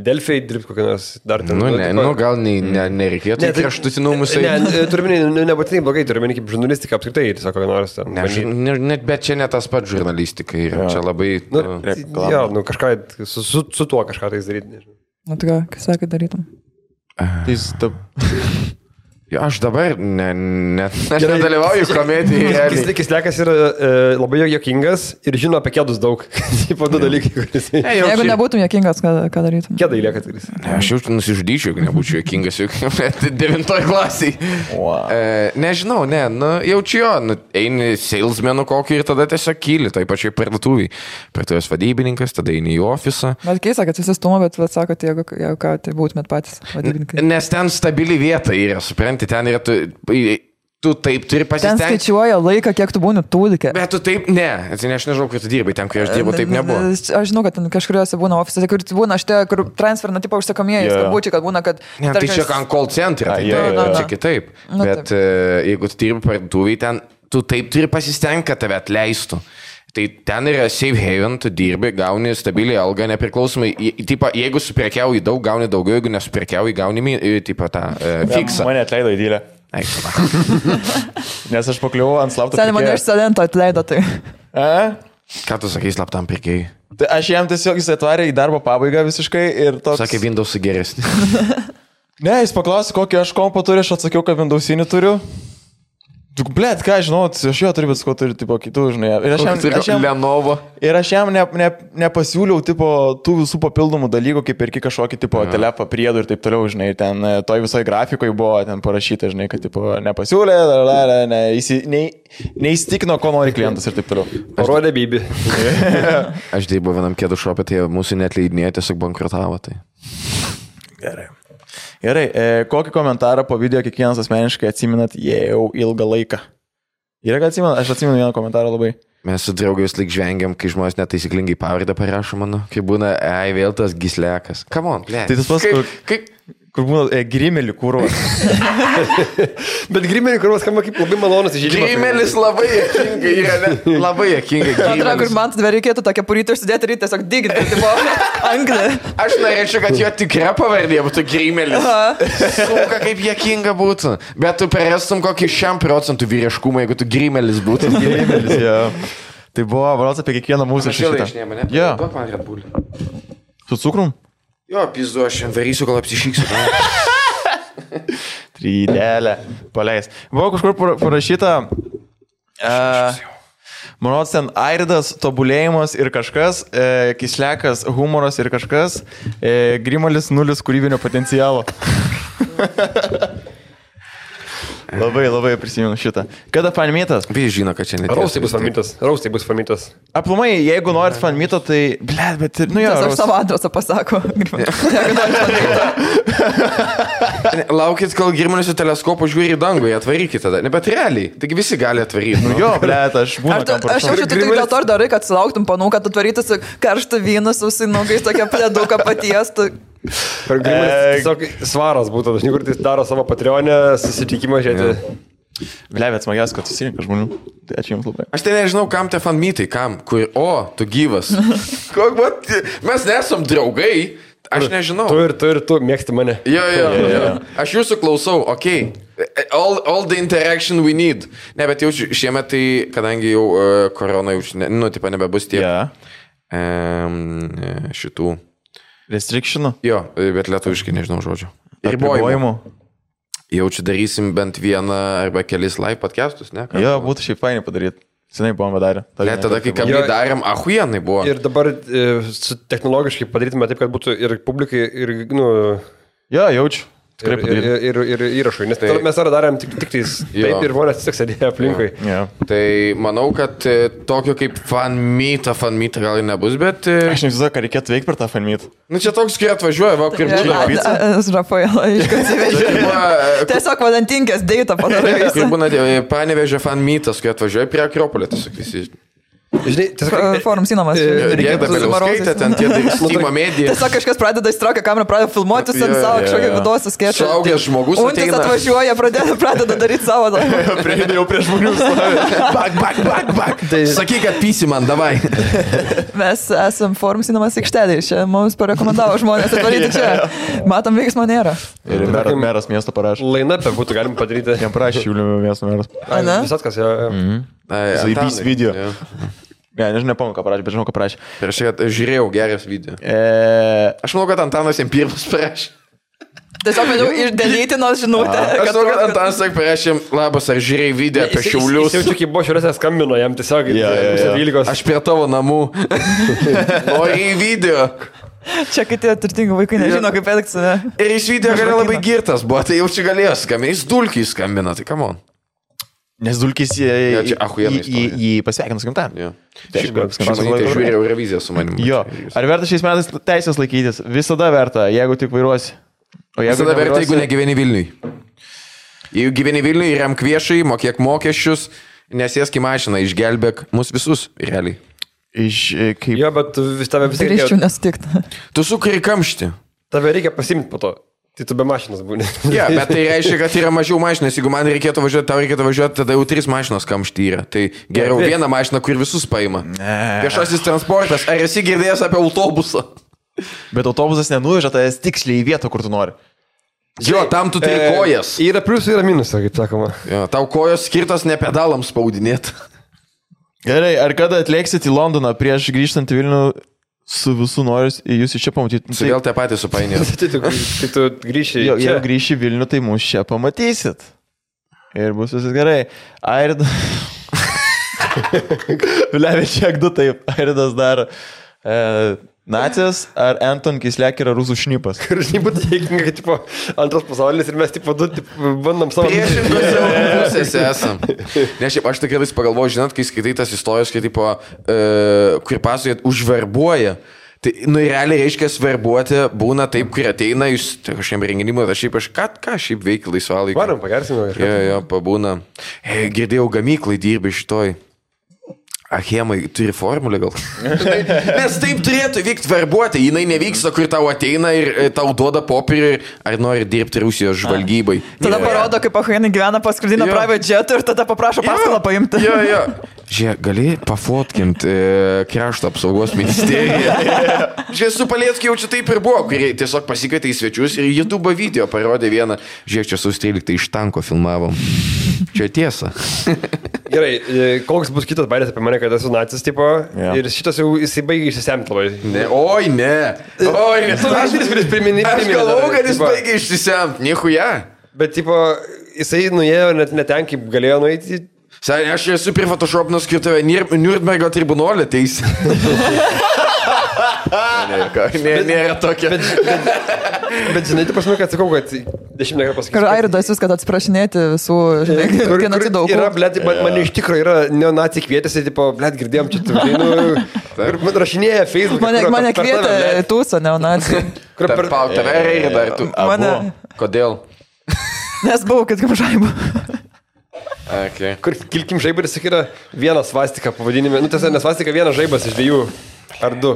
D: Delfiai dirbti kokią nors dar ten.
F: Nu, ne,
D: tipo-
F: nu gal ne, ne, nereikėtų. Ne,
D: tai-
F: tai kraštutinumus.
D: Ne, e, turiu omeny, nu, nebūtinai blogai, turiu omeny kaip žurnalistika apskritai, tiesiog kokią nors ten.
F: Ne,
D: bandyt.
F: ne, ne, bet čia ne tas pats žurnalistika yra. Čia labai...
D: Nu,
F: Nu,
A: reklama.
D: jo, nu, kažką, su, su, su tuo kažką tai daryti, nežinau.
E: Na tai ką, ką sakai darytum?
A: tai jis ta-
F: jo, aš dabar ne, ne, aš nedalyvauju komedijoje. realiai.
D: Kislikis lekas yra e, labai jokingas ir žino apie kėdus daug. Taip, du dalykai, kuris.
F: Ne, jau
E: Jeigu
F: čia-
E: nebūtum jokingas, ką, ką darytum?
D: Kėdai lieka tikrai.
F: Ne, Aš jau nusižudyčiau, jeigu nebūčiau jokingas, juk net devintoj klasiai.
A: Wow.
F: E, nežinau, ne, nu, jaučiu jo, nu, eini salesmenų kokį ir tada tiesiog kyli, tai pačiai parduotuviai. Parduotuvės vadybininkas, tada eini į ofisą.
E: Bet keista, kad visi stuma, bet vat sakote, jeigu, jeigu ką, tai būtumėt patys vadybininkai.
F: Nes ten stabili vieta yra, supranti, ten yra tu... tu taip turi
E: Ten
F: pasistengti.
E: skaičiuoja laiką, kiek tu būni tūlikė.
F: Bet tu taip, ne, Atsimeni, aš nežinau, kur tu dirbai, ten, kur aš dirbu, taip nebuvo.
E: Aš žinau, kad ten kažkuriuose būna ofisuose, kur būna šitie, kur transferna tipo
A: Jo, jo.
E: užsakomieji, yeah. skambučiai, kad būna, kad...
F: Ne, tai
E: tarkim,
F: čia ant call centre, tai
A: jo, jo,
F: taip,
A: jo.
F: čia kitaip.
E: Nu,
F: Bet e, jeigu tu dirbi parduotuviai, ten tu taip turi pasistengti, kad tave atleistų. Tai ten yra safe haven, tu dirbi, gauni stabilią algą, nepriklausomai. į- į- Tipo, jeigu suprekiauji daug, gauni daugiau, jeigu nesuprekiauji, gauni, mi- e, tipo, tą e, fiksą.
A: Mane atleido į dylę,
F: Ai, va.
A: nes aš pakliuvau ant slapto.
E: Seniai mane iš sedento atleido, tai...
A: A?
F: Ką tu sakai slaptam pirkėjui?
A: Tai aš jam tiesiog jis atvarė į darbo pabaigą visiškai ir toks...
F: Sakė, Windows geresnis.
A: Ne, jis paklausė, kokį aš kompą turiu, aš atsakiau, kad Windowsinį turiu. Tu, Blet, ką žinau, aš jo turiu, bet ko turi, tipo, kitų, žinai. Ir aš jam, aš jam,
F: Lenovo.
A: ir aš jam ne, ne, nepasiūliau, tipo, tų visų papildomų dalykų, kaip ir kažkokį, tipo, telepą priedų ir taip toliau, žinai. Ten e, toj visoje grafikoje buvo ten parašyta, žinai, kad, tipo, nepasiūlė, la, la, la, ne, įsi, nei, neįstikino, ko nori klientas ir taip toliau.
D: Parodė Bibi.
F: Aš dirbau vienam kėdų šopė, tai mūsų netleidinėjo, tiesiog bankrutavo. Tai.
A: Gerai. Gerai, e, kokį komentarą po video kiekvienas asmeniškai atsiminat jau ilgą laiką? Yra, kad atsimenu, aš atsimenu vieną komentarą labai.
F: Mes su draugais laik žvengiam, kai žmonės netaisyklingai pavardę parašo mano, kai būna, ai vėl tas gislekas. Come on, ble.
A: Tai tas pats,
F: kaip,
A: kur-
F: kaip,
A: Kur būna e, grimelį kūro.
D: Bet Grimelį, kuriuos skamba kaip labai malonus įžeidimas.
F: Grimelis labai jokingai yra, ne? labai jokingai.
E: Antra, kur
F: Grimelis.
E: man tada reikėtų tokią purytę užsidėti ir jį tiesiog diginti, tai buvo anglė.
F: Aš norėčiau, kad jo tikra pavardė būtų Grimelis. Suka, kaip jokinga būtų. Bet tu perėstum kokį šiam procentų vyriškumą, jeigu tu Grimelis būtum.
A: Grimelis, jo. Tai buvo valas apie kiekvieną mūsų
F: Aš vėl
A: šitą.
F: išnėmė, ne?
A: Jo,
F: Duok man redbulį.
A: su cukrum?
F: Jo, pizdu, aš jam varysiu, kol apsišyksiu. Nu,
A: Trydelė. Paleis. Buvo kažkur par- parašyta. Uh, Manau, ten Airidas, tobulėjimas ir kažkas, e, Kislekas, humoras ir kažkas, e, Grimalis nulis kūrybinio potencialo. labai, labai prisimenu šitą. Kada fanmytas?
F: Visi žino, kad čia netiesa.
D: Raustai bus famintas. Raustai bus famintas.
A: Aplamai, jeigu norit fanmyto, tai, blėt, bet ir, nu jo,
E: Nes aš
A: Raus-
E: savo adresą pasako. Jeigu nori padaryti.
F: Ne, Laukit, kol Girmanis su teleskopu žiūri į dangų, jį atvarykit tada. Ne, bet realiai, taigi visi gali atvaryti. Nu,
A: Jo, blėt, aš
E: Ar
A: būnu.
E: tu- Aš jaučiu, tu tik dėl to ir darai, kad sulauktum panų, kad tu tvarytis karštų vynų su sinugais, tokia plėduka paties. Tu...
D: Ir Grimelis tiesiog E, svaras būtų. Aš niekur tai daro savo patreonę, susitikimą žiūrėti.
A: Blėt, bet smagiausia, kad susirinka žmonių. Tai ačiū Jums labai.
F: Aš tai nežinau, kam te fanmytai, kam, kur, o, tu gyvas. Kok, vat, mes nesam draugai, aš nežinau.
D: Tu ir tu ir tu mėgsti mane.
F: Jo, jo, jo. Aš jūsų klausau, ok. All, all the interaction we need. Ne, bet jaučiu, šiemet tai, kadangi jau uh, korona jau, ne, nu, tipo, nebebus tiek yeah.
A: Yeah.
F: um, šitų.
A: Restrictionų.
F: Jo, bet lietuviškai nežinau žodžio.
A: Ribojimų.
F: Jaučiu, darysim bent vieną arba kelis live podcastus, ne?
A: Jo, būtų šiaip fainai padaryti. Senai buvom padarę.
F: Ne, tada, kai ką
D: Jo.
F: darėm, ahuienai buvo.
D: Ir dabar e, su- technologiškai padarytume taip, kad būtų ir publikai, ir, nu,
A: Jo, jaučiu. Tikrai
D: ir, ir,
A: padaryti.
D: ir, ir įrašui. Nes
F: Tai-
D: tai... mes dar darėm tik, tik tais
F: Jo.
D: taip ir žmonės tiesiog sėdėjo aplinkui.
A: Jo.
F: Tai manau, kad e, tokio kaip fanmyta, fanmyta gal ir nebus, bet... e,
A: Aš nežinau, ką reikėtų veikti per tą fanmyt.
F: Nu čia toks, kai atvažiuoja, va, kaip
A: čia
F: būna.
A: pizza?
E: Aš Rafaelą iškasivežiau.
F: Kaip būna-
E: Tiesiog valentinkės deitą padarai.
F: Kaip
E: visą.
F: būna, e, panevežė fanmytas, kai atvažiuoja prie Akropolio, tiesiog visi. e,
D: Žinai,
E: Fa-
D: tiesiog...
E: Forum sinamas.
F: Gėda, bet jau skaitė ten tie Steam medija.
E: Tiesiog kažkas pradeda įsitraukę kamerą, pradeda filmuoti
F: Jo,
E: ant savo
F: jo,
E: kažkokio
A: jo.
E: vidos skėčio.
F: Suaugęs žmogus
E: Untis
F: ateina.
E: atvažiuoja, pradeda, pradeda daryti savo darbą.
A: Prieidė jau prie žmonių.
F: Bak, bak, bak, bak. Sakyk, kad pysi man, davai.
E: Mes esam forum sinamas aikštelėje, čia mums parekomendavo žmonės atvaryti čia. Matom, veiksmo nėra.
A: Ir meras, meras miesto parašė.
D: Lainapę būtų galima padaryti.
A: Jam prašė, Juliu miesto meras.
E: A, ne?
D: Visat kas, jo. jo.
F: Mm.
A: Zaibys video. Ne, nežinau, nepamenu, ką parašė, bet žinau, ką parašė.
F: Ir aš kad žiūrėjau geras video.
A: E,
F: Aš manau, kad Antanas jam pirmas parašė.
E: Tiesiog bandau išdalyti nors žinutę.
F: Aš
E: kad-
F: manau, kad Antanas tik parašė, jam, labas, ar žiūrėjai video apie
D: Jis-
F: šiaulius.
D: Jis jaučiu, kaip buvo šiuliuose skambino jam tiesiog.
A: Jo, jo, jo.
D: 12.
F: Aš prie tavo namų. O į video.
E: Čia kiti turtingi vaikai nežino, kaip elgtis. ne?
F: Ir iš video gali labai girtas buvo, tai jau čia galėjo skambinti. Jis dulkiai skambina, tai kam on.
A: nes Dulkis jį,
F: Jo, čia
A: jį,
F: achujiena
A: jį,
F: istorija.
A: jį pasveikino su gimtam.
F: Jo. Šiandien tai
A: Jo.
F: žiūrėjau reviziją su manimi.
A: Ar verta šiais metais teisės laikytis? Visada verta, jeigu tik vairuosi. O
F: Visada verta,
A: nevairuosi-
F: jeigu negyveni Vilniui. Jeigu gyveni Vilniui, remk viešai, mokėk mokesčius, nesėsk į mašiną, išgelbėk mus visus, realiai.
A: Iš e, kaip...
D: Jo, bet vis tave vis tiek
E: Grįžčiau
D: reikia,
E: nesutikti.
F: Tu sukari kamštį.
D: tave reikia pasimti po to. Tai tu be mašinos būni.
F: Ja, bet tai reiškia, kad yra mažiau mašinas. Jeigu man reikėtų važiuoti, tau reikėtų važiuoti, tada jau trys mašinos kamštį yra. Tai geriau
D: bet-
F: vieną mašiną, kur visus paima. Viešasis transportas. Ar esi girdėjęs apie autobusą?
A: Bet autobusas nenuveža tavęs tiksliai į vietą, kur tu nori.
F: Jo, tam tu turi E, kojas.
D: Yra pliusų, yra minusų, kaip sakoma.
F: Jo, tau kojos skirtos ne pedalams spaudinėti.
A: Gerai, ar kada atlėksit į Londoną prieš grįžtant į Vilnių su visų noris į jūs iš čia Nu, pamatyti?
F: Tai vėl tą patį supainėjai.
D: Tai tu, tai tu grįši.
A: Jau,
D: čia.
A: jeigu grįši į Vilnių, tai mūsų čia pamatysit. Ir bus viskas gerai. Airda. Levė čia du taip. Airdas daro. E, Nacijas ar Anton Kislek yra rusų šnipas.
D: Ir žinai, būtų dėkinga, kad tipo, antras pasaulinis ir mes tipo, du, tipo, bandom savo...
F: Priešingose pusėse esam. Ne, šiaip aš tikrai vis pagalvoju, žinot, kai skaitai tas istorijas, kai tipo, e, kur pasakojat, užverbuoja. Tai, nu, realiai reiškia svarbuoti, būna taip, kur ateina, jūs tai kažkokiam renginimui, aš šiaip aš ką, ką šiaip veikia laisvalaikį.
D: Varom, pagarsinime kažką.
F: Jo, jo, pabūna. E, girdėjau, gamyklai dirbi šitoj. Achemai, turi formulę gal? Žinai, Nes taip turėtų vykti verbuoti, jinai nevyksta, kur tau ateina ir e, tau duoda popierį, ar nori dirbti Rusijos žvalgybai.
E: Tada
F: Jo.
E: parodo, kaip Ahainai gyvena paskutinę
F: Jo.
E: private jetą ir tada paprašo paskolą paimti.
F: Jo, jo. Žiūrėk, gali pafotkint e, krašto apsaugos ministeriją. Žiūrėk, su Palieckiu jau čia taip ir buvo, kurie tiesiog pasikvietė į svečius ir YouTube video parodė vieną. Žiūrėk, čia sausio 13 iš tanko filmavom. Čia tiesa.
D: Gerai, e, koks bus kitas bailės apie mane, kad esu nacis tipo.
A: Jo.
D: Ir šitas jau jisai baigė išsisemti labai.
F: Ne, oi, ne. Oi, ne.
D: Aš vis kuris priminė.
F: Aš galvoju, kad jis baigė išsisemti. Nihuja.
D: Bet tipo, jisai nuėjo net neten, kaip galėjo nueiti.
F: Seniai, aš esu prie Photoshop'nos skirtoje Nürnbergo tribunolė teisė. ne, ką, ne, nėra tokia.
D: Bet žinai, tu pasmuk, kad sakau, kad dešimtmetį
E: Ir
D: pasakysiu.
E: Airidas viską atsiprašinėti visų, žinai, genocido aukų.
D: Yra, blėt, man, man iš tikrųjų yra neonacijai kvietėsi, tipo, blėt, girdėjom čia tų dainų. Ir man rašinėja Facebook.
E: Mane, mane kvietė tūsą neonacijų.
D: Kur
F: Per
D: per...
F: pau tave reikia dar tu.
E: Mane,
F: Kodėl?
E: nes buvau, kad kaip žaibu.
F: Okay.
D: Kur kilkim žaibaris yra vienas vastika pavadinime. Nu, tiesa, nes vastika vienas žaibas iš dviejų ar du.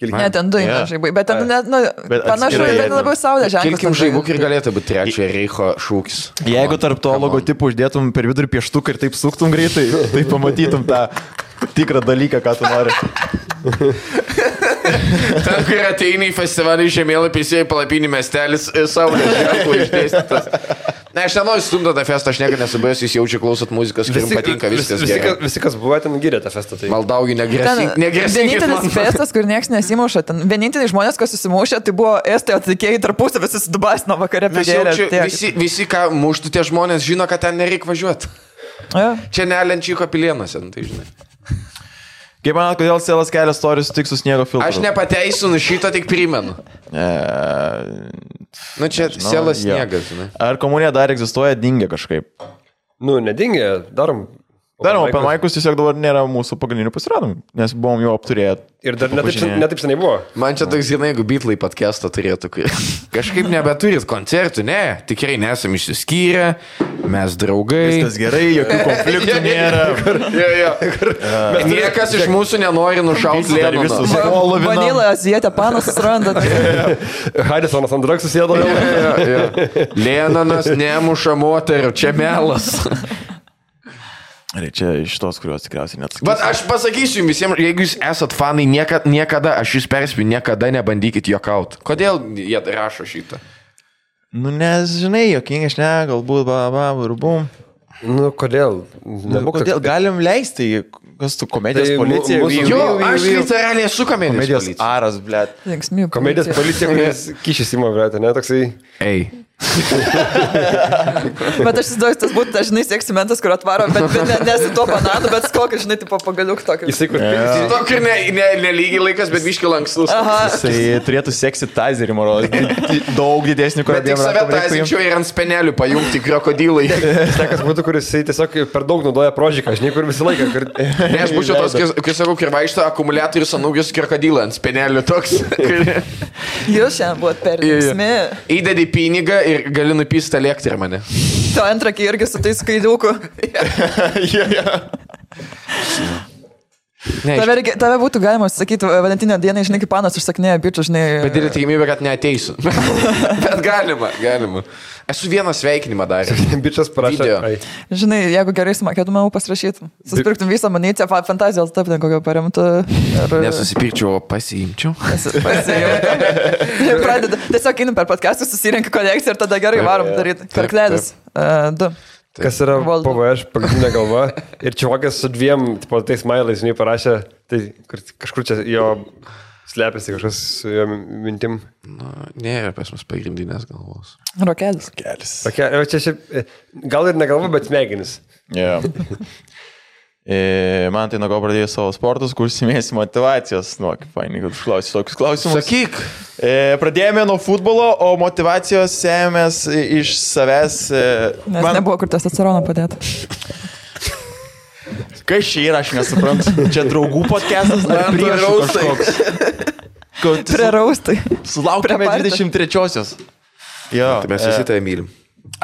E: Ne, ten du
A: Jo.
E: yeah. žaibai, bet ten, net, nu,
A: Bet
E: panašu,
A: atskirai,
E: kad
A: nu.
E: labiau saulė ženklas.
F: Kilkim
E: toksai.
F: žaibuk ir galėtų būti trečiojo reicho šūkis.
A: Jeigu tarp to logotipų uždėtum per vidurį pieštuką ir taip suktum greitai, tai pamatytum tą tikrą dalyką, ką tu nori.
F: Ten, kai ateini į festivalį žemėlapį, jisai palapinį miestelis ir saulės ženklų išdėstytas. Ne, aš nenoriu stumti tą festą, aš niekada nesu buvęs, jūs jaučiu klausot muzikos, kur jums patinka viskas.
D: visi,
F: gerai.
D: kas, visi, kas buvo ten, gyrė tą festą. Tai.
F: Maldauju,
E: Ten
F: negrasink- negrasinkit
E: vienintelis
F: man.
E: festas, kur niekas nesimuša. Ten vieninteliai žmonės, kas susimušė, tai buvo estai atlikėjai tarpusavį susidubasino vakare
F: Mes
E: pigėlę.
F: jaučiu, visi, visi, ką muštų tie žmonės, žino, kad ten nereikia važiuoti. Čia nelenčiai kapilienuose, nu, tai žinai.
A: Kaip manot, kodėl Sėlas kelias tori sutiks su sniego filmu?
F: Aš nepateisinu šito, tik primenu. Nu čia
A: Žinau,
F: sėlas
A: E, jo.
F: sniegas, žinai.
A: Ar komunija dar egzistuoja, dingia kažkaip?
D: Nu, nedingė, darom.
A: Darom apie
D: Open mic'us.
A: Maikus, tiesiog dabar nėra mūsų pagrindinių pasirodymų, nes buvom jau apturėję.
D: Ir dar netaip,
A: Pažinėjau.
D: sen- netaip senai buvo.
F: Man čia toks, žinai, jeigu bitlai podcastą turėtų. kai- Kažkaip nebeturit koncertų, ne, tikrai nesam išsiskyrę, mes draugai.
A: Viskas gerai, jokių konfliktų nėra.
F: Jo, jo. Niekas iš mūsų nenori nušauti
A: Dar visus
F: lėlų.
A: Holoviną.
E: Vanilą, azijietę, panas susiranda.
D: Harisonas ant draksų sėdo vėl.
F: Lėnanas nemuša moterų, čia melas.
A: Gerai, Čia iš tos, kuriuos tikriausiai net.
F: Bet aš pasakysiu jums visiems, jeigu jūs esat fanai, niekada, niekada aš jūs perspėju, niekada nebandykit juokauti. Kodėl jie rašo šitą?
A: Nu, nes, žinai, jokingai, aš ne, galbūt, ba, ba, ir bum.
D: Nu, kodėl?
A: Nu,
D: Nebūk
A: kodėl
D: toks-
A: galim leisti, kas tu komedijos
D: Tai mu-
A: policija?
D: mūsų-
A: jeigu-
F: Jo,
D: jau, jau,
F: aš
D: jau.
F: literaliai esu
A: Komedijos
F: komedijos.
A: aras, blėt.
D: Komedijos policija, kuris kišis į mavretą, ne toksai.
F: Ei.
E: Bet aš įsivaizduoju, tas būtų, žinai, seksimentas, kur atvaro, bet, bet ne, nesu to panadu, bet kokį, žinai, tipo pagaliuk tokį.
D: Jisai kur.
F: Su tokiu nelygiai Nu, ne, ne lygiai laikas, bet biški lankstus.
A: Jisai turėtų seksi tazerį, moro. Daug didesnį, kur
F: Bet tik save taisinčiau ir ant spenelių pajungti krokodilai.
D: Tekas būtų, kuris tiesiog per daug naudoja prožiką, žinai, kur visą laiką. Kur...
F: Ne, aš būčiau tos, kai- kai sakau, kai vaikšto akumuliatorius anūgis krokodilą ant spenelių toks. kur-
E: Jūs šiandien buvot per linksmi.
F: Įdedi pinigą ir gali nupysti elektrą mane.
E: To antrakį irgi su tais skaiduku.
F: Jo, jo. Ne,
E: Tave, irgi- tave būtų galima sakyti, Valentino dieną, žinai, kaip panas užsakinėja bičių, žinai.
F: Bet yra tikimybė, kad neateisiu. Bet galima, galima. Esu vieną sveikinimą daręs.
D: Bičias parašė.
F: Video.
D: ai.
E: Žinai, jeigu gerai sumokėtum, jau pasirašytum. Suspirktum visą municiją, fa- fantazijos taip, ten kokio paremtų. Ir...
F: Nesusipirčiau, o pasiimčiau.
E: Pasijautė. Pradeda. Tiesiog eini per podcastus, susirenki kolekciją ir tada gerai
F: Taip,
E: varom
F: taip.
E: daryti.
F: Taip,
E: Karklelis. Uh, du.
D: Kas yra
E: Valdo.
D: PVS pagrindinė galva. Ir čiokas su dviem, tipo, tais mailais, žinai, parašė, tai kur- kažkur čia jo slepiasi kažkas su jo mintim.
F: Nu, nėra pas mus pagrindinės galvos.
E: Rokelis.
A: Gelis.
D: Tokia, o čia šiaip, e, gal ir negalva, bet smegenis.
A: Yeah. E, man tai nuo ko pradėjau savo sportus, kur simėsi motivacijos. Nu, kaip fainai, kad užklausiu tokius klausimus.
F: Sakyk,
A: E, pradėjome nuo futbolo, o motivacijos sėmės iš savęs. E,
E: Nes Man... nebuvo kur tas atsirona padėti.
A: Kas čia yra, aš nesuprantu. Čia draugų podcastas ar
F: Man
A: priešų
F: raustai.
A: kažkoks. Kad
E: Prie raustai.
A: sulaukime
E: prie parto.
A: 23-osios. Jo, e,
F: tai mes visi tai mylim.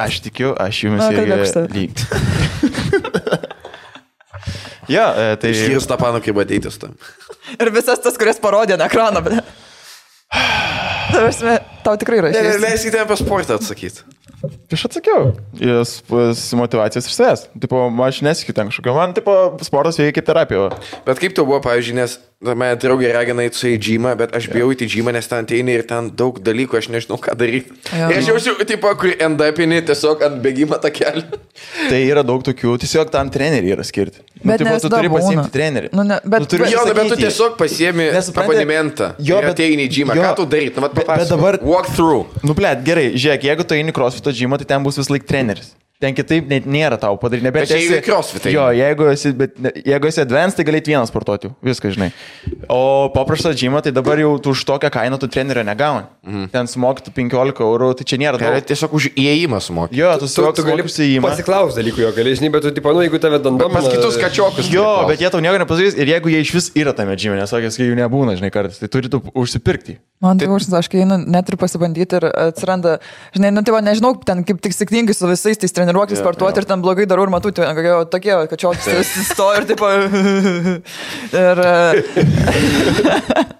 A: Aš tikiu, aš jumis
E: Na, kalbėk už
A: irgi
E: save.
A: lyg. Jo, e, tai...
F: Išskyrus tą paną, kaip ateitis tam.
E: Ir visas tas, kurias parodė ant ekrano. Bet... Ta prasme, Tau tikrai
F: Ne, ne,
E: rašė.
F: leiskite apie sportą atsakyti.
A: Aš atsakiau. Jis pas- motivacijos iš savęs. Tipo, aš nesikiu ten kažkokio. Man, tipo, sportas veikia kaip terapija.
F: Bet kaip tau buvo, pavyzdžiui, nes na, mane draugė ragina į su į džymą, bet aš bijau į džymą, nes ten ateini ir ten daug dalykų, aš nežinau, ką daryti.
E: Jo.
F: Ir aš jaučiu, tipo, kur endapini tiesiog ant bėgimo tą kelią.
A: Tai yra daug tokių, tiesiog tam treneriui yra skirti. Nu,
E: Bet
A: tipo,
E: ne
A: tu
E: visada
A: turi pasiimti
E: būna.
A: trenerį.
E: Nu, ne, bet-
A: tu turi
E: bet-
F: Jo, nu, bet tu
A: užsakyti jį.
F: tiesiog pasiemi
A: Nesupranti-
F: abonementą.
A: Jo,
F: Jo,
A: bet-
F: bet ateini į džimą.
A: jo.
F: Ką tu daryt? Nu, vat,
A: Bet- bet
F: papasakok.
A: dabar-
F: Walk through.
A: Nu, blėt, gerai, žiūrėk, jeigu tu eini crossfito džymą, tai ten bus vis laik treneris. Ten kitaip net nėra tau padaryti, nebent
F: Bet čia jeigu į crossfitą eini.
A: Jo, jeigu esi, bet, ne- jeigu esi advanced, tai galėt vienas sportuoti, jau, viską žinai. O paprastą džymą, tai dabar jau tu už tokią kainą tu trenerio negauni. Mm.
F: Mhm.
A: Ten smokti 15 eurų, tai čia nėra
F: Tai yra
A: daug.
F: tiesiog už įėjimą sumokėti.
A: Jo, tu, tu, tu gali įsijimą.
D: pasiklaus dalykų jo, gali, žinai, bet tu, tipo, nu, jeigu tave dandom...
F: Pas kitus kačiokus.
A: Jo, bet jie tau nieko nepasakys ir jeigu jie iš vis yra tame džime, nes sakė, kai jų nebūna, žinai, kartais, tai turi tu užsipirkti.
E: Man tai užsins, aš kai einu net ir pasibandyti ir atsiranda, žinai, nu tai va, nežinau, ten kaip tik sėkmingai su visais tais treniruoklis yeah, sportuoti yeah. ir ten blogai darau ir matau, tai kokie va tokie, va, kad čia visi stovi ir taip. Ir e,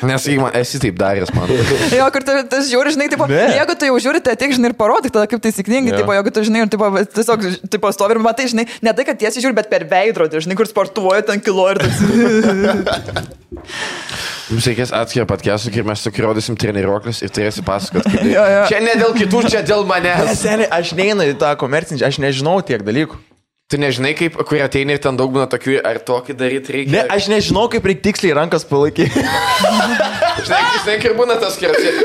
F: Nes įma, esi taip daręs, man.
E: jo, kur tai- tas žiūri, žinai, taip,
A: Ne.
E: jeigu tai jau žiūri, tai ateik, žinai, ir parodyk tada, kaip tai sėkmingai,
A: Jo.
E: yeah. jeigu tu, žinai, ir taip, tiesiog, taip, stovi ir matai, žinai, ne tai, kad tiesiai žiūri, bet per veidrodį, žinai, kur sportuoja, ten kilo ir toks.
F: Mums reikės atskirą podcast'ą, kai mes tokį rodysim treniruoklis ir turėsi pasakot. kaip tai-
E: Jo, jo.
F: Čia ne dėl kitų, čia dėl manęs.
A: Seniai, aš neinu į tą komercinį, aš nežinau tiek dalykų.
F: Tu nežinai, kaip, kur ateini ir ten daug būna tokių, ar tokį daryti reikia.
A: Ne, aš nežinau, kaip reikia tiksliai rankas palaikyti.
F: Žinai, žinai, kur būna tas skirtas.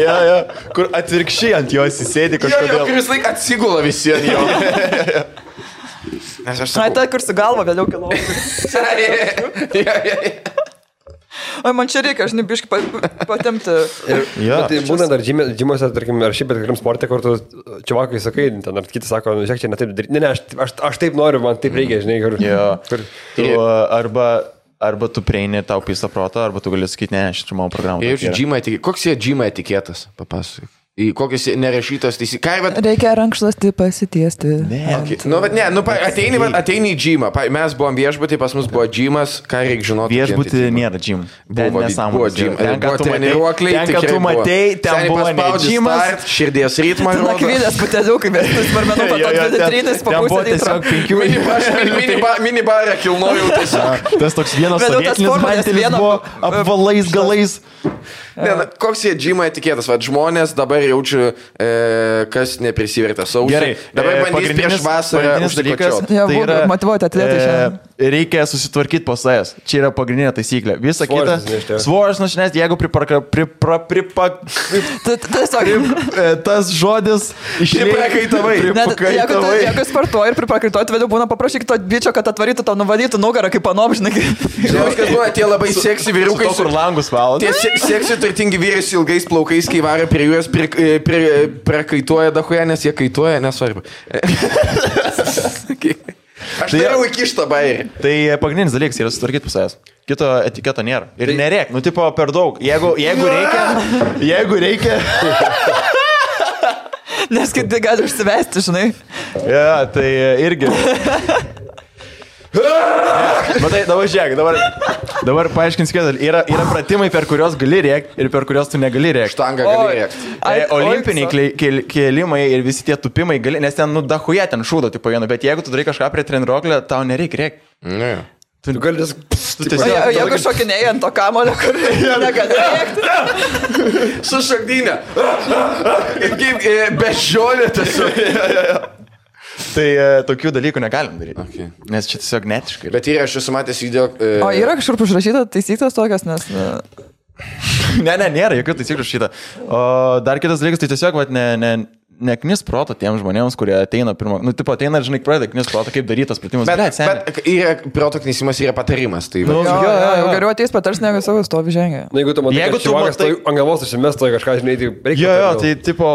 A: ja, ja. Kur atvirkščiai ant jos įsėdi
F: Jo, jo,
A: kažkodėl.
F: kuris laik atsigula visi ant jo. Nes aš
E: Na,
F: sakau.
E: ta, kur su galva vėliau kilo.
F: Jo, jo, jo.
E: O man čia reikia, žinai, biškai patemti.
A: Jo.
D: Bet tai būna dar džime- džimuose, tarkim, ar šiaip bet kokiam sportė, kur tu čiavakai sakai, ten ar kiti sako, nu, žiūrėk, čia netaip daryti. Ne, ne, aš, aš, aš taip noriu, man taip reikia, žinai, kur.
A: Jo.
D: kur
A: Tu, arba, arba tu prieini tau pisa protą, arba tu gali sakyti, ne, aš čia mano programą.
F: Jaučiu džimą etiketą. Koks jie džimą etiketas? Papasakok. Į kokias nerašytos taisyklės.
E: Reikia rankšluostį pasitiesti.
A: Ne,
F: Nu, bet ne, nu, pa, ateini, va, ateini į džimą. Pa, mes buvom viešbutį, pas mus buvo džimas, ką reikia žinoti.
A: viešbutį nėra džim. Ten
F: Buvo,
A: nesąmonės
F: buvo
A: yra.
F: džim,
A: Ten, ką
F: buvo
A: tu matei-
F: treniruokliai.
A: ten, ką
F: tikrai
A: tu
F: buvo.
A: matei, ten
F: Seniai
A: buvo ne
F: paspaudi
A: džimas,
F: start, Širdies ritmą. rodo.
E: Nakvynės puteliukai, bet tas varmenų
A: Jo, jo, ten-
E: patokvitrinės
A: ten buvo
E: papūsė.
A: tiesiog penkių
F: Mini bar- mini- mini bar- Mini barą kilnojau tai tiesiog.
A: Tas toks vienas
E: Vėliau tas
A: sovietinis
E: formules
A: mantelis
E: vieno-
A: buvo apvalais galais.
F: Ne, na, koks jie džimą etikėtas, va, žmonės dabar jaučiu, e, kas neprisivertė sausio.
A: Gerai,
F: dabar
A: e,
F: bandys prieš
A: pagrindinis-
F: vasarą
A: pagrindinis dalykas. tai e,
F: užsikočiot.
E: Jo, būtų motyvuoti atletai šiandien.
A: Reikia susitvarkyti po savęs. Čia yra pagrindinė taisyklė. Visa kita.
D: Svoris nusinešti.
A: Svoris nusinešti, jeigu priparka, pripra, pripa,
E: Tiesiog.
A: e, tas žodis
F: Pripakaitavai.
E: Net jeigu, tu,
A: Pripakaitavai.
E: jeigu sportuoji ir pripakaituoji, vėliau būna paprašyk to bičio, kad atvarytų tau nuvalytų nugarą kaip panomžinai.
F: Žinau, kad buvo tie labai seksy vyrukai
A: Su
F: su
A: kur langus valo.
F: Tie se- seksy turtingi vyrai su ilgais plaukais, kai varia prie e, juos, E, prekaituoja dahuja, nes jie kaituoja, nesvarbu. Aš tai jau įkištą bairį.
A: Tai pagrindinis dalykas yra sutvarkyti pusės. Kito etiketo nėra. Ir tai... nereik, nu tipo per daug. Jeigu, jeigu reikia, jeigu reikia.
E: Nes kiti gali užsivesti, žinai.
A: Ja, tai irgi. Matai, dabar žiūrėk, dabar, dabar paaiškinsiu, kad yra, yra pratimai, per kuriuos gali rėkti ir per kuriuos tu negali rėkti.
F: Štangą gali rėkti.
A: Ai, E, olimpiniai keli- keli- kėlimai ir visi tie tupimai, gali, nes ten, nu, dahuje ten šūdo, tipo vienu, bet jeigu tu darai kažką prie treniruoklio, tau nereikia rėkti.
F: Ne.
D: Tu gali tas...
A: Tu
E: O je-
A: tiesiog...
E: jeigu šokinėjai ant to kamulio, kur negali rėkti,
F: Su šakdynė. Ir kaip e, bežionė tiesiog.
A: Tai e, tokių dalykų negalim daryti.
F: Okay.
A: Nes čia tiesiog netiškai.
F: Bet yra, aš esu matęs video. E,
E: O yra kažkur užrašyta taisyklės tokios, nes... na,
A: Ne, ne, nėra jokių taisyklių šitą. O dar kitas dalykas, tai tiesiog, vat, ne, ne, neknis proto tiem žmonėms, kurie ateina pirmą, nu, tipo, ateina, ir, žinai, pradeda knis proto, kaip daryti tas pratimas.
F: Bet,
A: Blet, seni.
F: bet yra proto knysimas, yra patarimas. Tai,
A: Nu,
F: va.
E: Jo,
A: jo,
E: jo,
A: jo,
E: jau
A: jo.
E: geriau ateis patars negu savo stovi žengia.
D: Na, Nu, jeigu tu matai,
A: Jeigu
D: jeigu
A: tu
D: tu matai...
A: matai-
D: ant galvos užsimesto kažką, žinai, tai reikia...
A: Jo, jo,
D: patarti.
A: tai tipo,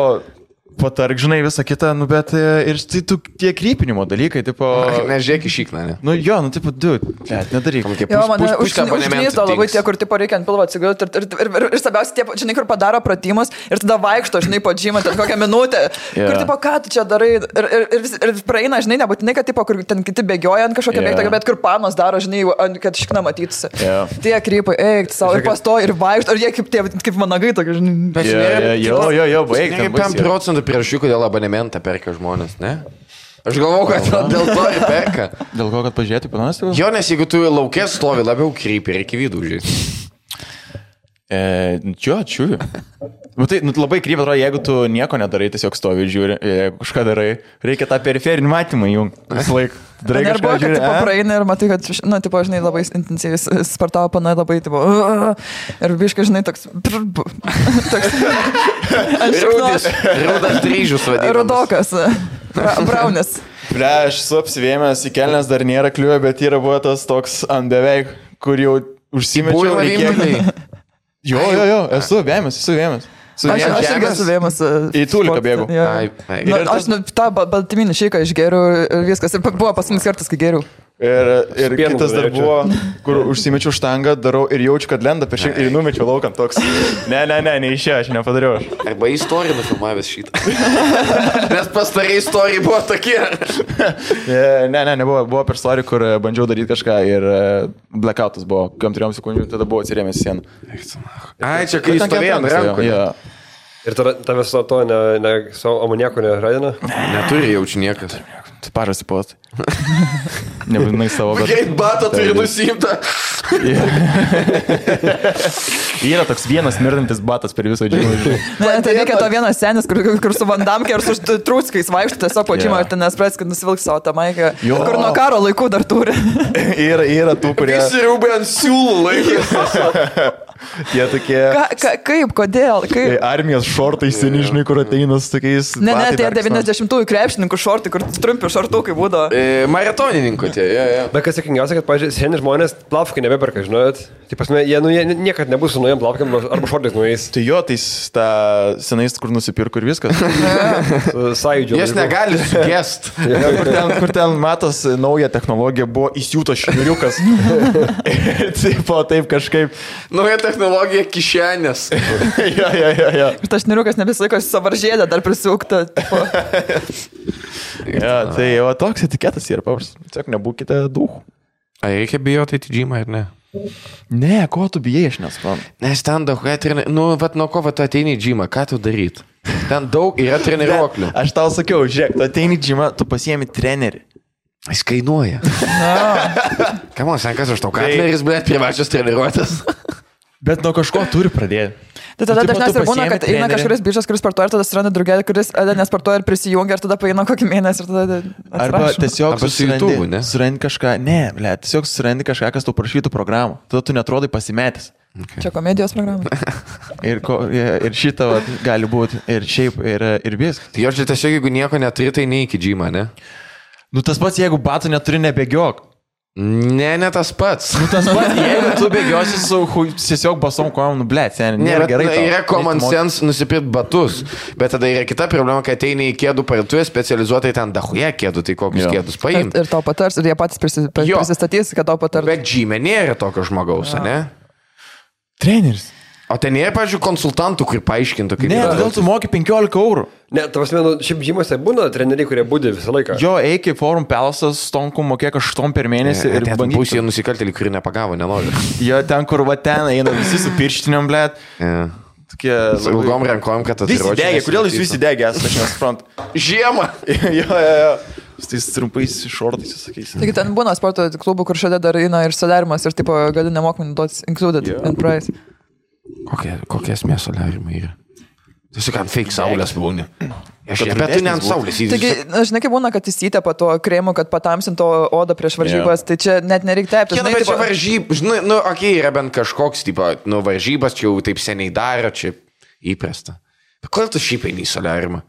A: patark, žinai, visą kitą, nu, bet e, ir tai tu tie krypinimo dalykai, tipo,
F: Nu, Nežiūrėk iš įkną, ne.
A: nu, jo, nu, tipo, du, blet, nedaryk.
E: Jo, mane užklysto labai tie, kur tipo reikia ant pilvo atsigulti ir, ir, ir, ir, ir svarbiausia, tie, žinai, kur padaro pratimus ir tada vaikšto, žinai, po džymą, ten kokią minutę.
A: Jo.
E: Yeah. Kur tipo, ką tu čia darai ir, ir, ir, vis- ir praeina, žinai, nebūtinai, kad tipo, kur ten kiti bėgioja ant kažkokio
A: Jo.
E: yeah. bėgto, bet kur panos daro, žinai, jau ant- kad šikna matytųsi.
A: Jo.
E: Tie krypai, eik, tu savo ir
D: Žiūrėkit.
E: pasto ir vaikšto, ir jie kaip, tie, kaip managai, tokie, žinai.
A: Jo, jo, jo, jo, jo, baig. ten bus
F: Kaip 5
A: jau.
F: procentų priežasčių, kodėl abonementą perka žmonės, ne? Aš galvau, kad dėl to ir perka.
A: Dėl ko, kad pažiūrėti, panas, jau?
F: Jo, nes jeigu tu laukės stovi, labiau krypi, reikia vidų žiūrėti.
A: E, Čia, čia. Matai, nu, labai krypia atrodo, jeigu tu nieko nedarai, tiesiog stovi ir žiūri, jeigu kažką darai, reikia tą periferinį matymą jungti. Visą laiką. Darai
E: Ir
A: kažką
E: buvo, kad
A: žiūri.
E: tipo,
A: e?
E: praeina ir matai, kad, nu, tipo, žinai, labai intensyviai s- sportavo pana, labai, tipo, "Ugh", ir biškai, žinai, toks, prr, bu- toks, ant šiknos,
F: Rūdis, rūdas dryžius vadinasi.
E: rudokas, bra- braunis.
A: Ble, aš su apsivėmęs į kelnes dar nėra kliuoja, bet yra buvo tas toks ant beveik, kur jau užsimečiau.
F: Buvo
A: ir kiek-
F: rimtai.
A: Jo, jo, jo, esu vėmęs, esu vėmęs. Su
E: Aš,
A: vėmęs.
E: aš irgi esu vėmas.
A: Į tūliką bėgu.
F: Ai, ai.
E: Na,
A: Ir tas-
E: aš nu, tą ba- baltyminį šeiką išgeriu ir viskas. Ir pa- buvo paskutinis kartas, kai geriau.
A: Ir, ir
D: Su pienu
A: kitas dar
D: galėčiau.
A: buvo, kur užsimečiau štangą, darau ir jaučiu, kad lenda per šiek tiek ir numečiau laukam toks. Ne, ne, ne, neišėjo, aš nepadariau. Aš.
F: Arba istoriją nufilmavęs šitą. Nes pastariai istorijai buvo tokie.
A: E, Ne, ne, nebuvo. Buvo per storį, kur e, bandžiau daryti kažką ir e, blackoutas buvo, kam turėjom sekundžių, tada buvo atsirėmęs į sieną.
F: Ai, čia kai stovėjo ant rankų.
A: Ja.
D: Ir tada tavęs nuo to, ne, ne, savo amoniako neradina.
F: Neturi jaučiu niekas.
A: Tu pažasi post. Nebūtinai savo, bet
F: Kaip batą turi nusimta.
A: yra toks vienas mirdantis batas per visą džiūną.
E: Ne, tai reikia to vienas senis, kur, kur su vandamkė ir su št- trūckais vaikšto tiesiog pačymą
A: Jo.
E: ir ten nespres, kad nusivilks savo tą maikę.
A: Jo.
E: Kur nuo karo laikų dar turi.
A: Ir yra tų, kurie
F: Visi rūbai ant siūlų laikė.
A: tie tokie
E: Ka, ka, kaip, kodėl?
A: e,
E: Kaip?
A: armijos šortai seni, žinai, kur ateina su tokiais.
E: Ne, ne,
A: batai
E: tie
A: tai dar kas nors.
E: 90-ųjų krepšininkų šortai, kur trumpi šortukai būdavo.
F: Maratonininkų e, tie, jo, jo.
D: Bet kas sėkmingiausia, kad, pažiūrėjau, seni žmonės plavkai nebeperka, žinot. Tai pasme, jie, nu, jie nie- niekad nebus su naujam plavkiam arba šortais nuėjęs
A: Tai jo, tai s- tą senais, kur nusipirko ir viskas.
D: sąjūdžio.
F: Jis negali sugest.
A: kur, ten, kur ten matos nauja technologija buvo įsiūtas šniuriukas. Taip, taip kažkaip.
F: Nauja technologija kišenės.
A: Ja, ja, ja, ja.
E: Ir tas šniuriukas nebesilaiko su savaržėlė dar prisiukta.
A: Ja, tai jau toks etiketas yra paprastas. Tiesiog nebūkite duhų.
F: Ar reikia bijoti atidžymą ar ne?
A: Ne, ko tu bijai, aš nesuprantu.
F: Nes ten daug, kai treniruoklių, nu, vat nuo ko vat tu ateini į džymą, ką tu daryt? Ten daug yra treniruoklių.
A: Aš tau sakiau, žiūrėk, tu ateini į džimą, tu pasiemi trenerį.
F: Jis kainuoja. Kamu, senkas, aš tau katleris, bet privačios treniruotės.
A: Bet nuo kažko turi pradėti.
E: Tai tada
A: Nu, tipo, tu
E: dažniausiai ir būna,
A: pasiemi
E: kad eina
A: trenerį.
E: kažkuris bišas, kuris sportuoja, ir tada suranda draugelį, kuris e, nesportuoja ir prisijungia, ir tada paeina kokį mėnesį ir tada...
A: Arba
E: atsiprašom.
A: tiesiog
F: Arba su YouTube'u, ne?
A: surandi kažką, ne, ble, tiesiog surandi kažką, kas tau prašytų programą. Tada tu netrodai pasimetęs.
E: Čia komedijos programa.
A: Ir, ko, ir šitą vat, gali būti, ir šiaip, ir, ir viskas.
F: Tai jo, čia tiesiog, jeigu nieko neturi, tai neik į džymą, ne?
A: Nu tas pats, jeigu batų neturi, nebėgiok.
F: Ne, ne tas pats.
A: Tas pats, jeigu tu bėgiosi su hu- tiesiog basom kojom, nu blėt, seniai,
F: Ne,
A: nėra
F: bet
A: gerai.
F: gerai,
A: tau.
F: yra common
A: Reik mokytis.
F: sense nusipirkti batus, bet tada yra kita problema, kad ateini į kėdų parduotuvę specializuotai ten dahuje kėdų, tai kokius
A: Jo.
F: kėdus
E: Ir,
F: paimti.
E: ir tau patars, ir jie patys prisi, pa-
F: Jo.
E: prisistatys, kad tau patars.
F: Bet žymė nėra tokio žmogaus, ne?
A: Treneris.
F: O ten nėra, pažiūrėjau, konsultantų, kur paaiškintų, kaip
A: Ne,
F: yra.
A: todėl tu moki 15 eurų.
D: Ne, tavas menu, šiaip žymose būna treneriai, kurie būdi visą laiką.
A: Jo, eik į forum pelasas, stonku mokėk 8 per mėnesį ir
F: Ten
A: bandyk.
F: pusėje nusikaltėlį, kurį nepagavo, nenori.
A: Jo, ten, kur va ten eina visi su pirštiniam, blėt.
F: Ja.
A: Tokie...
F: Su E, ilgom rankom, kad
A: Visi
F: atsirodytų.
A: degė, kodėl jūs visi degė esate, aš nesuprantu.
F: Žiemą.
A: jo, jo, jo. Su tais trumpais šortais, sakysim.
F: Tai-
E: Taigi ten būna sporto klubų, kur šiandien dar eina ir sudarimas, ir tipo, gali nemokamai naudotis included yeah. in price.
F: Kokie, kokie esmės soliarimai yra? Tu su kam fake saulės būni. Aš
A: Kad
F: ir bet tu ne
A: rudesnis
F: ant
A: būtų.
F: saulės
E: Taigi,
F: įdėsi.
E: na, žinai, kaip būna, kad įsitepa to kremo, kad patamsinto odą prieš varžybas, yeah. tai čia net nereikia tepti.
F: Kiek
E: žinai,
F: bet čia
E: tipo-
F: varžybas, žinai, nu, okei, okay, yra bent kažkoks, tipo, nu, varžybas čia jau taip seniai daro, čia įprasta. Bet kodėl tu šiaip eini į soliarimą?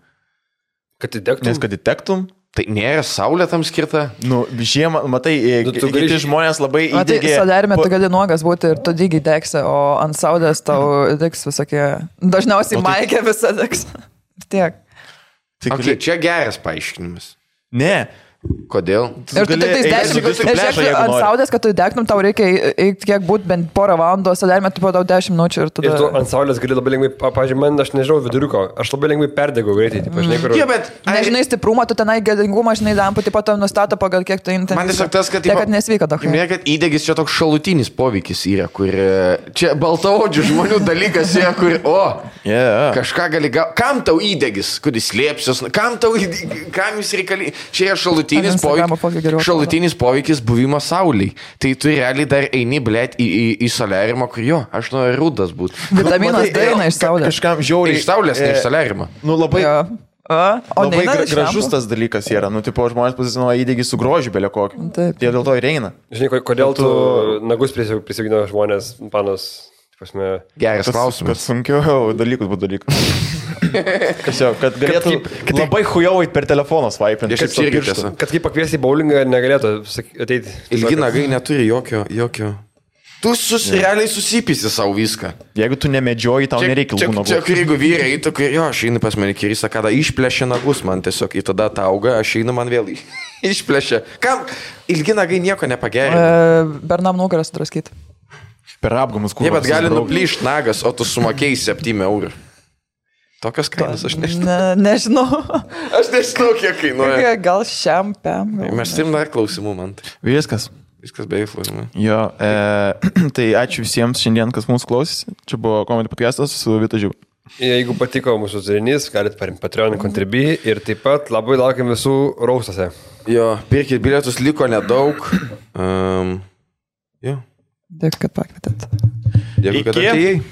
D: Kad įdegtum.
A: Nes kad įtektum,
F: Tai nėra saulė tam skirta?
A: nu, žiemą, matai,
D: Nu, tu
A: tu
D: gali-
A: gali žmonės labai
E: Na, tai
A: įdegė.
E: sadarime
A: po-
E: tu gali nuogas būti ir tu dygiai deksi, o ant saudės tau deks visokie.
A: Nu,
E: Dažniausiai maikė visą deks. Ir tiek.
A: Tai
F: Okay,
A: gali-
F: čia geras paaiškinimas.
A: Ne.
F: Kodėl?
A: tu
E: Ir tu
A: gali
E: tik
A: eiti
E: tais
A: su visu
E: 10
A: plešu,
E: minučių
A: jeigu
E: ant
A: nori.
E: saudės, kad tu degtum, tau reikia eiti kiek būt bent porą valandų, sadarime tu padau 10 minučių ir
D: Ir tu
E: tada...
D: ant saulės gali labai lengvai, pa- pavyzdžiui, man, aš nežinau, viduriuko, aš labai lengvai perdegau greitai, tai pažinai, kur...
F: Jo,
A: Mm.
F: bet...
E: Nežinai stiprumą, tu tenai gėdingumą, žinai, dampą, taip pat tau nustato pagal kiek tu intensyviai.
F: Man tiesiog tas, kad...
E: Tai kad nesveika tokia.
F: Ne, kad įdegis čia toks šalutinis poveikis yra, kur... e, Čia baltaodžių žmonių dalykas yra, kur... O,
A: Yeah.
F: Kažką gali gauti. Kam tau įdegis, kuris liepsios, kam tau, įde- kam jis reikalingas. Čia yra šalutinis,
E: Ant Instagramo fotkė geriau
F: poveik... šalutinis poveikis buvimo Sauliai. Tai tu realiai dar eini, blėt, į, į, į soliarimą, kur jo, aš noriu rudas būti.
E: Vitaminas D eina iš saudės.
A: e, Kažkam
F: Tai
A: žiauriai.
F: iš Saulės, ne
A: e,
F: iš soliarimo.
A: Nu, labai...
E: Jo. A, O
A: Labai
E: ne,
A: gra gražus tas dalykas yra, nu, tipo, žmonės pozicionuoja įdėgi su grožiu belio kokiu.
E: Taip.
A: Jie dėl to ir eina.
D: Žinai, ko- kodėl tu nagus prisi- prisigino žmonės, panos, ta prasme,
A: Kas-
F: Geras
A: Kad
F: klausimas.
A: sunkiau dalykus būtų dalykas. Tiesiog, kad galėtų
D: kaip- kad taip-
A: labai hujauit per telefoną swaipinti.
F: Aš šiaip čia irgi tiesa.
D: kad kaip pakviesti į bowlingą negalėtų sak- ateiti.
F: Ilgi nagai neturi jokio, jokio. Tu sus, realiai susipysi savo viską.
A: Jeigu tu nemedžioji, tau nereikia
F: čia,
A: lūpų.
F: čia, kur jeigu vyrai, tu, kur jo, aš einu pas mane kirisa, kada išplešia nagus, man tiesiog į tada tauga, aš einu man vėl į- išplešia. Kam ilgi nagai nieko nepagerina.
E: E, Bernam nugaras sudraskyti.
A: Per apgamus kūną.
F: Jie bet gali
A: susidraugint.
F: nuplyšti nagas, o tu sumokėjai 7 eurų. Tokios kainos aš nežinau.
E: Ne, nežinau.
F: Aš nežinau, kiek kainuoja.
E: Gal šiam pem. gal
F: Mes turim dar klausimų, man. tai
A: Viskas.
F: Viskas beveik klausimai.
A: Jo, e, tai ačiū visiems šiandien, kas mūsų klausys. Čia buvo komedy podcastas su Vita Žiū.
D: Jeigu patiko mūsų turinys, galite parimti Patreon kontribį ir taip pat labai laukiam visų raustose.
F: Jo, pirkit bilietus, liko nedaug. Um, jo,
E: Dėkui, kad pakvietėt.
F: dėkui, kad
A: Iki.
F: atėjai.